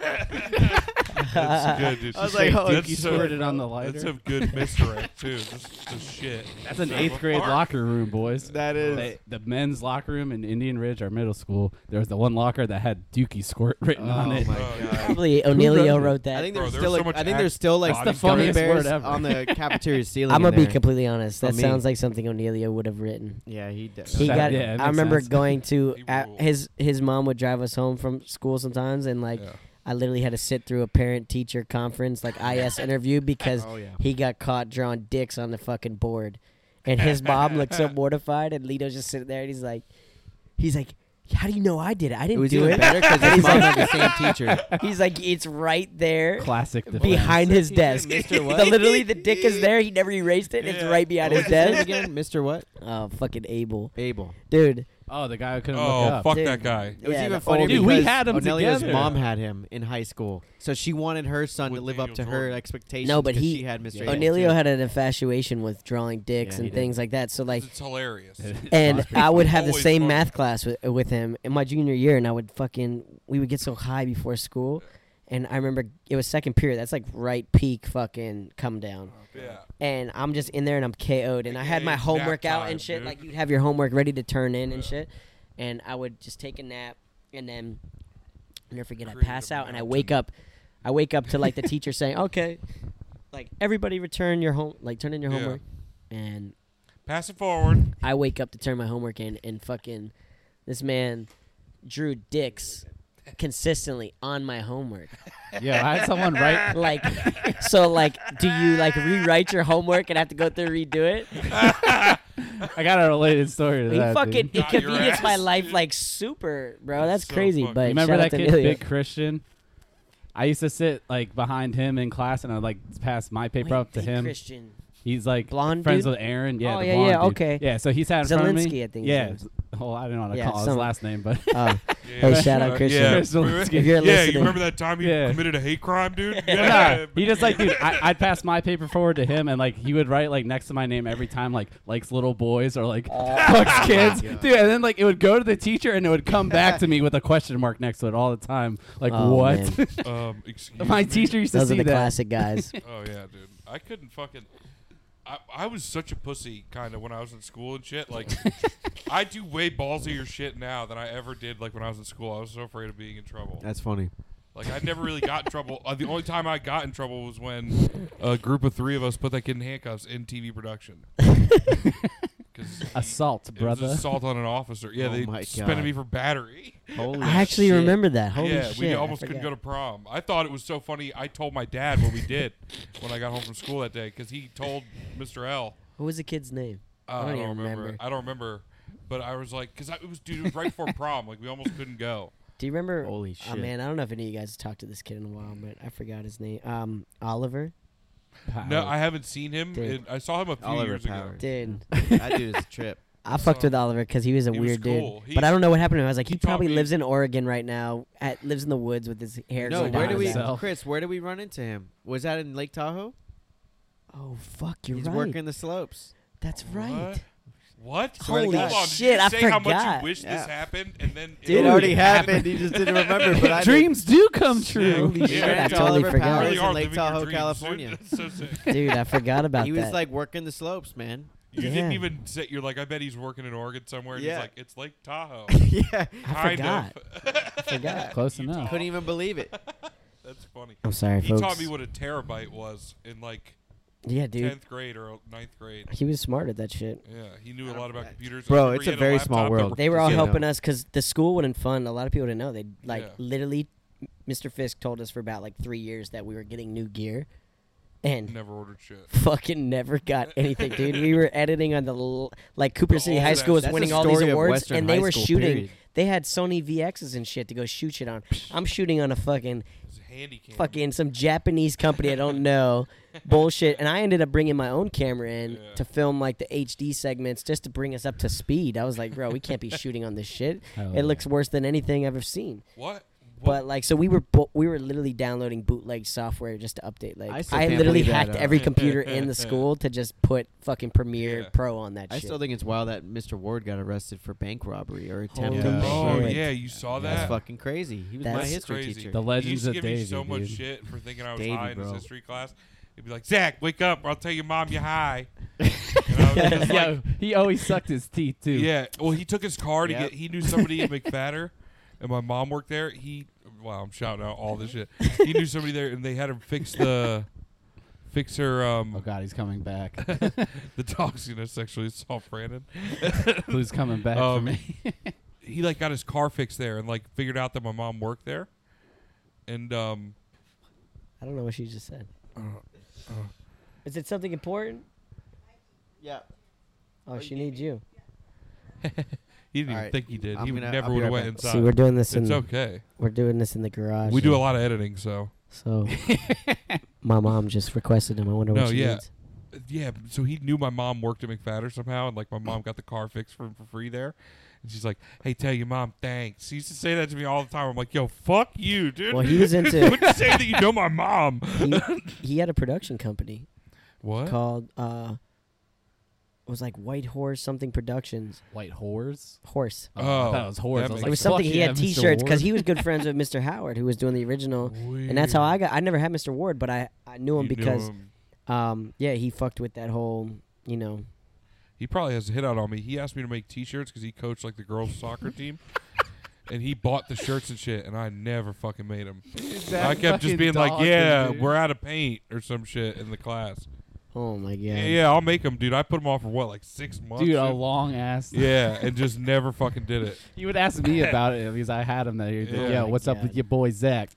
Speaker 2: That's good, dude.
Speaker 4: I was like, oh,
Speaker 2: that's
Speaker 5: you
Speaker 2: so-
Speaker 5: squirted on the lighter.
Speaker 2: That's a good misdirect too. Just the shit.
Speaker 5: That's an eighth grade
Speaker 2: Fart.
Speaker 5: locker room, boys.
Speaker 4: that is.
Speaker 5: They, the men's locker room in Indian Ridge, our middle school, there was the one locker that had Dookie Squirt written
Speaker 4: oh
Speaker 5: on it.
Speaker 4: my
Speaker 2: Oh,
Speaker 4: god.
Speaker 3: Probably O'Neillio
Speaker 5: wrote it?
Speaker 3: wrote that.
Speaker 4: I think
Speaker 2: Bro,
Speaker 4: there's
Speaker 2: there
Speaker 4: still
Speaker 2: was so
Speaker 4: like
Speaker 2: much
Speaker 4: I think
Speaker 2: act-
Speaker 4: there's still like
Speaker 2: That's the
Speaker 4: gummy
Speaker 5: funniest word
Speaker 4: bears
Speaker 5: ever.
Speaker 4: on the cafeteria ceiling.
Speaker 3: I'm
Speaker 4: in
Speaker 3: gonna be
Speaker 4: there.
Speaker 3: completely honest. That
Speaker 4: For me.
Speaker 3: sounds like something O'Neillio would have written.
Speaker 4: Yeah, he does.
Speaker 3: He
Speaker 5: That-
Speaker 3: got.
Speaker 5: yeah, it
Speaker 3: I
Speaker 5: makes
Speaker 3: remember
Speaker 5: sense.
Speaker 3: going to
Speaker 2: He
Speaker 3: at
Speaker 2: ruled.
Speaker 3: his his mom would drive us home from school sometimes, and like
Speaker 2: Yeah.
Speaker 3: I literally had to sit through a parent teacher conference like IS interview because
Speaker 4: Oh yeah.
Speaker 3: he got caught drawing dicks on the fucking board. And his mom looked so mortified, and Lito's just sitting there, and he's like, he's like, how do you know I did it? I
Speaker 4: It
Speaker 3: didn't
Speaker 4: was
Speaker 3: do
Speaker 4: even
Speaker 3: it.
Speaker 4: better because
Speaker 3: He's
Speaker 4: his mom
Speaker 3: like-
Speaker 4: had the same teacher.
Speaker 3: He's like, it's right there
Speaker 5: Classic defense.
Speaker 3: behind his
Speaker 4: He
Speaker 3: desk.
Speaker 4: said,
Speaker 3: the,
Speaker 4: "Mr. what?"
Speaker 3: literally, the dick is there. He never erased it. It's
Speaker 2: Yeah.
Speaker 3: right behind
Speaker 4: What
Speaker 3: his
Speaker 4: was his name
Speaker 3: desk.
Speaker 4: again, Mr. What?
Speaker 3: Oh, fucking Abel,
Speaker 4: Abel.
Speaker 3: dude.
Speaker 5: Oh, the guy who couldn't look
Speaker 2: Oh
Speaker 5: up.
Speaker 2: fuck
Speaker 3: Dude.
Speaker 2: that guy.
Speaker 4: It was
Speaker 3: Yeah,
Speaker 4: even
Speaker 3: the
Speaker 4: funnier
Speaker 3: old-
Speaker 5: Dude, we
Speaker 4: because
Speaker 5: had 'em
Speaker 4: Ognelia's
Speaker 5: together.
Speaker 4: mom had him in high school, so she wanted her son
Speaker 2: With
Speaker 4: to live
Speaker 2: Daniel
Speaker 4: up to her
Speaker 2: Jordan.
Speaker 4: expectations.
Speaker 3: No, but
Speaker 4: 'cause
Speaker 3: he-
Speaker 4: she had Mr. Abel,
Speaker 3: O'Neillio
Speaker 4: too.
Speaker 3: had an infatuation with drawing dicks
Speaker 4: Yeah, he
Speaker 3: and
Speaker 4: did.
Speaker 3: things like that. So like,
Speaker 2: It's hilarious.
Speaker 3: and I would have the
Speaker 2: Always
Speaker 3: same
Speaker 2: fun.
Speaker 3: math class with, with him in my junior year, and I would fucking we would get so high before school, and I remember it was second period. That's like right peak fucking come down,
Speaker 2: Yeah.
Speaker 3: and I'm just in there and I'm KO'd, and I had my
Speaker 2: Nap
Speaker 3: homework out
Speaker 2: time,
Speaker 3: and shit.
Speaker 2: dude.
Speaker 3: Like you'd have your homework ready to turn in and shit, and I would just take a nap, and then I'll never forget. I
Speaker 2: Created
Speaker 3: pass
Speaker 2: a
Speaker 3: out and I
Speaker 2: mountain.
Speaker 3: wake up, I wake up to like the teacher saying, "Okay, like everybody return your home, like turn in your
Speaker 2: Yeah.
Speaker 3: homework," and
Speaker 2: Pass it forward.
Speaker 3: I wake up to turn my homework in, and fucking this man drew dicks consistently on my homework.
Speaker 5: yeah, I had someone right.
Speaker 3: Like, so like, do you like rewrite your homework and have to go through and redo it?
Speaker 5: I got a related story to
Speaker 3: He
Speaker 5: that.
Speaker 3: fucking
Speaker 5: dude.
Speaker 2: Got your
Speaker 3: inconvenienced my
Speaker 2: ass,
Speaker 3: life
Speaker 2: dude.
Speaker 3: like super, bro. That's
Speaker 2: So
Speaker 3: crazy.
Speaker 2: fucked.
Speaker 3: But
Speaker 5: You remember
Speaker 3: shout
Speaker 5: that
Speaker 3: out to
Speaker 5: kid,
Speaker 3: Emilio.
Speaker 5: Big Christian? I used to sit like behind him in class, and I'd like pass my paper
Speaker 3: Wait,
Speaker 5: up to
Speaker 3: big
Speaker 5: him.
Speaker 3: Christian.
Speaker 5: He's like
Speaker 3: Blonde
Speaker 5: friends
Speaker 3: dude?
Speaker 5: with Aaron. Yeah,
Speaker 3: Oh,
Speaker 5: the
Speaker 3: yeah,
Speaker 5: blonde
Speaker 3: yeah,
Speaker 5: dude.
Speaker 3: okay.
Speaker 5: Yeah, so he sat in front of me.
Speaker 3: Zelinsky, I think his
Speaker 5: Yeah.
Speaker 3: name is.
Speaker 5: Oh, I didn't want to
Speaker 3: Yeah,
Speaker 5: call his
Speaker 3: some-
Speaker 5: last name, but
Speaker 3: Oh,
Speaker 2: Yeah.
Speaker 3: Hey, shout out
Speaker 2: Uh,
Speaker 3: Christian.
Speaker 2: Yeah,
Speaker 5: Christian
Speaker 2: remember-
Speaker 5: Lipsky.
Speaker 3: if you're
Speaker 2: yeah,
Speaker 3: listening,
Speaker 2: you remember that time you
Speaker 5: Yeah.
Speaker 2: committed a hate crime, dude?
Speaker 5: Yeah, he just like, dude, I, I'd pass my paper forward to him, and like he would write like next to my name every time, like likes little boys or like
Speaker 3: Oh
Speaker 5: fucks kids,
Speaker 4: God.
Speaker 5: dude. And then like it would go to the teacher, and it would come back to me with a question mark next to it all the time. Like
Speaker 3: Oh, man.
Speaker 5: what?
Speaker 2: Um, excuse
Speaker 5: my
Speaker 2: me.
Speaker 5: teacher used to
Speaker 3: those
Speaker 5: see
Speaker 3: are the
Speaker 5: that.
Speaker 3: classic guys.
Speaker 2: Oh yeah, dude. I couldn't fucking. I, I was such a pussy kind of when I was in school and shit. Like, I do way ballsier shit now than I ever did. Like when I was in school, I was so afraid of being in trouble.
Speaker 4: That's funny.
Speaker 2: Like I never really got in trouble. Uh, the only time I got in trouble was when a group of three of us put that kid in handcuffs in TV production. 'Cause he-
Speaker 5: Assault,
Speaker 2: it was
Speaker 5: brother.
Speaker 2: assault on an officer. Yeah,
Speaker 4: Oh my
Speaker 2: they suspended
Speaker 4: God.
Speaker 2: me for battery.
Speaker 4: Holy
Speaker 3: I actually
Speaker 4: shit.
Speaker 3: remember that. Holy
Speaker 2: yeah,
Speaker 3: shit!
Speaker 2: we
Speaker 3: I
Speaker 2: almost couldn't
Speaker 3: forgot.
Speaker 2: go to prom. I thought it was so funny. I told my dad what we did when I got home from school that day because he told Mr. L.
Speaker 3: What was the kid's name?
Speaker 2: Uh,
Speaker 3: I
Speaker 2: I
Speaker 3: don't
Speaker 2: don't
Speaker 3: even
Speaker 2: remember.
Speaker 3: remember.
Speaker 2: I don't remember. But I was like, because it was dude, it was right before prom. Like we almost couldn't go.
Speaker 3: Do you remember?
Speaker 4: Holy
Speaker 3: Oh,
Speaker 4: shit.
Speaker 3: man, I don't know if any of you guys talked to this kid in a while, but I forgot his name. Um, Oliver.
Speaker 2: No, I haven't seen him.
Speaker 3: Dude.
Speaker 2: in- I saw him a few
Speaker 4: Oliver
Speaker 2: years
Speaker 4: Powers.
Speaker 2: ago.
Speaker 3: Dude,
Speaker 4: that dude is a trip.
Speaker 3: I fucked with Oliver because he was a
Speaker 2: He was
Speaker 3: weird
Speaker 2: cool.
Speaker 3: dude.
Speaker 2: He-
Speaker 3: but I don't know what happened to him. I was like, he,
Speaker 2: he taught
Speaker 3: probably
Speaker 2: me-
Speaker 3: lives in Oregon right now. At, lives in the woods with his hair.
Speaker 4: No,
Speaker 3: going
Speaker 4: where
Speaker 3: down his
Speaker 4: do we,
Speaker 3: back.
Speaker 5: himself.
Speaker 4: Chris? Where do we run into him? Was that in Lake Tahoe?
Speaker 3: Oh fuck, you're
Speaker 4: He's
Speaker 3: right.
Speaker 4: working the slopes.
Speaker 3: That's right.
Speaker 2: What?
Speaker 4: Swear to
Speaker 2: Hold
Speaker 4: God.
Speaker 2: on. Did
Speaker 3: Shit, I
Speaker 2: you say how much
Speaker 3: forgot.
Speaker 2: you wish
Speaker 4: Yeah.
Speaker 2: this happened, and then
Speaker 3: Dude,
Speaker 4: it already
Speaker 3: it
Speaker 4: happened. You just didn't remember. But I did.
Speaker 5: Dreams do come true.
Speaker 2: Holy Yeah. shit, I
Speaker 3: totally
Speaker 4: Oliver
Speaker 3: forgot.
Speaker 2: You
Speaker 4: Powers
Speaker 2: really
Speaker 4: in
Speaker 2: are
Speaker 4: Lake
Speaker 2: living your
Speaker 4: Tahoe,
Speaker 2: dreams, dude.
Speaker 4: California.
Speaker 2: That's so sick.
Speaker 3: Dude, I forgot about
Speaker 4: He
Speaker 3: that.
Speaker 4: was like working the slopes, man.
Speaker 2: You didn't
Speaker 3: Damn.
Speaker 2: even say you're like, I bet he's working in Oregon somewhere. And
Speaker 4: Yeah.
Speaker 2: He's like, it's Lake Tahoe.
Speaker 4: yeah,
Speaker 3: I
Speaker 2: kind
Speaker 3: forgot.
Speaker 2: of.
Speaker 3: I forgot.
Speaker 5: Close enough.
Speaker 4: couldn't even believe it.
Speaker 2: That's funny.
Speaker 3: I'm sorry,
Speaker 2: He
Speaker 3: folks.
Speaker 2: taught me what a terabyte was in like
Speaker 3: yeah, dude.
Speaker 2: tenth grade or ninth grade.
Speaker 3: He was smart at that shit.
Speaker 2: Yeah, he knew a lot about computers. I
Speaker 4: Bro,
Speaker 2: remember
Speaker 4: it's
Speaker 2: he
Speaker 4: a
Speaker 2: had
Speaker 4: very small
Speaker 2: laptop that
Speaker 4: world.
Speaker 2: were-
Speaker 3: They were all
Speaker 4: Yeah.
Speaker 3: helping us because the school wouldn't fund. A lot of people didn't know. They like
Speaker 2: Yeah.
Speaker 3: literally, Mr. Fisk told us for about like three years that we were getting new gear, and
Speaker 2: Never ordered shit.
Speaker 3: fucking never got anything, dude. We were editing on the l- like Cooper
Speaker 2: The
Speaker 3: City
Speaker 2: old
Speaker 3: High
Speaker 2: ass-
Speaker 3: School was
Speaker 4: That's the
Speaker 3: winning all these
Speaker 4: story of
Speaker 3: awards,
Speaker 4: Western
Speaker 3: and they
Speaker 4: high
Speaker 3: were
Speaker 4: school,
Speaker 3: shooting.
Speaker 4: period.
Speaker 3: They had Sony VXs and shit to go shoot shit on. I'm shooting on a fucking
Speaker 2: It was handy cam.
Speaker 3: fucking some Japanese company I don't know, bullshit. And I ended up bringing my own camera in
Speaker 2: Yeah.
Speaker 3: to film like the HD segments just to bring us up to speed. I was like, bro, we can't be shooting on this shit.
Speaker 5: Hell yeah.
Speaker 3: It looks worse than anything I've ever seen.
Speaker 2: What? what?
Speaker 3: But like, so we were bo- we were literally downloading bootleg software just to update.
Speaker 4: I
Speaker 3: Like,
Speaker 4: still
Speaker 3: I,
Speaker 4: can't
Speaker 3: literally
Speaker 4: believe that,
Speaker 3: hacked
Speaker 4: uh,
Speaker 3: every computer in the school to just put fucking Premiere
Speaker 2: Yeah.
Speaker 3: Pro on that.
Speaker 4: I
Speaker 3: shit.
Speaker 4: still think it's wild that Mr. Ward got arrested for bank robbery or
Speaker 5: Holy
Speaker 4: attempted.
Speaker 5: shit.
Speaker 2: Oh
Speaker 3: shit.
Speaker 2: yeah, you saw that.
Speaker 4: That's fucking crazy. He was my
Speaker 3: That's
Speaker 4: history
Speaker 2: crazy.
Speaker 4: teacher.
Speaker 5: The
Speaker 2: he
Speaker 5: legends
Speaker 2: used to
Speaker 5: of
Speaker 2: give
Speaker 5: Davy,
Speaker 2: me so much
Speaker 5: dude.
Speaker 2: shit for thinking I was
Speaker 4: Davey,
Speaker 2: high in his
Speaker 4: bro.
Speaker 2: history class. He'd be like, Zach, wake up, or I'll tell your mom you're high. And I was just like,
Speaker 5: Yo, he always sucked his teeth too.
Speaker 2: yeah. Well, he took his car to
Speaker 4: Yep.
Speaker 2: get. He knew somebody in McFadder, and my mom worked there. He, wow, I'm shouting out all this shit. He knew somebody there, and they had him fix the, fix her um
Speaker 5: Oh god, he's coming back.
Speaker 2: the dogs. You know, sexually assault Brandon.
Speaker 5: Who's coming back for
Speaker 2: Um,
Speaker 5: me?
Speaker 2: he like got his car fixed there, and like figured out that my mom worked there, and um.
Speaker 3: I don't know what she just said.
Speaker 2: Uh, uh.
Speaker 3: Is it something important?
Speaker 4: Yeah.
Speaker 3: Oh, she needs you.
Speaker 2: He didn't
Speaker 4: All
Speaker 2: even
Speaker 4: right.
Speaker 2: think he did.
Speaker 4: I'm
Speaker 2: he
Speaker 4: gonna-
Speaker 2: never
Speaker 4: I'll be
Speaker 2: would have
Speaker 4: right
Speaker 2: went
Speaker 4: back.
Speaker 2: inside.
Speaker 3: See, we're doing this in
Speaker 2: it's okay.
Speaker 3: we're doing this in the garage.
Speaker 2: We do a lot of editing, so
Speaker 3: So my mom just requested him. I wonder
Speaker 2: No,
Speaker 3: what she
Speaker 2: yeah.
Speaker 3: needs.
Speaker 2: yeah. So he knew my mom worked at McFadder somehow, and like my mom got the car fixed for him for free there. And she's like, "Hey, tell your mom thanks." She used to say that to me all the time. I'm like, "Yo, fuck you, dude."
Speaker 3: Well, he was into
Speaker 2: Would you say that you know my mom?
Speaker 3: he, he had a production company
Speaker 2: What?
Speaker 3: called uh it was like White Horse something Productions.
Speaker 5: White whores.
Speaker 3: Horse.
Speaker 5: I
Speaker 2: Oh,
Speaker 5: thought it was whores.
Speaker 2: that
Speaker 5: I was
Speaker 2: makes-
Speaker 5: like,
Speaker 3: It was
Speaker 5: fuck
Speaker 3: something he
Speaker 5: yeah,
Speaker 3: had
Speaker 5: Mr.
Speaker 3: T-shirts because
Speaker 5: Ward.
Speaker 3: he was good friends with Mr. Howard, who was doing the original, and that's how I got. I never had Mr. Ward, but I I knew him
Speaker 2: You knew
Speaker 3: because
Speaker 2: him.
Speaker 3: um yeah he fucked with that whole you know
Speaker 2: he probably has a hit out on me. He asked me to make T-shirts because he coached like the girls' soccer team. And he bought the shirts and shit, and I never fucking made them. I kept just being like, "Yeah, we're out of paint" or some shit in the class.
Speaker 3: oh my god
Speaker 2: Yeah, yeah, I'll make them, dude. I put them off for what, like six months?
Speaker 5: dude, a
Speaker 2: Shit.
Speaker 5: long ass.
Speaker 2: yeah, and just never fucking did it.
Speaker 5: He would ask me about it because I had him there. He'd be like,
Speaker 2: Yeah.
Speaker 5: Yo, what's up
Speaker 3: God.
Speaker 5: with your boy Zach?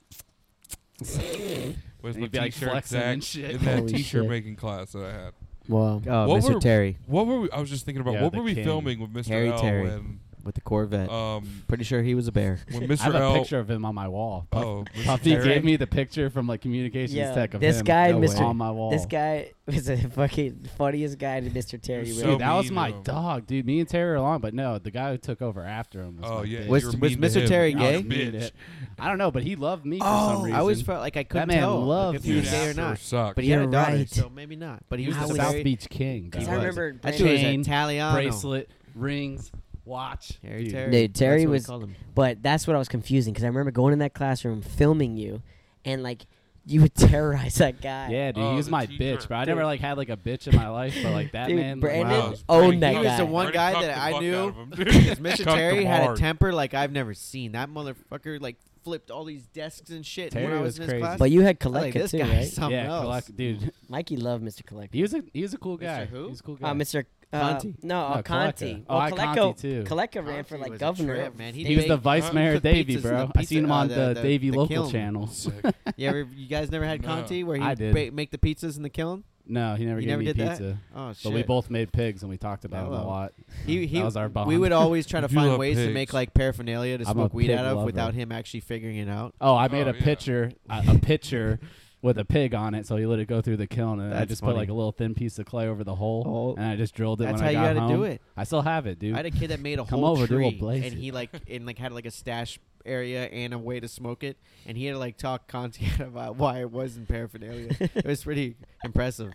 Speaker 2: Where's
Speaker 5: And
Speaker 2: my
Speaker 5: he'd be, like,
Speaker 2: t-shirt,
Speaker 5: flexing
Speaker 2: Zach,
Speaker 5: and shit.
Speaker 2: in that
Speaker 3: Holy
Speaker 2: t-shirt
Speaker 3: shit.
Speaker 2: making class that I had.
Speaker 3: wow
Speaker 4: Oh,
Speaker 2: Uh, What
Speaker 4: Mr.
Speaker 2: were-
Speaker 4: Terry
Speaker 2: What were we? I was just thinking about
Speaker 5: Yeah,
Speaker 2: what
Speaker 5: the
Speaker 2: were we
Speaker 5: king.
Speaker 2: filming with Mr.
Speaker 4: Harry
Speaker 2: L
Speaker 4: Terry.
Speaker 2: and
Speaker 4: with the Corvette.
Speaker 2: um
Speaker 4: Pretty sure he was a bear.
Speaker 2: when
Speaker 5: I have
Speaker 2: Mr.
Speaker 5: a
Speaker 2: L.
Speaker 5: picture of him on my wall. Puff,
Speaker 2: Oh, Mr.
Speaker 5: Puffy
Speaker 2: Terry.
Speaker 5: gave me the picture from like communications
Speaker 3: Yeah,
Speaker 5: tech of
Speaker 3: this
Speaker 5: him
Speaker 3: guy,
Speaker 5: No
Speaker 3: Mr.
Speaker 5: on my wall.
Speaker 3: this guy was a fucking funniest guy to Mr. Terry
Speaker 2: You're
Speaker 3: with.
Speaker 5: Dude,
Speaker 2: so
Speaker 5: that was
Speaker 2: mean
Speaker 5: my
Speaker 2: to him.
Speaker 5: dog, dude. Me and Terry are along, but no, the guy who took over after him was
Speaker 2: Oh
Speaker 5: my
Speaker 2: yeah,
Speaker 5: bitch.
Speaker 2: you
Speaker 4: Was-
Speaker 2: were
Speaker 4: was
Speaker 2: mean to
Speaker 4: Mr.
Speaker 2: him.
Speaker 4: Terry
Speaker 2: You were
Speaker 5: I
Speaker 4: gay? Oh,
Speaker 5: was
Speaker 2: a
Speaker 5: mean to
Speaker 2: Bitch.
Speaker 5: him. I don't know, but he loved me for some reason.
Speaker 4: I always felt like I couldn't
Speaker 5: man
Speaker 4: tell
Speaker 5: loved
Speaker 4: if he was
Speaker 5: you.
Speaker 4: gay or
Speaker 2: Sure
Speaker 4: not.
Speaker 2: sucked.
Speaker 4: But he had a
Speaker 3: You're
Speaker 4: daughter,
Speaker 3: right.
Speaker 4: so maybe not. But he was
Speaker 5: he
Speaker 3: I
Speaker 5: was
Speaker 4: the
Speaker 5: the
Speaker 3: was-
Speaker 5: South
Speaker 4: South
Speaker 5: Beach king.
Speaker 3: Because
Speaker 4: He
Speaker 3: I
Speaker 4: was.
Speaker 3: remember
Speaker 4: That dude was
Speaker 5: Chain,
Speaker 4: Italiano.
Speaker 5: bracelet, rings, watch.
Speaker 4: Terry,
Speaker 5: Dude,
Speaker 4: Terry.
Speaker 3: Dude, Terry
Speaker 4: That's what we
Speaker 3: was-
Speaker 4: called him.
Speaker 3: But that's what I was confusing because I remember going in that classroom filming you, and like you would terrorize that guy.
Speaker 5: Yeah, dude,
Speaker 2: Oh,
Speaker 5: he was
Speaker 2: the
Speaker 5: my
Speaker 2: teacher.
Speaker 5: bitch, but I
Speaker 3: Dude.
Speaker 5: never like had like a bitch in my life, but like that
Speaker 3: Dude,
Speaker 5: man, like,
Speaker 3: Brandon
Speaker 2: Wow, it was
Speaker 3: owned
Speaker 2: pretty
Speaker 3: that
Speaker 4: He was
Speaker 3: guy.
Speaker 4: the one
Speaker 2: Already
Speaker 4: guy
Speaker 2: cucked
Speaker 4: that
Speaker 2: the
Speaker 4: I
Speaker 2: fuck
Speaker 4: knew.
Speaker 2: out of him, dude.
Speaker 4: Because
Speaker 2: Cucked
Speaker 4: Mr.
Speaker 2: him
Speaker 4: Terry had a
Speaker 2: hard.
Speaker 4: temper like I've never seen. That motherfucker like flipped all these desks and shit when
Speaker 5: Terry
Speaker 4: I
Speaker 5: was
Speaker 4: was, in his
Speaker 5: crazy.
Speaker 4: class.
Speaker 3: But you had
Speaker 4: I was like,
Speaker 3: Koleka
Speaker 4: this
Speaker 3: too,
Speaker 4: guy's
Speaker 3: right?
Speaker 4: something
Speaker 5: yeah,
Speaker 4: else.
Speaker 5: collect- dude,
Speaker 3: Mikey loved Mr. Koleka.
Speaker 5: he was a he was a cool
Speaker 4: Mr.
Speaker 5: guy.
Speaker 4: who?
Speaker 5: He was a cool guy.
Speaker 3: Uh, Mr. Uh,
Speaker 4: Conti.
Speaker 3: No, uh,
Speaker 5: No, Koleka.
Speaker 3: Conti.
Speaker 5: Oh, I
Speaker 3: well, Koleka,
Speaker 5: Conti, too.
Speaker 3: Koleka ran
Speaker 4: Conti
Speaker 3: for
Speaker 4: was
Speaker 3: like
Speaker 4: a
Speaker 3: governor.
Speaker 4: trip, man. He
Speaker 5: he was the
Speaker 4: baked-
Speaker 5: vice
Speaker 2: Huh?
Speaker 5: mayor
Speaker 4: Cooked
Speaker 5: of Davy,
Speaker 4: pizzas in
Speaker 5: bro.
Speaker 4: the
Speaker 5: I seen
Speaker 4: pizza-
Speaker 5: him
Speaker 4: uh,
Speaker 5: on
Speaker 4: the-
Speaker 5: the,
Speaker 4: the-
Speaker 5: Davy
Speaker 4: the
Speaker 5: local
Speaker 4: kiln.
Speaker 5: channel.
Speaker 2: Sick.
Speaker 4: You ever? You guys never had
Speaker 2: No.
Speaker 4: Conti where
Speaker 5: I
Speaker 4: he
Speaker 5: did.
Speaker 4: ba- make the pizzas in the kiln?
Speaker 5: No, he never
Speaker 4: You
Speaker 5: gave
Speaker 4: never
Speaker 5: me
Speaker 4: did that?
Speaker 5: pizza,
Speaker 4: Oh
Speaker 5: but
Speaker 4: shit!
Speaker 5: we both made pigs and we talked about him a
Speaker 4: Hello.
Speaker 5: lot.
Speaker 4: He, he,
Speaker 5: that was our bond.
Speaker 4: We would always try to
Speaker 2: You
Speaker 4: find
Speaker 2: love
Speaker 4: ways to
Speaker 2: pigs.
Speaker 4: make like paraphernalia to
Speaker 5: I'm a
Speaker 4: smoke weed
Speaker 5: pig
Speaker 4: out of
Speaker 5: lover.
Speaker 4: without him actually figuring it out.
Speaker 5: Oh, I made
Speaker 2: Oh,
Speaker 5: a
Speaker 2: yeah.
Speaker 5: picture, a, a picture with a pig on it. So he let it go through the kiln, and I
Speaker 4: That's
Speaker 5: just
Speaker 4: funny.
Speaker 5: put like a little thin piece of clay over the hole,
Speaker 4: Oh,
Speaker 5: and I just drilled it.
Speaker 4: That's
Speaker 5: when
Speaker 4: how
Speaker 5: I
Speaker 4: you
Speaker 5: got
Speaker 4: gotta
Speaker 5: home.
Speaker 4: do it.
Speaker 5: I still have it, dude.
Speaker 4: I had a kid that made a
Speaker 5: Come
Speaker 4: whole
Speaker 5: over, dude,
Speaker 4: tree,
Speaker 5: we'll blaze
Speaker 4: and
Speaker 5: it.
Speaker 4: he like and like had like a stash area and a way to smoke it, and he had to like talk Conti out about why it wasn't paraphernalia. it was pretty impressive,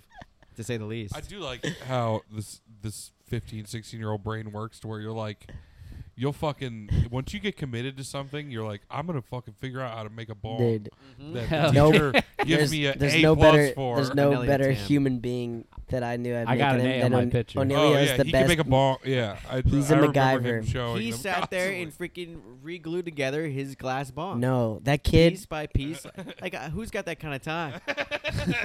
Speaker 4: to say the least.
Speaker 2: I do like how this this 15, 16 year old brain works to where you're like, you'll fucking once you get committed to something, you're like, I'm gonna fucking figure out how to make a ball
Speaker 3: Dude,
Speaker 2: that
Speaker 5: Hell
Speaker 2: the
Speaker 3: yeah.
Speaker 2: teacher gives
Speaker 3: there's,
Speaker 2: me an
Speaker 3: there's
Speaker 2: A
Speaker 3: no
Speaker 2: plus
Speaker 3: better
Speaker 2: for.
Speaker 3: there's
Speaker 4: An
Speaker 3: no
Speaker 4: Elliot
Speaker 3: better
Speaker 4: Tam.
Speaker 3: human being that I knew I'd
Speaker 5: I got
Speaker 3: make
Speaker 5: an
Speaker 3: him
Speaker 5: A
Speaker 3: than
Speaker 5: on my
Speaker 3: O'Ne-
Speaker 5: picture.
Speaker 3: O'Neillio
Speaker 2: oh
Speaker 3: is
Speaker 2: yeah,
Speaker 3: the
Speaker 2: he
Speaker 3: best.
Speaker 2: can make a ball. Yeah, I,
Speaker 3: He's
Speaker 2: I
Speaker 3: a
Speaker 2: remember him
Speaker 3: MacGyver.
Speaker 2: showing
Speaker 4: He
Speaker 2: them
Speaker 4: sat there
Speaker 2: constantly.
Speaker 4: and freaking re-glued together his glass bomb.
Speaker 3: no, that
Speaker 4: Piece
Speaker 3: kid.
Speaker 4: by piece, like uh, who's got that kind of time?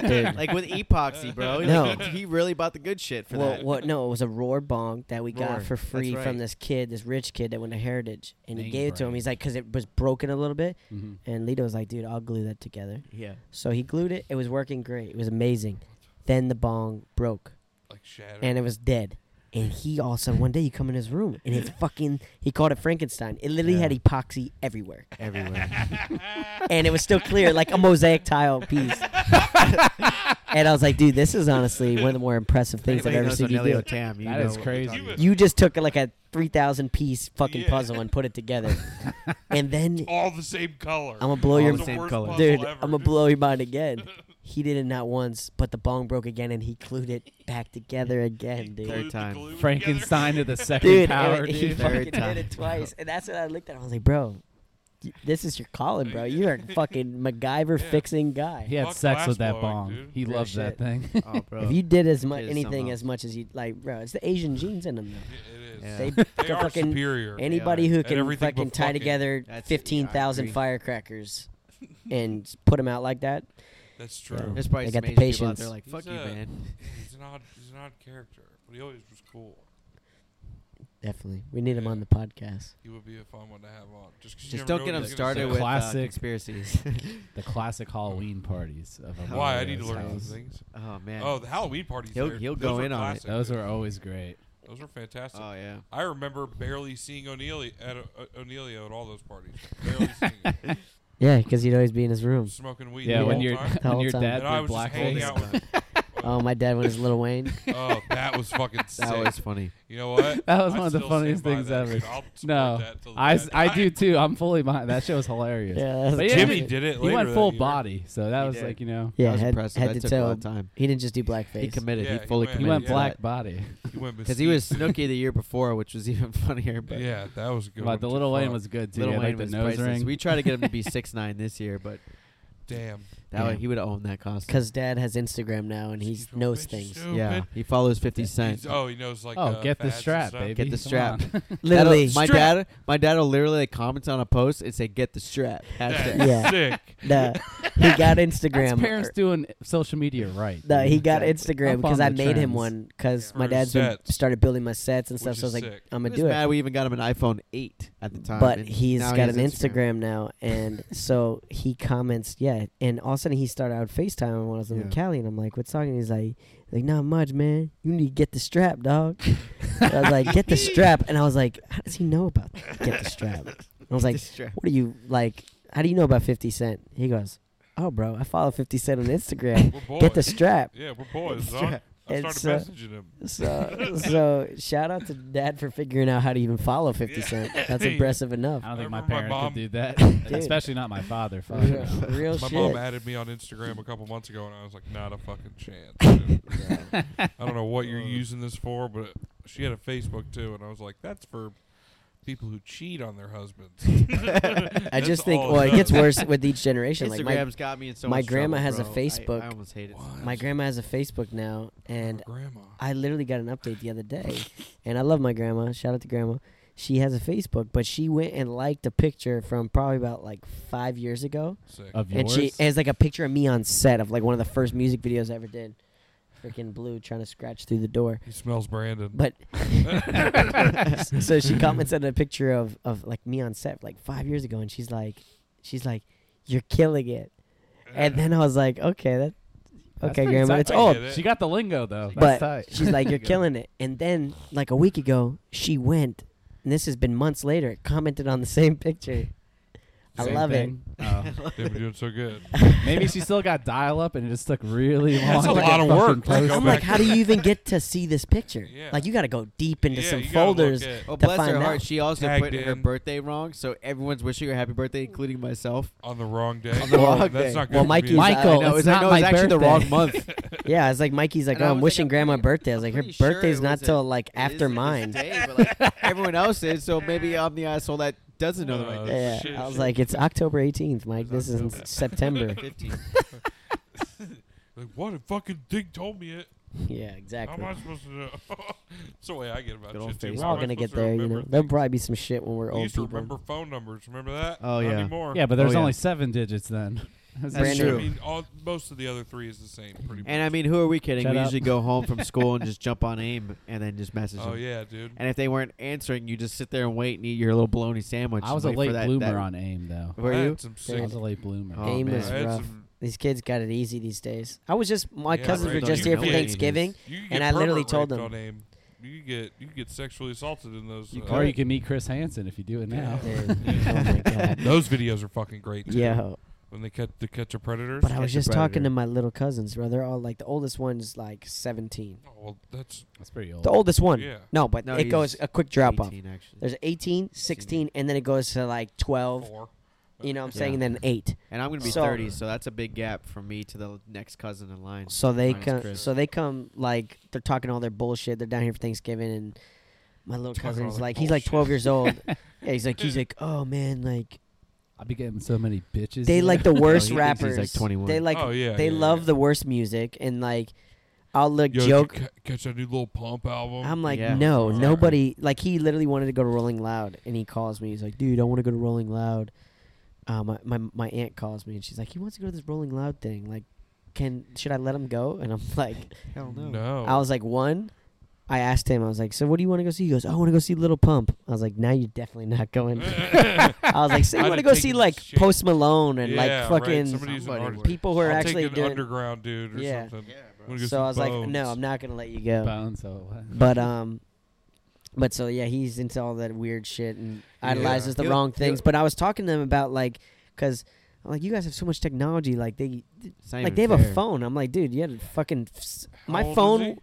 Speaker 3: Dude.
Speaker 4: Like with epoxy, bro. Like,
Speaker 3: No.
Speaker 4: he, he really bought the good shit for
Speaker 3: Well,
Speaker 4: that.
Speaker 3: what? No, it was a roar bong that we
Speaker 4: Roar,
Speaker 3: got for
Speaker 4: that's
Speaker 3: free
Speaker 4: right.
Speaker 3: from this kid, this rich kid that went to Heritage, and he
Speaker 5: Bang
Speaker 3: gave it to him.
Speaker 5: bang.
Speaker 3: He's like, because it was broken a little bit,
Speaker 5: Mhm.
Speaker 3: and Lito was like, dude, I'll glue that together.
Speaker 4: Yeah.
Speaker 3: So he glued it. It was working great. It was amazing. Then the bong broke,
Speaker 2: like shattered.
Speaker 3: and it was dead. And he also one day you come in his room, and it's fucking. He called it Frankenstein. It literally
Speaker 5: Yeah.
Speaker 3: had epoxy everywhere,
Speaker 4: Everywhere.
Speaker 3: and it was still clear, like a mosaic tile piece. and I was like, dude, this is honestly one of the more impressive things I've
Speaker 4: Anybody
Speaker 3: ever
Speaker 4: knows
Speaker 3: seen you
Speaker 4: Onelio
Speaker 3: do.
Speaker 4: Tam, you
Speaker 5: That
Speaker 4: know
Speaker 5: is
Speaker 4: what we're
Speaker 5: crazy.
Speaker 4: talking about.
Speaker 3: You just took like a 3,000 piece fucking
Speaker 2: Yeah.
Speaker 3: puzzle and put it together. and then
Speaker 2: all the same color.
Speaker 3: I'm going to blow
Speaker 4: All
Speaker 3: your
Speaker 4: the
Speaker 2: It's the
Speaker 4: same
Speaker 2: worst
Speaker 4: color.
Speaker 2: puzzle
Speaker 3: dude,
Speaker 2: ever,
Speaker 3: I'm going to
Speaker 2: dude.
Speaker 3: blow your mind again. He did it not once, but the bong broke again and he glued it back together again,
Speaker 2: Glued
Speaker 4: Third
Speaker 3: dude.
Speaker 2: the
Speaker 4: time.
Speaker 2: glue together.
Speaker 5: Frankenstein to the second
Speaker 3: Dude,
Speaker 5: power,
Speaker 3: he
Speaker 5: dude.
Speaker 4: Third
Speaker 3: fucking
Speaker 4: time.
Speaker 3: did it twice. And that's what I looked at. I was like, bro, y- this is your calling, bro. You are a fucking MacGyver
Speaker 2: Yeah.
Speaker 3: fixing guy.
Speaker 5: He had
Speaker 2: Fuck
Speaker 5: sex
Speaker 2: glass
Speaker 5: with that
Speaker 2: blowing,
Speaker 5: bomb.
Speaker 2: dude.
Speaker 5: He
Speaker 3: Real
Speaker 5: loves that
Speaker 3: shit.
Speaker 5: thing.
Speaker 4: Oh, bro.
Speaker 3: If you did as much
Speaker 4: It is
Speaker 3: anything
Speaker 4: somehow.
Speaker 3: as much as you like, bro, it's the Asian genes in them. though.
Speaker 2: It is.
Speaker 4: Yeah.
Speaker 3: They,
Speaker 2: They
Speaker 3: they're
Speaker 2: are
Speaker 3: fucking
Speaker 2: superior.
Speaker 3: Anybody
Speaker 2: And
Speaker 3: who can
Speaker 2: everything but
Speaker 3: fucking tie
Speaker 2: fucking.
Speaker 3: together
Speaker 4: That's- yeah, I
Speaker 3: 15,000
Speaker 4: agree.
Speaker 3: firecrackers and s- put them out like that.
Speaker 2: That's true.
Speaker 4: There's probably
Speaker 3: They
Speaker 4: some
Speaker 3: got the
Speaker 4: Asian people out
Speaker 3: patience.
Speaker 4: there like,
Speaker 2: He's
Speaker 4: fuck you,
Speaker 2: a-
Speaker 4: man.
Speaker 2: He's an odd. He's an odd character, but he always was cool.
Speaker 3: Definitely. We need them on the podcast.
Speaker 2: He would be a fun one to have on. Just, 'cause you
Speaker 4: Just
Speaker 2: never
Speaker 4: don't get
Speaker 2: know
Speaker 4: him
Speaker 2: what he's
Speaker 5: say.
Speaker 2: gonna
Speaker 4: started with uh,
Speaker 5: Classic.
Speaker 4: conspiracies.
Speaker 5: the classic Halloween parties. Of
Speaker 2: say. Why? I
Speaker 5: Amelia's
Speaker 2: need to learn
Speaker 5: house.
Speaker 2: those things.
Speaker 4: oh, man.
Speaker 2: Oh, the Halloween parties.
Speaker 4: He'll-
Speaker 2: there,
Speaker 4: he'll
Speaker 2: those
Speaker 4: go
Speaker 2: were
Speaker 4: in on it.
Speaker 2: classic,
Speaker 5: Those
Speaker 2: dude.
Speaker 5: are always great.
Speaker 2: Those were fantastic.
Speaker 4: Oh, yeah.
Speaker 2: I remember barely seeing O'Neill at uh, O'Neillio at all those parties. Barely seeing him.
Speaker 3: Yeah, because he'd always be in his room.
Speaker 2: smoking weed.
Speaker 5: Yeah,
Speaker 2: the
Speaker 5: when
Speaker 2: whole
Speaker 5: your
Speaker 2: time.
Speaker 3: The
Speaker 5: when
Speaker 3: whole
Speaker 5: your
Speaker 3: time.
Speaker 5: dad
Speaker 2: and I
Speaker 5: did
Speaker 2: was just
Speaker 5: black
Speaker 2: hanging
Speaker 5: holes.
Speaker 2: out with.
Speaker 3: Oh, my dad was Lil Wayne.
Speaker 2: Oh, that was fucking sick.
Speaker 4: That was funny.
Speaker 2: you know what?
Speaker 5: That was
Speaker 2: I
Speaker 5: one of the
Speaker 2: still stand
Speaker 5: funniest
Speaker 2: by
Speaker 5: things
Speaker 2: that,
Speaker 5: ever.
Speaker 2: dude. I'll support
Speaker 5: No,
Speaker 2: that till the
Speaker 5: I,
Speaker 2: end.
Speaker 5: I do too. I'm fully behind. That shit was hilarious.
Speaker 3: Yeah, that was
Speaker 5: But yeah,
Speaker 2: Jimmy
Speaker 5: he-
Speaker 2: did it.
Speaker 5: He
Speaker 2: later
Speaker 5: went
Speaker 2: that
Speaker 5: full
Speaker 2: year.
Speaker 5: body, so that
Speaker 4: He
Speaker 5: was
Speaker 4: did.
Speaker 5: like you know
Speaker 3: Yeah,
Speaker 4: that was
Speaker 3: head,
Speaker 4: impressive.
Speaker 3: head
Speaker 4: that
Speaker 3: to
Speaker 4: took a lot
Speaker 3: toe.
Speaker 4: of time.
Speaker 3: He didn't just do
Speaker 4: He
Speaker 3: blackface.
Speaker 4: committed.
Speaker 2: Yeah,
Speaker 4: he
Speaker 2: he
Speaker 4: fully
Speaker 2: went-
Speaker 5: he
Speaker 4: committed.
Speaker 5: went
Speaker 2: Yeah.
Speaker 5: black body.
Speaker 2: He went
Speaker 4: Because he was Snooki the year before, which was even funnier. But
Speaker 2: Yeah, that was a good. one
Speaker 5: But the
Speaker 2: too.
Speaker 5: little Wayne
Speaker 2: Fuck.
Speaker 5: was good too.
Speaker 4: Little
Speaker 5: he had,
Speaker 4: Wayne
Speaker 5: like, the
Speaker 4: was
Speaker 5: nose
Speaker 4: priceless.
Speaker 5: ring.
Speaker 4: We tried to get him to be six nine this year, but
Speaker 2: damn.
Speaker 4: that way
Speaker 3: Yeah.
Speaker 4: he would own that costume.
Speaker 3: Because dad has Instagram now and he
Speaker 2: He's going,
Speaker 3: knows
Speaker 2: "Bitch,
Speaker 3: things.
Speaker 2: stupid."
Speaker 4: yeah, he follows Fifty
Speaker 5: He's-
Speaker 4: Cent.
Speaker 2: He's- oh, he knows like.
Speaker 5: oh,
Speaker 2: uh,
Speaker 5: get the
Speaker 2: fads and
Speaker 5: strap,
Speaker 2: stuff.
Speaker 5: baby.
Speaker 4: Get the
Speaker 5: Come
Speaker 4: strap.
Speaker 5: on.
Speaker 4: That'll-
Speaker 3: Literally.
Speaker 4: my dad, my dad will literally like comment on a post and say, "Get the strap." Hashtag.
Speaker 2: That's
Speaker 3: Yeah.
Speaker 2: sick.
Speaker 3: Nah, he got Instagram.
Speaker 5: That's parents doing social media right.
Speaker 3: No, he got
Speaker 4: Exactly.
Speaker 3: Instagram
Speaker 5: Up
Speaker 3: because
Speaker 5: on
Speaker 3: I
Speaker 5: the
Speaker 3: made him
Speaker 5: trends.
Speaker 3: one because
Speaker 2: Yeah.
Speaker 3: my
Speaker 2: For his
Speaker 3: dad's been,
Speaker 2: sets.
Speaker 3: started building my sets and stuff.
Speaker 2: Which
Speaker 3: So I
Speaker 2: is
Speaker 3: was like,
Speaker 2: sick.
Speaker 3: I'm
Speaker 4: He
Speaker 3: gonna
Speaker 4: was
Speaker 3: do it.
Speaker 4: mad We even got him an iPhone eight at the time.
Speaker 3: but
Speaker 4: and
Speaker 3: he's
Speaker 4: now he
Speaker 3: got
Speaker 4: has
Speaker 3: an Instagram. now, and so he comments, yeah. And all of a sudden, he started out FaceTime when I was in
Speaker 4: Yeah.
Speaker 3: Cali, and I'm like, "What's talking?" He's like, "Like not much, man. You need to get the strap, dog." And I was like, "Get the strap," and I was like, "How does he know about get the strap?" And I was like,
Speaker 4: The strap.
Speaker 3: "What are you like? How do you know about Fifty Cent?" He goes, "Oh, bro, I follow Fifty Cent on Instagram.
Speaker 2: We're boys.
Speaker 3: get the strap."
Speaker 2: Yeah, we're boys. son. I
Speaker 3: It's,
Speaker 2: started
Speaker 3: uh,
Speaker 2: messaging him.
Speaker 3: So, so shout out to Dad for figuring out how to even follow Fifty
Speaker 2: Yeah.
Speaker 3: Cent. That's impressive enough.
Speaker 5: I don't think
Speaker 2: I
Speaker 5: my
Speaker 2: remember my
Speaker 5: parents
Speaker 2: mom-
Speaker 5: could do that, especially not my father. Fuck
Speaker 3: Real,
Speaker 5: no.
Speaker 3: real
Speaker 2: My
Speaker 3: shit.
Speaker 2: mom added me on Instagram a couple months ago, and I was like, not a fucking chance. dude. I don't know what
Speaker 5: Uh.
Speaker 2: you're using this for, but she had a Facebook too, and I was like, that's for people who cheat on their husbands.
Speaker 3: I
Speaker 2: I
Speaker 3: just think well, it gets worse with each generation.
Speaker 4: Instagram's
Speaker 3: Like my,
Speaker 4: got me in so
Speaker 3: my
Speaker 4: much
Speaker 3: grandma
Speaker 4: trouble,
Speaker 3: has a
Speaker 4: bro. I-
Speaker 3: Facebook.
Speaker 4: I, almost hate it.
Speaker 3: my grandma has a Facebook now,
Speaker 5: Oh.
Speaker 3: and
Speaker 2: grandma.
Speaker 3: I literally got an update the other day, and I love my grandma. Shout out to grandma. She has a Facebook, but she went and liked a picture from probably about like five years ago,
Speaker 2: Sick.
Speaker 5: Of
Speaker 3: and
Speaker 5: yours?
Speaker 3: she has like a picture of me on set of like one of the first music videos I ever did. Freaking blue trying to scratch through the door.
Speaker 2: he smells Brandon.
Speaker 3: But so she comments on a picture of, of like me on set like five years ago, and she's like, she's like, "You're killing it," and then I was like, "Okay, that,
Speaker 5: That's
Speaker 3: okay,
Speaker 5: pretty
Speaker 3: grandma,
Speaker 5: tight.
Speaker 3: it's
Speaker 2: I
Speaker 3: old."
Speaker 2: get it.
Speaker 5: She got the lingo though. That's
Speaker 3: But
Speaker 5: tight.
Speaker 3: she's like, "You're killing it," and then like a week ago, she went, and this has been months later, commented on the same picture. I
Speaker 5: Same
Speaker 3: love
Speaker 5: thing. Oh.
Speaker 2: They've been doing so good.
Speaker 5: Maybe she still got dial up and it just took really long.
Speaker 2: That's a
Speaker 5: to get
Speaker 2: lot of work.
Speaker 5: fucking
Speaker 2: Like,
Speaker 5: posted.
Speaker 3: Like,
Speaker 2: Go
Speaker 3: I'm like,
Speaker 2: back.
Speaker 3: how do you even get to see this picture?
Speaker 2: Yeah.
Speaker 3: Like, you got to go deep into
Speaker 2: Yeah,
Speaker 3: some
Speaker 2: you gotta look
Speaker 3: folders.
Speaker 2: at-
Speaker 4: Oh,
Speaker 3: to
Speaker 4: bless her
Speaker 3: find
Speaker 4: heart.
Speaker 3: out.
Speaker 4: She also put
Speaker 2: Tagged
Speaker 4: her
Speaker 2: in.
Speaker 4: birthday wrong, so everyone's wishing her happy birthday, including myself.
Speaker 2: on the wrong day.
Speaker 4: On the wrong
Speaker 2: That's
Speaker 4: day.
Speaker 2: not good.
Speaker 3: Well,
Speaker 2: for
Speaker 3: Mikey's
Speaker 2: me.
Speaker 3: Mike-
Speaker 5: Michael,
Speaker 4: I know,
Speaker 5: it's
Speaker 4: I
Speaker 5: not
Speaker 4: know,
Speaker 5: my
Speaker 4: it's actually the
Speaker 5: birthday.
Speaker 4: wrong month.
Speaker 3: yeah, it's like Mikey's like,
Speaker 4: And
Speaker 3: oh,
Speaker 4: I
Speaker 3: I'm
Speaker 4: was like,
Speaker 3: wishing
Speaker 4: I'm
Speaker 3: grandma
Speaker 4: pretty-
Speaker 3: birthday. I was like, her
Speaker 4: pretty sure
Speaker 3: birthday's
Speaker 4: it
Speaker 3: not
Speaker 4: was a-
Speaker 3: till like
Speaker 4: It is
Speaker 3: after
Speaker 4: at this
Speaker 3: mine.
Speaker 4: day, but, like, everyone else is, so maybe I'm the asshole that doesn't know the right
Speaker 2: Uh,
Speaker 4: day.
Speaker 3: Yeah,
Speaker 2: Shit,
Speaker 3: I was
Speaker 2: shit.
Speaker 3: like, it's October 18th, Mike.
Speaker 4: It
Speaker 3: This
Speaker 4: was
Speaker 3: is in
Speaker 4: October.
Speaker 3: September.
Speaker 4: 15.
Speaker 2: Like, what a fucking dick told me it.
Speaker 3: yeah,
Speaker 2: How am
Speaker 3: exactly.
Speaker 2: I supposed to know? That's the way I get about
Speaker 4: Good old
Speaker 2: shit, too.
Speaker 4: Facebook.
Speaker 3: We're
Speaker 2: How
Speaker 3: all
Speaker 2: am I
Speaker 3: gonna get
Speaker 2: supposed to
Speaker 3: there, you know.
Speaker 2: remember
Speaker 3: There'll
Speaker 2: things?
Speaker 3: probably be some shit when we're
Speaker 2: We
Speaker 3: old
Speaker 2: used to
Speaker 3: people.
Speaker 2: remember phone numbers. Remember that?
Speaker 4: Oh,
Speaker 2: Not
Speaker 4: yeah.
Speaker 2: anymore.
Speaker 5: Yeah, but there's
Speaker 4: Oh, yeah.
Speaker 5: only seven digits then. That's
Speaker 4: That's
Speaker 2: I
Speaker 4: true.
Speaker 2: mean, all, most of the other three is the same, pretty much.
Speaker 4: And I mean, who are we kidding?
Speaker 5: Shut
Speaker 4: we
Speaker 5: up.
Speaker 4: usually go home from school and just jump on AIM and then just message
Speaker 2: oh
Speaker 4: them.
Speaker 2: yeah, dude.
Speaker 4: And if they weren't answering, you just sit there and wait and eat your little bologna sandwich.
Speaker 5: I
Speaker 4: and
Speaker 5: was a
Speaker 4: wait for
Speaker 5: late
Speaker 4: that-
Speaker 5: bloomer
Speaker 4: that-
Speaker 5: on AIM though.
Speaker 4: Were
Speaker 2: I
Speaker 4: you?
Speaker 2: Had some
Speaker 5: I
Speaker 2: sick,
Speaker 5: was a late bloomer.
Speaker 4: Oh,
Speaker 3: Aim
Speaker 4: man.
Speaker 2: I
Speaker 3: is
Speaker 2: had
Speaker 3: rough.
Speaker 2: some.
Speaker 3: These kids got it easy these days. I was just my
Speaker 2: yeah,
Speaker 3: cousins
Speaker 2: right.
Speaker 3: were
Speaker 4: Don't
Speaker 3: just
Speaker 4: even
Speaker 3: here
Speaker 4: know
Speaker 3: for
Speaker 4: what it is.
Speaker 3: Thanksgiving.
Speaker 2: You could get
Speaker 3: and I literally
Speaker 2: pervert
Speaker 3: told
Speaker 2: raped On
Speaker 3: them.
Speaker 2: AIM. You could get you could get sexually assaulted in those.
Speaker 4: You
Speaker 2: uh,
Speaker 5: Or you can meet Chris Hansen if you do it now.
Speaker 3: And- oh my god.
Speaker 2: those videos are fucking great. too,
Speaker 3: Yo,
Speaker 2: When they catch the catch a predators.
Speaker 3: but I was
Speaker 4: Catch a
Speaker 3: just talking to
Speaker 4: predator.
Speaker 3: my little cousins, bro. They're all like the oldest one's like 17.
Speaker 2: oh, well, that's
Speaker 5: That's pretty old.
Speaker 3: The oldest one.
Speaker 2: Oh, Yeah.
Speaker 3: No, but
Speaker 4: No,
Speaker 3: it
Speaker 4: he's
Speaker 3: goes a quick drop off.
Speaker 4: 18, actually.
Speaker 3: There's 18, 16, and then it goes to like 12.
Speaker 2: four.
Speaker 3: You know what I'm
Speaker 4: Yeah.
Speaker 3: saying? And then 8.
Speaker 4: And I'm gonna be
Speaker 3: So-
Speaker 4: 30, so that's a big gap from me to the next cousin in line.
Speaker 3: So they
Speaker 4: Mine's
Speaker 3: come.
Speaker 4: Chris.
Speaker 3: So they come like they're talking all their bullshit. They're down here for Thanksgiving, and my little
Speaker 2: Talking all
Speaker 3: cousin's
Speaker 2: their
Speaker 3: like, he's like
Speaker 2: bullshit.
Speaker 3: 12 years old. yeah, he's like, he's like, oh man, like
Speaker 5: I be getting so many bitches. Oh,
Speaker 3: they
Speaker 5: here.
Speaker 3: like the worst
Speaker 4: he thinks he's,
Speaker 3: rappers.
Speaker 4: like, 21.
Speaker 3: They like
Speaker 2: oh yeah.
Speaker 3: they
Speaker 2: yeah,
Speaker 3: love
Speaker 2: yeah.
Speaker 3: the worst music, and like I'll like
Speaker 2: Yo, did you
Speaker 3: joke.
Speaker 2: ca- catch that new little pump album.
Speaker 3: I'm like,
Speaker 4: Yeah.
Speaker 3: no,
Speaker 2: Yeah.
Speaker 3: nobody. Like, he literally wanted to go to Rolling Loud, and he calls me. He's like, dude, I want to go to Rolling Loud. Uh, my, my my aunt calls me, and she's like, he wants to go to this Rolling Loud thing. Like, can should I let him go? And I'm like,
Speaker 4: Hell no.
Speaker 2: no.
Speaker 3: I was like, one. I asked him. I was like, so what do you want to go see? He goes, I want to go see Little Pump. I was like, now you're definitely not going. I was like, so you
Speaker 2: I'd
Speaker 3: want to
Speaker 2: have
Speaker 3: go
Speaker 2: taken
Speaker 3: see like
Speaker 2: shit.
Speaker 3: Post Malone and
Speaker 2: Yeah,
Speaker 3: like
Speaker 2: right,
Speaker 3: fucking
Speaker 2: somebody who's an
Speaker 4: Somebody
Speaker 2: artist.
Speaker 4: would.
Speaker 3: people who are
Speaker 2: I'll
Speaker 3: actually
Speaker 2: take an
Speaker 3: doing.
Speaker 2: underground dude or
Speaker 3: Yeah.
Speaker 2: something.
Speaker 4: bro.
Speaker 2: Wanna go see
Speaker 3: so I was like,
Speaker 2: Bones.
Speaker 3: no, I'm not gonna let you go
Speaker 5: Bones, so
Speaker 3: but um but so yeah he's into all that weird shit and idolizes the
Speaker 4: You-
Speaker 3: wrong
Speaker 4: you-
Speaker 3: things but i was talking to him about like because I'm like you guys have so much technology like they
Speaker 4: It's not
Speaker 3: like
Speaker 4: even
Speaker 3: they have a
Speaker 4: fair.
Speaker 3: phone i'm like dude you had a fucking s-
Speaker 2: How
Speaker 3: my
Speaker 2: old is he?
Speaker 3: phone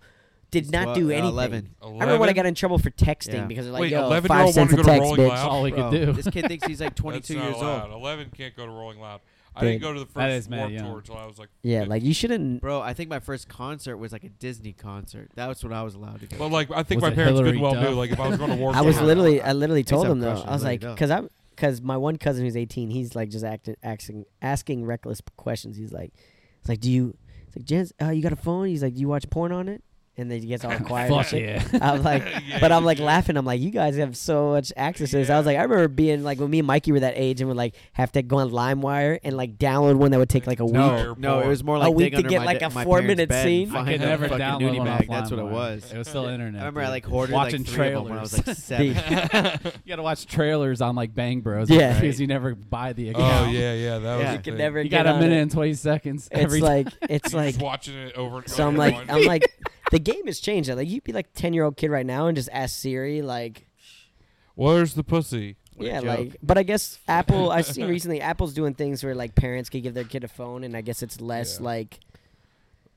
Speaker 3: did
Speaker 4: He's
Speaker 3: not
Speaker 4: twe-
Speaker 3: do
Speaker 4: uh,
Speaker 3: anything
Speaker 4: 11.
Speaker 3: i remember when i got in trouble for texting
Speaker 4: Yeah.
Speaker 3: because they're like
Speaker 2: Wait,
Speaker 3: yo
Speaker 2: 11
Speaker 3: five
Speaker 2: -year-old
Speaker 3: cents a
Speaker 2: wanted to go to
Speaker 3: text
Speaker 2: Rolling
Speaker 3: bitch
Speaker 5: that's
Speaker 2: Loud?
Speaker 5: all we could
Speaker 4: Bro,
Speaker 5: do.
Speaker 4: This kid thinks he's like 22
Speaker 2: That's not
Speaker 4: years
Speaker 2: allowed.
Speaker 4: old.
Speaker 2: Eleven can't go to Rolling Loud. I
Speaker 3: Dude.
Speaker 2: didn't go to the
Speaker 5: That
Speaker 2: first
Speaker 5: is mad
Speaker 2: Warped
Speaker 5: young.
Speaker 2: tour until I was like,
Speaker 3: yeah
Speaker 2: 50.
Speaker 3: like you shouldn't
Speaker 4: Bro, I think my first concert was like a Disney concert. That was what I was allowed to go.
Speaker 2: But
Speaker 4: to.
Speaker 2: like, I think
Speaker 5: Was
Speaker 2: my
Speaker 5: it
Speaker 2: parents
Speaker 5: Hillary
Speaker 2: good well
Speaker 5: Duff?
Speaker 2: knew. Like, if I was going to Warped
Speaker 3: i was
Speaker 2: Tour,
Speaker 3: literally i literally told
Speaker 4: Except
Speaker 3: him though
Speaker 4: crushing,
Speaker 3: i was
Speaker 4: really
Speaker 3: like
Speaker 4: does.
Speaker 3: because i'm because my one cousin who's 18 he's like just acting asking asking reckless questions he's like it's like do you it's like jens uh, you got a phone he's like do you watch porn on it and then he gets all quiet and
Speaker 5: Fuck
Speaker 3: shit.
Speaker 5: yeah.
Speaker 3: I'm like,
Speaker 2: Yeah,
Speaker 3: but I'm
Speaker 2: you
Speaker 3: like
Speaker 2: do.
Speaker 3: laughing. I'm like, you guys have so much access to this. I was
Speaker 2: Yeah.
Speaker 3: like, I remember being like when me and Mikey were that age and would like have to go on LimeWire and like download one that would take like a week.
Speaker 4: no, no, it was more like
Speaker 3: A week
Speaker 4: dig
Speaker 3: to
Speaker 4: under
Speaker 3: get,
Speaker 4: my
Speaker 3: like,
Speaker 4: da-
Speaker 3: a
Speaker 4: my
Speaker 3: four-minute
Speaker 4: parents' bed
Speaker 3: scene?
Speaker 5: I
Speaker 4: and Find
Speaker 5: could
Speaker 4: a
Speaker 5: never
Speaker 4: fucking
Speaker 5: download
Speaker 4: nudie
Speaker 5: one
Speaker 4: bag.
Speaker 5: offline
Speaker 4: That's what it
Speaker 5: more.
Speaker 4: was.
Speaker 5: It was still internet.
Speaker 4: I remember I
Speaker 5: dude.
Speaker 4: like hoarded
Speaker 5: watching
Speaker 4: like, three
Speaker 5: trailers.
Speaker 4: of them when I was like seven.
Speaker 5: you gotta watch trailers on like Bang Bros.
Speaker 3: Yeah.
Speaker 5: because you never buy the account.
Speaker 2: Oh yeah, yeah, that was.
Speaker 4: Yeah.
Speaker 2: the
Speaker 3: you can
Speaker 2: thing.
Speaker 3: never.
Speaker 5: You
Speaker 3: get
Speaker 5: got a
Speaker 3: on
Speaker 5: minute
Speaker 3: it.
Speaker 5: and twenty seconds.
Speaker 3: It's
Speaker 5: every
Speaker 3: like it's
Speaker 2: You're
Speaker 3: like
Speaker 2: just watching it over and over.
Speaker 3: so. I'm like
Speaker 2: and
Speaker 3: I'm like the game has changed. Like you'd be like ten year old kid right now and just ask Siri like
Speaker 2: where's the pussy?
Speaker 4: What a
Speaker 3: yeah,
Speaker 4: joke.
Speaker 3: like, but I guess Apple. I've seen recently Apple's doing things where like parents could give their kid a phone, and I guess it's less
Speaker 2: Yeah.
Speaker 3: like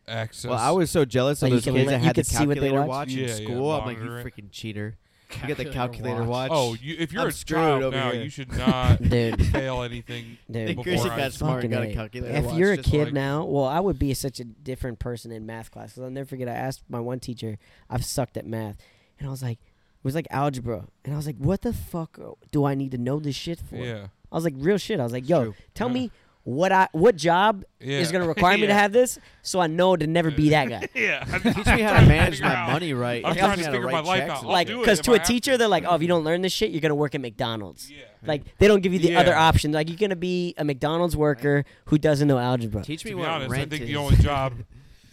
Speaker 2: Access.
Speaker 4: Well, I was so jealous of
Speaker 3: Like, you
Speaker 4: those
Speaker 3: can
Speaker 4: kids
Speaker 3: let-
Speaker 4: that
Speaker 3: you
Speaker 4: had the
Speaker 3: could see what they
Speaker 4: calculator
Speaker 3: watch?
Speaker 4: watch
Speaker 2: Yeah,
Speaker 4: in
Speaker 2: yeah,
Speaker 4: school. I'm like, you
Speaker 2: monitor it.
Speaker 4: freaking cheater. You got the calculator watch.
Speaker 2: Oh, you, if you're
Speaker 4: I'm
Speaker 2: a
Speaker 4: screwed
Speaker 2: child
Speaker 4: over
Speaker 2: now,
Speaker 4: here.
Speaker 2: you should not
Speaker 3: Dude.
Speaker 2: fail anything.
Speaker 3: dude.
Speaker 4: Think Grayson
Speaker 2: Before I
Speaker 4: got
Speaker 2: was
Speaker 4: smart and got
Speaker 3: fucking
Speaker 4: a
Speaker 3: A.
Speaker 4: calculator
Speaker 3: If
Speaker 4: watch,
Speaker 3: you're a
Speaker 4: just
Speaker 3: kid
Speaker 4: like-
Speaker 3: now, well, I would be such a different person in math class. 'Cause I'll never forget. I asked my one teacher. I've sucked at math, and I was like, it was like algebra, and I was like, what the fuck do I need to know this shit for?
Speaker 2: Yeah,
Speaker 3: I was like, real shit. I was like, yo,
Speaker 4: true.
Speaker 3: tell
Speaker 2: Yeah.
Speaker 3: me what I what job
Speaker 2: yeah.
Speaker 3: is gonna require me to
Speaker 2: Yeah.
Speaker 3: have this, so I know to never be that guy.
Speaker 2: Yeah. I'm
Speaker 4: Teach
Speaker 2: trying
Speaker 4: me how to manage
Speaker 2: figure
Speaker 4: my
Speaker 2: out-
Speaker 4: money right.
Speaker 2: I'm
Speaker 4: Teach
Speaker 2: trying to
Speaker 4: me how to
Speaker 2: figure my
Speaker 4: write
Speaker 2: life
Speaker 4: checks
Speaker 2: out.
Speaker 4: and
Speaker 2: I'll
Speaker 4: all
Speaker 3: like,
Speaker 2: do
Speaker 4: that.
Speaker 2: it
Speaker 3: because
Speaker 2: if
Speaker 3: to
Speaker 2: I
Speaker 3: a
Speaker 2: have to.
Speaker 3: teacher, they're like, oh, if you don't learn this shit, you're gonna work at McDonald's.
Speaker 2: Yeah.
Speaker 3: Like they don't give you the other
Speaker 2: Yeah.
Speaker 3: option. Like you're gonna be a McDonald's worker who doesn't know algebra,
Speaker 4: Teach me
Speaker 2: To be
Speaker 4: what
Speaker 2: honest, I
Speaker 4: rent
Speaker 2: think
Speaker 4: is.
Speaker 2: the only job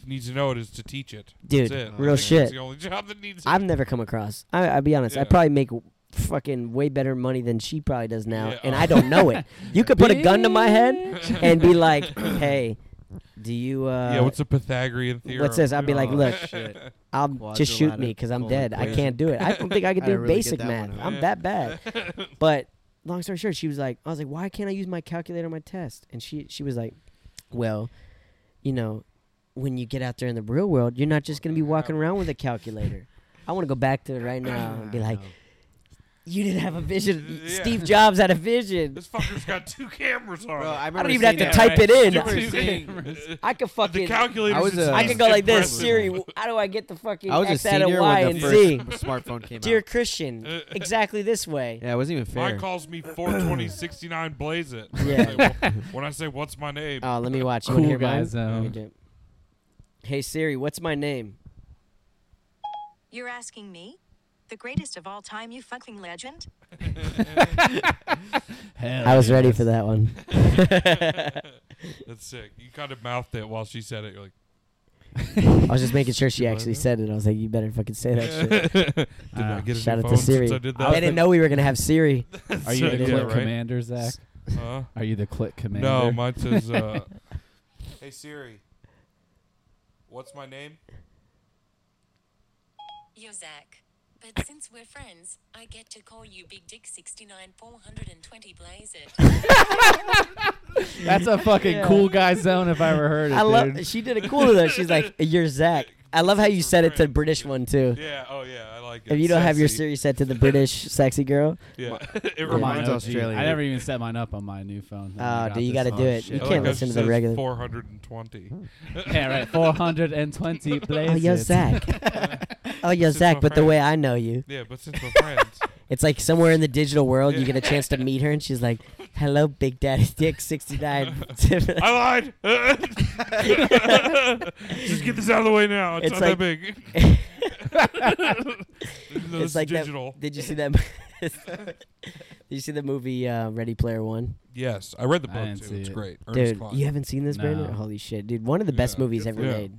Speaker 2: needs to know it is to teach it.
Speaker 3: dude.
Speaker 2: That's it. I
Speaker 3: Real
Speaker 2: think that's
Speaker 3: shit.
Speaker 2: the only job that needs.
Speaker 3: I've never come across. I, I'll be honest. I
Speaker 2: Yeah.
Speaker 3: probably make fucking way better money than she probably does now,
Speaker 2: Yeah.
Speaker 3: and I don't know it. You could put a gun to my head and be like, "Hey, do you? Uh,
Speaker 2: yeah, what's a Pythagorean theorem?
Speaker 3: what's this? I'd be like,
Speaker 2: Uh,
Speaker 3: look,
Speaker 4: Shit.
Speaker 3: I'll just shoot me
Speaker 4: Quadrilateral
Speaker 3: because I'm dead. I
Speaker 4: equation.
Speaker 3: can't do it. I don't think I could
Speaker 4: I
Speaker 3: do
Speaker 4: didn't really get
Speaker 3: basic
Speaker 4: that
Speaker 3: math.
Speaker 4: one, huh?
Speaker 3: I'm that bad. But long story short, she was like, I was like, why can't I use my calculator on my test? And she she was like, well, you know, when you get out there in the real world, you're not just gonna be walking around with a calculator. I want to go back to it right now and be like, You didn't have a vision.
Speaker 2: Yeah.
Speaker 3: Steve Jobs had a vision.
Speaker 2: This fucker's got two cameras on.
Speaker 4: Bro,
Speaker 2: it.
Speaker 4: I,
Speaker 3: I
Speaker 4: remember
Speaker 3: don't even have
Speaker 4: seeing
Speaker 3: to
Speaker 4: that.
Speaker 3: type it
Speaker 2: Two
Speaker 3: in.
Speaker 5: Right.
Speaker 2: cameras.
Speaker 3: I could
Speaker 2: The
Speaker 3: fucking.
Speaker 2: calculator.
Speaker 4: I was, uh,
Speaker 3: I
Speaker 4: is
Speaker 3: could go like this,
Speaker 2: impressive.
Speaker 3: Siri. How do I get the fucking
Speaker 4: I was a
Speaker 3: X out of
Speaker 4: senior
Speaker 3: Y
Speaker 4: when
Speaker 3: and
Speaker 4: the
Speaker 3: Z?
Speaker 4: first smartphone came
Speaker 3: Dear
Speaker 4: out.
Speaker 3: Christian, exactly this way.
Speaker 4: Yeah, it wasn't even
Speaker 2: Mine
Speaker 4: fair.
Speaker 2: calls me 42069 Blaze It. When, I
Speaker 3: Yeah.
Speaker 2: say, well, when I say, what's my name?
Speaker 3: Oh, let me watch. You
Speaker 5: Cool
Speaker 3: wanna hear
Speaker 5: guys,
Speaker 3: mine?
Speaker 5: um,
Speaker 3: Let me do it. Hey Siri, what's my name?
Speaker 6: You're asking me? The greatest of all time, you fucking legend?
Speaker 5: Hell
Speaker 2: Mm.
Speaker 3: I was
Speaker 5: yeah.
Speaker 3: ready for that one.
Speaker 2: That's sick. You kind of mouthed it while she said it. You're like,
Speaker 3: I was just making sure she actually said it. I was like, you better fucking say that shit.
Speaker 2: did
Speaker 5: Uh,
Speaker 2: I get a
Speaker 3: Shout
Speaker 2: new
Speaker 3: out
Speaker 2: phone
Speaker 3: to Siri.
Speaker 2: since I did that?
Speaker 3: I didn't know we were gonna have Siri.
Speaker 5: Are you the
Speaker 2: Yeah,
Speaker 5: click
Speaker 2: right.
Speaker 5: commander, Zach?
Speaker 2: Huh?
Speaker 5: Are you the click commander?
Speaker 2: No, mine says, uh, hey Siri, what's my name?
Speaker 7: Yo, Zach. But since we're friends, I get to call you Big Dick 69 420 Blaze it.
Speaker 5: That's a fucking
Speaker 3: Yeah.
Speaker 5: cool guy zone if I ever heard it,
Speaker 3: I
Speaker 5: dude.
Speaker 3: love. She did it cool though. She's like, "You're Zach." I love how you said it to the British one too.
Speaker 2: Yeah, oh yeah, I like it.
Speaker 3: If you don't have your
Speaker 2: Sexy.
Speaker 3: Siri set to the British sexy girl,
Speaker 2: yeah, it
Speaker 5: Come on,
Speaker 2: reminds
Speaker 4: Mine's
Speaker 5: OG.
Speaker 4: Australia.
Speaker 5: I never even set mine up on my new phone. when I
Speaker 3: Oh,
Speaker 5: got
Speaker 3: dude, you
Speaker 5: this.
Speaker 3: gotta
Speaker 5: Oh,
Speaker 3: do it.
Speaker 5: shit.
Speaker 3: You
Speaker 2: I like
Speaker 3: can't
Speaker 2: how
Speaker 3: listen
Speaker 2: she
Speaker 3: to the
Speaker 2: says
Speaker 3: regular-
Speaker 2: 420.
Speaker 5: Yeah, right. 420 plays.
Speaker 3: oh, yo,
Speaker 5: it.
Speaker 3: Zach. oh, yo,
Speaker 2: Since
Speaker 3: Zach.
Speaker 2: we're
Speaker 3: But the way
Speaker 2: friends.
Speaker 3: I know you,
Speaker 2: Yeah, but since we're friends,
Speaker 3: it's like somewhere in the digital world, you
Speaker 2: Yeah.
Speaker 3: get a chance to meet her, and she's like, "Hello, Big Daddy Dick 69."
Speaker 2: I lied. Just get this out of the way now. It's,
Speaker 3: It's
Speaker 2: not that
Speaker 3: like-
Speaker 2: big. Even though this
Speaker 3: it's
Speaker 2: is
Speaker 3: like that-
Speaker 2: digital.
Speaker 3: Did you see that? Did you see the movie uh, Ready Player One?
Speaker 2: Yes, I read the
Speaker 5: I
Speaker 2: book
Speaker 5: didn't
Speaker 2: too.
Speaker 5: see
Speaker 2: It's
Speaker 5: it.
Speaker 2: great. Ernest
Speaker 3: Dude,
Speaker 2: Cline.
Speaker 3: you haven't seen this, Brandon?
Speaker 5: No.
Speaker 3: Holy shit, dude! One of the best
Speaker 2: Yeah,
Speaker 3: movies
Speaker 2: good
Speaker 3: ever
Speaker 2: for you.
Speaker 3: made.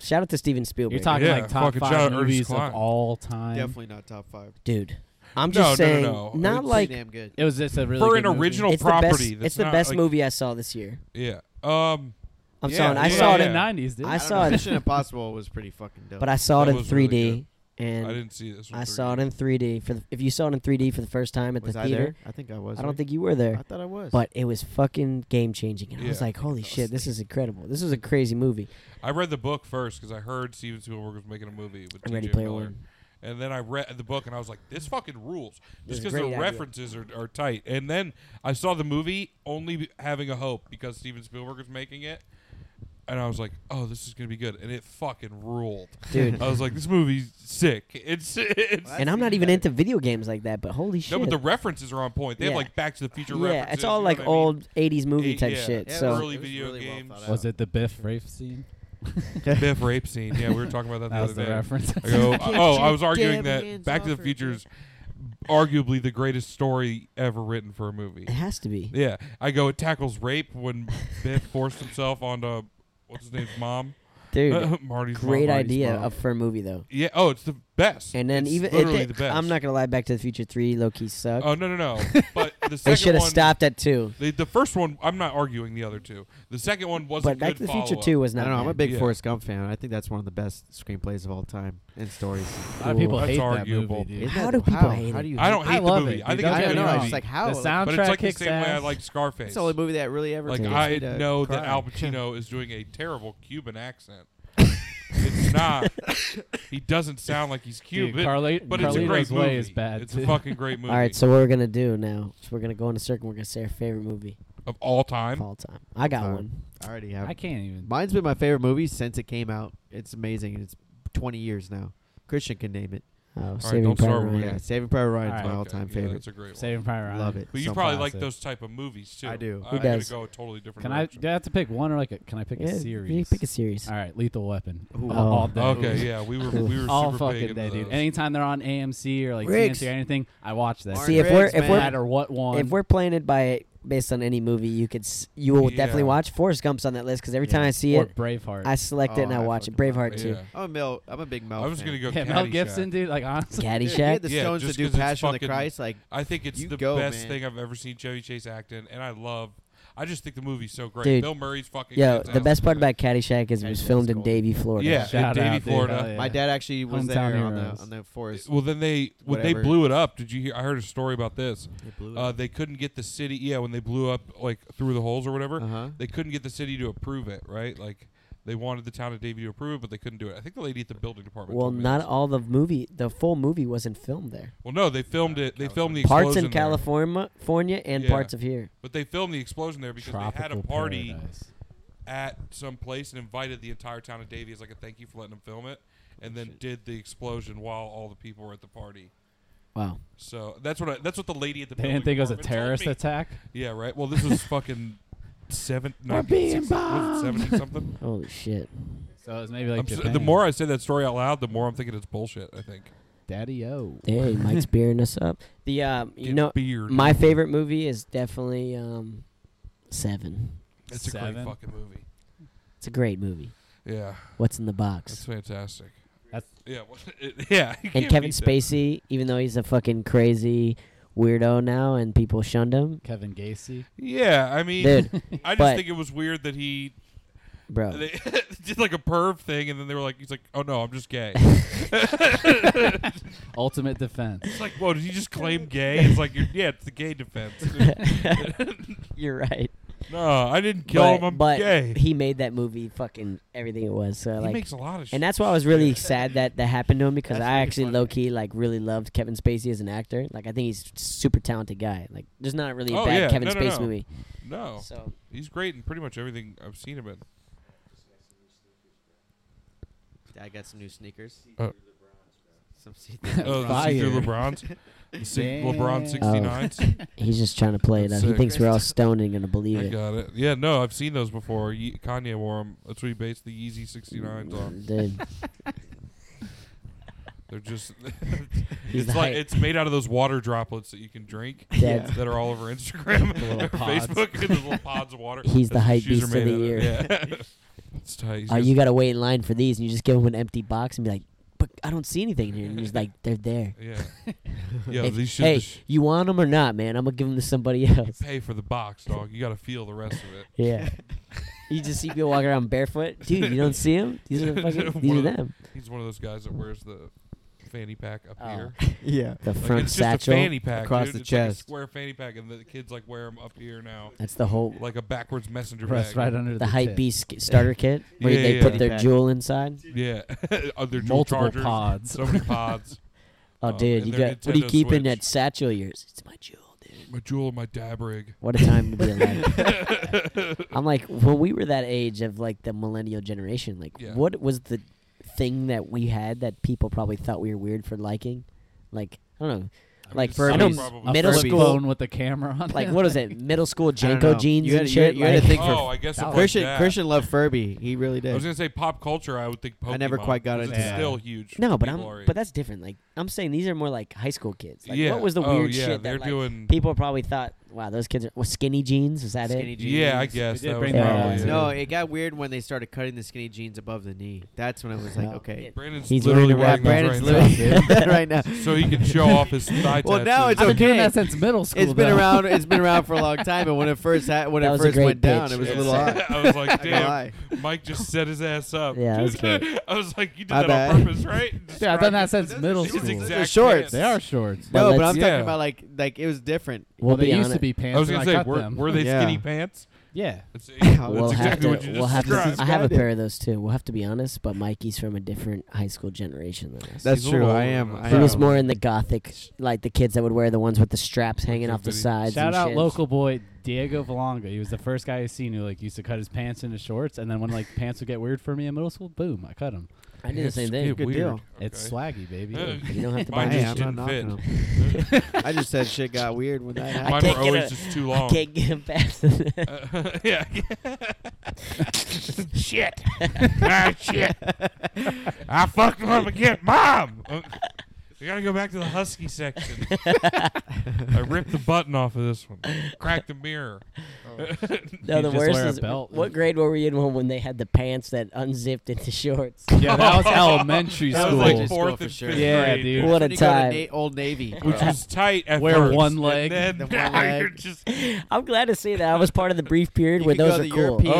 Speaker 3: Shout out to Steven Spielberg,
Speaker 5: You're talking
Speaker 2: Yeah,
Speaker 5: like top
Speaker 2: fucking
Speaker 5: five
Speaker 2: shout out Ernest
Speaker 5: movies
Speaker 2: Cline.
Speaker 5: of all time.
Speaker 4: Definitely not top five.
Speaker 3: dude. I'm
Speaker 2: No,
Speaker 3: just
Speaker 2: no, no,
Speaker 3: saying,
Speaker 2: no.
Speaker 3: not
Speaker 4: It's
Speaker 3: like
Speaker 4: damn good.
Speaker 5: It was just a really
Speaker 2: For
Speaker 5: good
Speaker 2: an
Speaker 5: movie.
Speaker 2: original
Speaker 3: it's the
Speaker 2: property.
Speaker 3: best.
Speaker 2: that's
Speaker 3: It's the
Speaker 2: not,
Speaker 3: best
Speaker 2: like-
Speaker 3: movie I saw this year.
Speaker 2: Yeah. Um.
Speaker 3: I'm
Speaker 2: Yeah,
Speaker 3: sorry, I
Speaker 2: yeah,
Speaker 3: saw it.
Speaker 5: in
Speaker 2: yeah.
Speaker 5: the 90s, dude.
Speaker 3: I
Speaker 4: I,
Speaker 3: saw
Speaker 4: saw
Speaker 3: it.
Speaker 4: know, Mission Impossible was pretty fucking dope.
Speaker 3: But I saw it
Speaker 2: That
Speaker 3: in
Speaker 2: was
Speaker 3: 3D,
Speaker 2: really good. I
Speaker 3: and I,
Speaker 2: didn't see this. One
Speaker 3: saw it in 3D. For the, if you saw it in 3D for the first time at
Speaker 4: was
Speaker 3: the
Speaker 4: I
Speaker 3: theater,
Speaker 4: there? I think I was.
Speaker 3: I don't
Speaker 4: there.
Speaker 3: think you were there,
Speaker 4: I thought I was.
Speaker 3: but it was fucking game changing. And I was
Speaker 2: Yeah,
Speaker 3: like,
Speaker 2: I
Speaker 3: holy
Speaker 2: was
Speaker 3: shit, this is incredible. This is a crazy movie.
Speaker 2: I read the book first because I heard Steven Spielberg was making a movie with
Speaker 3: Ready
Speaker 2: T.J.
Speaker 3: Player
Speaker 2: Miller.
Speaker 3: One.
Speaker 2: And then I read the book and I was like, this fucking rules.
Speaker 3: This
Speaker 2: Just
Speaker 3: is a
Speaker 2: because the
Speaker 3: great idea.
Speaker 2: references are, are tight. And then I saw the movie only be- having a hope because Steven Spielberg was making it. And I was like, oh, this is going to be good. And it fucking ruled.
Speaker 3: Dude.
Speaker 2: I was like, this movie's sick. It's. it's
Speaker 4: What?
Speaker 3: and
Speaker 4: That's
Speaker 3: I'm not
Speaker 4: even
Speaker 3: even
Speaker 4: better.
Speaker 3: into video games like that, but holy
Speaker 2: no,
Speaker 3: shit.
Speaker 2: but the references are on point. They
Speaker 3: Yeah.
Speaker 2: have like Back to the Future references.
Speaker 3: yeah, it's all
Speaker 2: you know
Speaker 3: like
Speaker 2: what I mean?
Speaker 3: old 80s movie
Speaker 2: Eh,
Speaker 3: type
Speaker 2: yeah.
Speaker 3: shit.
Speaker 4: Yeah,
Speaker 3: so
Speaker 2: early
Speaker 4: it was
Speaker 2: video
Speaker 4: really well
Speaker 2: games.
Speaker 4: thought out.
Speaker 5: Was it the Biff Rafe scene?
Speaker 2: Biff rape scene. Yeah, we were talking about that the
Speaker 5: That
Speaker 2: other
Speaker 5: was the
Speaker 2: day.
Speaker 5: reference.
Speaker 2: I go, oh, I
Speaker 4: your
Speaker 2: was arguing
Speaker 4: damn
Speaker 2: that
Speaker 4: hands
Speaker 2: Back to
Speaker 4: off
Speaker 2: the
Speaker 4: her,
Speaker 2: Future's arguably the greatest story ever written for a movie.
Speaker 3: it has to be.
Speaker 2: Yeah, I go, it tackles rape when Biff forced himself onto what's his name's mom,
Speaker 3: Dude,
Speaker 2: Marty's mom,
Speaker 3: great
Speaker 2: Marty's
Speaker 3: idea
Speaker 2: mom.
Speaker 3: of, for a movie, though.
Speaker 2: yeah, oh, it's the best.
Speaker 3: And then
Speaker 2: It's
Speaker 3: even
Speaker 2: literally
Speaker 3: it,
Speaker 2: the best.
Speaker 3: I'm not gonna lie, Back to the Future Three low key sucked.
Speaker 2: Oh no no no! But the
Speaker 3: they
Speaker 2: second
Speaker 3: should have
Speaker 2: one,
Speaker 3: stopped at two.
Speaker 2: The, the first one, I'm not arguing the other two. The second one was a good
Speaker 3: But Back to the Future
Speaker 2: follow-up.
Speaker 3: Two was
Speaker 4: I
Speaker 3: not.
Speaker 4: don't know. I'm a
Speaker 3: bad.
Speaker 4: big
Speaker 2: Yeah.
Speaker 4: Forrest Gump fan. I think that's one of the best screenplays of all time and stories.
Speaker 5: A lot of people
Speaker 2: That's
Speaker 5: hate
Speaker 2: arguable.
Speaker 5: that movie, dude.
Speaker 4: Isn't
Speaker 3: How
Speaker 4: that-
Speaker 3: do people
Speaker 4: how,
Speaker 3: hate
Speaker 4: how
Speaker 3: it?
Speaker 4: Do you
Speaker 2: I don't
Speaker 5: I
Speaker 2: hate the
Speaker 5: love
Speaker 2: movie.
Speaker 5: it,
Speaker 2: I
Speaker 5: dude.
Speaker 2: think
Speaker 5: Don't
Speaker 2: it's a
Speaker 5: get
Speaker 2: good
Speaker 5: me
Speaker 2: movie.
Speaker 5: wrong.
Speaker 4: It's like how.
Speaker 5: The soundtrack
Speaker 2: but it's like the
Speaker 5: kicks
Speaker 2: same way I
Speaker 5: ass.
Speaker 2: like Scarface.
Speaker 4: That's the only movie that really ever.
Speaker 2: Like
Speaker 4: gets
Speaker 2: I
Speaker 4: me to
Speaker 2: know that
Speaker 4: cry.
Speaker 2: Al Pacino is doing a terrible Cuban accent. it's not. He doesn't sound like he's
Speaker 5: Dude,
Speaker 2: Cuban,
Speaker 5: Carli-
Speaker 2: but
Speaker 5: Carlito's
Speaker 2: it's a great movie.
Speaker 5: Way is bad.
Speaker 2: it's
Speaker 5: too.
Speaker 2: a fucking great movie
Speaker 3: All right, so what we're gonna do now? is we're gonna go in a circle. We're gonna say our favorite movie
Speaker 2: of all
Speaker 3: of
Speaker 2: time.
Speaker 3: all time. I got
Speaker 4: Fine.
Speaker 3: one.
Speaker 4: I already have.
Speaker 5: I can't even.
Speaker 4: Mine's been my favorite movie since it came out. It's amazing. and It's 20 years now. Christian can name it.
Speaker 3: Oh,
Speaker 2: right,
Speaker 3: Saving
Speaker 2: don't
Speaker 3: Private
Speaker 2: start with
Speaker 3: Ryan.
Speaker 2: it.
Speaker 4: Yeah, Saving Private Ryan's
Speaker 5: Alright.
Speaker 4: my
Speaker 5: Okay,
Speaker 4: all-time
Speaker 2: yeah,
Speaker 4: favorite.
Speaker 2: That's a great one.
Speaker 5: Saving Private Ryan.
Speaker 4: Love it.
Speaker 2: But you
Speaker 4: Some
Speaker 2: probably
Speaker 5: classic.
Speaker 2: like those type of movies too.
Speaker 4: I do.
Speaker 2: I'm
Speaker 3: He
Speaker 2: gonna
Speaker 3: does.
Speaker 2: go a totally different.
Speaker 5: Can I?
Speaker 2: direction.
Speaker 5: Do I have to pick one or like? A, can I pick
Speaker 3: Yeah,
Speaker 5: a
Speaker 3: You
Speaker 5: series?
Speaker 3: pick a series.
Speaker 5: All right, Lethal Weapon.
Speaker 4: Ooh.
Speaker 5: All- all day.
Speaker 2: Okay, yeah, we were we were
Speaker 5: all
Speaker 2: super big
Speaker 5: fucking
Speaker 2: into
Speaker 5: day, dude.
Speaker 2: those.
Speaker 5: Anytime they're on AMC or like
Speaker 4: Riggs.
Speaker 5: TNT or anything, I watch that.
Speaker 4: Arnie
Speaker 3: See, if we're
Speaker 4: Riggs,
Speaker 3: if
Speaker 5: no
Speaker 4: man.
Speaker 3: we're
Speaker 5: matter what one.
Speaker 3: if we're playing it by based on any movie, you could s- you will definitely
Speaker 2: Yeah.
Speaker 3: watch. Forrest Gump's on that list because every
Speaker 5: Yeah.
Speaker 3: time I see
Speaker 5: or
Speaker 3: it,
Speaker 5: Braveheart.
Speaker 3: I select it
Speaker 4: Oh,
Speaker 3: and I
Speaker 4: I
Speaker 3: watch it.
Speaker 4: fucking love
Speaker 3: Braveheart too.
Speaker 2: Yeah.
Speaker 4: I'm a Mel. I'm a big Mel.
Speaker 2: I was gonna
Speaker 4: fan.
Speaker 2: go.
Speaker 5: yeah, Mel
Speaker 2: Caddyshack.
Speaker 5: Gibson, dude. Like honestly,
Speaker 4: Yeah,
Speaker 3: Caddyshack.
Speaker 4: he had the
Speaker 2: Yeah,
Speaker 4: stones to
Speaker 2: just
Speaker 4: do
Speaker 2: 'cause it's
Speaker 4: Passion of the
Speaker 2: fucking-
Speaker 4: Christ. Like
Speaker 2: I think it's
Speaker 4: You
Speaker 2: the
Speaker 4: go,
Speaker 2: best
Speaker 4: man.
Speaker 2: thing I've ever seen Chevy Chase act in, and I love. I just think the movie's so great.
Speaker 3: Dude.
Speaker 2: Bill Murray's fucking.
Speaker 3: Yo,
Speaker 2: fantastic.
Speaker 3: the best part about Caddyshack is it was
Speaker 4: Caddyshack's
Speaker 3: filmed in
Speaker 4: cool.
Speaker 3: Davie, Florida.
Speaker 2: Yeah,
Speaker 5: Shout
Speaker 2: Davey,
Speaker 5: out, dude.
Speaker 2: Florida.
Speaker 5: Hell yeah.
Speaker 4: my dad actually was
Speaker 5: Hometown
Speaker 4: there on the
Speaker 5: heroes.
Speaker 4: on the forest.
Speaker 2: Well, then they when they
Speaker 4: Whatever.
Speaker 2: blew it up. Did you hear? I heard a story about this.
Speaker 4: They blew it
Speaker 2: Uh,
Speaker 4: up.
Speaker 2: they couldn't get the city. Yeah, when they blew up like through the holes or whatever,
Speaker 4: Uh-huh.
Speaker 2: they couldn't get the city to approve it. Right, like They wanted the town of Davie to approve it, but they couldn't do it. I think the lady at the building department.
Speaker 3: Well,
Speaker 2: told me
Speaker 3: not
Speaker 2: this.
Speaker 3: all the movie, the full movie wasn't filmed there.
Speaker 2: Well, no, they filmed it. They filmed the
Speaker 3: Parts
Speaker 2: explosion
Speaker 3: in
Speaker 2: there.
Speaker 3: California, California and
Speaker 2: Yeah.
Speaker 3: parts of here.
Speaker 2: but they filmed the explosion there because they had a
Speaker 5: Tropical
Speaker 2: party.
Speaker 5: paradise.
Speaker 2: at some place and invited the entire town of Davie as like a thank you for letting them film it, and then did the explosion while all the people were at the party.
Speaker 3: Wow.
Speaker 2: So that's what I, that's what the lady at the
Speaker 5: They didn't
Speaker 2: building
Speaker 5: think it was a
Speaker 2: department told
Speaker 5: terrorist
Speaker 2: me.
Speaker 5: attack.
Speaker 2: Yeah, right. Well, this was fucking seven.
Speaker 1: We're being bombed.
Speaker 2: Seventy something.
Speaker 3: Holy shit.
Speaker 5: So it was maybe like
Speaker 2: I'm s-
Speaker 5: Japan.
Speaker 2: the more I say that story out loud, the more I'm thinking it's bullshit. I think.
Speaker 5: Daddy O.
Speaker 3: Dang, Mike's bearing us up. The uh, you
Speaker 2: Get
Speaker 3: know,
Speaker 2: beard.
Speaker 3: my favorite movie is definitely um, Seven.
Speaker 2: It's a
Speaker 5: Seven.
Speaker 2: great fucking movie.
Speaker 3: It's a great movie.
Speaker 2: Yeah,
Speaker 3: What's in the
Speaker 2: that's
Speaker 3: box?
Speaker 2: fantastic.
Speaker 5: That's-
Speaker 2: yeah, well, it, yeah. you
Speaker 3: And
Speaker 2: can't
Speaker 3: Kevin
Speaker 2: beat that.
Speaker 3: Spacey, even though he's a fucking crazy weirdo now, and people shunned him,
Speaker 5: Kevin Gacy.
Speaker 2: Yeah, I mean,
Speaker 3: dude,
Speaker 2: I just
Speaker 3: but-
Speaker 2: think it was weird that he
Speaker 3: bro.
Speaker 2: They did like a perv thing, and then they were like, "He's like, oh no, I'm just gay."
Speaker 5: Ultimate defense.
Speaker 2: it's like, whoa, did you just claim gay? It's like, you're, yeah, it's the gay defense.
Speaker 3: You're right.
Speaker 2: no, I didn't kill
Speaker 3: but,
Speaker 2: him. I'm
Speaker 3: but
Speaker 2: gay.
Speaker 3: he made that movie fucking everything it was. So
Speaker 2: He
Speaker 3: like,
Speaker 2: makes a lot of shit.
Speaker 3: and that's why I was really sad that that happened to him because
Speaker 2: That's
Speaker 3: I
Speaker 2: really
Speaker 3: actually
Speaker 2: funny.
Speaker 3: low key like really loved Kevin Spacey as an actor. Like I think he's a super talented guy. Like there's not really a
Speaker 2: Oh,
Speaker 3: bad
Speaker 2: yeah.
Speaker 3: Kevin
Speaker 2: No, no,
Speaker 3: Spacey
Speaker 2: no. Oh.
Speaker 3: movie.
Speaker 2: no,
Speaker 3: So
Speaker 2: he's great in pretty much everything I've seen him in.
Speaker 4: I got some new sneakers.
Speaker 2: Uh.
Speaker 4: Some see-
Speaker 2: Oh, the
Speaker 5: Fire.
Speaker 2: see-through LeBron's, the si-
Speaker 3: Oh,
Speaker 2: LeBron
Speaker 5: Damn.
Speaker 2: 69s.
Speaker 3: he's just trying to play it up. He
Speaker 2: Sick.
Speaker 3: thinks we're all stoned and gonna believe
Speaker 2: I
Speaker 3: it.
Speaker 2: got it. Yeah, no, I've seen those before. Ye- Kanye wore them. That's what he based the Yeezy 69s on.
Speaker 3: Mm, Dude,
Speaker 2: They're just.
Speaker 3: He's
Speaker 2: it's
Speaker 3: the
Speaker 2: like
Speaker 3: hype.
Speaker 2: it's made out of those water droplets that you can drink.
Speaker 3: Dad's-
Speaker 2: that are all over Instagram,
Speaker 5: The little
Speaker 2: or
Speaker 5: pods.
Speaker 2: Facebook, and those little pods of water.
Speaker 3: He's
Speaker 2: That's
Speaker 3: the
Speaker 2: what
Speaker 3: hype
Speaker 2: shoes are
Speaker 3: beast of
Speaker 2: made
Speaker 3: the
Speaker 2: out of. Yeah. it's tight. He's
Speaker 3: oh,
Speaker 2: just-
Speaker 3: you gotta wait in line for these, and you just give him an empty box and be like, "But I don't see anything here." And he's like, "They're there."
Speaker 2: yeah.
Speaker 5: Oh.
Speaker 2: Yo,
Speaker 3: If-
Speaker 2: these shoes.
Speaker 3: hey,
Speaker 2: sh-
Speaker 3: you want them or not, man? I'm gonna give them to somebody else.
Speaker 2: pay for the box, dog. You got to feel the rest of it.
Speaker 3: Yeah. you just see people walking around barefoot, dude. You don't see them. These are the fucking, these
Speaker 2: One
Speaker 3: are
Speaker 2: of the-
Speaker 3: them.
Speaker 2: He's one of those guys that wears the fanny pack up
Speaker 3: Oh.
Speaker 2: here.
Speaker 4: yeah.
Speaker 3: The
Speaker 2: Like,
Speaker 3: front
Speaker 2: it's just a
Speaker 3: satchel.
Speaker 2: fanny pack
Speaker 4: across
Speaker 2: dude.
Speaker 4: the
Speaker 2: It's like a
Speaker 4: chest.
Speaker 2: square fanny pack, and the kids like wear them up here now,
Speaker 3: That's the whole
Speaker 2: like a backwards messenger
Speaker 5: Pressed
Speaker 2: bag.
Speaker 5: right under the,
Speaker 3: the hype
Speaker 5: tip.
Speaker 3: beast sk- starter kit where
Speaker 2: Yeah,
Speaker 3: they
Speaker 2: yeah,
Speaker 3: put
Speaker 2: yeah.
Speaker 3: their
Speaker 4: Pack.
Speaker 3: jewel inside.
Speaker 2: Yeah, oh, they're dual
Speaker 5: Multiple
Speaker 2: chargers.
Speaker 5: pods.
Speaker 2: So many pods.
Speaker 3: Oh,
Speaker 2: Um,
Speaker 3: dude,
Speaker 2: and
Speaker 3: you
Speaker 2: their
Speaker 3: got what do you
Speaker 2: Nintendo
Speaker 3: keep in
Speaker 2: Switch.
Speaker 3: that satchel of yours? It's my jewel, dude.
Speaker 2: My jewel, and my dab rig.
Speaker 3: What a time to be alive. I'm like, when we were that age of like the millennial generation, like
Speaker 2: Yeah.
Speaker 3: what was the thing that we had that people probably thought we were weird for liking? Like, I don't know.
Speaker 2: I mean,
Speaker 3: Like,
Speaker 2: some
Speaker 3: I know
Speaker 2: probably-
Speaker 5: A
Speaker 3: middle
Speaker 5: flip
Speaker 4: Furbies.
Speaker 3: school,
Speaker 5: phone with the camera on
Speaker 3: like
Speaker 5: it.
Speaker 3: what was it? Middle school
Speaker 4: I don't
Speaker 3: Janko
Speaker 4: know.
Speaker 3: jeans
Speaker 4: You had-
Speaker 3: and
Speaker 4: you
Speaker 3: shit.
Speaker 4: had- you had a
Speaker 3: like-
Speaker 4: thing for
Speaker 2: Oh, I guess it was
Speaker 4: Christian
Speaker 2: that.
Speaker 4: Christian loved Furby. He really
Speaker 2: I was
Speaker 4: did.
Speaker 2: gonna say pop culture. I would think Pokemon.
Speaker 4: I never quite got
Speaker 2: 'cause
Speaker 4: into
Speaker 2: It's
Speaker 5: that.
Speaker 2: still huge.
Speaker 3: No, but I'm
Speaker 2: people our
Speaker 3: but
Speaker 2: age.
Speaker 3: that's different. Like I'm saying, these are more like high school kids. Like,
Speaker 2: yeah.
Speaker 3: What was the
Speaker 2: oh,
Speaker 3: weird
Speaker 2: yeah,
Speaker 3: shit
Speaker 2: they're
Speaker 3: that like,
Speaker 2: doing?
Speaker 3: people probably thought, "Wow, those kids are well, skinny jeans." Is that
Speaker 4: Skinny
Speaker 3: it?
Speaker 4: jeans.
Speaker 2: Yeah, I guess
Speaker 5: did
Speaker 2: that was
Speaker 5: bring
Speaker 3: that
Speaker 2: probably
Speaker 3: up.
Speaker 2: it.
Speaker 4: No, it got weird when they started cutting the skinny jeans above the knee. That's when I was like,
Speaker 3: No.
Speaker 4: okay.
Speaker 2: Brandon's
Speaker 3: He's
Speaker 2: literally
Speaker 3: wearing a
Speaker 2: wearing
Speaker 3: wrap.
Speaker 2: those
Speaker 4: Brandon's
Speaker 2: right now,
Speaker 4: literally right now.
Speaker 2: so he can show off his thigh
Speaker 4: Well, now
Speaker 2: tattoos.
Speaker 4: it's
Speaker 5: I've been doing
Speaker 4: okay.
Speaker 5: that since middle school.
Speaker 4: It's been
Speaker 5: though.
Speaker 4: around. It's been around for a long time. And when it first ha- when
Speaker 3: That
Speaker 4: it
Speaker 3: was a
Speaker 4: first
Speaker 3: great
Speaker 4: went down,
Speaker 3: pitch.
Speaker 4: it was a
Speaker 3: Yeah.
Speaker 4: little odd.
Speaker 2: I was like,
Speaker 4: Not gonna
Speaker 2: damn.
Speaker 4: lie.
Speaker 2: Mike just set his ass up.
Speaker 3: Yeah, that was good.
Speaker 2: I was like, you did
Speaker 4: My
Speaker 2: that
Speaker 4: bad.
Speaker 2: on purpose, right?
Speaker 5: Yeah, I've done that since middle
Speaker 2: These
Speaker 5: school.
Speaker 2: exact
Speaker 4: They're shorts.
Speaker 2: pants.
Speaker 5: They are shorts.
Speaker 3: But
Speaker 4: No, but
Speaker 3: let's-
Speaker 4: I'm
Speaker 2: Yeah.
Speaker 4: talking about like like it was different.
Speaker 3: We'll
Speaker 5: they
Speaker 3: be
Speaker 5: used
Speaker 3: on
Speaker 5: to
Speaker 3: it.
Speaker 5: be
Speaker 2: I
Speaker 5: pants.
Speaker 2: was
Speaker 5: and
Speaker 2: gonna
Speaker 5: I
Speaker 2: say,
Speaker 5: cut
Speaker 2: were,
Speaker 5: them.
Speaker 2: were they
Speaker 4: Yeah.
Speaker 2: skinny pants?
Speaker 5: yeah.
Speaker 2: That's, it.
Speaker 4: We'll
Speaker 2: That's exactly
Speaker 3: have
Speaker 2: what
Speaker 3: to.
Speaker 2: you
Speaker 3: we'll
Speaker 2: just
Speaker 3: have
Speaker 2: described.
Speaker 3: to. I have a
Speaker 4: described it.
Speaker 3: pair of those too. We'll have to be honest, but Mikey's from a different high school generation than us.
Speaker 4: That's
Speaker 2: He's a little
Speaker 4: true. I
Speaker 2: older
Speaker 4: am.
Speaker 2: than us.
Speaker 4: I
Speaker 3: he
Speaker 4: am.
Speaker 3: was more in the gothic, like the kids that would wear the ones with the straps hanging off the
Speaker 2: Video.
Speaker 3: sides.
Speaker 5: Shout
Speaker 3: and
Speaker 5: out
Speaker 3: shit.
Speaker 5: local boy Diego Valonga. He was the first guy I seen who like used to cut his pants into shorts, and then when like pants would get weird for me in middle school, boom, I cut them.
Speaker 3: I did the same
Speaker 2: It's
Speaker 3: thing.
Speaker 4: Good
Speaker 2: weird.
Speaker 4: deal.
Speaker 5: It's
Speaker 2: Okay.
Speaker 5: swaggy, baby.
Speaker 3: You don't have to
Speaker 2: Mine
Speaker 3: buy
Speaker 4: Hey,
Speaker 2: just
Speaker 3: it.
Speaker 4: I'm not
Speaker 2: didn't
Speaker 4: knocking
Speaker 2: fit.
Speaker 4: them. I just said shit got weird when that
Speaker 3: I
Speaker 2: Mine were
Speaker 4: happened.
Speaker 3: can't get
Speaker 2: always
Speaker 3: a-
Speaker 2: just too
Speaker 3: I
Speaker 2: long.
Speaker 3: can't get him past. it.
Speaker 2: Uh, yeah.
Speaker 3: shit.
Speaker 2: ah, shit. I fucked one up again. Mom! Uh, We gotta go back to the husky section. I ripped the button off of this one. Cracked the mirror.
Speaker 3: No,
Speaker 5: You
Speaker 3: the
Speaker 5: just
Speaker 3: worst
Speaker 5: wear a
Speaker 3: is
Speaker 5: belt.
Speaker 3: what grade were we in when, when they had the pants that unzipped into shorts?
Speaker 5: yeah, that was elementary
Speaker 2: That
Speaker 5: school.
Speaker 2: was
Speaker 4: Cool.
Speaker 2: like
Speaker 4: Just
Speaker 2: fourth
Speaker 4: go
Speaker 2: and
Speaker 4: for sure.
Speaker 2: fifth
Speaker 5: Yeah,
Speaker 2: grade,
Speaker 5: dude.
Speaker 3: What a
Speaker 4: When you go to
Speaker 3: time.
Speaker 4: Na- Old Navy.
Speaker 2: Which was tight at
Speaker 5: Wear
Speaker 2: first,
Speaker 5: one
Speaker 2: and
Speaker 5: leg.
Speaker 2: then
Speaker 4: The one
Speaker 2: now
Speaker 4: leg.
Speaker 2: you're just.
Speaker 3: I'm glad to see that I was part of the brief period
Speaker 4: You
Speaker 3: where
Speaker 4: could go
Speaker 3: those
Speaker 4: to
Speaker 3: are
Speaker 4: the
Speaker 3: cool.
Speaker 4: European-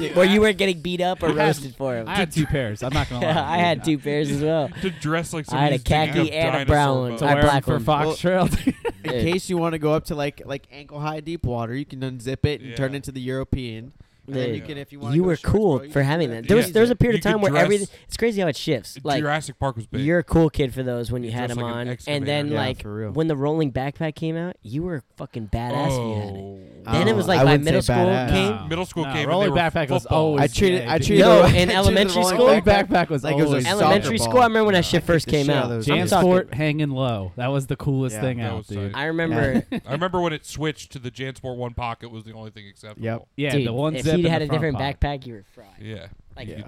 Speaker 2: Oh yeah.
Speaker 3: Where you weren't getting beat up or
Speaker 5: I had-
Speaker 3: roasted for them.
Speaker 5: I had two pairs. I'm not gonna lie.
Speaker 3: I had two pairs as well.
Speaker 2: to dress like
Speaker 3: I had a
Speaker 2: somebody's digging
Speaker 3: khaki
Speaker 2: up
Speaker 3: and a
Speaker 2: dinosaur
Speaker 3: brown one.
Speaker 2: bones.
Speaker 5: To
Speaker 3: I
Speaker 5: wear 'em
Speaker 3: black
Speaker 5: for
Speaker 3: one.
Speaker 5: Fox
Speaker 4: Well-
Speaker 5: Trail.
Speaker 4: In
Speaker 3: Dude.
Speaker 4: case you want to go up to like like ankle high deep water, you can unzip it and
Speaker 2: Yeah.
Speaker 4: turn into the European. And then
Speaker 3: Dude,
Speaker 4: you can, if you want,
Speaker 3: you were cool for having that. There was there was a period of
Speaker 2: You
Speaker 3: time
Speaker 2: could
Speaker 3: where everything.
Speaker 2: dress-
Speaker 3: It's crazy how it shifts. Like
Speaker 2: Jurassic Park was big.
Speaker 3: you're a cool kid for those when you
Speaker 2: You
Speaker 3: had
Speaker 2: dress
Speaker 3: them
Speaker 2: like an
Speaker 3: on, and
Speaker 2: excavator.
Speaker 3: then
Speaker 4: Yeah,
Speaker 3: like
Speaker 4: for real.
Speaker 3: when the rolling backpack came out, you were fucking badass. if you had it.
Speaker 2: oh.
Speaker 3: Then it was
Speaker 4: Oh,
Speaker 3: like
Speaker 4: I
Speaker 3: by
Speaker 4: wouldn't say
Speaker 3: middle school
Speaker 4: badass.
Speaker 3: came.
Speaker 5: No.
Speaker 2: Middle school
Speaker 5: No,
Speaker 2: came. and
Speaker 5: rolling
Speaker 2: they were
Speaker 5: backpack was
Speaker 2: footballs.
Speaker 5: always-
Speaker 4: I treated.
Speaker 5: Yeah,
Speaker 4: I
Speaker 5: dude.
Speaker 4: treated.
Speaker 3: Yo,
Speaker 4: I
Speaker 3: in
Speaker 4: treated the
Speaker 3: elementary
Speaker 4: rolling
Speaker 3: school-
Speaker 4: back-
Speaker 5: backpack was
Speaker 4: Like it was
Speaker 5: always
Speaker 4: a
Speaker 5: soccer
Speaker 3: Elementary
Speaker 4: ball.
Speaker 3: school, I remember when
Speaker 4: Yeah.
Speaker 3: that shit
Speaker 4: I
Speaker 3: first
Speaker 4: kicked the
Speaker 3: came
Speaker 4: shit out
Speaker 3: out.
Speaker 4: of those
Speaker 3: I'm
Speaker 4: kids.
Speaker 3: talking.
Speaker 5: Jansport hanging low. That was the coolest
Speaker 4: Yeah,
Speaker 5: thing
Speaker 2: that
Speaker 5: out,
Speaker 2: was
Speaker 5: dude.
Speaker 2: tight.
Speaker 3: I remember,
Speaker 2: I remember when it switched to the JanSport One Pocket was the only thing acceptable.
Speaker 4: Yep.
Speaker 5: Yeah,
Speaker 3: dude.
Speaker 5: the one
Speaker 3: if
Speaker 5: zip
Speaker 3: you
Speaker 5: in
Speaker 3: had
Speaker 5: the
Speaker 3: a
Speaker 5: front
Speaker 3: different
Speaker 5: pocket.
Speaker 3: backpack, you were fried.
Speaker 2: Yeah.
Speaker 3: Like,
Speaker 4: Yeah.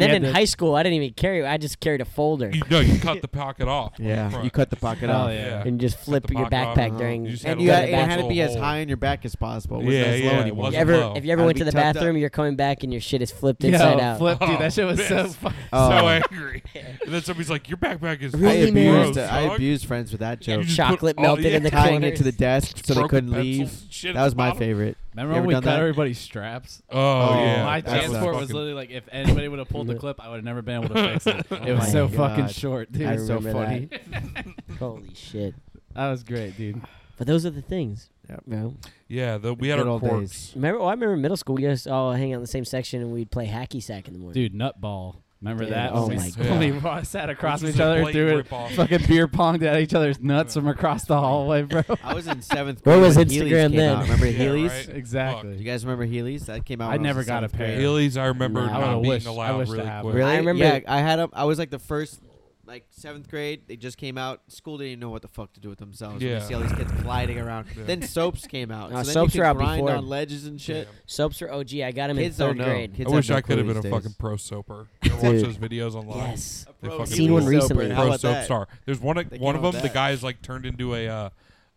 Speaker 5: you
Speaker 3: then
Speaker 5: had
Speaker 3: in
Speaker 5: the-
Speaker 3: high school, I didn't even carry. I just carried a folder
Speaker 2: You, no, you cut the pocket off. on the
Speaker 4: Yeah,
Speaker 2: front.
Speaker 4: you cut the pocket
Speaker 5: Oh,
Speaker 4: off.
Speaker 5: yeah.
Speaker 3: and just flip
Speaker 2: the
Speaker 3: your
Speaker 2: pocket off.
Speaker 3: backpack
Speaker 4: Uh-huh.
Speaker 3: during.
Speaker 2: You just
Speaker 4: And
Speaker 2: had
Speaker 3: and
Speaker 2: a
Speaker 4: you
Speaker 3: go
Speaker 2: little
Speaker 4: had,
Speaker 3: to
Speaker 4: it
Speaker 3: the
Speaker 2: back-
Speaker 4: had to
Speaker 3: bathroom.
Speaker 4: be as
Speaker 2: hole.
Speaker 4: high on your back as possible. It
Speaker 2: Yeah,
Speaker 4: wasn't as
Speaker 2: yeah,
Speaker 4: low
Speaker 2: it
Speaker 4: anymore.
Speaker 2: wasn't
Speaker 3: Ever,
Speaker 2: low.
Speaker 3: if you ever
Speaker 4: Had
Speaker 3: went to
Speaker 4: to be
Speaker 3: the
Speaker 4: tucked
Speaker 3: bathroom,
Speaker 4: up.
Speaker 3: your coming back and your shit is flipped
Speaker 5: Yo,
Speaker 3: inside out.
Speaker 5: flip, dude. That shit was
Speaker 2: Oh,
Speaker 5: so
Speaker 2: pissed.
Speaker 5: fucking.
Speaker 2: so
Speaker 4: Oh.
Speaker 2: angry. And then somebody's like, "Your backpack is
Speaker 4: I
Speaker 3: Really,
Speaker 2: fucking
Speaker 3: man?
Speaker 4: abused.
Speaker 2: gross,
Speaker 4: it. I
Speaker 2: dog."
Speaker 4: abused friends with that
Speaker 2: You
Speaker 4: joke.
Speaker 2: just
Speaker 3: Chocolate
Speaker 2: put all-
Speaker 3: melted
Speaker 2: yeah,
Speaker 3: in the
Speaker 4: Tying
Speaker 3: corners.
Speaker 4: it to the desk so they
Speaker 2: Broken
Speaker 4: couldn't
Speaker 2: pencils
Speaker 4: leave.
Speaker 2: and shit at
Speaker 4: That
Speaker 2: the
Speaker 4: was my
Speaker 2: bottom.
Speaker 4: favorite.
Speaker 5: Remember
Speaker 4: You
Speaker 5: when
Speaker 4: ever
Speaker 5: we
Speaker 4: done
Speaker 5: cut
Speaker 4: that?
Speaker 5: everybody's straps?
Speaker 2: Oh,
Speaker 4: Oh,
Speaker 2: yeah,
Speaker 5: my
Speaker 4: that
Speaker 5: transport
Speaker 4: sucked.
Speaker 5: was literally like if anybody would have pulled the clip, I would have never been able to fix it. It
Speaker 3: Oh
Speaker 5: was
Speaker 3: my
Speaker 5: so
Speaker 4: God.
Speaker 5: fucking short, dude.
Speaker 4: I
Speaker 5: That's so
Speaker 4: remember
Speaker 5: funny. That.
Speaker 3: Holy shit!
Speaker 5: was great, dude.
Speaker 3: But those are the things.
Speaker 4: Yep.
Speaker 3: bro.
Speaker 2: yeah. The, we had
Speaker 4: Good
Speaker 2: our
Speaker 4: old days.
Speaker 2: quirks.
Speaker 3: Remember? Oh, I remember middle school. We just all hang out in the same section and we'd play hacky sack in the morning.
Speaker 5: Dude, nutball. Remember
Speaker 3: Dude,
Speaker 5: that?
Speaker 3: oh
Speaker 5: When we
Speaker 3: my
Speaker 5: s-
Speaker 2: God.
Speaker 5: when we sat across
Speaker 2: This
Speaker 5: each
Speaker 2: is a
Speaker 5: other and
Speaker 2: blatant
Speaker 5: threw it,
Speaker 2: rip-off.
Speaker 5: fucking beer ponged at each other's nuts from across the hallway, bro.
Speaker 4: I was in seventh
Speaker 3: Where
Speaker 4: grade.
Speaker 3: was
Speaker 4: when
Speaker 3: Instagram
Speaker 4: Heelys came
Speaker 3: then?
Speaker 4: out. Remember
Speaker 2: Yeah,
Speaker 4: Heelys?
Speaker 2: right.
Speaker 4: Do
Speaker 5: exactly.
Speaker 4: you guys remember Heelys? That came out.
Speaker 5: I
Speaker 4: when
Speaker 5: never
Speaker 4: was in
Speaker 5: got a
Speaker 4: sevenber
Speaker 5: pair.
Speaker 4: grade.
Speaker 2: Heelys, I remember
Speaker 3: Nah. I
Speaker 2: not
Speaker 5: wish-
Speaker 2: being
Speaker 5: I
Speaker 2: allowed
Speaker 5: wish to
Speaker 2: really
Speaker 5: have
Speaker 2: quick.
Speaker 5: one.
Speaker 4: Really?
Speaker 3: I remember-
Speaker 4: Yeah, I had them. I was like the first, like seventh grade. They just came out. School didn't know what the fuck to do with themselves. Yeah.
Speaker 2: Yeah.
Speaker 4: You see all these kids gliding around.
Speaker 2: Yeah.
Speaker 4: Then soaps came out.
Speaker 3: Uh,
Speaker 4: so then
Speaker 3: soaps
Speaker 4: you
Speaker 3: were
Speaker 4: could
Speaker 3: out
Speaker 4: grind
Speaker 3: before.
Speaker 4: on ledges and shit.
Speaker 3: Soaps are OG. I got him in
Speaker 4: Kids don't
Speaker 3: third
Speaker 4: know.
Speaker 3: grade.
Speaker 4: Kids
Speaker 2: I wish
Speaker 4: have no
Speaker 2: I could have
Speaker 4: clue
Speaker 2: been a
Speaker 4: these
Speaker 2: fucking
Speaker 4: days.
Speaker 2: pro soaper. You ever watch
Speaker 3: Dude.
Speaker 2: those videos online?
Speaker 3: Yes.
Speaker 2: They fucking
Speaker 3: Seen one
Speaker 2: pro-
Speaker 3: recently.
Speaker 4: How
Speaker 2: Pro
Speaker 4: about
Speaker 2: soap
Speaker 4: that?
Speaker 2: star. There's one.
Speaker 4: They
Speaker 2: One of
Speaker 4: came
Speaker 2: them.
Speaker 4: up
Speaker 2: The
Speaker 4: bad.
Speaker 2: guy's like turned into a. Uh,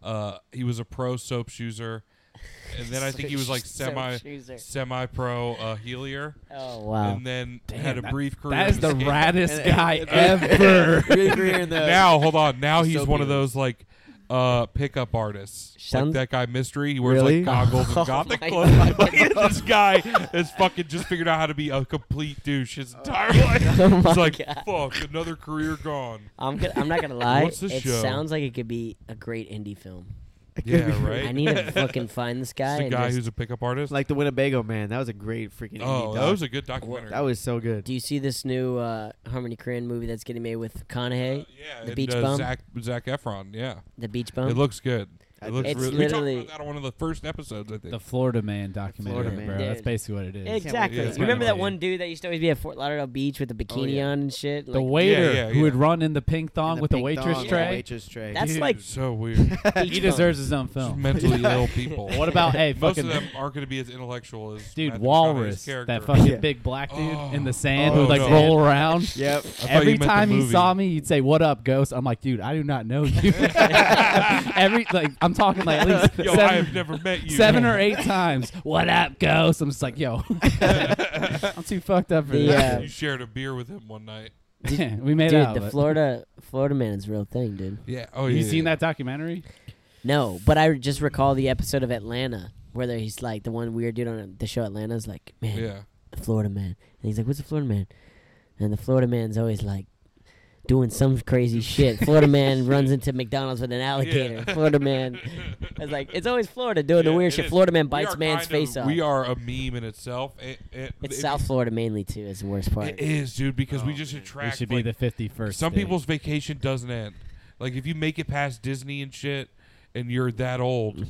Speaker 2: uh, he was a pro soaps user, and then I think he was like semi semi pro uh, helier,
Speaker 3: Oh wow!
Speaker 2: and then
Speaker 5: Damn,
Speaker 2: had a
Speaker 5: that-
Speaker 2: brief career.
Speaker 5: That is
Speaker 2: in
Speaker 5: the
Speaker 2: skate.
Speaker 5: raddest
Speaker 4: And-
Speaker 5: guy
Speaker 4: and-
Speaker 5: ever.
Speaker 4: Really great in the-
Speaker 2: Now hold on. Now he's
Speaker 4: Dystopian.
Speaker 2: one of those like uh pickup artists.
Speaker 3: Sounds-
Speaker 2: like that guy mystery. He wears
Speaker 4: Really?
Speaker 2: like goggles and
Speaker 3: Oh
Speaker 2: gothic
Speaker 3: my
Speaker 2: clothes. Like, this guy has fucking just figured out how to be a complete douche his entire life.
Speaker 3: Oh my
Speaker 2: He's like,
Speaker 3: God.
Speaker 2: fuck, another career gone.
Speaker 3: I'm gonna, I'm not gonna lie.
Speaker 2: What's the
Speaker 3: it
Speaker 2: show?
Speaker 3: sounds like it could be a great indie film.
Speaker 2: Yeah, right.
Speaker 3: I need to fucking find this guy.
Speaker 2: Just a
Speaker 3: and
Speaker 2: guy
Speaker 3: just-
Speaker 2: who's a pickup artist.
Speaker 4: Like the Winnebago man. That was a great freaking.
Speaker 2: oh,
Speaker 4: indie
Speaker 2: that
Speaker 4: doc.
Speaker 2: was a good documentary.
Speaker 4: That was so good.
Speaker 3: do you see this new uh, Harmony Korine movie that's getting made with McConaughey?
Speaker 2: yeah,
Speaker 3: the
Speaker 2: and,
Speaker 3: beach
Speaker 2: uh,
Speaker 3: bum?
Speaker 2: Zach, Zach Efron. Yeah,
Speaker 3: The Beach Bum.
Speaker 2: it looks good.
Speaker 4: I
Speaker 2: It looks
Speaker 3: It's
Speaker 2: really. we
Speaker 3: literally-
Speaker 2: talked about that on one of the first episodes, I think.
Speaker 5: the Florida Man documentary,
Speaker 4: Florida Man.
Speaker 5: bro.
Speaker 3: Dude.
Speaker 5: That's basically what it is.
Speaker 3: exactly.
Speaker 2: Yeah.
Speaker 3: You remember that
Speaker 5: Yeah.
Speaker 3: one dude that used to always be at Fort Lauderdale Beach with the
Speaker 2: Oh,
Speaker 3: bikini
Speaker 4: yeah.
Speaker 3: on and shit?
Speaker 5: The
Speaker 3: Like,
Speaker 5: waiter
Speaker 2: yeah,
Speaker 5: who would
Speaker 2: yeah.
Speaker 5: run in the pink thong
Speaker 4: And the
Speaker 5: with the
Speaker 4: pink
Speaker 5: waitress
Speaker 4: thong,
Speaker 5: tray.
Speaker 4: the waitress tray.
Speaker 3: That's
Speaker 5: Dude.
Speaker 3: like
Speaker 2: so weird.
Speaker 3: Beach
Speaker 5: He
Speaker 3: Bum.
Speaker 5: deserves his own
Speaker 2: Just
Speaker 5: film.
Speaker 2: mentally ill people.
Speaker 5: What about hey,
Speaker 2: Most
Speaker 5: fucking
Speaker 2: of them aren't going to be as intellectual as
Speaker 5: dude
Speaker 2: Matthew McConaughey's
Speaker 5: Walrus,
Speaker 2: character.
Speaker 5: that fucking
Speaker 4: Yeah.
Speaker 5: big black dude in
Speaker 2: Oh.
Speaker 5: the sand
Speaker 2: Oh,
Speaker 5: who would like
Speaker 2: no.
Speaker 5: roll around.
Speaker 4: Yep.
Speaker 2: I thought you
Speaker 5: Every
Speaker 2: meant the
Speaker 5: time he
Speaker 2: movie.
Speaker 5: saw me, he'd say, "What up, ghost?" I'm like, "Dude, I do not know you." Every like, I'm talking like at least
Speaker 2: Yo, I
Speaker 5: seven,
Speaker 2: have never met you.
Speaker 5: seven or eight times. What up, ghost? I'm just like, yo, I'm too fucked up for
Speaker 3: The,
Speaker 5: this.
Speaker 3: uh,
Speaker 2: you shared a beer with him one night.
Speaker 5: we made
Speaker 3: Dude,
Speaker 5: out.
Speaker 3: the
Speaker 5: but-
Speaker 3: Florida Florida man is a real thing, dude.
Speaker 2: Yeah. Oh,
Speaker 5: you
Speaker 2: yeah.
Speaker 5: seen that documentary?
Speaker 3: No, but I just recall the episode of Atlanta where there- he's like the one weird dude on the show Atlanta's like, man,
Speaker 2: Yeah.
Speaker 3: the Florida man, and he's like, what's a Florida man? And the Florida man's always like doing some crazy shit. Florida man runs into McDonald's with an alligator. Florida man, it's like it's always Florida doing
Speaker 2: Yeah,
Speaker 3: the weird
Speaker 2: it
Speaker 3: shit.
Speaker 2: is.
Speaker 3: Florida man
Speaker 2: We
Speaker 3: bites
Speaker 2: are kind
Speaker 3: man's
Speaker 2: of-
Speaker 3: face off.
Speaker 2: We are a meme in itself. It, it,
Speaker 3: it's
Speaker 2: it-
Speaker 3: South Florida mainly too. Is the worst part.
Speaker 2: It is, dude, because
Speaker 4: Oh,
Speaker 2: we just
Speaker 5: We
Speaker 2: attract.
Speaker 5: should be
Speaker 2: like,
Speaker 5: the 51st.
Speaker 2: some
Speaker 5: state.
Speaker 2: people's vacation doesn't end. Like if you make it past Disney and shit, and you're that old,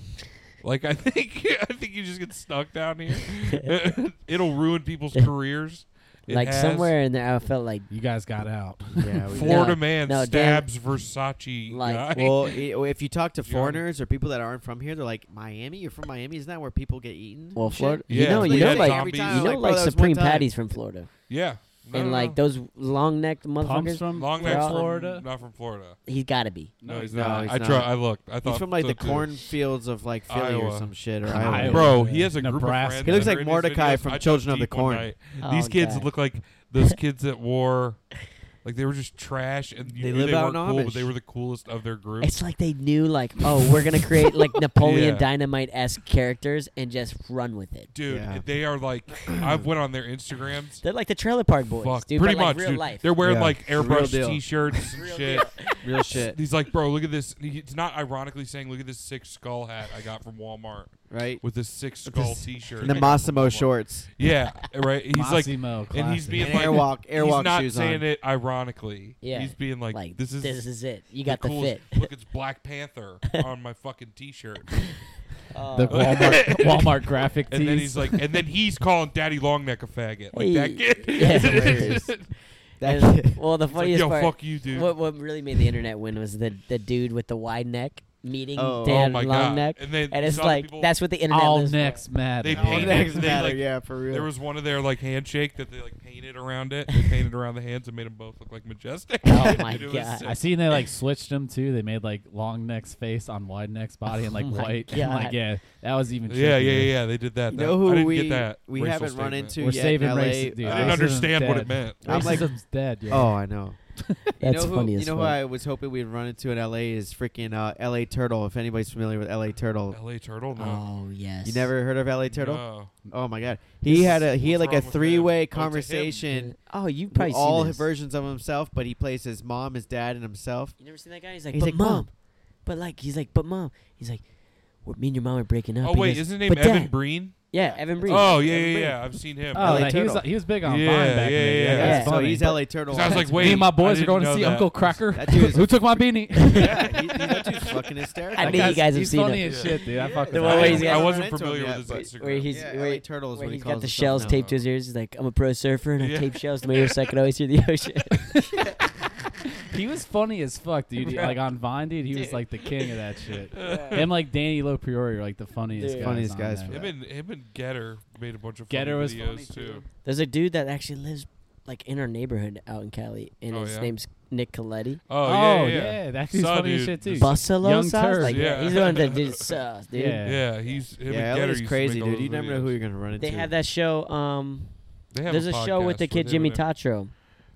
Speaker 2: like I think I think you just get stuck down here. It'll ruin people's careers. It
Speaker 3: like
Speaker 2: has.
Speaker 3: somewhere in there, I felt like
Speaker 5: you guys got out.
Speaker 4: Yeah. we-
Speaker 2: Florida
Speaker 3: No,
Speaker 2: man
Speaker 3: no, Dan-
Speaker 2: stabs Versace.
Speaker 3: Like,
Speaker 2: guy.
Speaker 4: Well, i- if you talk to
Speaker 2: Genre.
Speaker 4: foreigners or people that aren't from here, they're like, "Miami, you're from Miami, isn't that where people get eaten?"
Speaker 3: well,
Speaker 4: and shit?"
Speaker 3: Florida.
Speaker 2: Yeah,
Speaker 3: you know,
Speaker 2: it's
Speaker 3: you know,
Speaker 2: like
Speaker 3: like
Speaker 2: every
Speaker 3: you
Speaker 2: time,
Speaker 3: know,
Speaker 2: like,
Speaker 3: like,
Speaker 4: bro, that was one
Speaker 3: supreme
Speaker 4: time.
Speaker 3: patties from Florida,
Speaker 2: yeah, No,
Speaker 3: and
Speaker 2: no,
Speaker 3: like
Speaker 2: no.
Speaker 3: those long necked
Speaker 5: Pumps
Speaker 3: motherfuckers.
Speaker 5: from
Speaker 2: long
Speaker 3: they're
Speaker 2: neck
Speaker 3: all-
Speaker 2: from
Speaker 5: Florida.
Speaker 2: Not from Florida.
Speaker 3: He's got to be.
Speaker 2: No, he's
Speaker 4: No,
Speaker 2: not.
Speaker 4: he's
Speaker 2: I
Speaker 4: not.
Speaker 2: tried. I looked. I thought
Speaker 4: He's from like
Speaker 2: so,
Speaker 4: the
Speaker 2: too.
Speaker 4: cornfields of like Philly
Speaker 2: Iowa.
Speaker 4: or some shit, or
Speaker 5: Iowa.
Speaker 4: Iowa.
Speaker 2: Bro, he has a group of
Speaker 5: Nebraska.
Speaker 2: friends.
Speaker 5: He
Speaker 4: looks
Speaker 2: that
Speaker 4: like
Speaker 2: are in his
Speaker 4: Mordecai
Speaker 2: videos.
Speaker 4: from
Speaker 2: I took
Speaker 4: Children of the
Speaker 2: deep one
Speaker 4: Corn.
Speaker 2: night.
Speaker 3: Oh,
Speaker 2: These kids
Speaker 3: God.
Speaker 2: look like those kids that wore, like they were just trash, and you
Speaker 4: They
Speaker 2: knew
Speaker 4: live
Speaker 2: they
Speaker 4: out
Speaker 2: weren't
Speaker 4: in
Speaker 2: cool,
Speaker 4: Amish.
Speaker 2: but they were the coolest of their group.
Speaker 3: It's like they knew, like, oh, we're gonna create like Napoleon
Speaker 2: Yeah.
Speaker 3: Dynamite esque characters and just run with it.
Speaker 2: Dude,
Speaker 4: Yeah.
Speaker 2: they are like. I've went on their Instagrams.
Speaker 3: They're like the Trailer Park Boys,
Speaker 2: Fuck,
Speaker 3: dude.
Speaker 2: pretty
Speaker 3: but, like,
Speaker 2: much,
Speaker 3: real
Speaker 2: dude.
Speaker 3: life.
Speaker 2: They're wearing
Speaker 4: Yeah.
Speaker 2: like
Speaker 4: Real
Speaker 2: airbrush
Speaker 4: deal.
Speaker 2: t-shirts and shit.
Speaker 4: real shit.
Speaker 2: He's like, bro, look at this. He- It's not ironically saying, look at this sick skull hat I got from Walmart.
Speaker 4: right?
Speaker 2: with his six skull
Speaker 4: this-
Speaker 2: T-shirt
Speaker 4: And the Massimo shorts.
Speaker 2: Yeah, right. He's like,
Speaker 5: Massimo,
Speaker 2: and he's
Speaker 5: classy.
Speaker 2: being
Speaker 4: And
Speaker 2: like,
Speaker 4: airwalk,
Speaker 2: he's
Speaker 4: airwalk
Speaker 2: not
Speaker 4: shoes
Speaker 2: saying
Speaker 4: on.
Speaker 2: it ironically.
Speaker 3: Yeah.
Speaker 2: he's being like, this is
Speaker 3: this is it. You got the,
Speaker 2: coolest-
Speaker 3: fit.
Speaker 2: Look, it's Black Panther on my fucking T-shirt. Uh,
Speaker 5: the Walmart, Walmart graphic tees.
Speaker 2: And then he's like, and then he's calling Daddy Longneck a faggot. Like that
Speaker 3: Hey.
Speaker 2: kid.
Speaker 3: Yeah.
Speaker 2: It's
Speaker 4: That
Speaker 3: And-
Speaker 4: kid.
Speaker 3: well, the
Speaker 2: like,
Speaker 3: funniest
Speaker 2: yo,
Speaker 3: part.
Speaker 2: fuck you, dude.
Speaker 3: What what really made the internet win was the the dude with the wide neck meeting
Speaker 4: Oh.
Speaker 2: oh
Speaker 3: Dan
Speaker 2: my god!
Speaker 3: long neck,
Speaker 2: and then
Speaker 3: and it's
Speaker 2: some other
Speaker 3: like
Speaker 2: people-
Speaker 3: that's what the internet
Speaker 5: all
Speaker 3: lives for.
Speaker 5: necks matter.
Speaker 2: They
Speaker 5: All
Speaker 2: painted-
Speaker 5: necks-
Speaker 4: Next
Speaker 2: they,
Speaker 4: matter,
Speaker 2: like-
Speaker 4: yeah, for real.
Speaker 2: There was one of their like handshake that they like painted around it. They painted around the hands and made them both look like majestic.
Speaker 3: Oh my
Speaker 2: It was
Speaker 3: God.
Speaker 2: sick.
Speaker 5: I seen they like switched them too. They made like long neck's face on wide neck's body and like
Speaker 3: Oh my
Speaker 5: white. And, like
Speaker 3: God.
Speaker 5: yeah, that was even.
Speaker 2: Yeah, yeah,
Speaker 5: trickier.
Speaker 2: yeah, yeah. They did that.
Speaker 4: You
Speaker 2: That-
Speaker 4: know who
Speaker 2: I didn't
Speaker 4: we
Speaker 2: get that.
Speaker 4: we
Speaker 2: racial
Speaker 4: haven't run
Speaker 2: statement.
Speaker 4: into
Speaker 5: We're
Speaker 4: yet
Speaker 5: saving
Speaker 4: in LA?
Speaker 5: racism, dude.
Speaker 2: I didn't
Speaker 5: Racism's
Speaker 2: understand what
Speaker 5: dead.
Speaker 2: it meant.
Speaker 4: I'm like-
Speaker 5: Racism's dead. Yeah.
Speaker 4: Oh, I know.
Speaker 3: That's
Speaker 4: you know
Speaker 3: funny
Speaker 4: who,
Speaker 3: as
Speaker 4: You know who
Speaker 3: fuck.
Speaker 4: I was hoping we'd run into in LA is freaking uh, LA Turtle. If anybody's familiar with LA Turtle,
Speaker 2: L.A. Turtle. No.
Speaker 3: Oh yes.
Speaker 4: you never heard of LA Turtle?
Speaker 2: No.
Speaker 4: Oh my god, he had a he had
Speaker 2: what's
Speaker 4: like a
Speaker 2: wrong with him?
Speaker 4: three
Speaker 2: Oh,
Speaker 4: way
Speaker 2: to him.
Speaker 4: conversation.
Speaker 3: Oh, you
Speaker 4: with
Speaker 3: probably seen
Speaker 4: all
Speaker 3: this.
Speaker 4: versions of himself, but he plays his mom, his dad, and himself.
Speaker 3: You never seen that guy? He's like,
Speaker 4: He's
Speaker 3: but
Speaker 4: like,
Speaker 3: mom.
Speaker 4: "Mom."
Speaker 3: but like, he's like, but mom. He's like, well, me and your mom are breaking up.
Speaker 2: Oh
Speaker 3: He
Speaker 2: wait,
Speaker 3: goes,
Speaker 2: isn't his name
Speaker 3: "But
Speaker 2: Evan
Speaker 3: Dad."
Speaker 2: Breen?
Speaker 3: Yeah, Evan Breen.
Speaker 2: Oh yeah,
Speaker 4: Evan
Speaker 2: yeah,
Speaker 4: Breen.
Speaker 2: yeah. I've seen him.
Speaker 5: Oh,
Speaker 4: LA
Speaker 5: that- he was
Speaker 4: Turtle.
Speaker 5: he was big on
Speaker 2: Yeah,
Speaker 5: Vine back
Speaker 2: yeah,
Speaker 5: in the day.
Speaker 2: yeah.
Speaker 5: That's
Speaker 3: Yeah.
Speaker 4: So
Speaker 5: funny.
Speaker 4: he's LA Turtle.
Speaker 2: I was like, wait,
Speaker 5: me and my
Speaker 2: I
Speaker 5: boys are
Speaker 2: didn't
Speaker 5: going to
Speaker 2: know
Speaker 5: see
Speaker 2: that.
Speaker 5: Uncle Cracker.
Speaker 4: That dude is-
Speaker 5: Who took my beanie?
Speaker 4: yeah, he, that dude's fucking hysterical.
Speaker 3: I
Speaker 5: That
Speaker 3: knew you
Speaker 5: guy's-
Speaker 3: guys have
Speaker 5: he's
Speaker 3: seen
Speaker 5: funny
Speaker 3: him.
Speaker 5: as shit, dude. I
Speaker 4: Yeah.
Speaker 5: fucking
Speaker 3: The
Speaker 5: love
Speaker 3: one where
Speaker 5: him.
Speaker 3: he's got-
Speaker 2: I wasn't
Speaker 4: Tormentor
Speaker 2: familiar
Speaker 4: yet,
Speaker 2: with
Speaker 4: but-
Speaker 2: his Instagram.
Speaker 3: where he's
Speaker 4: yeah,
Speaker 3: where,
Speaker 4: LA Turtle is
Speaker 3: where
Speaker 4: what he
Speaker 3: he's
Speaker 4: calls
Speaker 3: got the
Speaker 4: himself
Speaker 3: shells
Speaker 4: now.
Speaker 3: taped to his ears. He's like, I'm a pro surfer and I
Speaker 2: Yeah.
Speaker 3: tape shells to my ears so I can always hear the ocean.
Speaker 5: He was funny as fuck, dude. He- Like on Vine, dude, he was like the king of that shit. Him like Danny Lopriori are like the funniest
Speaker 3: Dude.
Speaker 5: guys.
Speaker 4: Funniest
Speaker 5: on
Speaker 4: guys
Speaker 5: there.
Speaker 4: for
Speaker 2: Him
Speaker 4: that.
Speaker 2: and him and Getter made a bunch of
Speaker 5: Getter
Speaker 2: funny
Speaker 5: was
Speaker 2: videos
Speaker 5: funny,
Speaker 2: too.
Speaker 5: too.
Speaker 3: There's a dude that actually lives like in our neighborhood out in Cali, and
Speaker 2: Oh,
Speaker 3: his
Speaker 2: yeah?
Speaker 3: name's Nick Coletti.
Speaker 2: Oh,
Speaker 5: Oh,
Speaker 2: yeah, yeah, yeah.
Speaker 5: yeah, that dude's
Speaker 2: Saw,
Speaker 5: funny as
Speaker 2: dude.
Speaker 5: shit, too.
Speaker 3: Buffalo
Speaker 5: Young
Speaker 3: sauce,
Speaker 5: Turd.
Speaker 3: like yeah.
Speaker 2: Yeah.
Speaker 3: he's the one that did sauce, dude.
Speaker 5: Yeah.
Speaker 2: Yeah, he's him
Speaker 4: yeah,
Speaker 2: and
Speaker 4: LA
Speaker 2: Getter
Speaker 4: is
Speaker 2: used to
Speaker 4: crazy,
Speaker 2: make all
Speaker 4: dude.
Speaker 2: those
Speaker 4: You never know
Speaker 2: videos.
Speaker 4: who you're gonna run into.
Speaker 3: They have that show. Um,
Speaker 2: They have
Speaker 3: there's a show with
Speaker 2: podcast
Speaker 3: the
Speaker 2: where
Speaker 3: kid
Speaker 2: they
Speaker 3: Jimmy
Speaker 2: were there.
Speaker 3: Tatro.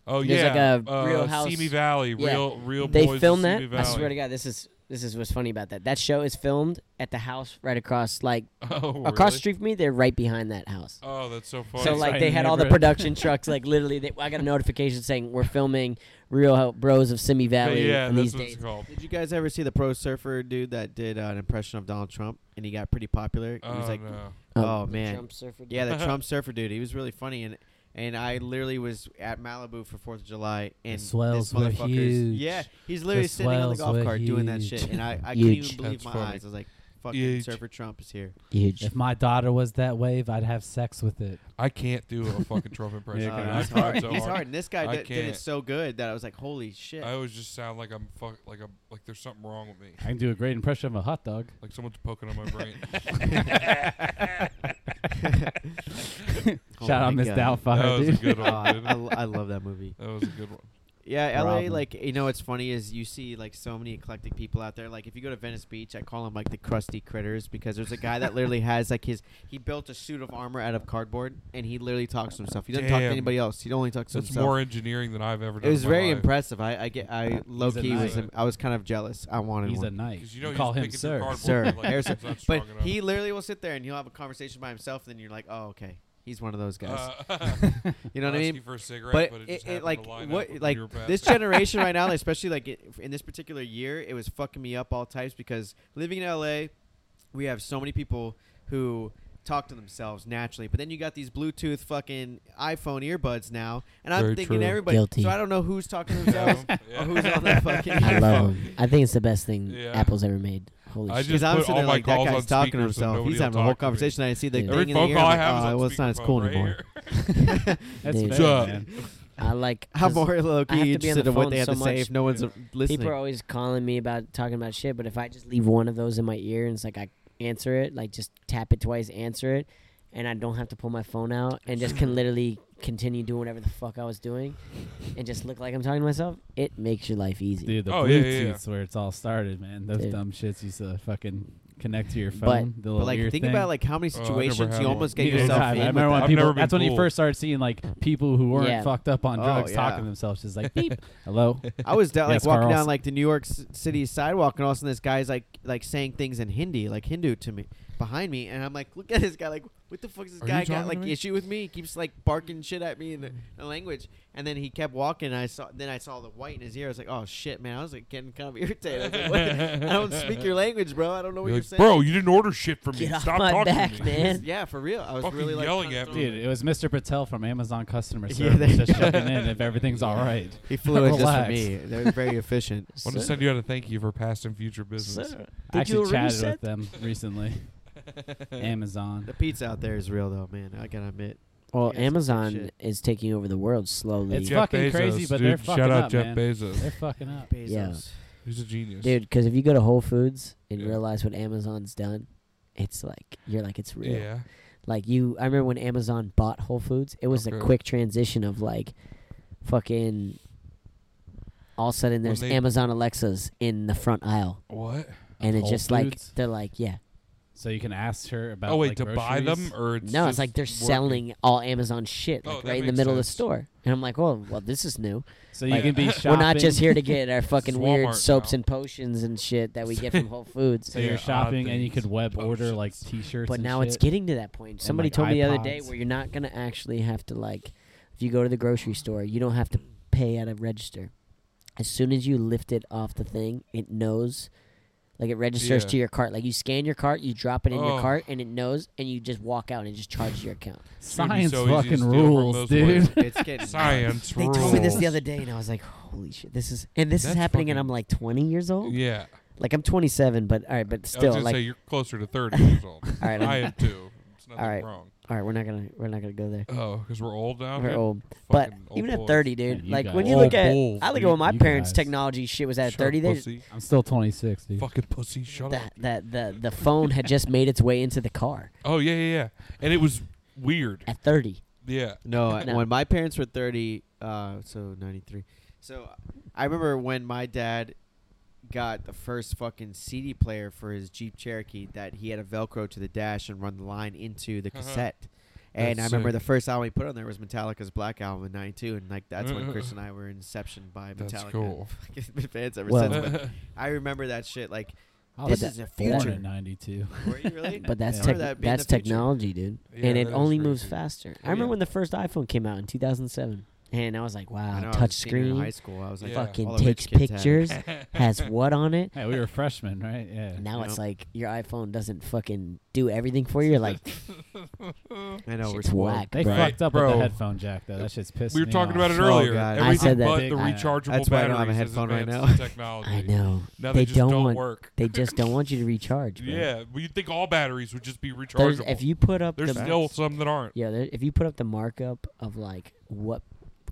Speaker 2: Oh
Speaker 3: There's like
Speaker 2: yeah,
Speaker 3: a Real
Speaker 2: uh,
Speaker 3: House-
Speaker 2: Simi Valley,
Speaker 3: Yeah.
Speaker 2: real real boys.
Speaker 3: They
Speaker 2: of
Speaker 3: filmed that.
Speaker 2: Simi
Speaker 3: I
Speaker 2: Valley.
Speaker 3: swear to God, this is this is what's funny about that. That show is filmed at the house right across, like
Speaker 2: Oh,
Speaker 3: across the
Speaker 2: really?
Speaker 3: street from me. They're right behind that house.
Speaker 2: Oh, that's so funny.
Speaker 3: So
Speaker 5: It's
Speaker 3: like
Speaker 5: right
Speaker 3: they
Speaker 5: in
Speaker 3: had
Speaker 5: the
Speaker 3: all the
Speaker 5: neighborhood.
Speaker 3: production trucks like literally. They, I got a notification saying we're filming Real Ho- Bros of Simi Valley
Speaker 2: yeah,
Speaker 3: on
Speaker 2: that's
Speaker 3: these
Speaker 2: what it's
Speaker 3: days.
Speaker 2: called.
Speaker 4: Did you guys ever see the pro surfer dude that did uh, an impression of Donald Trump and he got pretty popular?
Speaker 2: Oh
Speaker 4: he was like,
Speaker 2: no.
Speaker 4: Oh, man.
Speaker 3: Trump surfer.
Speaker 4: yeah, the Trump surfer dude. He was really funny and and I literally was at Malibu for Fourth of July and
Speaker 5: swells
Speaker 4: this
Speaker 5: were
Speaker 4: motherfucker's
Speaker 5: huge.
Speaker 4: yeah, he's literally
Speaker 5: The
Speaker 4: sitting on the
Speaker 5: swells
Speaker 4: golf
Speaker 5: were
Speaker 4: cart doing that
Speaker 5: huge.
Speaker 4: shit and I, I couldn't even
Speaker 3: Huge.
Speaker 4: believe
Speaker 2: That's
Speaker 4: my
Speaker 2: funny.
Speaker 4: eyes. I was like, fucking
Speaker 2: Huge.
Speaker 4: surfer Trump is here.
Speaker 3: huge.
Speaker 5: my daughter was that wave, I'd have sex with it.
Speaker 2: I can't do a fucking Trump impression.
Speaker 5: Yeah,
Speaker 4: Uh,
Speaker 5: I
Speaker 2: I
Speaker 4: he's
Speaker 2: tried
Speaker 4: hard.
Speaker 2: so
Speaker 4: he's hard. And this guy
Speaker 2: I
Speaker 4: did, did
Speaker 2: can't.
Speaker 4: it so good that I was like, holy shit.
Speaker 2: I always just sound like I'm fuck like I'm like there's something wrong with me.
Speaker 5: I can do a great impression of a hot dog.
Speaker 2: Like someone's poking on my brain.
Speaker 4: Oh
Speaker 5: Shout out
Speaker 4: my
Speaker 5: Miss
Speaker 4: God.
Speaker 5: Doubtfire,
Speaker 2: that was a
Speaker 5: dude.
Speaker 2: good
Speaker 4: Oh,
Speaker 2: one.
Speaker 4: I,
Speaker 2: dude.
Speaker 4: I lo- I love that movie.
Speaker 2: That was a good one.
Speaker 4: Yeah, LA,
Speaker 5: Problem.
Speaker 4: like, you know what's funny is you see, like, so many eclectic people out there. Like, if you go to Venice Beach, I call them, like, the crusty critters because there's a guy that literally has, like, his. He built a suit of armor out of cardboard and he literally talks to himself. He doesn't talk to
Speaker 2: Damn.
Speaker 4: anybody else. He only talks to
Speaker 2: That's
Speaker 4: himself.
Speaker 2: more engineering than I've ever done.
Speaker 4: it was
Speaker 2: in my
Speaker 4: very
Speaker 2: life.
Speaker 4: impressive. I, I get, I low
Speaker 5: a
Speaker 4: key was,
Speaker 2: knight.
Speaker 4: I was kind of jealous. I wanted
Speaker 5: He's a
Speaker 4: one.
Speaker 5: knight.
Speaker 2: Because you know you
Speaker 5: call
Speaker 2: just
Speaker 5: him
Speaker 2: pick it through
Speaker 5: sir.
Speaker 2: cardboard,
Speaker 4: Sir,
Speaker 2: like,
Speaker 4: air sir.
Speaker 2: it's not
Speaker 4: But
Speaker 2: strong enough.
Speaker 4: he literally will sit there and he'll have a conversation by himself, and then you're like, oh, okay, he's one of those guys.
Speaker 2: Uh,
Speaker 4: you know what I
Speaker 2: asking
Speaker 4: mean?
Speaker 2: for a cigarette,
Speaker 4: But,
Speaker 2: but it,
Speaker 4: it,
Speaker 2: just
Speaker 4: it,
Speaker 2: happened
Speaker 4: like
Speaker 2: to line up
Speaker 4: what
Speaker 2: with
Speaker 4: like
Speaker 2: your path.
Speaker 4: this generation right now, especially like it, in this particular year, it was fucking me up all types because living in LA, we have so many people who talk to themselves naturally, but then you got these Bluetooth fucking iPhone earbuds now, and I'm
Speaker 2: Very
Speaker 4: thinking
Speaker 2: true.
Speaker 4: everybody.
Speaker 3: Guilty.
Speaker 4: So I don't know who's talking to
Speaker 2: You know?
Speaker 4: themselves
Speaker 2: Yeah.
Speaker 4: or who's on that fucking.
Speaker 3: I
Speaker 4: iPhone.
Speaker 3: love him. I think it's the best thing
Speaker 2: Yeah.
Speaker 3: Apple's ever made. Holy
Speaker 2: I
Speaker 3: shit!
Speaker 2: just
Speaker 4: Because I'm
Speaker 2: put all
Speaker 4: sitting there
Speaker 2: my
Speaker 4: like that
Speaker 2: calls
Speaker 4: guy's
Speaker 2: on
Speaker 4: talking
Speaker 2: speaker
Speaker 4: to
Speaker 2: so
Speaker 4: himself.
Speaker 2: nobody
Speaker 4: He's
Speaker 2: will
Speaker 4: having a
Speaker 2: talk
Speaker 4: whole
Speaker 2: to me.
Speaker 4: conversation. I see the
Speaker 3: Every
Speaker 4: thing
Speaker 2: Every
Speaker 4: in the
Speaker 2: phone
Speaker 4: ear.
Speaker 2: call I
Speaker 4: I'm
Speaker 2: have
Speaker 4: like,
Speaker 2: is
Speaker 4: oh,
Speaker 2: on
Speaker 4: well, it's not as
Speaker 2: speakerphone
Speaker 4: cool
Speaker 2: right
Speaker 4: anymore.
Speaker 2: here.
Speaker 5: That's
Speaker 3: Dude.
Speaker 5: fair,
Speaker 2: Sup?
Speaker 5: man.
Speaker 3: I like
Speaker 4: How
Speaker 3: 'cause
Speaker 4: more low
Speaker 3: I have to
Speaker 4: key
Speaker 3: be on
Speaker 4: interested
Speaker 3: the
Speaker 4: in what
Speaker 3: phone
Speaker 4: they have
Speaker 3: so
Speaker 4: to say
Speaker 3: much.
Speaker 4: if no one's uh,
Speaker 3: people are
Speaker 4: listening?
Speaker 3: always calling me about talking about shit, but if I just leave one of those in my ear and it's like I answer it, like just tap it twice, answer it, and I don't have to pull my phone out and just can literally continue doing whatever the fuck I was doing, and just look like I'm talking to myself, it makes your life easy.
Speaker 5: Dude, the
Speaker 2: Oh, yeah,
Speaker 5: Bluetooth's
Speaker 2: yeah, yeah.
Speaker 5: where it's all started, man. Those
Speaker 3: Dude.
Speaker 5: dumb shits used to fucking connect to your
Speaker 3: But-
Speaker 5: phone. the
Speaker 4: But
Speaker 5: little
Speaker 4: like,
Speaker 5: ear
Speaker 4: think
Speaker 5: thing.
Speaker 4: about like how many
Speaker 2: Oh, I never
Speaker 4: situations
Speaker 2: had
Speaker 4: you
Speaker 2: one.
Speaker 4: almost get
Speaker 5: Neither did
Speaker 4: yourself
Speaker 5: I. I
Speaker 4: in. with
Speaker 5: remember when
Speaker 4: that.
Speaker 2: I've
Speaker 5: people.
Speaker 2: never been
Speaker 5: That's when you
Speaker 2: cool.
Speaker 5: first started seeing like people who weren't
Speaker 3: Yeah.
Speaker 5: fucked up on
Speaker 4: Oh,
Speaker 5: drugs
Speaker 4: yeah.
Speaker 5: talking to themselves, just like beep, hello.
Speaker 4: I was down, like
Speaker 5: Yes,
Speaker 4: walking down
Speaker 5: Carlson.
Speaker 4: like the New York C- City sidewalk, and all of a sudden this guy's like like saying things in Hindi, like Hindu to me, behind me, and I'm like, look at this guy. Like, what the fuck is this
Speaker 2: Are you
Speaker 4: guy got
Speaker 2: talking to
Speaker 4: like
Speaker 2: me?
Speaker 4: issue with me? He keeps like barking shit at me in the, the language. And then he kept walking. And I saw. Then I saw the white in his ear. I was like, oh shit, man. I was like getting kind of irritated. I, was like, what? I don't speak your language, bro. I don't know what
Speaker 2: You're
Speaker 4: you're
Speaker 2: like,
Speaker 4: saying,
Speaker 2: Bro, you didn't order shit from me.
Speaker 3: Get off
Speaker 2: Stop
Speaker 3: my
Speaker 2: talking
Speaker 3: back,
Speaker 2: to me.
Speaker 3: man.
Speaker 4: Yeah, for real. I was
Speaker 2: Fucking
Speaker 4: really like
Speaker 2: yelling
Speaker 4: kinda
Speaker 2: at me.
Speaker 4: thrown-
Speaker 5: Dude, it was Mr. Patel from Amazon customer
Speaker 4: Yeah,
Speaker 5: service
Speaker 4: there-
Speaker 5: just checking in if everything's all right.
Speaker 4: He flew in just for
Speaker 5: Relax.
Speaker 4: me. They're very efficient.
Speaker 2: I want to send you out a thank you for past and future business.
Speaker 5: I actually chatted with them recently. Amazon.
Speaker 4: The pizza out there is real though, man. I gotta admit.
Speaker 3: Well,
Speaker 4: Yeah, it's some
Speaker 3: Amazon
Speaker 4: shit.
Speaker 3: is taking over the world slowly,
Speaker 5: It's
Speaker 3: dude.
Speaker 5: Jeff fucking crazy, but
Speaker 2: dude,
Speaker 5: they're fucking
Speaker 2: Shout out
Speaker 5: up,
Speaker 2: Jeff
Speaker 5: man.
Speaker 2: Bezos.
Speaker 5: They're fucking up.
Speaker 4: Bezos.
Speaker 3: Yeah.
Speaker 2: He's a genius.
Speaker 3: 'Cause if you go to Whole Foods and
Speaker 2: Yeah.
Speaker 3: realize what Amazon's done, it's like you're like it's real.
Speaker 2: Yeah.
Speaker 3: Like you, I remember when Amazon bought Whole Foods, it was a
Speaker 2: Okay.
Speaker 3: quick transition of like, fucking. All of a sudden,
Speaker 2: When
Speaker 3: there's
Speaker 2: they-
Speaker 3: Amazon Alexas in the front aisle,
Speaker 2: What?
Speaker 3: and
Speaker 5: Of
Speaker 3: it's
Speaker 5: Whole Foods?
Speaker 3: just like they're like, yeah,
Speaker 5: So you can ask her about.
Speaker 2: oh wait,
Speaker 5: like,
Speaker 2: to buy
Speaker 5: groceries?
Speaker 2: them or it's
Speaker 3: no, it's
Speaker 2: just
Speaker 3: like they're
Speaker 2: working?
Speaker 3: selling all Amazon shit
Speaker 2: Oh,
Speaker 3: like
Speaker 2: that
Speaker 3: right in the
Speaker 2: makes
Speaker 3: middle of the
Speaker 2: sense.
Speaker 3: store, and I'm like, oh, well, well, this is new.
Speaker 5: So you
Speaker 2: Like,
Speaker 5: can be
Speaker 2: we're
Speaker 5: shopping.
Speaker 3: We're not just here to get our fucking
Speaker 2: Walmart now.
Speaker 3: weird soaps and potions and shit that we get from Whole Foods.
Speaker 5: So you're
Speaker 2: Yeah, odd
Speaker 5: shopping and you
Speaker 2: things.
Speaker 5: could web order like
Speaker 2: Potions.
Speaker 5: T-shirts.
Speaker 3: But
Speaker 5: and
Speaker 3: now it's
Speaker 5: shit.
Speaker 3: getting to that point. Somebody
Speaker 5: like,
Speaker 3: told me the other day
Speaker 5: iPods.
Speaker 3: where you're not gonna actually have to like, if you go to the grocery store, you don't have to pay at a register. As soon as you lift it off the thing, it knows, like it registers
Speaker 2: Yeah.
Speaker 3: to your cart. Like you scan your cart, you drop it in
Speaker 2: Oh.
Speaker 3: your cart, and it knows, and you just walk out and it just charges your account.
Speaker 5: science
Speaker 2: so easy to
Speaker 5: fucking
Speaker 2: steal from
Speaker 5: rules,
Speaker 2: those
Speaker 5: dude.
Speaker 2: places.
Speaker 4: It's getting
Speaker 2: Science
Speaker 3: They
Speaker 2: rules.
Speaker 3: told me this the other day, and I was like, "Holy shit! This is and this is
Speaker 2: That's
Speaker 3: happening." And
Speaker 2: fucking-
Speaker 3: I'm like 20 years old.
Speaker 2: Yeah.
Speaker 3: Like I'm 27, but all right, but
Speaker 2: I was
Speaker 3: still,
Speaker 2: gonna
Speaker 3: like,
Speaker 2: say you're closer to 30 years old.
Speaker 3: all right,
Speaker 2: I
Speaker 3: I'm-
Speaker 2: am too. It's nothing
Speaker 3: All right.
Speaker 2: wrong.
Speaker 3: all right, we're not gonna we're not gonna go there.
Speaker 2: Oh, because we're old now.
Speaker 3: We're
Speaker 2: dude?
Speaker 3: old, but
Speaker 2: Fucking old
Speaker 3: even at
Speaker 2: boys.
Speaker 3: 30, dude,
Speaker 5: Yeah, you
Speaker 3: like
Speaker 5: guys-
Speaker 3: when you
Speaker 5: Old
Speaker 3: look at,
Speaker 2: bulls,
Speaker 3: I look
Speaker 5: dude,
Speaker 3: at what my
Speaker 5: you
Speaker 3: parents'
Speaker 5: guys.
Speaker 3: technology shit was at
Speaker 2: Shut up,
Speaker 3: 30. They,
Speaker 2: pussy.
Speaker 5: I'm still 26, dude.
Speaker 2: Fucking pussy. Shut up.
Speaker 3: that that the the phone had just made its way into the car
Speaker 2: Oh yeah, yeah, yeah. And it was weird.
Speaker 3: at 30.
Speaker 2: Yeah.
Speaker 4: No,
Speaker 3: No.
Speaker 4: when my parents were 30, uh, so 93. So I remember when my dad got the first fucking CD player for his Jeep Cherokee that he had a Velcro to the dash and run the line into the
Speaker 2: Uh-huh.
Speaker 4: cassette. And
Speaker 2: That's
Speaker 4: I remember
Speaker 2: sick.
Speaker 4: the first album he put on there was Metallica's Black Album in '92, and like that's when Chris and I were Inception by Metallica.
Speaker 2: That's cool.
Speaker 4: Fucking been fans ever
Speaker 3: Well-
Speaker 4: since. But I remember that shit. Like,
Speaker 5: I
Speaker 4: this
Speaker 5: was
Speaker 4: is a
Speaker 5: born
Speaker 4: future.
Speaker 5: in '92.
Speaker 4: Were you really?
Speaker 3: But that's
Speaker 5: Yeah.
Speaker 3: tech
Speaker 4: Remember that being
Speaker 3: that's
Speaker 4: the future.
Speaker 3: technology, dude,
Speaker 2: Yeah,
Speaker 3: and it
Speaker 2: that is
Speaker 3: only moves
Speaker 2: crazy.
Speaker 3: faster. I
Speaker 2: Yeah.
Speaker 3: remember when the first iPhone came out in 2007, and I was like,
Speaker 4: I
Speaker 3: wow,
Speaker 4: know, I was a
Speaker 3: Uh, touch
Speaker 4: senior in High
Speaker 3: screen,
Speaker 4: school, I was like,
Speaker 2: Yeah.
Speaker 3: fucking
Speaker 4: all the rich
Speaker 3: takes
Speaker 4: kids had it.
Speaker 3: pictures, has what on it.
Speaker 5: Yeah, we were freshmen, right? Yeah.
Speaker 3: Now it's
Speaker 4: Yep.
Speaker 3: like your iPhone doesn't fucking do everything for you. You're like,
Speaker 4: I know we're
Speaker 3: Shit's
Speaker 4: spoiled.
Speaker 3: whack.
Speaker 5: They
Speaker 2: Right,
Speaker 5: fucked up with
Speaker 2: bro.
Speaker 5: the headphone jack though. That shit's pissed.
Speaker 2: We were
Speaker 5: me
Speaker 2: talking
Speaker 5: off.
Speaker 2: about it
Speaker 4: Oh,
Speaker 2: earlier.
Speaker 4: God. I
Speaker 2: Everything
Speaker 3: said that
Speaker 2: but
Speaker 5: big-
Speaker 2: the
Speaker 5: I know.
Speaker 2: rechargeable
Speaker 4: That's why I
Speaker 2: batteries
Speaker 4: don't have a
Speaker 2: is
Speaker 4: headphone right
Speaker 2: advanced in
Speaker 4: now.
Speaker 2: technology.
Speaker 3: I know
Speaker 2: Now
Speaker 3: they,
Speaker 2: they, just
Speaker 3: don't,
Speaker 2: don't,
Speaker 3: want
Speaker 2: work.
Speaker 3: they just don't want you to recharge. Bro.
Speaker 2: Yeah, well, you'd think all batteries would just be rechargeable.
Speaker 3: There's,
Speaker 2: There's,
Speaker 3: if you put up the
Speaker 2: still some that aren't.
Speaker 3: Yeah, there, if you put up the markup of like what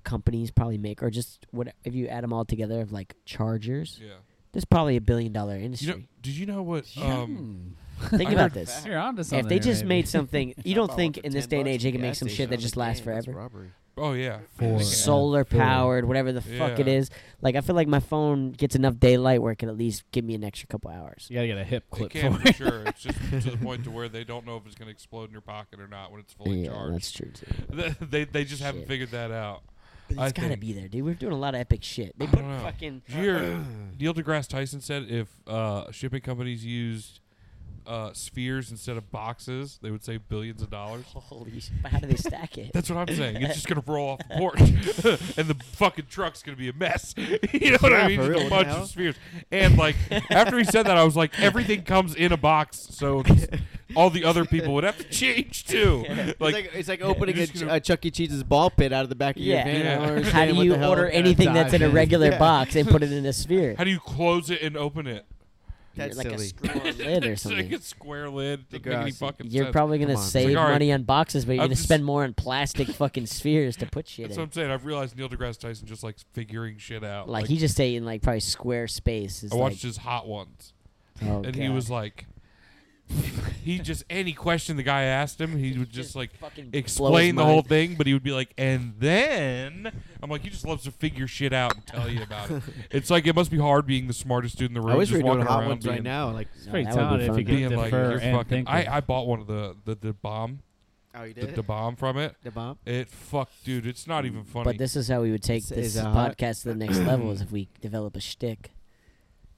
Speaker 3: companies probably make, or just what if you add them all together of like chargers,
Speaker 2: Yeah.
Speaker 3: there's probably a billion dollar
Speaker 2: You know,
Speaker 3: industry.
Speaker 2: did you know what? Um,
Speaker 3: Think
Speaker 5: I
Speaker 3: about
Speaker 5: heard
Speaker 3: this.
Speaker 5: You're onto
Speaker 3: If
Speaker 5: something
Speaker 3: they
Speaker 5: here,
Speaker 3: just
Speaker 5: maybe.
Speaker 3: made something, you don't
Speaker 4: About
Speaker 3: think
Speaker 4: for
Speaker 3: in this
Speaker 4: 10
Speaker 3: day and
Speaker 4: bucks
Speaker 3: age
Speaker 4: at
Speaker 3: they
Speaker 4: a
Speaker 3: can make
Speaker 4: gas
Speaker 3: some
Speaker 4: station.
Speaker 3: shit that
Speaker 4: I'm
Speaker 3: just
Speaker 4: like,
Speaker 3: lasts
Speaker 4: "Damn, that's
Speaker 3: forever?
Speaker 4: robbery."
Speaker 2: oh yeah.
Speaker 5: Four.
Speaker 2: Yeah.
Speaker 3: Solar
Speaker 5: Four.
Speaker 3: powered, whatever the fuck it
Speaker 2: Yeah.
Speaker 3: is. Like I feel like my phone gets enough daylight where it can at least give me an extra couple hours.
Speaker 5: you gotta get a hip
Speaker 2: They
Speaker 5: clip
Speaker 2: can
Speaker 5: for
Speaker 2: for
Speaker 5: it.
Speaker 2: sure. It's just to the point to where they don't know if it's going to explode in your pocket or not when it's fully
Speaker 3: Yeah,
Speaker 2: charged.
Speaker 3: that's true too.
Speaker 2: they they just haven't
Speaker 3: Shit.
Speaker 2: figured that out.
Speaker 3: But
Speaker 2: I
Speaker 3: it's gotta
Speaker 2: think-
Speaker 3: be there, dude. We're doing a lot of epic shit. They
Speaker 2: I
Speaker 3: put
Speaker 2: don't know.
Speaker 3: fucking
Speaker 2: Did you hear Neil deGrasse Tyson said if uh, shipping companies used uh, spheres instead of boxes, they would save billions of dollars.
Speaker 3: holy shit. But how do they stack it?
Speaker 2: That's what I'm saying. It's just gonna roll off the porch, and the fucking truck's gonna be a mess. you know what
Speaker 4: Yeah,
Speaker 2: I mean?
Speaker 4: for
Speaker 2: Just
Speaker 4: real. What
Speaker 2: a
Speaker 4: the
Speaker 2: bunch
Speaker 4: hell?
Speaker 2: of spheres. And like after he said that, I was like, everything comes in a box, so it's- all the other people would have to change too. Like,
Speaker 4: it's like, it's like opening a,
Speaker 2: just gonna-
Speaker 4: a Chuck E. Cheese's ball pit out of the back of
Speaker 3: Yeah.
Speaker 4: your van.
Speaker 2: Yeah.
Speaker 4: I don't
Speaker 3: How
Speaker 4: understand
Speaker 3: do
Speaker 4: what
Speaker 3: you
Speaker 4: the hell
Speaker 3: order
Speaker 4: they're gonna
Speaker 3: anything that's in a
Speaker 4: dive
Speaker 3: regular
Speaker 4: Yeah.
Speaker 3: box and put it in a sphere?
Speaker 2: how do you close it and open it?
Speaker 4: That's
Speaker 3: like a
Speaker 4: silly.
Speaker 3: screw-on lid or
Speaker 2: It's like
Speaker 3: something.
Speaker 2: a square lid. Doesn't make any
Speaker 4: Degrassi.
Speaker 2: fucking
Speaker 3: You're
Speaker 2: sense.
Speaker 3: probably gonna
Speaker 4: Come on. It's
Speaker 3: save
Speaker 2: like, all right,
Speaker 3: money on boxes, but you're
Speaker 2: I'm
Speaker 3: gonna
Speaker 2: just-
Speaker 3: spend more on plastic fucking spheres to put shit
Speaker 2: That's
Speaker 3: in.
Speaker 2: what I'm saying. I've realized Neil deGrasse Tyson just likes figuring shit out.
Speaker 3: like he just saying like probably square space is
Speaker 2: I watched
Speaker 3: like,
Speaker 2: his Hot Ones.
Speaker 3: oh,
Speaker 2: and he
Speaker 3: God.
Speaker 2: was like, he just any question the guy asked him, he would just like
Speaker 3: fucking blow his
Speaker 2: explain the whole
Speaker 3: mind.
Speaker 2: thing, but he would be like, and then I'm like, he just loves to figure shit out and tell you about it. It's like it must be hard being the smartest dude in the room.
Speaker 4: I wish we
Speaker 2: just
Speaker 4: were doing
Speaker 2: walking
Speaker 4: hot
Speaker 2: around
Speaker 4: ones
Speaker 2: being,
Speaker 4: right now. Like,
Speaker 5: It's pretty
Speaker 3: that would be
Speaker 5: talented if
Speaker 3: fun.
Speaker 5: you
Speaker 2: Being
Speaker 5: could
Speaker 2: like,
Speaker 5: defer
Speaker 2: you're
Speaker 5: and
Speaker 2: fucking.
Speaker 5: think.
Speaker 2: I, I bought one of the the, the bomb
Speaker 4: oh, you
Speaker 2: the,
Speaker 4: did
Speaker 2: the bomb from it.
Speaker 4: The bomb.
Speaker 2: It fuck, dude. It's not even funny.
Speaker 3: But this is how we would take
Speaker 4: Is-
Speaker 3: this
Speaker 4: is it hot?
Speaker 3: podcast to the next level is if we develop a shtick.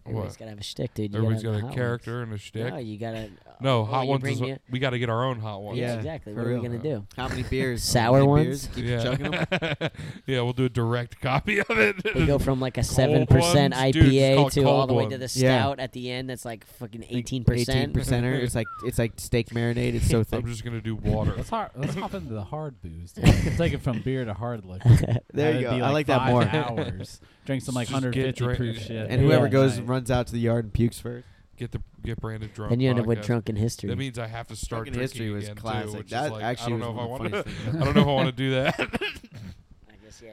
Speaker 3: Everybody's
Speaker 2: What?
Speaker 3: gotta have a shtick, dude. You
Speaker 2: Everybody's got
Speaker 3: gotta have
Speaker 2: a
Speaker 3: hot
Speaker 2: character and a
Speaker 3: ones.
Speaker 2: shtick.
Speaker 3: No, you gotta
Speaker 2: No,
Speaker 3: well,
Speaker 2: hot
Speaker 3: you
Speaker 2: ones.
Speaker 3: bring
Speaker 2: Is,
Speaker 3: me a-
Speaker 2: we got to get our own hot ones.
Speaker 3: yeah,
Speaker 4: Yeah,
Speaker 3: exactly.
Speaker 4: for
Speaker 3: What are we
Speaker 4: real,
Speaker 3: gonna
Speaker 2: bro.
Speaker 3: do?
Speaker 4: How many beers?
Speaker 3: Sour
Speaker 4: How many
Speaker 3: ones?
Speaker 4: Beers? Keep
Speaker 2: Yeah.
Speaker 4: chugging 'em?
Speaker 2: yeah, we'll do a direct copy of it.
Speaker 3: We go from like a seven
Speaker 2: Cold
Speaker 3: percent
Speaker 2: ones? Dude, it's
Speaker 3: IPA
Speaker 2: called
Speaker 3: to all
Speaker 2: cold
Speaker 3: the way to the
Speaker 2: ones.
Speaker 4: Yeah.
Speaker 3: stout at the end. That's like fucking eighteen percent.
Speaker 4: 18%er. It's like it's like steak marinade. It's so
Speaker 2: I'm
Speaker 4: thick.
Speaker 2: just gonna do water.
Speaker 5: Let's, hard, let's hop into the hard booze. dude. Take it from beer to hard liquor.
Speaker 4: There
Speaker 5: That'd
Speaker 4: you go.
Speaker 5: be
Speaker 4: I like that
Speaker 5: five
Speaker 4: more.
Speaker 5: Hours. Drink some like
Speaker 2: Just get
Speaker 5: 150
Speaker 2: drink-
Speaker 5: proof shit.
Speaker 4: And whoever
Speaker 3: Yeah.
Speaker 4: goes
Speaker 5: Right.
Speaker 4: runs out to the yard and pukes first.
Speaker 2: Get the get branded drunk.
Speaker 3: Then you end up with
Speaker 2: podcast.
Speaker 3: drunken history.
Speaker 2: That means I have to start
Speaker 4: Fucking
Speaker 2: drinking
Speaker 4: history was
Speaker 2: again, too,
Speaker 4: classic.
Speaker 2: which is
Speaker 4: That
Speaker 2: like, I don't
Speaker 4: actually was
Speaker 2: know if
Speaker 4: one
Speaker 2: I
Speaker 4: of the
Speaker 2: want to.
Speaker 4: funniest
Speaker 2: I don't know if I want to do that.
Speaker 3: I guess yeah.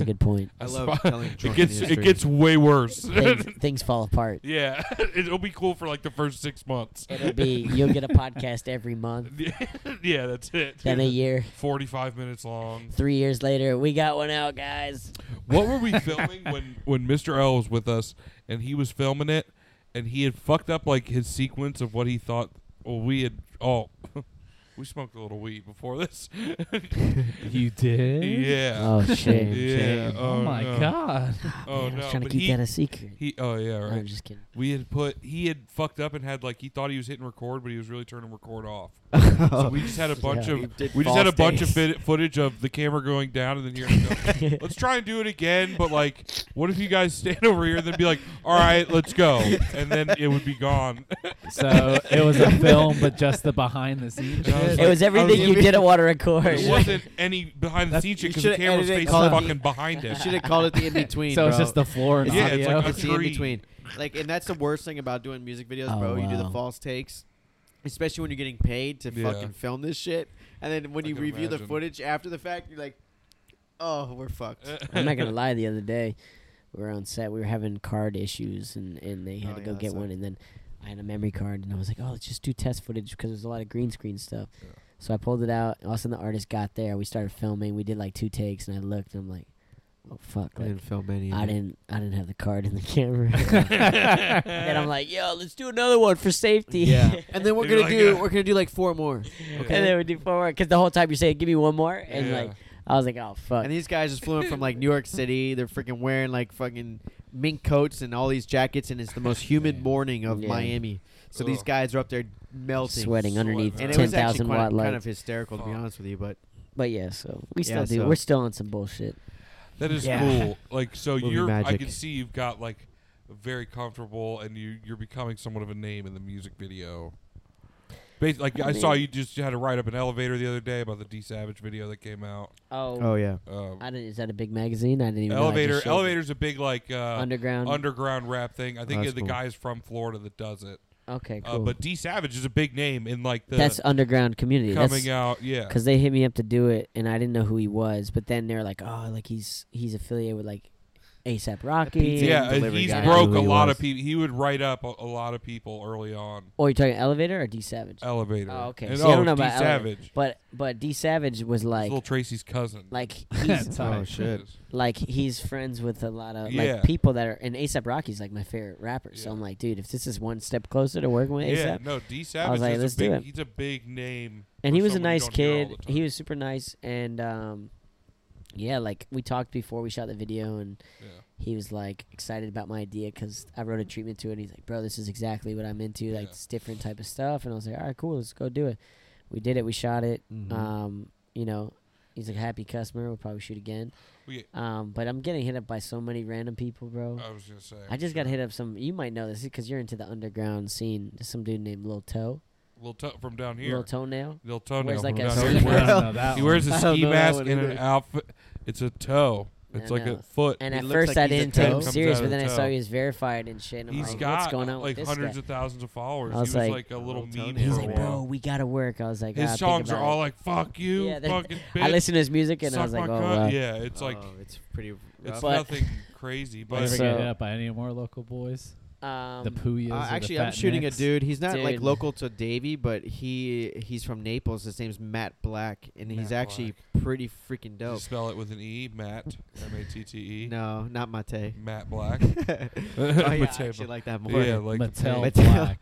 Speaker 3: a good point.
Speaker 4: I
Speaker 2: A
Speaker 4: love
Speaker 2: spot-
Speaker 4: telling
Speaker 2: it
Speaker 4: drunken
Speaker 2: gets it
Speaker 4: history.
Speaker 2: gets way worse.
Speaker 3: things, things fall apart.
Speaker 2: yeah, it'll be cool for like the first six months.
Speaker 3: It'll be you'll get a podcast every month,
Speaker 2: yeah, that's it.
Speaker 3: then a year,
Speaker 2: Forty-five minutes long.
Speaker 3: three years later, we got one out, guys.
Speaker 2: What were we filming when when Mr. L was with us and he was filming it and he had fucked up like his sequence of what he thought well we had oh we smoked a little weed before this.
Speaker 5: You did?
Speaker 2: yeah.
Speaker 3: Oh shit!
Speaker 2: Yeah.
Speaker 5: Shame. Oh,
Speaker 2: Oh,
Speaker 5: my
Speaker 2: no.
Speaker 5: god.
Speaker 2: oh
Speaker 3: Man, I
Speaker 2: no.
Speaker 3: was trying to
Speaker 2: but
Speaker 3: keep
Speaker 2: he,
Speaker 3: that a secret.
Speaker 2: he oh yeah,
Speaker 3: No,
Speaker 2: right.
Speaker 3: I'm just kidding.
Speaker 2: we had put he had fucked up and had like he thought he was hitting record but he was really turning record off. So we just had a bunch
Speaker 3: Oh, Yeah.
Speaker 2: of
Speaker 4: We did
Speaker 2: we just had a
Speaker 4: false
Speaker 2: bunch of
Speaker 4: days.
Speaker 2: fit, footage of the camera going down and then you're go, let's try and do it again but like what if you guys stand over here and then be like all right let's go and then it would be gone
Speaker 5: So it was a film, but just the behind the scenes.
Speaker 2: And I was
Speaker 5: shit.
Speaker 3: It was everything you did at Water Accord.
Speaker 2: there wasn't any behind the
Speaker 5: That's-
Speaker 2: scenes
Speaker 4: you
Speaker 2: because the
Speaker 4: should've
Speaker 2: camera was
Speaker 4: edited it,
Speaker 2: facing
Speaker 4: call it
Speaker 2: fucking
Speaker 4: the-
Speaker 2: behind
Speaker 4: You
Speaker 2: it
Speaker 4: should have called it the in between.
Speaker 5: so it's
Speaker 4: bro.
Speaker 5: just the floor and
Speaker 2: Yeah, it's
Speaker 5: audio.
Speaker 2: like
Speaker 4: it's the in
Speaker 2: Agreed.
Speaker 4: between. Like, and that's the worst thing about doing music videos,
Speaker 3: Oh,
Speaker 4: bro. You do the
Speaker 3: wow.
Speaker 4: false takes, especially when you're getting paid to
Speaker 2: Yeah.
Speaker 4: fucking film this shit, and then when
Speaker 2: I
Speaker 4: you
Speaker 2: can
Speaker 4: review the
Speaker 2: imagine.
Speaker 4: footage after the fact, you're like, "Oh, we're fucked."
Speaker 3: I'm not gonna lie. The other day, we were on set. We were having card issues, and and they had
Speaker 4: Oh,
Speaker 3: to
Speaker 4: yeah,
Speaker 3: go
Speaker 4: that
Speaker 3: get one.
Speaker 4: sucks.
Speaker 3: And then I had a memory card, and I was like, oh, let's just do test footage because there's a lot of green screen stuff.
Speaker 2: Yeah.
Speaker 3: So I pulled it out. All of a sudden, the artist got there. We started filming. We did like two takes, and I looked, and I'm like, oh fuck, like,
Speaker 4: film any.
Speaker 3: I didn't, I didn't have the card in the camera. and I'm like, yo, let's do another one for safety.
Speaker 4: Yeah. and then we're
Speaker 2: You're like,
Speaker 4: gonna do
Speaker 2: uh,
Speaker 4: we're gonna do like four more.
Speaker 3: and then we do four more because the whole time you're saying, give me one more, and
Speaker 2: Yeah.
Speaker 3: like, I was like, oh fuck.
Speaker 4: And these guys just flew in from like New York City. They're freaking wearing like fucking mink coats and all these jackets, and it's the most humid morning of
Speaker 3: Yeah.
Speaker 4: Miami. So these
Speaker 2: Ugh.
Speaker 4: guys are up there melting,
Speaker 3: Sweating underneath
Speaker 4: and
Speaker 2: Sweating.
Speaker 4: it was actually
Speaker 3: 10,000
Speaker 4: quite-
Speaker 3: watt
Speaker 4: Kind of
Speaker 3: lights.
Speaker 4: hysterical, to be
Speaker 2: Fuck.
Speaker 4: honest with you, but
Speaker 3: But yeah, so we still
Speaker 4: Yeah,
Speaker 3: do.
Speaker 4: so-
Speaker 3: We're still on some bullshit.
Speaker 2: that is
Speaker 4: Yeah.
Speaker 2: cool like so
Speaker 4: Movie
Speaker 2: you're i
Speaker 4: magic.
Speaker 2: can see you've got like very comfortable and you you're becoming somewhat of a name in the music video Bas- like
Speaker 3: I
Speaker 2: I, saw
Speaker 3: mean-
Speaker 2: you just had to ride up an elevator the other day about the D Savage video that came out.
Speaker 3: Oh,
Speaker 4: oh yeah,
Speaker 2: Um,
Speaker 3: I didn't, is that a big magazine? I didn't even know. I
Speaker 2: elevator
Speaker 3: just showed-
Speaker 2: elevator's a big like uh,
Speaker 3: Underground.
Speaker 2: underground rap thing. I think
Speaker 4: That's
Speaker 2: the
Speaker 4: cool.
Speaker 2: guy's from Florida that does it.
Speaker 3: Okay, cool.
Speaker 2: Uh, but D Savage is a big name in like the
Speaker 3: that's underground community.
Speaker 2: coming
Speaker 3: That's
Speaker 2: out. Yeah,
Speaker 3: because they hit me up to do it, and I didn't know who he was. But then they're like, oh, like he's he's affiliated with like ASAP Rocky.
Speaker 4: pizza
Speaker 2: yeah, and
Speaker 4: delivery
Speaker 2: he's
Speaker 4: guy.
Speaker 2: broke
Speaker 4: Who
Speaker 2: a
Speaker 4: he
Speaker 2: lot
Speaker 4: was.
Speaker 2: of people. He would write up a, a lot of people early on.
Speaker 3: Oh, you're talking elevator or D Savage?
Speaker 2: Elevator.
Speaker 3: Oh, okay.
Speaker 2: And,
Speaker 3: See, I
Speaker 2: oh,
Speaker 3: don't know
Speaker 2: D
Speaker 3: about Elevator.
Speaker 2: Savage.
Speaker 3: But but D Savage was
Speaker 2: It's
Speaker 3: like
Speaker 2: little Tracy's cousin.
Speaker 3: like he's
Speaker 4: oh shit.
Speaker 3: like he's friends with a lot of
Speaker 2: Yeah.
Speaker 3: like people that are and ASAP Rocky's like my favorite rapper. So
Speaker 2: Yeah.
Speaker 3: I'm like, dude, if this is one step closer to working with
Speaker 2: Yeah,
Speaker 3: ASAP,
Speaker 2: no, D Savage
Speaker 3: like,
Speaker 2: is
Speaker 3: "Let's
Speaker 2: a
Speaker 3: do
Speaker 2: big.
Speaker 3: it."
Speaker 2: He's a big name.
Speaker 3: and
Speaker 2: for
Speaker 3: he was a
Speaker 2: someone you
Speaker 3: nice
Speaker 2: don't hear all
Speaker 3: kid.
Speaker 2: the time.
Speaker 3: He was super nice, and um, yeah, like we talked before we shot the video, and
Speaker 2: Yeah.
Speaker 3: he was like excited about my idea because I wrote a treatment to it. And he's like, bro, this is exactly what I'm into. Like
Speaker 2: Yeah.
Speaker 3: it's different type of stuff. And I was like, all right, cool, let's go do it. We did it. We shot it.
Speaker 2: Mm-hmm.
Speaker 4: Mhm.
Speaker 3: Um, you know, he's a happy customer. We'll probably shoot again.
Speaker 2: We-
Speaker 3: Um, but I'm getting hit up by so many random people, bro.
Speaker 2: I was gonna say.
Speaker 3: I just
Speaker 2: Oh, sure.
Speaker 3: got hit up some. You might know this because you're into the underground scene. There's some dude named Lil Toe,
Speaker 2: Little toe from down
Speaker 3: Lil
Speaker 2: here.
Speaker 3: Toenail.
Speaker 2: Little toe. nail
Speaker 3: Wears like
Speaker 2: from
Speaker 3: a
Speaker 2: down
Speaker 3: ski
Speaker 2: here. He wears-
Speaker 3: mask.
Speaker 2: He wears a
Speaker 4: I don't
Speaker 2: ski
Speaker 4: know that
Speaker 2: mask
Speaker 4: one
Speaker 2: and
Speaker 4: either.
Speaker 2: an outfit. It's a toe. It's
Speaker 3: I
Speaker 2: like
Speaker 3: know.
Speaker 2: a foot.
Speaker 3: And
Speaker 4: He
Speaker 3: at
Speaker 4: looks
Speaker 3: first
Speaker 4: like
Speaker 3: I
Speaker 4: he's a
Speaker 3: didn't
Speaker 4: toe.
Speaker 3: take him
Speaker 2: Comes
Speaker 3: serious,
Speaker 2: out
Speaker 3: but
Speaker 2: of
Speaker 3: then I
Speaker 2: the
Speaker 3: saw
Speaker 2: toe.
Speaker 3: he was verified and shit. And I'm
Speaker 2: He's
Speaker 3: like,
Speaker 2: got
Speaker 3: what's going on
Speaker 2: like
Speaker 3: with this
Speaker 2: hundreds
Speaker 3: guy?
Speaker 2: of thousands of followers.
Speaker 3: I
Speaker 2: He
Speaker 3: was
Speaker 2: was
Speaker 3: like-
Speaker 2: like, a little
Speaker 4: Little
Speaker 2: meme.
Speaker 4: Tony.
Speaker 3: He's
Speaker 2: for a
Speaker 3: like,
Speaker 2: while.
Speaker 3: bro, we gotta work. I was like,
Speaker 2: His
Speaker 3: "Ah, think
Speaker 2: songs are
Speaker 3: about
Speaker 2: all
Speaker 3: it."
Speaker 2: like, "Fuck you,
Speaker 3: Yeah, that-
Speaker 2: fucking bitch."
Speaker 3: I listened to his music and
Speaker 2: Suck
Speaker 3: I was like,
Speaker 2: my
Speaker 3: oh,
Speaker 2: cunt."
Speaker 3: wow.
Speaker 2: Yeah, it's like
Speaker 4: Oh, it's pretty.
Speaker 2: it's
Speaker 4: Rough. Uh,
Speaker 3: But-
Speaker 2: nothing
Speaker 5: Did
Speaker 2: crazy,
Speaker 5: you
Speaker 2: but
Speaker 5: ever
Speaker 3: So-
Speaker 5: get hit up by any more local boys?
Speaker 3: Um,
Speaker 5: the Puyas.
Speaker 4: Uh,
Speaker 5: or the
Speaker 4: actually, I'm
Speaker 5: Fat
Speaker 4: shooting
Speaker 5: Nicks?
Speaker 4: a dude. He's not like
Speaker 3: Dude.
Speaker 4: local to Davy, but he he's from Naples. His name's Matt Black, and he's
Speaker 2: Matt
Speaker 4: actually pretty freaking
Speaker 2: Did you
Speaker 4: dope.
Speaker 2: spell it with an E, Matt, M A T T E,
Speaker 4: No, not Mate.
Speaker 2: Matt Black.
Speaker 4: oh, yeah, I
Speaker 2: Mateo.
Speaker 4: actually like that more.
Speaker 2: yeah, like the
Speaker 5: Mattel,
Speaker 4: Mattel.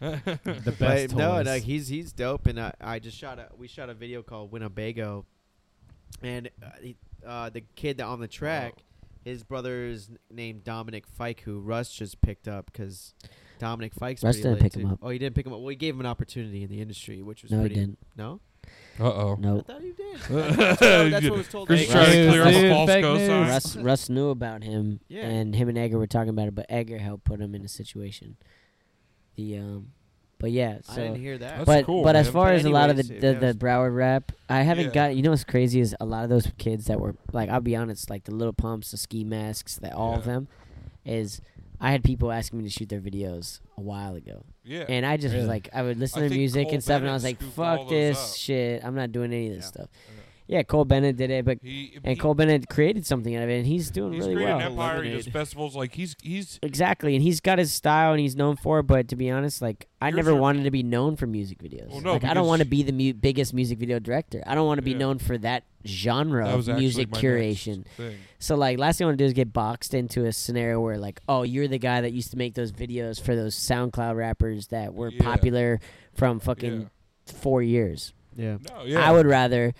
Speaker 5: Black. the best
Speaker 4: but no, no,
Speaker 5: toys.
Speaker 4: he's he's dope, and I, I just shot a we shot a video called Winnebago, and uh, he, uh, the kid that on the track, his brother's n- named Dominic Fike, who Russ just picked up because Dominic Fike's
Speaker 3: Russ
Speaker 4: pretty
Speaker 3: didn't
Speaker 4: late,
Speaker 3: pick him
Speaker 4: too.
Speaker 3: up.
Speaker 4: Oh, he didn't pick him up. Well, he gave him an opportunity in the industry, which was
Speaker 3: No, he
Speaker 4: pretty.
Speaker 3: didn't.
Speaker 4: No,
Speaker 2: Uh oh.
Speaker 4: I
Speaker 3: Nope.
Speaker 4: thought he did.
Speaker 2: Chris
Speaker 4: that's what was told.
Speaker 5: Chris
Speaker 4: to
Speaker 2: trying
Speaker 4: me.
Speaker 2: to clear up
Speaker 5: Dude,
Speaker 2: a false
Speaker 5: fake
Speaker 2: cosign.
Speaker 5: news.
Speaker 3: Russ Russ knew about him,
Speaker 4: Yeah.
Speaker 3: and him and Edgar were talking about it, but Edgar helped put him in a situation. The um, but yeah,
Speaker 4: I
Speaker 3: so
Speaker 4: didn't hear that.
Speaker 2: That's
Speaker 3: but
Speaker 2: cool,
Speaker 3: but as
Speaker 2: man.
Speaker 3: far
Speaker 4: But
Speaker 3: as a lot of the
Speaker 4: anyways,
Speaker 3: the,
Speaker 4: if that
Speaker 3: the
Speaker 4: was-
Speaker 3: Broward rap, I haven't
Speaker 2: Yeah.
Speaker 3: got. You know what's crazy is a lot of those kids that were like, I'll be honest, like the little pumps, the ski masks, that all of
Speaker 2: Yeah.
Speaker 3: them, is I had people asking me to shoot their videos a while ago,
Speaker 2: Yeah.
Speaker 3: and I just was
Speaker 5: Really?
Speaker 3: like, I would listen
Speaker 2: I
Speaker 3: to
Speaker 2: think
Speaker 3: music
Speaker 2: Cole
Speaker 3: and stuff, and I
Speaker 2: Bennett
Speaker 3: was like,
Speaker 2: scooped all
Speaker 3: fuck
Speaker 2: those
Speaker 3: this
Speaker 2: up.
Speaker 3: shit, I'm not doing any of this
Speaker 4: Yeah.
Speaker 3: stuff.
Speaker 2: I know.
Speaker 3: Yeah, Cole Bennett did it, but
Speaker 2: He,
Speaker 3: and
Speaker 2: he-
Speaker 3: Cole Bennett created something out of it, and he's doing
Speaker 2: he's
Speaker 3: really
Speaker 2: created
Speaker 3: well.
Speaker 2: an empire. He does
Speaker 4: Lemonade.
Speaker 2: festivals. Like he's he's
Speaker 3: Exactly, and he's got his style, and he's known for it. But to be honest, like I
Speaker 2: Here's
Speaker 3: never
Speaker 2: your-
Speaker 3: wanted to be known for music videos.
Speaker 2: Well, no,
Speaker 3: like I don't want to
Speaker 2: because-
Speaker 3: be the mu- biggest music video director. I don't want to be
Speaker 2: Yeah.
Speaker 3: known for that genre
Speaker 2: that was
Speaker 3: of
Speaker 2: actually my
Speaker 3: music
Speaker 2: next
Speaker 3: curation.
Speaker 2: Thing.
Speaker 3: So like, last thing I want to do is get boxed into a scenario where like, oh, you're the guy that used to make those videos for those SoundCloud rappers that were
Speaker 2: Yeah.
Speaker 3: popular from fucking
Speaker 2: Yeah.
Speaker 3: four years.
Speaker 4: yeah.
Speaker 2: No, yeah.
Speaker 3: I would rather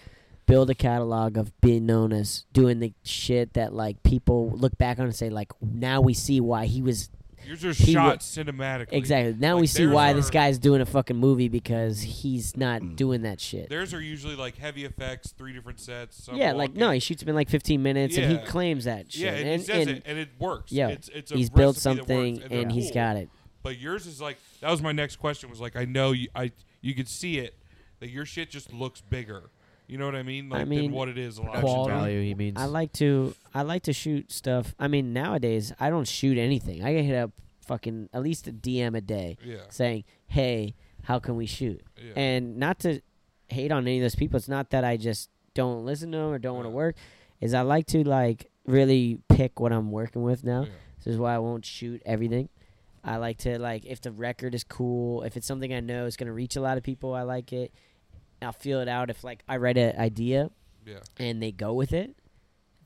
Speaker 3: build a catalog of being known as doing the shit that like people look back on and say like, now we see why he was
Speaker 2: You're just
Speaker 3: he
Speaker 2: shot cinematically.
Speaker 3: Exactly. Now
Speaker 2: Like,
Speaker 3: we see
Speaker 2: theirs
Speaker 3: why this
Speaker 2: are-
Speaker 3: guy's doing a fucking movie because he's
Speaker 2: Mm.
Speaker 3: not doing that shit.
Speaker 2: Theirs are usually like heavy effects, three different sets. some
Speaker 3: yeah, like no,
Speaker 2: walking.
Speaker 3: he shoots him in like 15 minutes, and
Speaker 2: Yeah.
Speaker 3: he claims that shit.
Speaker 2: Yeah, and,
Speaker 3: and,
Speaker 2: he says
Speaker 3: and
Speaker 2: it, and it works.
Speaker 3: yeah,
Speaker 2: it's, it's a
Speaker 3: he's built
Speaker 2: recipe that works,
Speaker 3: something,
Speaker 2: they're
Speaker 3: and he's
Speaker 2: cool.
Speaker 3: got it.
Speaker 2: But yours is like that was my next question. Was like I know you, I you could see it that your shit just looks bigger. You know what I mean?
Speaker 3: I
Speaker 2: Like
Speaker 3: mean,
Speaker 2: than what it is a lot.
Speaker 5: Production
Speaker 2: of the
Speaker 5: Quality.
Speaker 2: time.
Speaker 4: value. He means.
Speaker 3: I like to, I like to shoot stuff. I mean, nowadays I don't shoot anything. I get hit up fucking at least a DM a day
Speaker 2: Yeah,
Speaker 3: saying, "Hey, how can we shoot?"
Speaker 2: yeah.
Speaker 3: And not to hate on any of those people, it's not that I just don't listen to them or don't want to
Speaker 2: Yeah.
Speaker 3: work. Is I like to like really pick what I'm working with now.
Speaker 2: yeah.
Speaker 3: This is why I won't shoot everything. I like to like if the record is cool, if it's something I know is gonna reach a lot of people, I like it. I'll feel it out if like I write an idea
Speaker 2: yeah.
Speaker 3: and they go with it,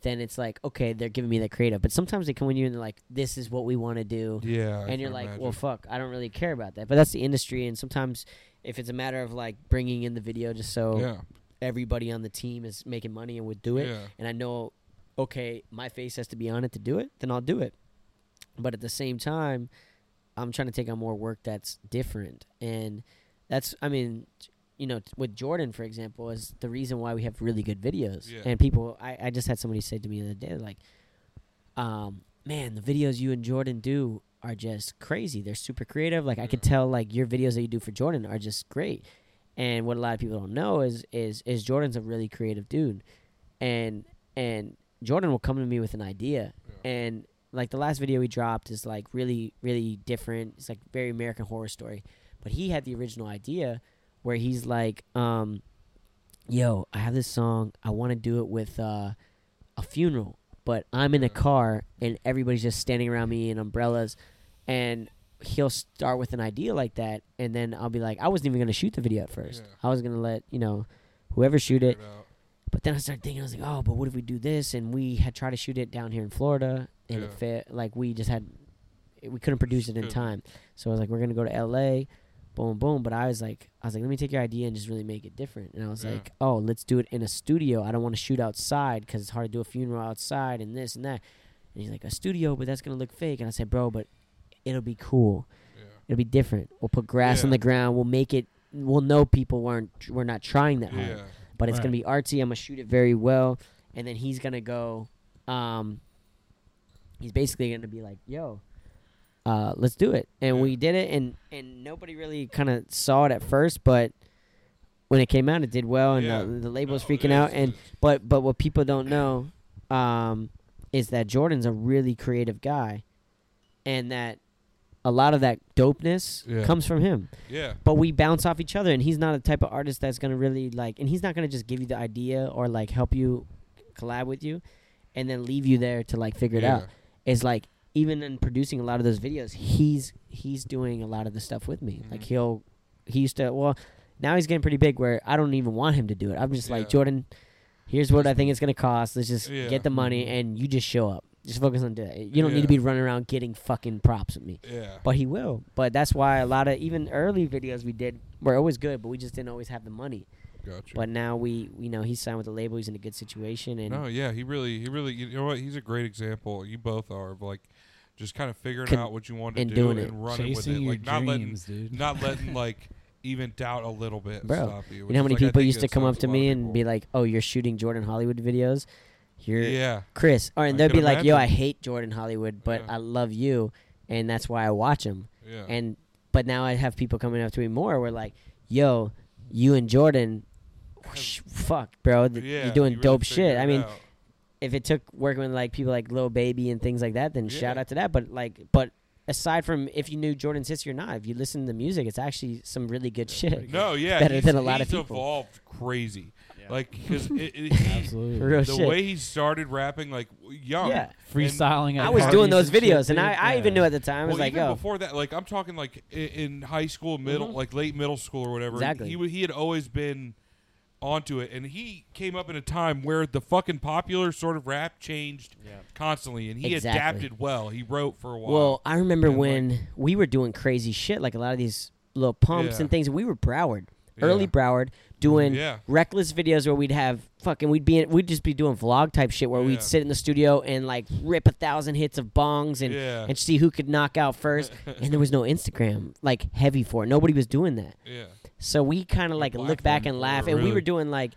Speaker 3: then it's like okay, they're giving me that creative. But sometimes they come in you and they're like, this is what we want to do,
Speaker 2: Yeah, I
Speaker 3: and you're
Speaker 2: can
Speaker 3: like,
Speaker 2: imagine.
Speaker 3: well, fuck, I don't really care about that. But that's the industry, and sometimes if it's a matter of like bringing in the video just so
Speaker 2: yeah,
Speaker 3: everybody on the team is making money and would do it,
Speaker 2: Yeah.
Speaker 3: and I know, okay, my face has to be on it to do it, then I'll do it. But at the same time, I'm trying to take on more work that's different. And that's, I mean, you know, with Jordan, for example, is the reason why we have really good videos.
Speaker 2: Yeah.
Speaker 3: And people, I, I just had somebody say to me the other day, like, um, man, the videos you and Jordan do are just crazy. They're super creative. Like, I could tell, like, your videos that you do for Jordan are just great. And what a lot of people don't know is is is Jordan's a really creative dude, and and Jordan will come to me with an idea,
Speaker 2: Yeah.
Speaker 3: and like the last video we dropped is like really really different. It's like very American Horror Story, but he had the original idea where he's like, um, "Yo, I have this song. I want to do it with uh, a funeral, but I'm in a
Speaker 2: Yeah.
Speaker 3: car and everybody's just standing around me in umbrellas, and." He'll start with an idea like that, and then I'll be like, I wasn't even gonna shoot the video at first.
Speaker 2: Yeah.
Speaker 3: I was gonna let you know whoever shoot it.
Speaker 2: figure it out.
Speaker 3: But then I started thinking, I was like, oh, but what if we do this? And we had tried to shoot it down here in Florida, and it
Speaker 2: Yeah.
Speaker 3: failed. Like we just had, it- we couldn't produce it in
Speaker 2: Good.
Speaker 3: time. So I was like, we're gonna go to L.A. Boom, boom. But I was like, I was like, let me take your idea and just really make it different. And I was
Speaker 2: Yeah.
Speaker 3: like, oh, let's do it in a studio. I don't want to shoot outside because it's hard to do a funeral outside and this and that. And he's like, a studio, but that's gonna look fake. And I said, bro, but it'll be cool.
Speaker 2: Yeah,
Speaker 3: It'll be different. We'll put grass on
Speaker 2: Yeah.
Speaker 3: the ground. We'll make it. We'll know people weren't we're not trying that hard
Speaker 2: yeah,
Speaker 3: but it's
Speaker 5: Right.
Speaker 3: gonna be artsy. I'm gonna shoot it very well, and then he's gonna go. Um, he's basically gonna be like, "Yo, uh, let's do it," and
Speaker 2: Yeah.
Speaker 3: we did it, and and nobody really kind of saw it at first, but when it came out, it did well, and
Speaker 2: Yeah.
Speaker 3: the, the label was
Speaker 2: No,
Speaker 3: freaking
Speaker 2: it
Speaker 3: out.
Speaker 2: is, it
Speaker 3: And
Speaker 2: is.
Speaker 3: but but what people don't know, um, is that Jordan's a really creative guy, and that a lot of that dopeness
Speaker 2: Yeah.
Speaker 3: comes from him
Speaker 2: yeah,
Speaker 3: but we bounce off each other and he's not the type of artist that's gonna really like and he's not gonna just give you the idea or like help you collab with you and then leave you there to like figure it out
Speaker 2: Yeah.
Speaker 3: it's like even in producing a lot of those videos he's he's doing a lot of the stuff with me like
Speaker 2: Mhm.
Speaker 3: he'll he used to well now he's getting pretty big where i don't even want him to do it i'm just like
Speaker 2: Yeah.
Speaker 3: jordan here's what i think it's gonna cost let's just
Speaker 2: Yeah. Mm-hmm.
Speaker 3: get the money and you just show up just focus on doing it you don't need to
Speaker 2: Yeah.
Speaker 3: be running around getting fucking props with me
Speaker 2: yeah.
Speaker 3: but he will. But that's why a lot of even early videos we did were always good, but we just didn't always have the money.
Speaker 2: Gotcha.
Speaker 3: But now we, you know, he's signed with the label. He's in a good situation, and
Speaker 2: no, yeah, he really, he really, you know what? He's a great example. You both are of like Just kind of figuring
Speaker 3: Con-
Speaker 2: out what you want to
Speaker 3: and
Speaker 2: do
Speaker 3: doing it.
Speaker 2: and running
Speaker 5: Chasing
Speaker 2: with
Speaker 5: your
Speaker 2: it, like not letting
Speaker 5: dreams, dude.
Speaker 2: not letting like even doubt a little bit
Speaker 3: Bro,
Speaker 2: stop you.
Speaker 3: You
Speaker 2: which
Speaker 3: know how
Speaker 2: is,
Speaker 3: many
Speaker 2: like, I
Speaker 3: people
Speaker 2: think
Speaker 3: used to
Speaker 2: it
Speaker 3: come up
Speaker 2: stops
Speaker 3: to
Speaker 2: a lot
Speaker 3: me
Speaker 2: of
Speaker 3: and be
Speaker 2: people.
Speaker 3: like, "Oh, you're shooting Jordan Hollywood videos." You're
Speaker 2: yeah,
Speaker 3: Chris, or and
Speaker 2: I
Speaker 3: they'd
Speaker 2: can
Speaker 3: be like, "Yo, I
Speaker 2: imagine.
Speaker 3: hate Jordan Hollywood, but
Speaker 2: Yeah.
Speaker 3: I love you, and that's why I watch him."
Speaker 2: yeah,
Speaker 3: And but now I have people coming up to me more. We're like, "Yo, you and Jordan, whoosh, fuck, bro, th-
Speaker 2: yeah,
Speaker 3: you're doing
Speaker 2: you really
Speaker 3: dope
Speaker 2: figure
Speaker 3: shit."
Speaker 2: it
Speaker 3: I mean,
Speaker 2: out.
Speaker 3: if it took working with like people like Lil Baby and things like that, then
Speaker 2: Yeah.
Speaker 3: shout out to that. But like, but aside from if you knew Jordan's history or not, if you listen to the music, it's actually some really good shit.
Speaker 2: no, yeah,
Speaker 3: better
Speaker 2: he's-
Speaker 3: than a lot of
Speaker 2: he's
Speaker 3: people.
Speaker 2: evolved crazy,
Speaker 5: Yeah.
Speaker 2: like because it, it, he,
Speaker 5: Absolutely.
Speaker 3: For real
Speaker 2: the
Speaker 3: shit.
Speaker 2: way he started rapping, like w- young,
Speaker 3: Yeah.
Speaker 5: Freestyling. At
Speaker 3: I was doing those
Speaker 5: parties and shit,
Speaker 3: videos, and I,
Speaker 5: dude.
Speaker 3: I
Speaker 5: Yeah.
Speaker 3: even knew at the time. I was
Speaker 2: well,
Speaker 3: like,
Speaker 2: even
Speaker 3: "Yo,
Speaker 2: before that, like I'm talking like i- in high school, middle,
Speaker 3: Mhm.
Speaker 2: like late middle school or whatever.
Speaker 3: Exactly.
Speaker 2: He wa- he had always been onto it, and he came up in a time where the fucking popular sort of rap changed
Speaker 4: Yeah.
Speaker 2: constantly, and he
Speaker 3: Exactly.
Speaker 2: adapted well. He wrote for a while.
Speaker 3: Well, I remember
Speaker 2: And, like-
Speaker 3: when we were doing crazy shit, like a lot of these little pumps
Speaker 2: Yeah.
Speaker 3: and things. We were Broward,
Speaker 2: Yeah.
Speaker 3: early Broward, doing
Speaker 2: Yeah.
Speaker 3: reckless videos where we'd have fucking we'd be in, we'd just be doing vlog type shit where
Speaker 2: Yeah.
Speaker 3: we'd sit in the studio and like rip a thousand hits of bongs and
Speaker 2: Yeah.
Speaker 3: and see who could knock out first. and there was no Instagram like heavy for it. Nobody was doing that.
Speaker 2: yeah,
Speaker 3: So we kind of like look back
Speaker 2: platform
Speaker 3: and
Speaker 2: for
Speaker 3: laugh,
Speaker 2: it,
Speaker 3: and we
Speaker 2: really.
Speaker 3: were doing like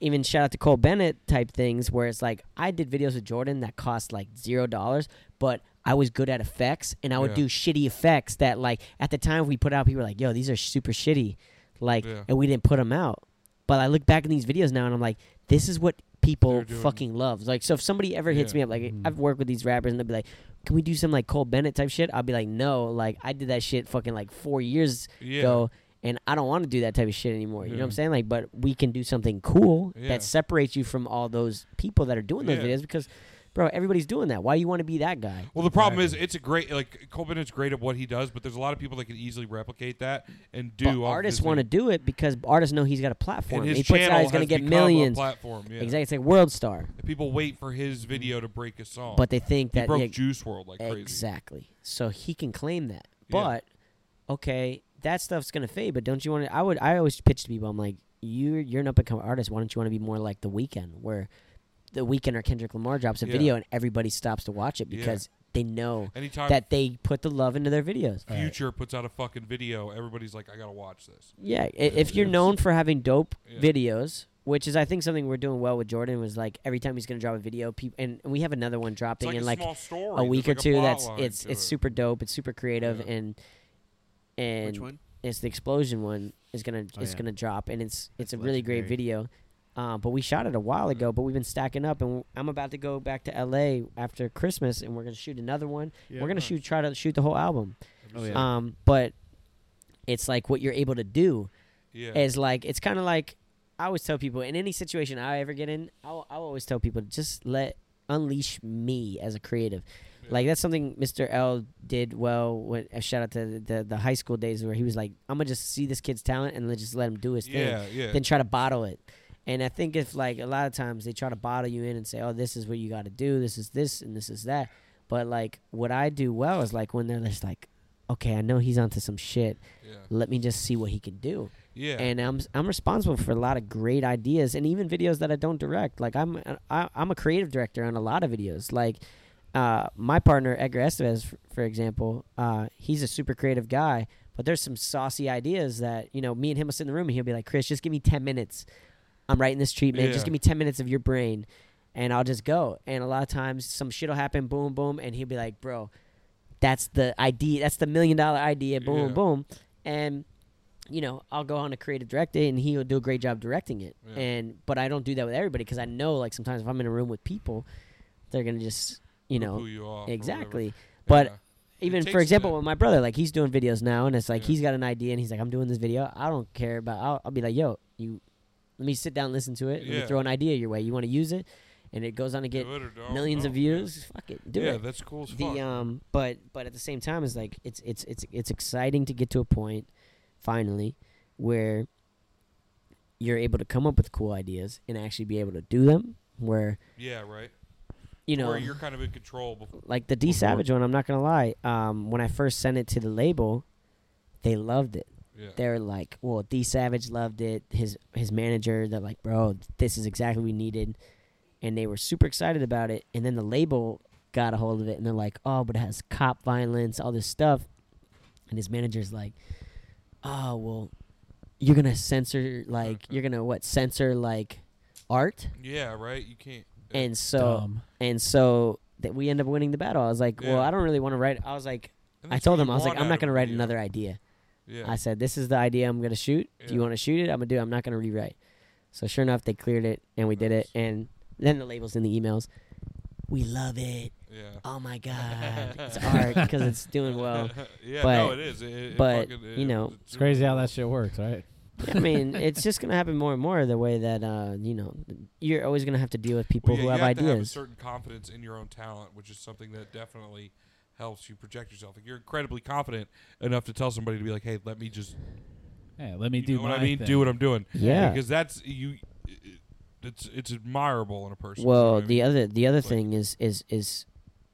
Speaker 3: even shout out to Cole Bennett type things where it's like I did videos with Jordan that cost like zero dollars, but I was good at effects, and I would
Speaker 2: Yeah.
Speaker 3: do shitty effects that like at the time we put out, people were like, "Yo, these are super shitty," like,
Speaker 2: Yeah.
Speaker 3: and we didn't put them out. But I look back in these videos now, and I'm like, this is what people
Speaker 2: They're doing-
Speaker 3: fucking love. Like, so if somebody ever hits
Speaker 2: Yeah.
Speaker 3: me up, like
Speaker 5: Mhm.
Speaker 3: I've worked with these rappers, and they'll be like, "Can we do some like Cole Bennett type shit?" I'll be like, "No, like I did that shit fucking like four years
Speaker 2: yeah.
Speaker 3: go and I don't want to do that type of shit anymore. You know what I'm
Speaker 2: Yeah.
Speaker 3: saying? Like, but we can do something cool
Speaker 2: Yeah.
Speaker 3: that separates you from all those people that are doing those
Speaker 2: Yeah.
Speaker 3: videos because, bro, everybody's doing that. Why do you want to be that guy?
Speaker 2: Well, the problem is it's a great like Colbin is great at what he does, but there's a lot of people that can easily replicate that and do. off
Speaker 3: but
Speaker 2: of
Speaker 3: artists
Speaker 2: his
Speaker 3: want to
Speaker 2: name.
Speaker 3: do it because artists know he's got a platform.
Speaker 2: And his
Speaker 3: he puts it
Speaker 2: channel
Speaker 3: out, he's gonna
Speaker 2: has
Speaker 3: get
Speaker 2: become a
Speaker 3: millions.
Speaker 2: Platform, yeah.
Speaker 3: Exactly, it's like world star,
Speaker 2: And People wait for his video to break a song,
Speaker 3: but they
Speaker 2: Oh.
Speaker 3: think
Speaker 2: he
Speaker 3: that
Speaker 2: broke
Speaker 3: yeah,
Speaker 2: Juice World like crazy.
Speaker 3: exactly. So he can claim that,
Speaker 2: Yeah.
Speaker 3: but okay, that stuff's gonna fade. But don't you want to? I would. I always pitch to people. I'm like, you're you're an up and coming artist. Why don't you want to be more like The Weekend, where The Weekend or Kendrick Lamar drops a
Speaker 2: Yeah.
Speaker 3: video and everybody stops to watch it
Speaker 2: Yeah.
Speaker 3: because they know
Speaker 2: Anytime
Speaker 3: that they put the love into their videos.
Speaker 2: Future puts out a fucking video, everybody's like, I gotta watch this.
Speaker 3: Yeah, i- if you're known for having dope
Speaker 2: Yeah.
Speaker 3: videos. Which is, I think, something we're doing well with Jordan was like every time he's gonna drop a video, people, and we have another one
Speaker 2: It's
Speaker 3: dropping
Speaker 2: like
Speaker 3: in
Speaker 2: a
Speaker 3: like
Speaker 2: small story.
Speaker 3: a
Speaker 2: There's
Speaker 3: week
Speaker 2: like
Speaker 3: or two.
Speaker 2: plot
Speaker 3: That's
Speaker 2: line
Speaker 3: it's
Speaker 2: to
Speaker 3: it's
Speaker 2: it.
Speaker 3: super dope. It's super creative
Speaker 2: Yeah.
Speaker 3: and and
Speaker 4: Which one?
Speaker 3: it's the explosion one is gonna
Speaker 4: Oh,
Speaker 3: it's
Speaker 4: yeah.
Speaker 3: gonna drop and it's it's
Speaker 4: That's
Speaker 3: a really great
Speaker 4: legendary.
Speaker 3: video. Um, but we shot it a while ago, but we've been stacking up, and I'm about to go back to LA after Christmas, and we're gonna shoot another one. we're gonna
Speaker 2: nice.
Speaker 3: shoot try to shoot the whole album.
Speaker 4: Oh, yeah.
Speaker 3: Um, but it's like what you're able to do
Speaker 2: yeah.
Speaker 3: is like it's kind of like I always tell people in any situation I ever get in, I'll, I'll always tell people just let unleash me as a creative.
Speaker 2: Yeah.
Speaker 3: Like that's something Mr. L did well. When a shout out to the, the the high school days where he was like, I'm gonna just see this kid's talent and let just let him do his thing,
Speaker 2: yeah, yeah.
Speaker 3: then try to bottle it. And I think if like a lot of times they try to bottle you in and say, oh, this is what you got to do, this is this and this is that. But like what I do well is like when they're just like, okay, I know he's onto some shit.
Speaker 2: yeah.
Speaker 3: Let me just see what he can do
Speaker 2: Yeah.
Speaker 3: and I'm I'm responsible for a lot of great ideas and even videos that I don't direct. Like I'm uh, I, I'm a creative director on a lot of videos. Like uh, my partner Edgar Estevez, f- for example, uh, he's a super creative guy. But there's some saucy ideas that you know me and him will sit in the room and he'll be like, Chris, just give me ten minutes. I'm writing this treatment.
Speaker 2: Yeah.
Speaker 3: Just give me ten minutes of your brain, and I'll just go. And a lot of times some shit will happen, boom, boom, and he'll be like, bro. That's the idea. That's the million dollar idea. Boom,
Speaker 2: Yeah.
Speaker 3: boom, and you know, I'll go on a creative director and he'll do a great job directing it.
Speaker 2: Yeah.
Speaker 3: And but I don't do that with everybody because I know like sometimes if I'm in a room with people, they're gonna just you know
Speaker 2: Poo-poo you off or
Speaker 3: exactly.
Speaker 2: whatever.
Speaker 3: But even
Speaker 2: takes
Speaker 3: for
Speaker 2: a
Speaker 3: example,
Speaker 2: minute.
Speaker 3: with my brother, like he's doing videos now and it's like
Speaker 2: Yeah.
Speaker 3: he's got an idea and he's like, I'm doing this video. I don't care about. I'll, I'll be like, yo, you, let me sit down, and listen to it, let me
Speaker 2: Yeah.
Speaker 3: throw an idea your way. You want to use it, and it goes on to
Speaker 2: Yeah.
Speaker 3: get
Speaker 2: Do it or don't.
Speaker 3: millions
Speaker 2: No,
Speaker 3: of
Speaker 2: yeah.
Speaker 3: views. Fuck it, do
Speaker 2: yeah,
Speaker 3: it
Speaker 2: that's cool as fuck.
Speaker 3: the um but but at the same time it's like it's it's it's it's exciting to get to a point finally where you're able to come up with cool ideas and actually be able to do them where
Speaker 2: yeah, right.
Speaker 3: you know
Speaker 2: Where you're kind of in control. Before.
Speaker 3: like the D Savage one I'm not going to lie um when I first sent it to the label they loved it
Speaker 2: Yeah.
Speaker 3: they're like well D Savage loved it his his manager they're like bro this is exactly what we needed and they were super excited about it and then the label got a hold of it and they're like, oh, but it has cop violence, all this stuff. And his manager's like, oh, well, you're going to censor, like, you're going to what? Censor, like, art?
Speaker 2: Yeah, right. You can't.
Speaker 3: And so,
Speaker 5: Dumb.
Speaker 3: and so that we end up winning the battle. I was like, well,
Speaker 2: Yeah.
Speaker 3: I don't really want to write. I was like,
Speaker 2: And
Speaker 3: I
Speaker 2: that's
Speaker 3: told
Speaker 2: what
Speaker 3: him,
Speaker 2: you
Speaker 3: I was like,
Speaker 2: want
Speaker 3: I'm
Speaker 2: out
Speaker 3: not
Speaker 2: of
Speaker 3: going
Speaker 2: a
Speaker 3: to write
Speaker 2: video.
Speaker 3: another idea.
Speaker 2: Yeah.
Speaker 3: I said, "This is the idea I'm gonna shoot. Do you
Speaker 2: Yeah.
Speaker 3: want to shoot it? I'm gonna do. I'm not gonna rewrite." So sure enough, they cleared it and we did it. And then the labels in the emails, we love it.
Speaker 2: yeah.
Speaker 3: Oh my god, it's art because it's doing well.
Speaker 2: yeah, no,
Speaker 3: but-
Speaker 2: it is. It, it
Speaker 3: but,
Speaker 2: fucking,
Speaker 3: you
Speaker 2: it-
Speaker 3: know,
Speaker 5: It's crazy how that shit works, right?
Speaker 3: I mean, it's just gonna happen more and more the way that uh, you know, you're always gonna have to deal with people
Speaker 2: Well, yeah,
Speaker 3: who
Speaker 2: you
Speaker 3: have,
Speaker 2: have to have a
Speaker 3: ideas.
Speaker 2: certain confidence in your own talent, which is something that definitely helps you project yourself. Like you're incredibly confident enough to tell somebody to be like, "Hey, let me just
Speaker 5: Yeah, let me
Speaker 2: you
Speaker 5: do
Speaker 2: know what
Speaker 5: my
Speaker 2: I mean,
Speaker 5: thing.
Speaker 2: do what I'm doing."
Speaker 3: Yeah.
Speaker 2: because that's you. it- It's it's admirable in a person. you know
Speaker 3: Well,
Speaker 2: what I
Speaker 3: the
Speaker 2: mean?
Speaker 3: other the other thing is is is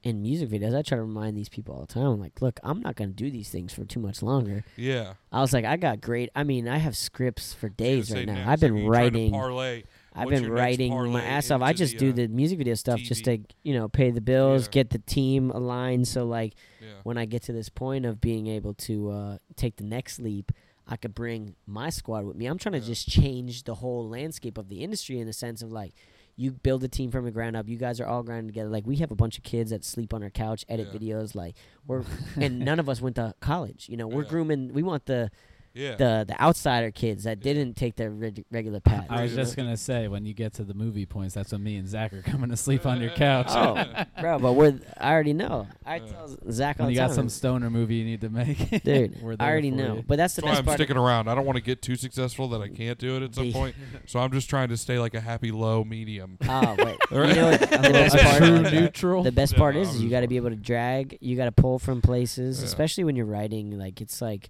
Speaker 3: in music videos. I try to remind these people all the time. I'm like, look, I'm not gonna do these things for too much longer.
Speaker 2: yeah.
Speaker 3: I was I got great. I mean, I have scripts for days
Speaker 2: Say
Speaker 3: right now.
Speaker 2: next,
Speaker 3: I've
Speaker 2: like,
Speaker 3: been
Speaker 2: you try to
Speaker 3: writing.
Speaker 2: parlay
Speaker 3: I've
Speaker 2: what's
Speaker 3: been
Speaker 2: your next
Speaker 3: writing my
Speaker 2: parlay
Speaker 3: ass off. I
Speaker 2: into
Speaker 3: just
Speaker 2: the,
Speaker 3: do
Speaker 2: uh,
Speaker 3: the music video stuff just to,
Speaker 2: TV.
Speaker 3: you know, pay the bills,
Speaker 2: Yeah.
Speaker 3: get the team aligned. So like
Speaker 2: Yeah.
Speaker 3: when I get to this point of being able to uh, take the next leap, I could bring my squad with me. I'm trying to
Speaker 2: Yeah.
Speaker 3: just change the whole landscape of the industry in the sense of like you build a team from the ground up. You guys are all grinding together. Like we have a bunch of kids that sleep on our couch, edit
Speaker 2: Yeah.
Speaker 3: videos. Like we're and none of us went to college. You know, we're
Speaker 2: Yeah.
Speaker 3: grooming. We want the
Speaker 2: Yeah.
Speaker 3: the the outsider kids that didn't take their reg- regular path.
Speaker 5: I was just gonna say when you get to the movie points, that's when me and Zach are coming to sleep on your couch.
Speaker 3: oh, bro, but we're I already know. I
Speaker 2: Uh,
Speaker 3: tell Zach all
Speaker 5: when
Speaker 3: the
Speaker 5: you got
Speaker 3: time,
Speaker 5: some stoner movie you need to make, we're
Speaker 3: dude. I
Speaker 5: there
Speaker 3: already
Speaker 5: for
Speaker 3: know.
Speaker 5: you.
Speaker 3: But that's the
Speaker 2: That's why
Speaker 3: best
Speaker 2: I'm
Speaker 3: part.
Speaker 2: sticking around. I don't want to get too successful that I can't do it at some
Speaker 3: The-
Speaker 2: point. So I'm just trying to stay like a happy low medium.
Speaker 3: Oh wait,
Speaker 2: Right.
Speaker 3: you know what the
Speaker 2: A
Speaker 3: best
Speaker 2: little true
Speaker 3: part?
Speaker 5: True
Speaker 2: like that.
Speaker 5: neutral.
Speaker 3: The best
Speaker 2: Yeah,
Speaker 3: part
Speaker 2: no,
Speaker 3: is,
Speaker 2: I'm
Speaker 3: is you
Speaker 2: just
Speaker 3: got to
Speaker 2: fucking-
Speaker 3: be able to drag. You got to pull from places,
Speaker 2: Yeah.
Speaker 3: especially when you're writing. Like it's like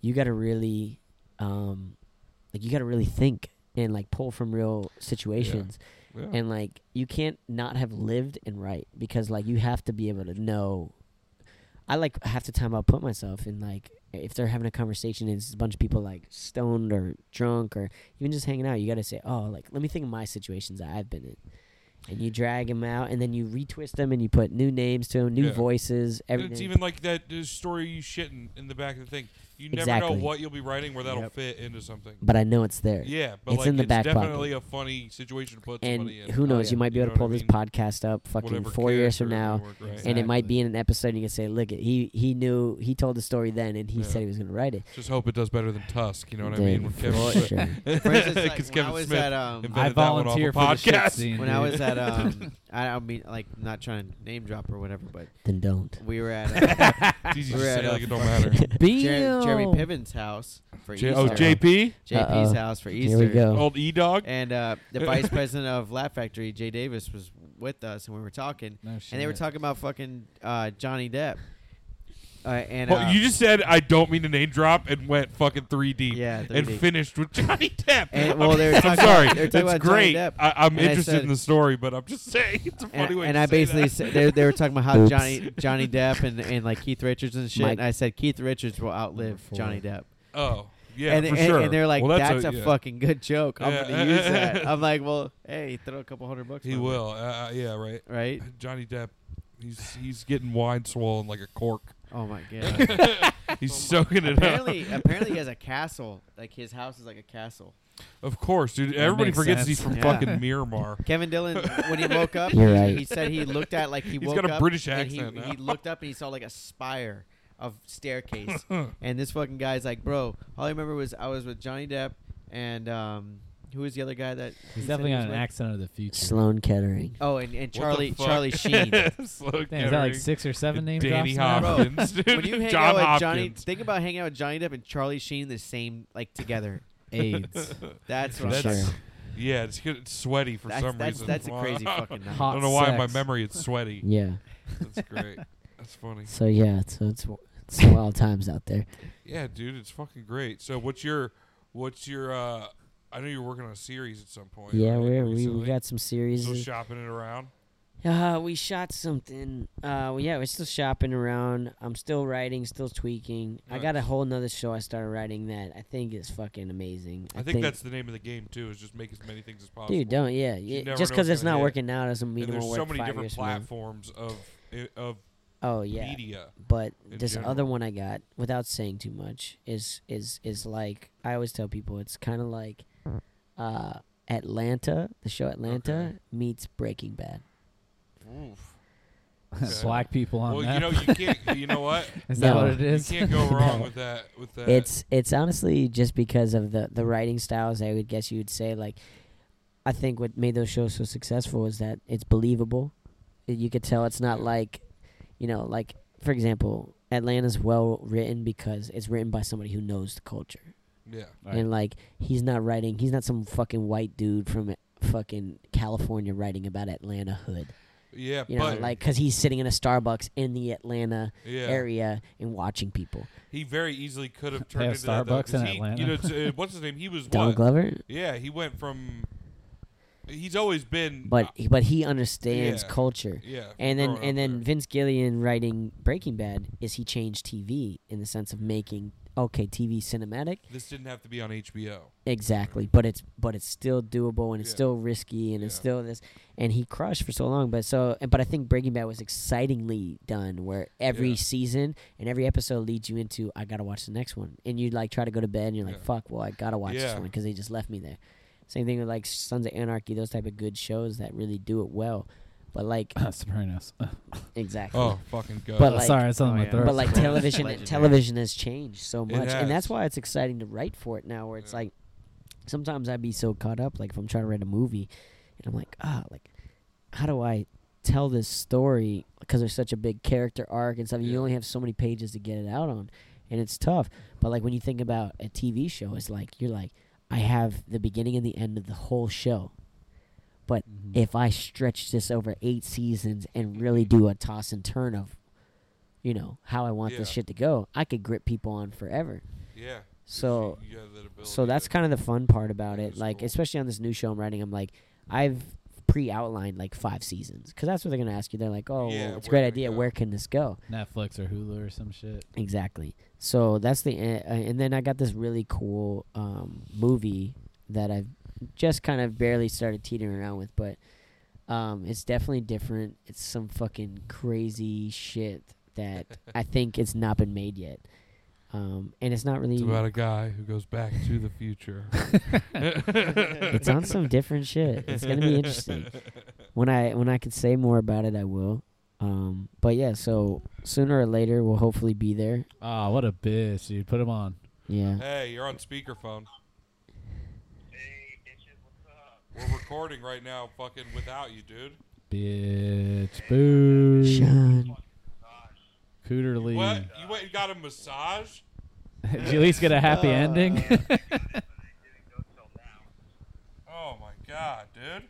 Speaker 3: you got to really, um, like you got to really think and like pull from real situations.
Speaker 2: Yeah.
Speaker 3: and like you can't not have lived and write because like you have to be able to know i like half the time i'll put myself in like if they're having a conversation and it's a bunch of people like stoned or drunk or even just hanging out you gotta say oh like let me think of my situations that i've been in and you drag them out and then you retwist them and you put new names to them new
Speaker 2: Yeah.
Speaker 3: voices
Speaker 2: And
Speaker 3: everything
Speaker 2: it's even like that uh, story you shitting in the back of the thing. You never
Speaker 3: Exactly.
Speaker 2: know what you'll be writing where that'll
Speaker 4: Yep.
Speaker 2: fit into something.
Speaker 3: but i know it's there
Speaker 2: Yeah, but
Speaker 3: It's
Speaker 2: like
Speaker 3: in the
Speaker 2: it's
Speaker 3: back pocket.
Speaker 2: definitely a funny situation to put
Speaker 3: and
Speaker 2: somebody in.
Speaker 3: who knows
Speaker 4: yeah.
Speaker 3: you might be
Speaker 2: Oh, You
Speaker 3: able
Speaker 2: know what
Speaker 3: to pull
Speaker 2: I
Speaker 3: this
Speaker 2: mean?
Speaker 3: podcast up fucking
Speaker 2: Whatever
Speaker 3: four years from
Speaker 2: character
Speaker 3: now
Speaker 2: they work, right?
Speaker 3: and it might
Speaker 5: Exactly.
Speaker 3: be in an episode and you can say look it, he he knew he told the story then and he
Speaker 2: Yeah.
Speaker 3: said he was going to write it
Speaker 2: Just hope it does better than Tusk. You know what I
Speaker 3: Dude,
Speaker 2: mean? When
Speaker 3: for
Speaker 2: Kevin Smith-
Speaker 3: sure.
Speaker 4: For instance, like, when I
Speaker 2: Kevin
Speaker 4: was
Speaker 2: Smith
Speaker 4: at um,
Speaker 2: invented
Speaker 5: I
Speaker 2: that one off
Speaker 5: volunteer
Speaker 2: a
Speaker 5: for the shit
Speaker 2: podcast.
Speaker 5: scene.
Speaker 4: when I was
Speaker 5: dude.
Speaker 4: at um, I don't mean like not trying to name drop or whatever, but
Speaker 3: then don't
Speaker 4: we were at uh,
Speaker 2: It's easy to
Speaker 4: We're at
Speaker 2: say
Speaker 4: a
Speaker 2: like it don't matter.
Speaker 4: Jer- Jeremy
Speaker 3: Beal.
Speaker 4: Piven's house for
Speaker 2: J-
Speaker 4: Easter.
Speaker 2: oh, JP,
Speaker 4: JP's
Speaker 3: Uh-oh.
Speaker 4: house for Easter.
Speaker 3: Here we go.
Speaker 2: old E Dog.
Speaker 4: And uh, the vice president of Laugh Factory, Jay Davis, was with us, and we were talking,
Speaker 5: No shit.
Speaker 4: and they were talking about fucking uh, Johnny Depp. Uh, and
Speaker 2: Well,
Speaker 4: uh,
Speaker 2: you just said I don't mean to name drop and went fucking three deep.
Speaker 4: Yeah, three
Speaker 2: and
Speaker 4: deep.
Speaker 2: finished with Johnny Depp.
Speaker 4: And-
Speaker 2: I'm-
Speaker 4: well, they were
Speaker 2: I'm,
Speaker 4: talking about-
Speaker 2: sorry.
Speaker 4: they were talking
Speaker 2: That's
Speaker 4: about Johnny
Speaker 2: great.
Speaker 4: Depp.
Speaker 2: I, I'm
Speaker 4: And I
Speaker 2: interested
Speaker 4: said-
Speaker 2: in the story, but I'm just saying it's a funny
Speaker 4: and,
Speaker 2: way.
Speaker 4: and
Speaker 2: to
Speaker 4: I
Speaker 2: say
Speaker 4: basically
Speaker 2: that.
Speaker 4: said they, they were talking about how
Speaker 3: Oops.
Speaker 4: Johnny Johnny Depp and, and like Keith Richards and shit,
Speaker 3: Mike-
Speaker 4: and I said Keith Richards will outlive
Speaker 5: Number four.
Speaker 4: Johnny Depp.
Speaker 2: Oh, yeah,
Speaker 4: and,
Speaker 2: for
Speaker 4: and,
Speaker 2: sure.
Speaker 4: and they're like,
Speaker 2: Well,
Speaker 4: that's, a,
Speaker 2: yeah.
Speaker 4: fucking good joke. I'm
Speaker 2: Yeah.
Speaker 4: gonna use that. I'm like, well, hey, throw a couple hundred bucks.
Speaker 2: He
Speaker 4: my way."
Speaker 2: will. Uh, uh, yeah, right.
Speaker 4: right?
Speaker 2: Johnny Depp, he's he's getting wine swollen like a cork.
Speaker 4: Oh my god.
Speaker 2: He's soaking it up.
Speaker 4: apparently, apparently he has a castle. Like his house is like a castle.
Speaker 2: Of course, dude. Everybody
Speaker 5: makes
Speaker 2: forgets
Speaker 5: sense.
Speaker 2: he's from
Speaker 4: Yeah.
Speaker 2: fucking Miramar.
Speaker 4: Kevin Dillon, when he woke up,
Speaker 3: You're
Speaker 4: he-
Speaker 3: right.
Speaker 4: he said he looked at like he
Speaker 2: He's
Speaker 4: woke
Speaker 2: got a
Speaker 4: up
Speaker 2: British
Speaker 4: and
Speaker 2: accent
Speaker 4: he,
Speaker 2: now.
Speaker 4: he looked up and he saw like a spire of staircase, and this fucking guy's like, bro, all I remember was I was with Johnny Depp and um, who was the other guy that he
Speaker 5: He's
Speaker 4: said
Speaker 5: definitely
Speaker 4: he
Speaker 5: got
Speaker 4: was
Speaker 5: an
Speaker 4: with?
Speaker 5: accent of the future.
Speaker 3: sloan kettering
Speaker 4: Oh, and, and
Speaker 2: What the
Speaker 4: Charlie
Speaker 2: fuck?
Speaker 4: Charlie Sheen.
Speaker 2: Slow
Speaker 5: Damn, is that like
Speaker 2: Kettering.
Speaker 5: six or seven names?
Speaker 2: Danny
Speaker 4: Hopkins.
Speaker 2: Hopkins, dude.
Speaker 4: when you hang
Speaker 2: John
Speaker 4: out with
Speaker 2: Hopkins.
Speaker 4: Johnny, think about hanging out with Johnny Depp and Charlie Sheen the same like together.
Speaker 5: AIDS.
Speaker 4: That's what
Speaker 5: For
Speaker 4: I'm
Speaker 3: sure.
Speaker 4: saying.
Speaker 2: Yeah, it's, good- it's sweaty for
Speaker 4: That's,
Speaker 2: some
Speaker 4: that's,
Speaker 2: reason.
Speaker 4: that's a
Speaker 2: Wow.
Speaker 4: crazy fucking number.
Speaker 2: I
Speaker 5: Hot
Speaker 2: don't know why in my
Speaker 5: sex.
Speaker 2: memory it's sweaty.
Speaker 3: yeah
Speaker 2: That's great. That's funny.
Speaker 3: so yeah so it's it's wild times out there
Speaker 2: Yeah, dude, it's fucking great. So what's your what's your uh I know you're working on a series at some point.
Speaker 3: yeah
Speaker 2: right,
Speaker 3: we're, we, we
Speaker 2: recently.
Speaker 3: got some series
Speaker 2: still shopping it around.
Speaker 3: uh, we shot something uh well, yeah we're still shopping around i'm still writing still tweaking i got a
Speaker 2: Nice.
Speaker 3: whole nother show i started writing that i think is fucking amazing
Speaker 2: I, think, that's the name of the game too, is just make as many things as possible.
Speaker 3: dude don't yeah, yeah
Speaker 2: never
Speaker 3: just
Speaker 2: know what's
Speaker 3: because it's
Speaker 2: gonna
Speaker 3: not
Speaker 2: hit.
Speaker 3: working now doesn't mean
Speaker 2: and
Speaker 3: it
Speaker 2: there's
Speaker 3: won't
Speaker 2: so
Speaker 3: work
Speaker 2: many
Speaker 3: five
Speaker 2: different
Speaker 3: years from now.
Speaker 2: platforms of i- of
Speaker 3: Oh yeah.
Speaker 2: media.
Speaker 3: But
Speaker 2: in
Speaker 3: this
Speaker 2: general.
Speaker 3: other one I got, without saying too much, is is is like I always tell people it's kind of like uh, Atlanta, the show Atlanta
Speaker 2: Okay.
Speaker 3: meets Breaking Bad.
Speaker 2: Oof. Okay.
Speaker 5: Black people on
Speaker 2: Well,
Speaker 5: that.
Speaker 2: you know you can't. You know what?
Speaker 5: is that
Speaker 3: No.
Speaker 5: what it
Speaker 2: You
Speaker 5: is?
Speaker 2: can't go wrong
Speaker 3: No.
Speaker 2: with that. With that.
Speaker 3: It's it's honestly just because of the the writing styles. I would guess you would say like, I think what made those shows so successful is that it's believable. Uh, You could tell it's not
Speaker 2: Yeah.
Speaker 3: like, you know, like for example, Atlanta's well written because it's written by somebody who knows the culture,
Speaker 2: yeah.
Speaker 5: Right.
Speaker 3: and like he's not writing, he's not some fucking white dude from fucking California writing about Atlanta hood,
Speaker 2: Yeah.
Speaker 3: you know,
Speaker 2: but
Speaker 3: like 'cause like because he's sitting in a Starbucks in the Atlanta
Speaker 2: yeah.
Speaker 3: area and watching people.
Speaker 2: He very easily could have
Speaker 5: have
Speaker 2: turned into that, though,
Speaker 5: Starbucks in
Speaker 2: 'cause he,
Speaker 5: Atlanta.
Speaker 2: You know, t- uh, what's his name? He was
Speaker 3: Don
Speaker 2: what?
Speaker 3: Glover,
Speaker 2: Yeah, he went from. He's always been.
Speaker 3: but but he understands
Speaker 2: Yeah.
Speaker 3: culture.
Speaker 2: yeah.
Speaker 3: And then
Speaker 2: growing up
Speaker 3: and then
Speaker 2: there.
Speaker 3: Vince Gillian writing Breaking Bad is he changed TV in the sense of making okay TV cinematic
Speaker 2: this didn't have to be on HBO.
Speaker 3: exactly, but it's but it's still doable and it's
Speaker 2: Yeah.
Speaker 3: still risky and it's
Speaker 2: Yeah.
Speaker 3: still this and he crushed for so long. But so but I think Breaking Bad was excitingly done where every
Speaker 2: Yeah.
Speaker 3: season and every episode leads you into I gotta watch the next one and you like try to go to bed and you're like
Speaker 2: Yeah.
Speaker 3: fuck well I gotta watch this
Speaker 2: Yeah.
Speaker 3: one because they just left me there. Same thing with like Sons of Anarchy, those type of good shows that really do it well. But like
Speaker 5: Sopranos.
Speaker 3: exactly.
Speaker 2: Oh, fucking god.
Speaker 3: But, like-
Speaker 5: Sorry, it's on
Speaker 4: Oh,
Speaker 5: my
Speaker 4: yeah.
Speaker 5: throat.
Speaker 3: but like
Speaker 4: Sopranos.
Speaker 3: television
Speaker 4: Legendary.
Speaker 3: television has changed so
Speaker 2: It
Speaker 3: much and
Speaker 2: has.
Speaker 3: that's why it's exciting to write for it now where it's
Speaker 2: Yeah.
Speaker 3: like sometimes i'd be so caught up like if i'm trying to write a movie and i'm like ah like how do i tell this story because there's such a big character arc and stuff
Speaker 2: Yeah.
Speaker 3: you only have so many pages to get it out on and it's tough but like when you think about a tv show it's like you're like i have the beginning and the end of the whole show but
Speaker 5: Mhm.
Speaker 3: if I stretch this over eight seasons and really do a toss and turn of, you know, how I want this
Speaker 2: Yeah.
Speaker 3: shit to go, I could grip people on forever.
Speaker 2: yeah. 'cause
Speaker 3: So-
Speaker 2: you- you have that ability
Speaker 3: So that's
Speaker 2: to-
Speaker 3: kind of the fun part about
Speaker 2: Yeah,
Speaker 3: it.
Speaker 2: that's
Speaker 3: Like,
Speaker 2: cool.
Speaker 3: especially on this new show I'm writing, I'm like, I've pre-outlined like five seasons because that's what they're gonna ask you. They're like, oh,
Speaker 2: Yeah,
Speaker 3: well, it's
Speaker 2: where
Speaker 3: a great
Speaker 2: can it
Speaker 3: idea.
Speaker 2: go?
Speaker 3: Where can this go?
Speaker 5: Netflix or Hulu or some shit.
Speaker 3: Exactly. So that's the uh, and then I got this really cool um, movie that I've just kind of barely started teetering around with, but um, it's definitely different. It's some fucking crazy shit that I think it's not been made yet, um, and it's not really.
Speaker 2: It's
Speaker 3: It's,
Speaker 2: about a guy who goes back to the future.
Speaker 3: on some different shit. It's gonna be interesting. When I when I can say more about it, I will. Um, but yeah, so sooner or later we'll hopefully be there.
Speaker 5: Oh, what a bitch, dude. Put him on.
Speaker 3: Yeah.
Speaker 2: Hey, you're on speakerphone. Hey, bitches, what's up? We're recording right now, fucking without you, dude.
Speaker 5: Bitch. Boo.
Speaker 3: Sean.
Speaker 5: Cooterly.
Speaker 2: What? You went and got a massage?
Speaker 5: Did you at least get a
Speaker 3: Uh.
Speaker 5: happy ending? Did
Speaker 2: Oh my god, dude.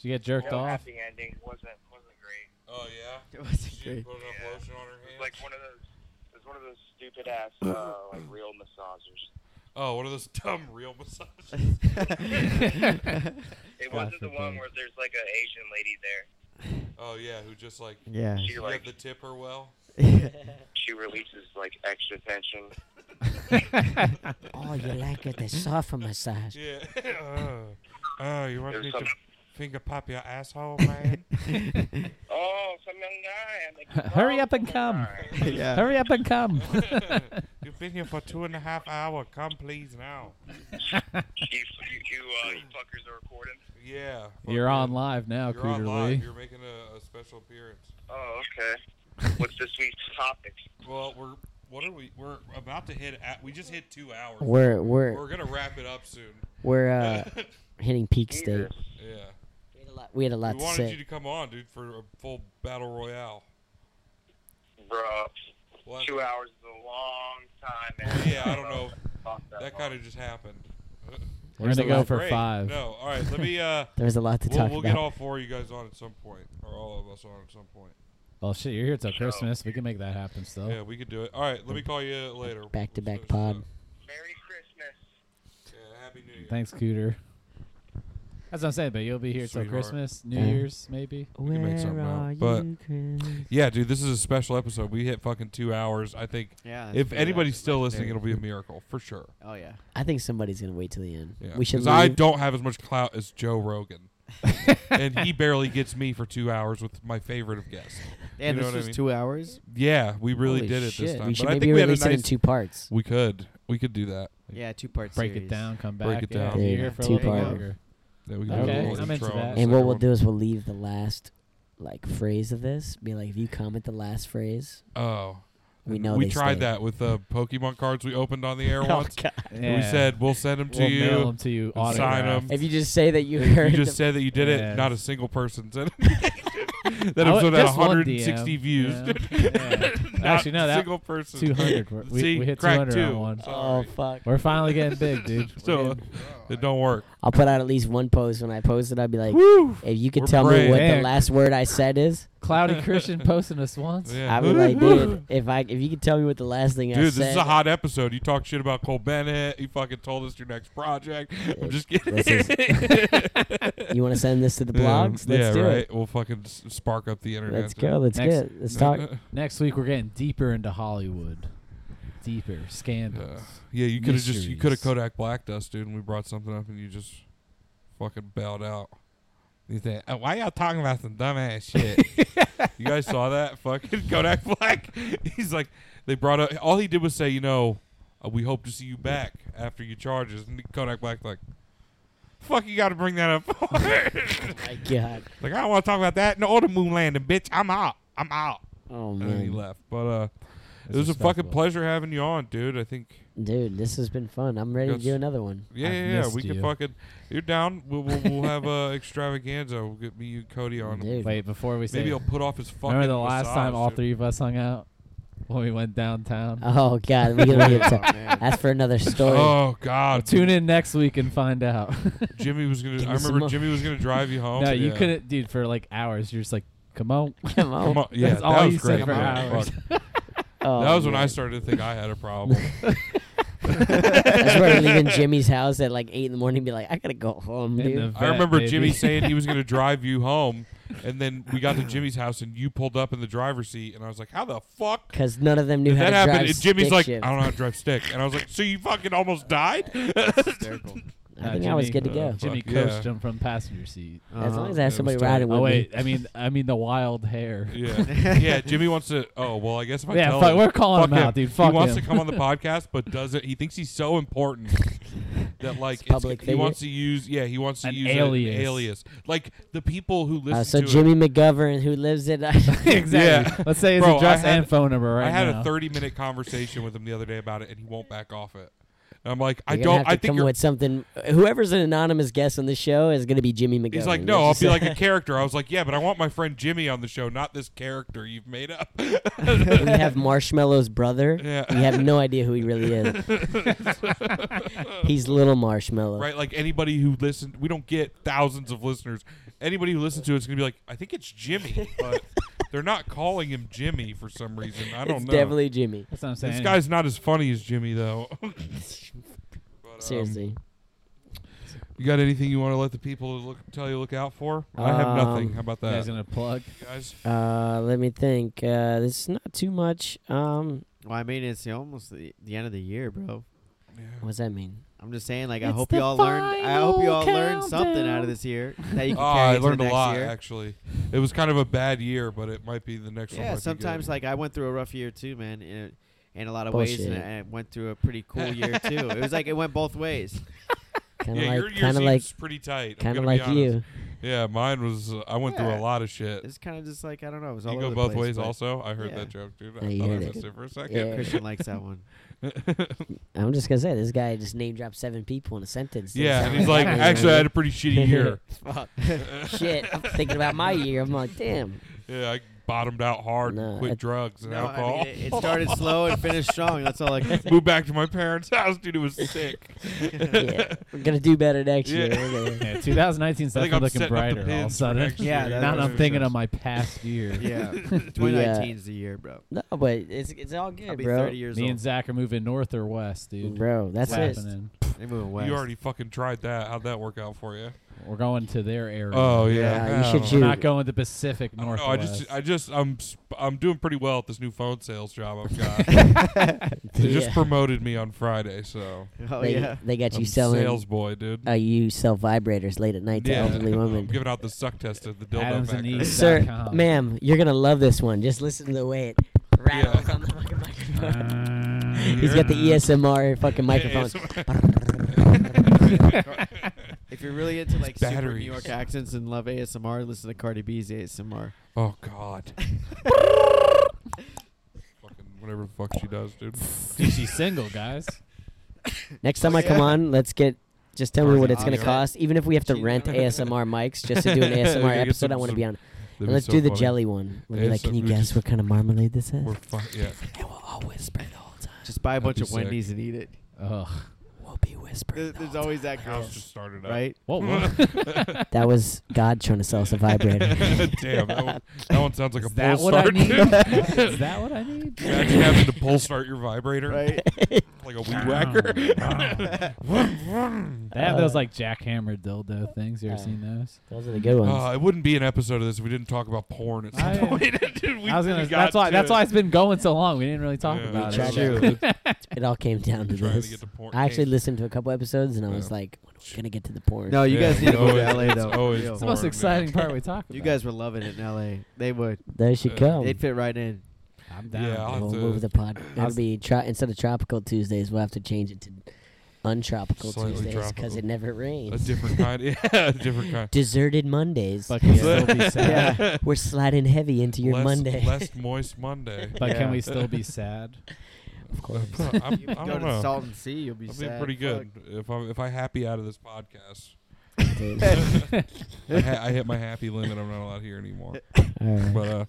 Speaker 5: you get jerked
Speaker 8: Well,
Speaker 5: off?
Speaker 8: happy ending wasn't wasn't great.
Speaker 2: Oh yeah.
Speaker 4: It wasn't
Speaker 2: She
Speaker 4: great.
Speaker 2: put enough
Speaker 8: Yeah.
Speaker 2: lotion on her hands.
Speaker 8: It was like one of those. It was one of those stupid ass uh, like real massagers.
Speaker 2: oh, one of those dumb real massages.
Speaker 8: It
Speaker 5: God
Speaker 8: wasn't the one
Speaker 5: forbid.
Speaker 8: where there's like an Asian lady there.
Speaker 2: oh yeah, who just like
Speaker 4: yeah.
Speaker 8: She
Speaker 2: you have
Speaker 8: like
Speaker 2: the tipper well.
Speaker 8: she releases like extra tension.
Speaker 3: Oh, you like it? The soft massage.
Speaker 2: Yeah. oh. you want
Speaker 8: There's
Speaker 2: me
Speaker 8: some-
Speaker 2: to finger pop your asshole, man?
Speaker 8: Oh, some young guy. I'm like,
Speaker 5: Hurry up and
Speaker 8: "Oh,
Speaker 5: come."
Speaker 8: my God."
Speaker 4: yeah.
Speaker 5: Hurry up and come.
Speaker 2: You've been here for two and a half hour. Come please now.
Speaker 8: You you you, uh, you fuckers are recording.
Speaker 2: Yeah.
Speaker 5: You're
Speaker 2: fucking-
Speaker 5: on live now,
Speaker 2: You're on live.
Speaker 5: Cooterly.
Speaker 2: You're making a, a special appearance.
Speaker 8: Oh, okay. What's this week's topic?
Speaker 2: Well, we're what are we? We're about to hit. At, we just hit two hours.
Speaker 3: We're we're
Speaker 2: We're gonna wrap it up soon.
Speaker 3: we're uh, hitting peak state.
Speaker 8: Jesus.
Speaker 2: Yeah.
Speaker 3: We had a lot, we had a lot
Speaker 2: we
Speaker 3: to
Speaker 2: wanted
Speaker 3: say.
Speaker 2: you to come on, dude, for a full battle royale.
Speaker 8: Bro,
Speaker 2: Well,
Speaker 8: two hours is a long time,
Speaker 2: well,
Speaker 8: man.
Speaker 2: yeah, I don't know.
Speaker 8: Fuck that
Speaker 2: That
Speaker 8: long.
Speaker 2: kind of just happened.
Speaker 5: We're gonna
Speaker 3: a
Speaker 5: go
Speaker 3: lot-
Speaker 5: for
Speaker 2: Great.
Speaker 5: five.
Speaker 2: No, all right. Let me. Uh,
Speaker 3: There was a lot to
Speaker 2: we'll
Speaker 3: talk
Speaker 2: we'll
Speaker 3: about.
Speaker 2: get all four of you guys on at some point, or all of us on at some point.
Speaker 5: Well, shit, you're here till
Speaker 8: So-
Speaker 5: Christmas. We can make that happen still.
Speaker 2: Yeah, we could do it. All right. Let me call you later.
Speaker 3: Back to back
Speaker 2: Let's finish
Speaker 3: pod.
Speaker 8: Merry Christmas.
Speaker 2: this up. Yeah, Happy New Year.
Speaker 5: Thanks, Cooter. That's what I'm saying, but you'll be here till
Speaker 2: Sweetheart.
Speaker 5: Christmas, New
Speaker 3: Yeah.
Speaker 5: Year's, maybe.
Speaker 2: We can make something out, but- Yeah, dude, this is a special episode. We hit fucking two hours. I think
Speaker 4: Yeah. that's
Speaker 2: if
Speaker 4: pretty
Speaker 2: anybody's
Speaker 4: awesome.
Speaker 2: still listening,
Speaker 4: Very-
Speaker 2: it'll be a miracle for sure.
Speaker 4: Oh yeah.
Speaker 3: I think somebody's gonna wait till the end.
Speaker 2: Yeah,
Speaker 3: We should.
Speaker 2: I
Speaker 3: leave.
Speaker 2: don't have as much clout as Joe Rogan. and he barely gets me for two hours with my favorite of guests.
Speaker 4: And
Speaker 2: You know
Speaker 4: this
Speaker 2: what I
Speaker 4: was
Speaker 2: mean?
Speaker 4: two hours.
Speaker 2: Yeah, we really
Speaker 3: Holy
Speaker 2: did it
Speaker 3: shit.
Speaker 2: this time.
Speaker 3: We should
Speaker 2: but I
Speaker 3: maybe
Speaker 2: think we had a
Speaker 3: release it in
Speaker 2: nice.
Speaker 3: two parts.
Speaker 2: we could, we could do that.
Speaker 4: Yeah, two parts.
Speaker 5: Break it down, come back.
Speaker 2: Break it
Speaker 5: yeah,
Speaker 2: down.
Speaker 5: be
Speaker 3: Yeah,
Speaker 5: here for a
Speaker 3: two
Speaker 5: little bit
Speaker 4: part.
Speaker 5: longer.
Speaker 2: Yeah, we could do
Speaker 5: Okay,
Speaker 2: a little
Speaker 5: I'm into
Speaker 2: intro on
Speaker 5: that.
Speaker 2: the
Speaker 5: Second
Speaker 3: And what we'll
Speaker 2: one.
Speaker 3: do is we'll leave the last like phrase of this. Be like, if you comment the last phrase,
Speaker 2: Oh,
Speaker 3: we know
Speaker 2: we
Speaker 3: they
Speaker 2: tried
Speaker 3: stayed.
Speaker 2: that with the Pokemon cards we opened on the air
Speaker 3: Oh,
Speaker 2: once.
Speaker 3: God.
Speaker 2: We
Speaker 5: Yeah.
Speaker 2: said we'll send them to
Speaker 5: We'll
Speaker 2: you.
Speaker 5: mail 'em to you.
Speaker 2: and sign 'em.
Speaker 5: autographed.
Speaker 3: If you just say that you
Speaker 2: If
Speaker 3: heard,
Speaker 2: you just
Speaker 3: the,
Speaker 2: said that you did
Speaker 5: Yeah.
Speaker 2: it. Not a single person said it. that
Speaker 5: I
Speaker 2: episode
Speaker 5: would-
Speaker 2: had
Speaker 5: just one
Speaker 2: 160
Speaker 5: DM,
Speaker 2: views.
Speaker 5: you know? Yeah.
Speaker 2: Not
Speaker 5: Actually, no,
Speaker 2: a
Speaker 5: that
Speaker 2: single person.
Speaker 5: 200. We're- We,
Speaker 2: See,
Speaker 5: we hit
Speaker 2: crack
Speaker 5: 200
Speaker 2: two.
Speaker 5: on one.
Speaker 3: oh
Speaker 2: Sorry.
Speaker 3: fuck,
Speaker 5: We're finally getting big, dude. We're
Speaker 2: So
Speaker 5: getting-
Speaker 2: it don't work.
Speaker 3: I'll put out at least one post. When I post it, I'll be like, if you could
Speaker 2: We're
Speaker 3: tell me
Speaker 2: brave.
Speaker 3: what the
Speaker 5: Man.
Speaker 3: last word I said is,
Speaker 5: Cloudy Christian posting us once.
Speaker 2: Yeah.
Speaker 3: I'll be like, dude, if I if you could tell me what the last thing I
Speaker 2: Dude,
Speaker 3: said,
Speaker 2: this is a hot episode. You talk shit about Cole Bennett. You fucking told us your next project. I'm just kidding.
Speaker 3: This is- you want to send this to the blogs?
Speaker 2: Yeah,
Speaker 3: Let's do
Speaker 2: right.
Speaker 3: it.
Speaker 2: We'll fucking s- spark up the internet.
Speaker 3: Let's go. Let's
Speaker 5: Next-
Speaker 3: get. Let's talk.
Speaker 5: Next week we're getting deeper into Hollywood. Deeper
Speaker 2: Uh,
Speaker 5: scandals.
Speaker 2: yeah, you could have just you could have
Speaker 5: Mysteries.
Speaker 2: Kodak blacked us, dude, and we brought something up and you just fucking bailed out. You think, "Oh, why y'all talking about some dumbass shit? you guys saw that fucking Kodak Black? He's like, they brought up all he did was say, you know, uh, we hope to see you back after your charges, and Kodak Black like, fuck, you got to bring that up. for?"
Speaker 3: My God.
Speaker 2: like, I don't want to talk about that. No, or the moon landing, bitch. I'm out. I'm out.
Speaker 3: Oh
Speaker 2: And then he
Speaker 3: man,
Speaker 2: left. But uh, it
Speaker 5: It's
Speaker 2: was a fucking
Speaker 5: respectable.
Speaker 2: pleasure having you on, dude. I think.
Speaker 3: dude, this has been fun. I'm ready to
Speaker 2: That's-
Speaker 3: do another one.
Speaker 2: Yeah,
Speaker 5: I've
Speaker 2: yeah, yeah.
Speaker 5: missed
Speaker 2: We can
Speaker 5: you.
Speaker 2: fucking. You're down. We'll we'll, we'll have a extravaganza. We'll get me you and Cody on.
Speaker 3: Dude.
Speaker 5: Wait, before we say,
Speaker 2: Maybe he'll put off his fucking.
Speaker 5: remember the last
Speaker 2: massage,
Speaker 5: time all
Speaker 2: dude.
Speaker 5: three of us hung out when we went downtown.
Speaker 3: Oh God, we gonna get to,
Speaker 4: man.
Speaker 3: that's for another story.
Speaker 2: Oh God!
Speaker 5: Tune in next week and find out.
Speaker 2: Jimmy was gonna.
Speaker 3: Give
Speaker 2: I
Speaker 3: me some
Speaker 2: remember
Speaker 3: more.
Speaker 2: Jimmy was gonna drive you home.
Speaker 5: no, you
Speaker 2: Yeah.
Speaker 5: couldn't, dude. For like hours, you're just like, come on.
Speaker 3: Come on.
Speaker 2: Come on. Yeah,
Speaker 5: That's
Speaker 2: that
Speaker 5: all
Speaker 2: was
Speaker 5: you said
Speaker 2: great.
Speaker 5: for
Speaker 2: Yeah,
Speaker 5: hours.
Speaker 2: fuck.
Speaker 3: Oh,
Speaker 2: that was when I
Speaker 3: man.
Speaker 2: started to think I had a problem.
Speaker 3: That's where I leave in Jimmy's house at like eight in the morning. and Be like, I gotta go home,
Speaker 5: In the
Speaker 3: dude.
Speaker 5: vet,
Speaker 2: I remember
Speaker 5: baby.
Speaker 2: Jimmy saying he was going to drive you home, and then we got to Jimmy's house, and you pulled up in the driver's seat, and I was like, "How the fuck?"
Speaker 3: Because none of them knew
Speaker 2: Did
Speaker 3: how
Speaker 2: that
Speaker 3: to
Speaker 2: happened,
Speaker 3: drive.
Speaker 2: and Jimmy's
Speaker 3: stick
Speaker 2: like,
Speaker 3: shift.
Speaker 2: "I don't know how to drive stick," and I was like, "So you fucking almost died?"
Speaker 4: Hysterical.
Speaker 3: I
Speaker 5: Uh,
Speaker 3: think I was
Speaker 5: Jimmy-
Speaker 3: good to go.
Speaker 2: uh,
Speaker 5: Jimmy
Speaker 2: Fuck,
Speaker 5: coached
Speaker 2: yeah.
Speaker 5: him from passenger seat.
Speaker 3: as long
Speaker 4: Uh-huh.
Speaker 3: as I have
Speaker 2: It
Speaker 3: somebody
Speaker 2: was tight.
Speaker 3: riding with
Speaker 5: Oh
Speaker 3: me.
Speaker 5: wait, I mean, I mean the wild hair.
Speaker 2: Yeah, yeah. Jimmy wants to. Oh well, I guess if I
Speaker 5: Yeah,
Speaker 2: tell
Speaker 5: fuck,
Speaker 2: him,
Speaker 5: we're calling
Speaker 2: fuck
Speaker 5: him out, dude. Fuck
Speaker 2: he wants
Speaker 5: him.
Speaker 2: to come on the podcast, but doesn't. He thinks he's so important that like
Speaker 3: It's
Speaker 2: it's-
Speaker 3: public
Speaker 2: he
Speaker 3: figure.
Speaker 2: wants to use. Yeah, he wants to
Speaker 5: An
Speaker 2: use
Speaker 5: alias.
Speaker 2: an alias. Like the people who listen
Speaker 3: Uh, so
Speaker 2: to it-
Speaker 3: Jimmy McGovern, who lives in,
Speaker 5: exactly.
Speaker 2: Yeah.
Speaker 5: Let's say his
Speaker 2: Bro, I
Speaker 5: address
Speaker 2: had-
Speaker 5: and phone number right
Speaker 2: I had
Speaker 5: now.
Speaker 2: a 30 minute conversation with him the other day about it, and he won't back off it. And I'm like, I
Speaker 3: You're gonna
Speaker 2: don't.
Speaker 3: Have to
Speaker 2: I think
Speaker 3: come
Speaker 2: you're.
Speaker 3: with something. Whoever's an anonymous guest on the show is gonna be Jimmy McGovern.
Speaker 2: He's like, no, I'll be like a character. I was like, yeah, but I want my friend Jimmy on the show, not this character you've made up.
Speaker 3: we have Marshmallow's brother.
Speaker 2: Yeah.
Speaker 3: We have no idea who he really is. He's Little Marshmallow.
Speaker 2: right? Like anybody who listened, we don't get thousands of listeners. Anybody who listens to it's gonna be like, I think it's Jimmy, but they're not calling him Jimmy for some reason. I don't
Speaker 3: it's
Speaker 2: know.
Speaker 3: definitely Jimmy.
Speaker 5: That's what I'm saying.
Speaker 2: this guy's not as funny as Jimmy though. But, um,
Speaker 3: Seriously.
Speaker 2: you got anything you want to let the people look tell you to look out for? I have nothing.
Speaker 3: Um,
Speaker 2: How about
Speaker 5: You
Speaker 2: that,
Speaker 5: guys gonna plug.
Speaker 2: You guys?
Speaker 3: Uh, let me think. Uh, this is not too much. Um,
Speaker 4: Well, I mean, it's almost the, the end of the year, bro.
Speaker 3: what does that mean?
Speaker 4: I'm just saying, like, I
Speaker 5: It's
Speaker 4: hope
Speaker 5: the
Speaker 4: you all learned. I hope you all learned something
Speaker 5: countdown.
Speaker 4: out of this year that you
Speaker 2: Oh,
Speaker 4: can carry
Speaker 2: I
Speaker 4: into the
Speaker 2: learned a
Speaker 4: next
Speaker 2: lot
Speaker 4: year.
Speaker 2: actually. It was kind of a bad year, but it might be the next one.
Speaker 4: Yeah,
Speaker 2: might be good.
Speaker 4: sometimes like I went through a rough year too, man, in, in a lot of ways, and
Speaker 3: Bullshit.
Speaker 4: I, I went through a pretty cool year too. It was like it went both ways.
Speaker 3: Kind of
Speaker 2: yeah, your
Speaker 3: like,
Speaker 2: year seems
Speaker 3: kind of like,
Speaker 2: pretty tight. I'm
Speaker 3: kind of
Speaker 2: gonna
Speaker 3: like
Speaker 2: be honest.
Speaker 3: you.
Speaker 2: Yeah, mine was. Uh, I went through
Speaker 4: Yeah.
Speaker 2: a lot of shit.
Speaker 4: It's kind of just like I don't know. It was all
Speaker 2: You
Speaker 4: over
Speaker 2: go
Speaker 4: the
Speaker 2: both
Speaker 4: place,
Speaker 2: ways.
Speaker 4: but
Speaker 2: Also, I heard
Speaker 4: yeah.
Speaker 2: that joke, dude. I
Speaker 3: Yeah, Oh, you
Speaker 2: thought I
Speaker 3: heard it.
Speaker 2: missed it for a second.
Speaker 3: Yeah.
Speaker 4: Christian likes that one.
Speaker 3: I'm just gonna say this guy just name dropped seven people in a sentence. Doesn't
Speaker 2: Yeah,
Speaker 3: sound
Speaker 2: and he's like,
Speaker 3: happening,
Speaker 2: actually, I had
Speaker 3: man.
Speaker 2: a pretty shitty year.
Speaker 3: shit. I'm thinking about my year. I'm like, damn.
Speaker 2: yeah, I bottomed out hard, and
Speaker 3: No,
Speaker 2: quit
Speaker 3: it-
Speaker 2: drugs and
Speaker 4: No, I
Speaker 2: alcohol.
Speaker 4: mean, it, it started slow and finished strong. That's all I can say.
Speaker 2: Moved back to my parents' house, dude. It was sick.
Speaker 3: Yeah, we're gonna do better next
Speaker 2: Yeah.
Speaker 3: year. We're gonna-
Speaker 5: Yeah, 2019's
Speaker 2: I think
Speaker 5: definitely
Speaker 2: I'm
Speaker 5: looking
Speaker 2: setting up the
Speaker 5: brighter all of a
Speaker 2: pins for
Speaker 5: sudden.
Speaker 2: next
Speaker 4: Yeah,
Speaker 2: year.
Speaker 4: that's
Speaker 5: now
Speaker 4: what
Speaker 5: I'm
Speaker 4: it
Speaker 5: thinking of my past year.
Speaker 4: Yeah, 2019 is the year, bro.
Speaker 3: No, but it's it's all good,
Speaker 4: I'll be
Speaker 3: bro.
Speaker 4: 30 years
Speaker 5: Me
Speaker 4: old.
Speaker 5: and Zach are moving north or west, dude.
Speaker 3: Bro, that's
Speaker 5: What's
Speaker 3: it.
Speaker 5: happening?
Speaker 4: They're moving west.
Speaker 2: You already fucking tried that. How'd that work out for you?
Speaker 5: We're going to their area.
Speaker 2: Oh yeah.
Speaker 3: Yeah, you
Speaker 2: I
Speaker 3: should
Speaker 2: don't know.
Speaker 5: We're
Speaker 3: Dude.
Speaker 5: not going the Pacific
Speaker 2: I don't
Speaker 5: Northwest.
Speaker 2: know. I just, I just, I'm, sp- I'm doing pretty well at this new phone sales job I've got. they just
Speaker 3: Yeah.
Speaker 2: promoted me on Friday, so
Speaker 4: Oh
Speaker 3: they,
Speaker 4: yeah.
Speaker 3: they got
Speaker 2: I'm
Speaker 3: you selling.
Speaker 2: sales boy, dude.
Speaker 3: Uh, you sell vibrators late at night to elderly
Speaker 2: I'm
Speaker 3: women.
Speaker 2: giving out the suck test at the dildo
Speaker 5: Adams and
Speaker 2: factory.
Speaker 5: Eves.
Speaker 3: Sir,
Speaker 5: com.
Speaker 3: ma'am, you're gonna love this one. Just listen to the way it rattles
Speaker 2: Yeah.
Speaker 3: on the fucking microphone.
Speaker 5: He's
Speaker 3: He's got the E ESMR fucking microphone.
Speaker 2: E
Speaker 4: If you're really into like super New
Speaker 2: batteries.
Speaker 4: York accents and love ASMR, listen to Cardi B's ASMR.
Speaker 2: oh God. Fucking whatever the fuck she does, dude.
Speaker 5: She's single, guys.
Speaker 3: Next time I
Speaker 4: yeah.
Speaker 3: come on, let's get. Just tell me
Speaker 2: Or
Speaker 3: what
Speaker 2: the
Speaker 3: it's gonna
Speaker 2: audio.
Speaker 3: cost, even if we have to
Speaker 4: Cheap.
Speaker 3: rent ASMR mics just to do an
Speaker 2: We gotta
Speaker 3: ASMR
Speaker 2: get
Speaker 3: episode.
Speaker 2: some-
Speaker 3: I want to
Speaker 2: some-
Speaker 3: be on.
Speaker 2: That'd
Speaker 3: And
Speaker 2: be
Speaker 3: let's
Speaker 2: so
Speaker 3: do the
Speaker 2: funny.
Speaker 3: jelly one. We'll be like, can you
Speaker 2: ASMR
Speaker 3: guess
Speaker 2: just-
Speaker 3: what kind of marmalade this is?
Speaker 2: We're fu- yeah.
Speaker 3: And we'll all whisper the whole time.
Speaker 4: Just buy a
Speaker 2: That'd
Speaker 4: bunch
Speaker 2: be
Speaker 4: of
Speaker 2: sick.
Speaker 4: Wendy's and eat it.
Speaker 5: Ugh.
Speaker 3: We'll be whispering.
Speaker 4: There-
Speaker 3: the
Speaker 4: There's
Speaker 3: whole
Speaker 4: always that girl,
Speaker 2: House just started up. Oh,
Speaker 4: right?
Speaker 5: What? what?
Speaker 3: time. That was God trying to sell us a vibrator.
Speaker 2: Damn, that one, that one sounds like a
Speaker 5: Is that
Speaker 2: pull
Speaker 5: what I
Speaker 2: start.
Speaker 5: need?
Speaker 2: dude.
Speaker 5: Is that what I need?
Speaker 2: Imagine having to pull start your vibrator
Speaker 4: Right.
Speaker 2: like a weed whacker.
Speaker 5: They have those like jackhammer dildo things. You ever
Speaker 3: Uh,
Speaker 5: seen those?
Speaker 3: Those are the good ones.
Speaker 2: Uh, it wouldn't be an episode of this if we didn't talk about porn at some
Speaker 5: I-
Speaker 2: point. Dude, we-
Speaker 5: I was gonna.
Speaker 2: we
Speaker 5: That's
Speaker 2: got
Speaker 5: why.
Speaker 2: to
Speaker 5: That's
Speaker 2: it.
Speaker 5: why it's been going so long. We didn't really talk
Speaker 2: Yeah,
Speaker 5: about
Speaker 2: we
Speaker 5: it.
Speaker 2: tried
Speaker 3: True.
Speaker 2: to-
Speaker 3: it all came down to
Speaker 2: trying
Speaker 3: this.
Speaker 2: to get to porn.
Speaker 3: I actually
Speaker 2: Hey,
Speaker 3: listened to a couple episodes and I was
Speaker 2: Yeah.
Speaker 3: like, when are we gonna get to the porn?
Speaker 4: No, you
Speaker 2: Yeah,
Speaker 4: guys need to
Speaker 2: it's
Speaker 4: go to
Speaker 2: always-
Speaker 4: LA
Speaker 2: it's
Speaker 4: though. for
Speaker 2: always
Speaker 4: real.
Speaker 5: It's the most
Speaker 2: Porn,
Speaker 5: exciting part we talk about.
Speaker 4: You guys were loving it in LA. They would.
Speaker 3: There she
Speaker 2: Uh,
Speaker 3: come.
Speaker 4: They'd fit right in.
Speaker 5: I'm down.
Speaker 2: down, Yeah, I'll dude.
Speaker 3: We'll
Speaker 2: have to-
Speaker 3: move the pod. It'll
Speaker 5: was-
Speaker 3: be tro- instead of tropical Tuesdays, we'll have to change it to untropical
Speaker 2: Slightly
Speaker 3: Tuesdays because
Speaker 2: tropical.
Speaker 3: it never
Speaker 2: a
Speaker 3: rains.
Speaker 2: different kind. Yeah, a different kind.
Speaker 3: Deserted Mondays.
Speaker 5: But can we still be sad?
Speaker 4: Yeah.
Speaker 3: We're sliding heavy into your
Speaker 2: less,
Speaker 3: Monday.
Speaker 2: less moist Monday.
Speaker 5: But
Speaker 4: Yeah.
Speaker 5: can we still be sad?
Speaker 3: of course.
Speaker 2: I'm, I
Speaker 4: You could go
Speaker 2: don't
Speaker 4: to
Speaker 2: know.
Speaker 4: Salt and Sea, you'll be
Speaker 2: I'll be
Speaker 4: sad.
Speaker 2: pretty
Speaker 4: Fuck.
Speaker 2: good if I'm if I happy out of this podcast.
Speaker 3: dude.
Speaker 2: I, ha- I hit my happy limit. I'm not allowed here anymore.
Speaker 3: All right.
Speaker 2: But uh,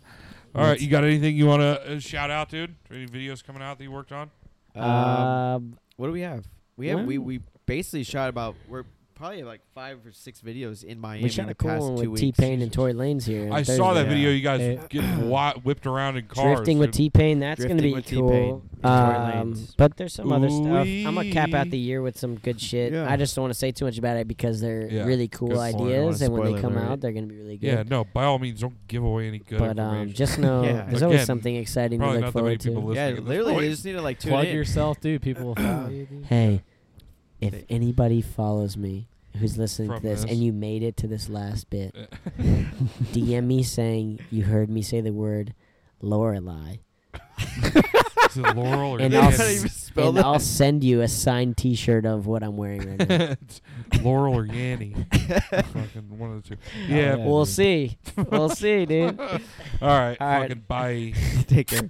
Speaker 2: all right, you got anything you want to uh, shout out, dude? Any videos coming out that you worked on?
Speaker 4: Um,
Speaker 3: Um,
Speaker 4: what do we have? We have we
Speaker 3: well-
Speaker 4: we basically shot about we're probably like five or six videos in Miami.
Speaker 3: we shot
Speaker 4: in
Speaker 3: a
Speaker 4: the
Speaker 3: cool
Speaker 4: past
Speaker 3: one
Speaker 4: two
Speaker 3: with
Speaker 4: weeks.
Speaker 3: T Pain and Tory Lanez here. on
Speaker 2: I saw that
Speaker 3: Thursday.
Speaker 2: video you guys
Speaker 5: Yeah.
Speaker 2: getting wi- whipped around in cars.
Speaker 3: Drifting with
Speaker 2: dude.
Speaker 3: T Pain, that's going to
Speaker 4: Drifting
Speaker 3: be
Speaker 4: with
Speaker 3: cool.
Speaker 4: T-Pain. Tory
Speaker 3: Um,
Speaker 4: Lanez.
Speaker 3: but there's some other stuff. I'm gonna cap out
Speaker 2: Ooh-wee.
Speaker 3: the year with some good shit.
Speaker 4: Yeah.
Speaker 3: I just don't want to say too much about it because they're
Speaker 2: Yeah.
Speaker 3: really cool
Speaker 2: Good point. I don't
Speaker 3: ideas,
Speaker 4: wanna
Speaker 3: and when they
Speaker 4: spoil it,
Speaker 3: come
Speaker 4: right?
Speaker 3: out, they're gonna be really good.
Speaker 2: Yeah, no. By all means, don't give away any good
Speaker 3: but um,
Speaker 2: information.
Speaker 3: just know
Speaker 4: Yeah.
Speaker 3: there's always
Speaker 2: Again,
Speaker 3: something exciting to
Speaker 2: probably
Speaker 3: look
Speaker 2: not that many
Speaker 3: forward
Speaker 2: people
Speaker 3: to.
Speaker 2: listening. at
Speaker 4: Yeah,
Speaker 2: this
Speaker 4: literally,
Speaker 2: point.
Speaker 4: they just need to like tune
Speaker 5: Plug
Speaker 4: in.
Speaker 5: yourself, dude. People will follow you. Dude.
Speaker 3: Hey, if
Speaker 4: They-
Speaker 3: anybody follows me who's listening to
Speaker 2: From
Speaker 3: this,
Speaker 2: this.
Speaker 3: and you made it to this last bit,
Speaker 2: Uh,
Speaker 3: DM me saying you heard me say the word Lorelei,
Speaker 2: Is it Laurel or
Speaker 3: And
Speaker 4: They
Speaker 3: I'll
Speaker 4: can't
Speaker 3: s-
Speaker 2: Yandy?
Speaker 4: even spell
Speaker 3: and
Speaker 4: that.
Speaker 3: I'll send you a signed T-shirt of what I'm wearing right now.
Speaker 2: It's Laurel or Yanny? Fucking one of the two. Yeah.
Speaker 5: yeah.
Speaker 3: Oh, We'll
Speaker 5: dude.
Speaker 3: see. We'll see, dude.
Speaker 2: All right.
Speaker 3: All right.
Speaker 2: Fucking bye.
Speaker 4: Take care.